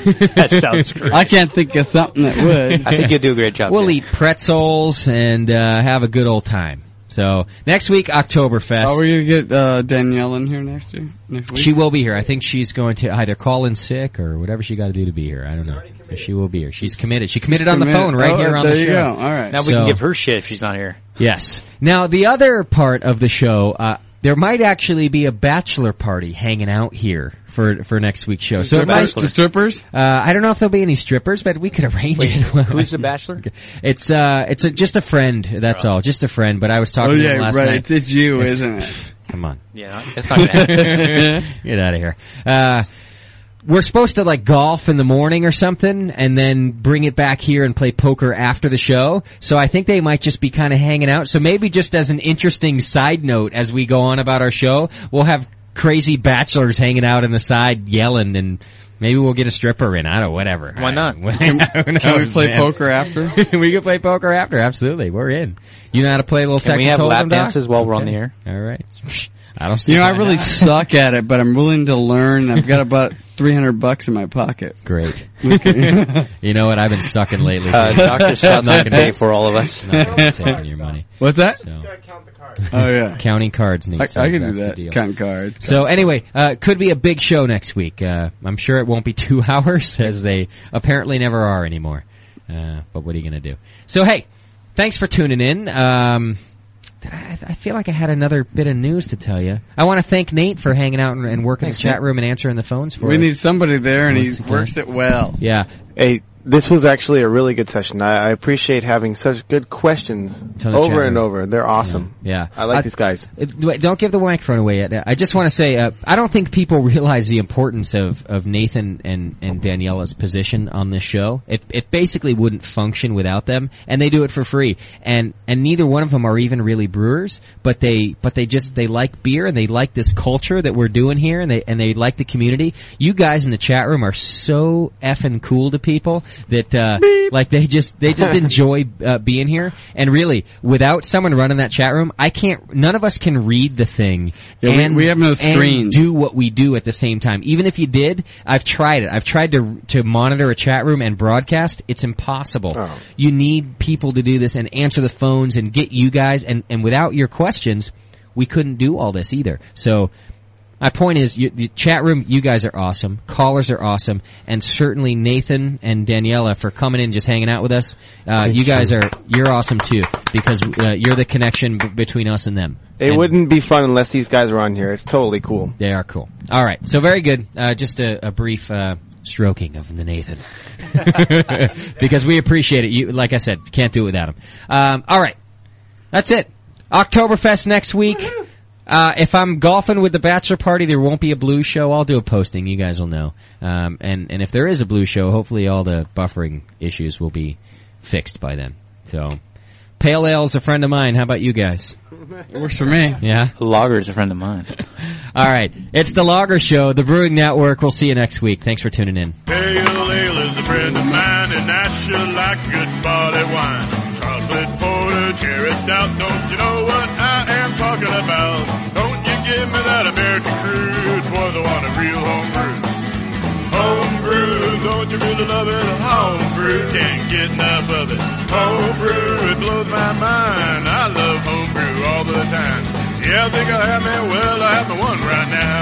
[SPEAKER 2] That sounds great. I can't think of something that would. I think you'd do a great job,
[SPEAKER 1] We'll
[SPEAKER 2] Dan.
[SPEAKER 1] eat pretzels and uh, have a good old time. So next week, Oktoberfest.
[SPEAKER 2] Are we gonna get uh, Danielle in here next year? Next week?
[SPEAKER 1] She will be here. I think she's going to either call in sick or whatever she got to do to be here. I don't know. But She will be here. She's committed. She committed
[SPEAKER 3] She's
[SPEAKER 1] on the
[SPEAKER 3] committed.
[SPEAKER 1] phone right
[SPEAKER 3] Oh,
[SPEAKER 1] here on
[SPEAKER 3] there
[SPEAKER 1] the show.
[SPEAKER 3] you go. All right. Now we can give her shit if she's not here.
[SPEAKER 1] Yes. Now the other part of the show, uh, there might actually be a bachelor party hanging out here for for next week's show. So it might,
[SPEAKER 2] Strippers? The strippers?
[SPEAKER 1] Uh, I don't know if there'll be any strippers, but we could arrange it.
[SPEAKER 3] Who's the bachelor?
[SPEAKER 1] It's uh, it's a, just a friend. That's all, just a friend. But I was talking
[SPEAKER 2] Oh,
[SPEAKER 1] to
[SPEAKER 2] yeah,
[SPEAKER 1] him last
[SPEAKER 2] right.
[SPEAKER 1] night.
[SPEAKER 2] It's- it's you, isn't it?
[SPEAKER 1] Come on.
[SPEAKER 3] Yeah, it's not gonna happen.
[SPEAKER 1] Get out of here. Uh, we're supposed to like golf in the morning or something, and then bring it back here and play poker after the show. So I think they might just be kind of hanging out. So maybe just as an interesting side note, as we go on about our show, we'll have crazy bachelors hanging out on the side yelling, and maybe we'll get a stripper in. I don't know, whatever. Why not?
[SPEAKER 2] Can-
[SPEAKER 1] Oh,
[SPEAKER 2] can we play poker after?
[SPEAKER 1] we can play poker after. Absolutely, we're in. You know how to play a little
[SPEAKER 2] Can we
[SPEAKER 1] Texas
[SPEAKER 2] have
[SPEAKER 1] Hold'em,
[SPEAKER 2] lap
[SPEAKER 1] Doc?
[SPEAKER 2] dances while we're on the
[SPEAKER 3] air?
[SPEAKER 1] All right. I don't. see
[SPEAKER 2] You know,
[SPEAKER 1] why
[SPEAKER 2] I really
[SPEAKER 1] not.
[SPEAKER 2] suck at it, but I'm willing to learn. I've got about 300 bucks in my pocket.
[SPEAKER 1] Great.
[SPEAKER 2] Okay.
[SPEAKER 1] you know what? I've been sucking lately.
[SPEAKER 2] Uh,
[SPEAKER 1] too.
[SPEAKER 2] Dr. Scott's
[SPEAKER 1] I'm not
[SPEAKER 2] gonna
[SPEAKER 1] gonna-
[SPEAKER 2] pay for all of us.
[SPEAKER 1] I'm not gonna be taking your money.
[SPEAKER 2] What's that?
[SPEAKER 1] So.
[SPEAKER 2] Oh, yeah.
[SPEAKER 1] Counting cards needs.
[SPEAKER 2] I- I
[SPEAKER 1] sense.
[SPEAKER 2] can do
[SPEAKER 1] That's the
[SPEAKER 2] that.
[SPEAKER 1] deal.
[SPEAKER 2] Counting cards.
[SPEAKER 1] So anyway, uh, could be a big show next week. Uh, I'm sure it won't be two hours, as they apparently never are anymore. Uh, but what are you gonna do? So hey, thanks for tuning in. Um, did I, I feel like I had another bit of news to tell you. I want to thank Nate for hanging out and, and working
[SPEAKER 2] Thanks,
[SPEAKER 1] the chat
[SPEAKER 2] Nate.
[SPEAKER 1] room and answering the phones for
[SPEAKER 2] We
[SPEAKER 1] us.
[SPEAKER 2] need somebody there, and he
[SPEAKER 1] Once again.
[SPEAKER 2] works it well.
[SPEAKER 1] Yeah.
[SPEAKER 10] Hey, this was actually a really good session. I, I appreciate having such good questions
[SPEAKER 1] Tell the
[SPEAKER 10] over
[SPEAKER 1] chat
[SPEAKER 10] and
[SPEAKER 1] room.
[SPEAKER 10] over. They're awesome.
[SPEAKER 1] Yeah.
[SPEAKER 10] I like these guys.
[SPEAKER 1] It- wait, Don't give the microphone away yet. I just want to say, uh, I don't think people realize the importance of, of Nathan and, and Daniela's position on this show. It, it basically wouldn't function without them, and they do it for free. And, and neither one of them are even really brewers, but they, but they just, they like beer and they like this culture that we're doing here and they, and they like the community. You guys in the chat room are so effing cool to people that, uh, like they just, they just enjoy, uh, being here. And really, without someone running that chat room, I can't, none of us can read the thing.
[SPEAKER 2] Yeah, we-
[SPEAKER 1] and,
[SPEAKER 2] we have no
[SPEAKER 1] and
[SPEAKER 2] screens.
[SPEAKER 1] do what we do at the same time. Even if you did, I've tried it. I've tried to, to monitor a chat room and broadcast. It's impossible. You need people to do this and answer the phones and get you guys and, and without your questions, we couldn't do all this either. So, my point is, you, the chat room, you guys are awesome. Callers are awesome, and certainly Nathan and Daniela for coming in, and just hanging out with us. Uh, you guys are, you're awesome too because uh, you're the connection b- between us and them.
[SPEAKER 10] It wouldn't be fun unless these guys were on here. It's totally cool.
[SPEAKER 1] They are cool. All right, so very good. Uh, just a, a brief uh, stroking of the Nathan because we appreciate it. You, like I said, can't do it without him. Um, all right, that's it. Oktoberfest next week. Uh, if I'm golfing with the bachelor party, there won't be a blue show. I'll do a posting. You guys will know. Um, and and if there is a blue show, hopefully all the buffering issues will be fixed by then. So, pale ale's a friend of mine. How about you guys?
[SPEAKER 2] It works for me.
[SPEAKER 1] Yeah.
[SPEAKER 3] Lager is a friend of mine.
[SPEAKER 1] All right. It's the Lager Show, the Brewing Network. We'll see you next week. Thanks for tuning in.
[SPEAKER 11] Pale ale is a friend of mine, and I sure like good barley wine. Chocolate porter, cherry stout, don't you know what I am talking about? Don't you give me that American crude, boy, the want a real homebrew. Homebrew, don't you really love it? Homebrew, can't get enough of it. Homebrew, it blows my mind. I love homebrew all the time. Yeah, I think I have me, well, I have the one right now.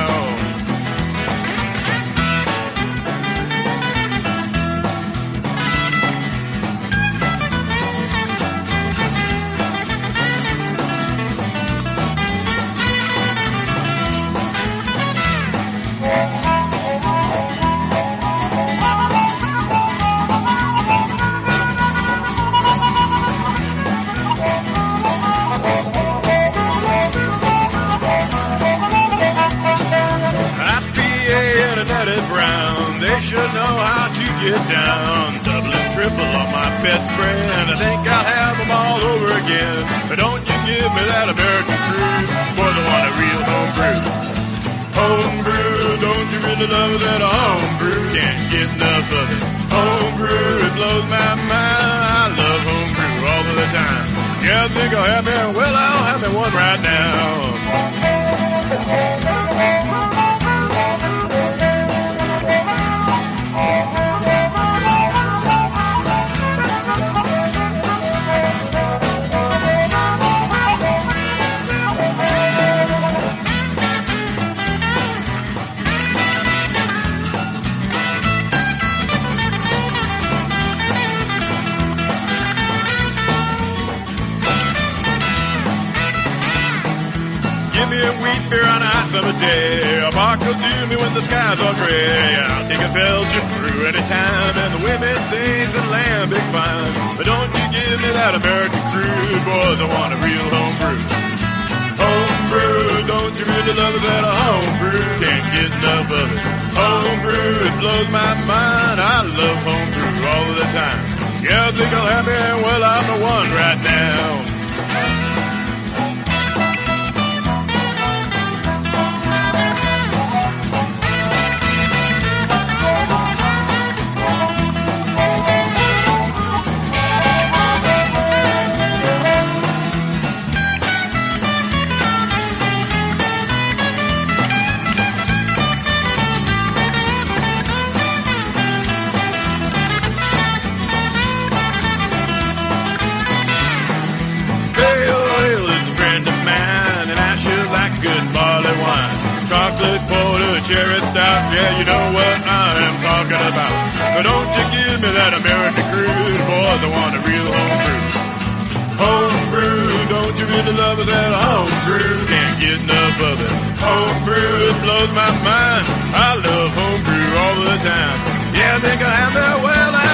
[SPEAKER 11] IPA and Annette Brown, they should know how to get down. Double and triple on my best friend. I think I'll have them all over again. But don't you give me that American crude, boy, the want a real homebrew. Homebrew, don't you really love that homebrew? Can't get enough of it. Homebrew, it blows my mind. I love homebrew all of the time. Yeah, I think I'll have me. Well, I'll have me one right now. Give me a wheat beer on a hot summer day. A bark will do me when the skies are gray. I'll take a Belgian brew any time, and the women sings and lambic fine. But don't you give me that American crude, boys. I want a real home brew. Home brew, don't you really love that home brew? Can't get enough of it. Home brew, it blows my mind. I love home brew all the time. Yeah, I think I'll have me. Well, I'm the one right now. Pale ale is a friend of mine, and I sure like good barley wine. Chocolate porter, cherry stout, yeah, you know what I am talking about. But don't you give me that American crude, boys, I want a real home brew. Home brew, don't you really love that home brew? Can't get enough of it. Home brew, it blows my mind. I love home brew all the time. Yeah, I think I have that well, I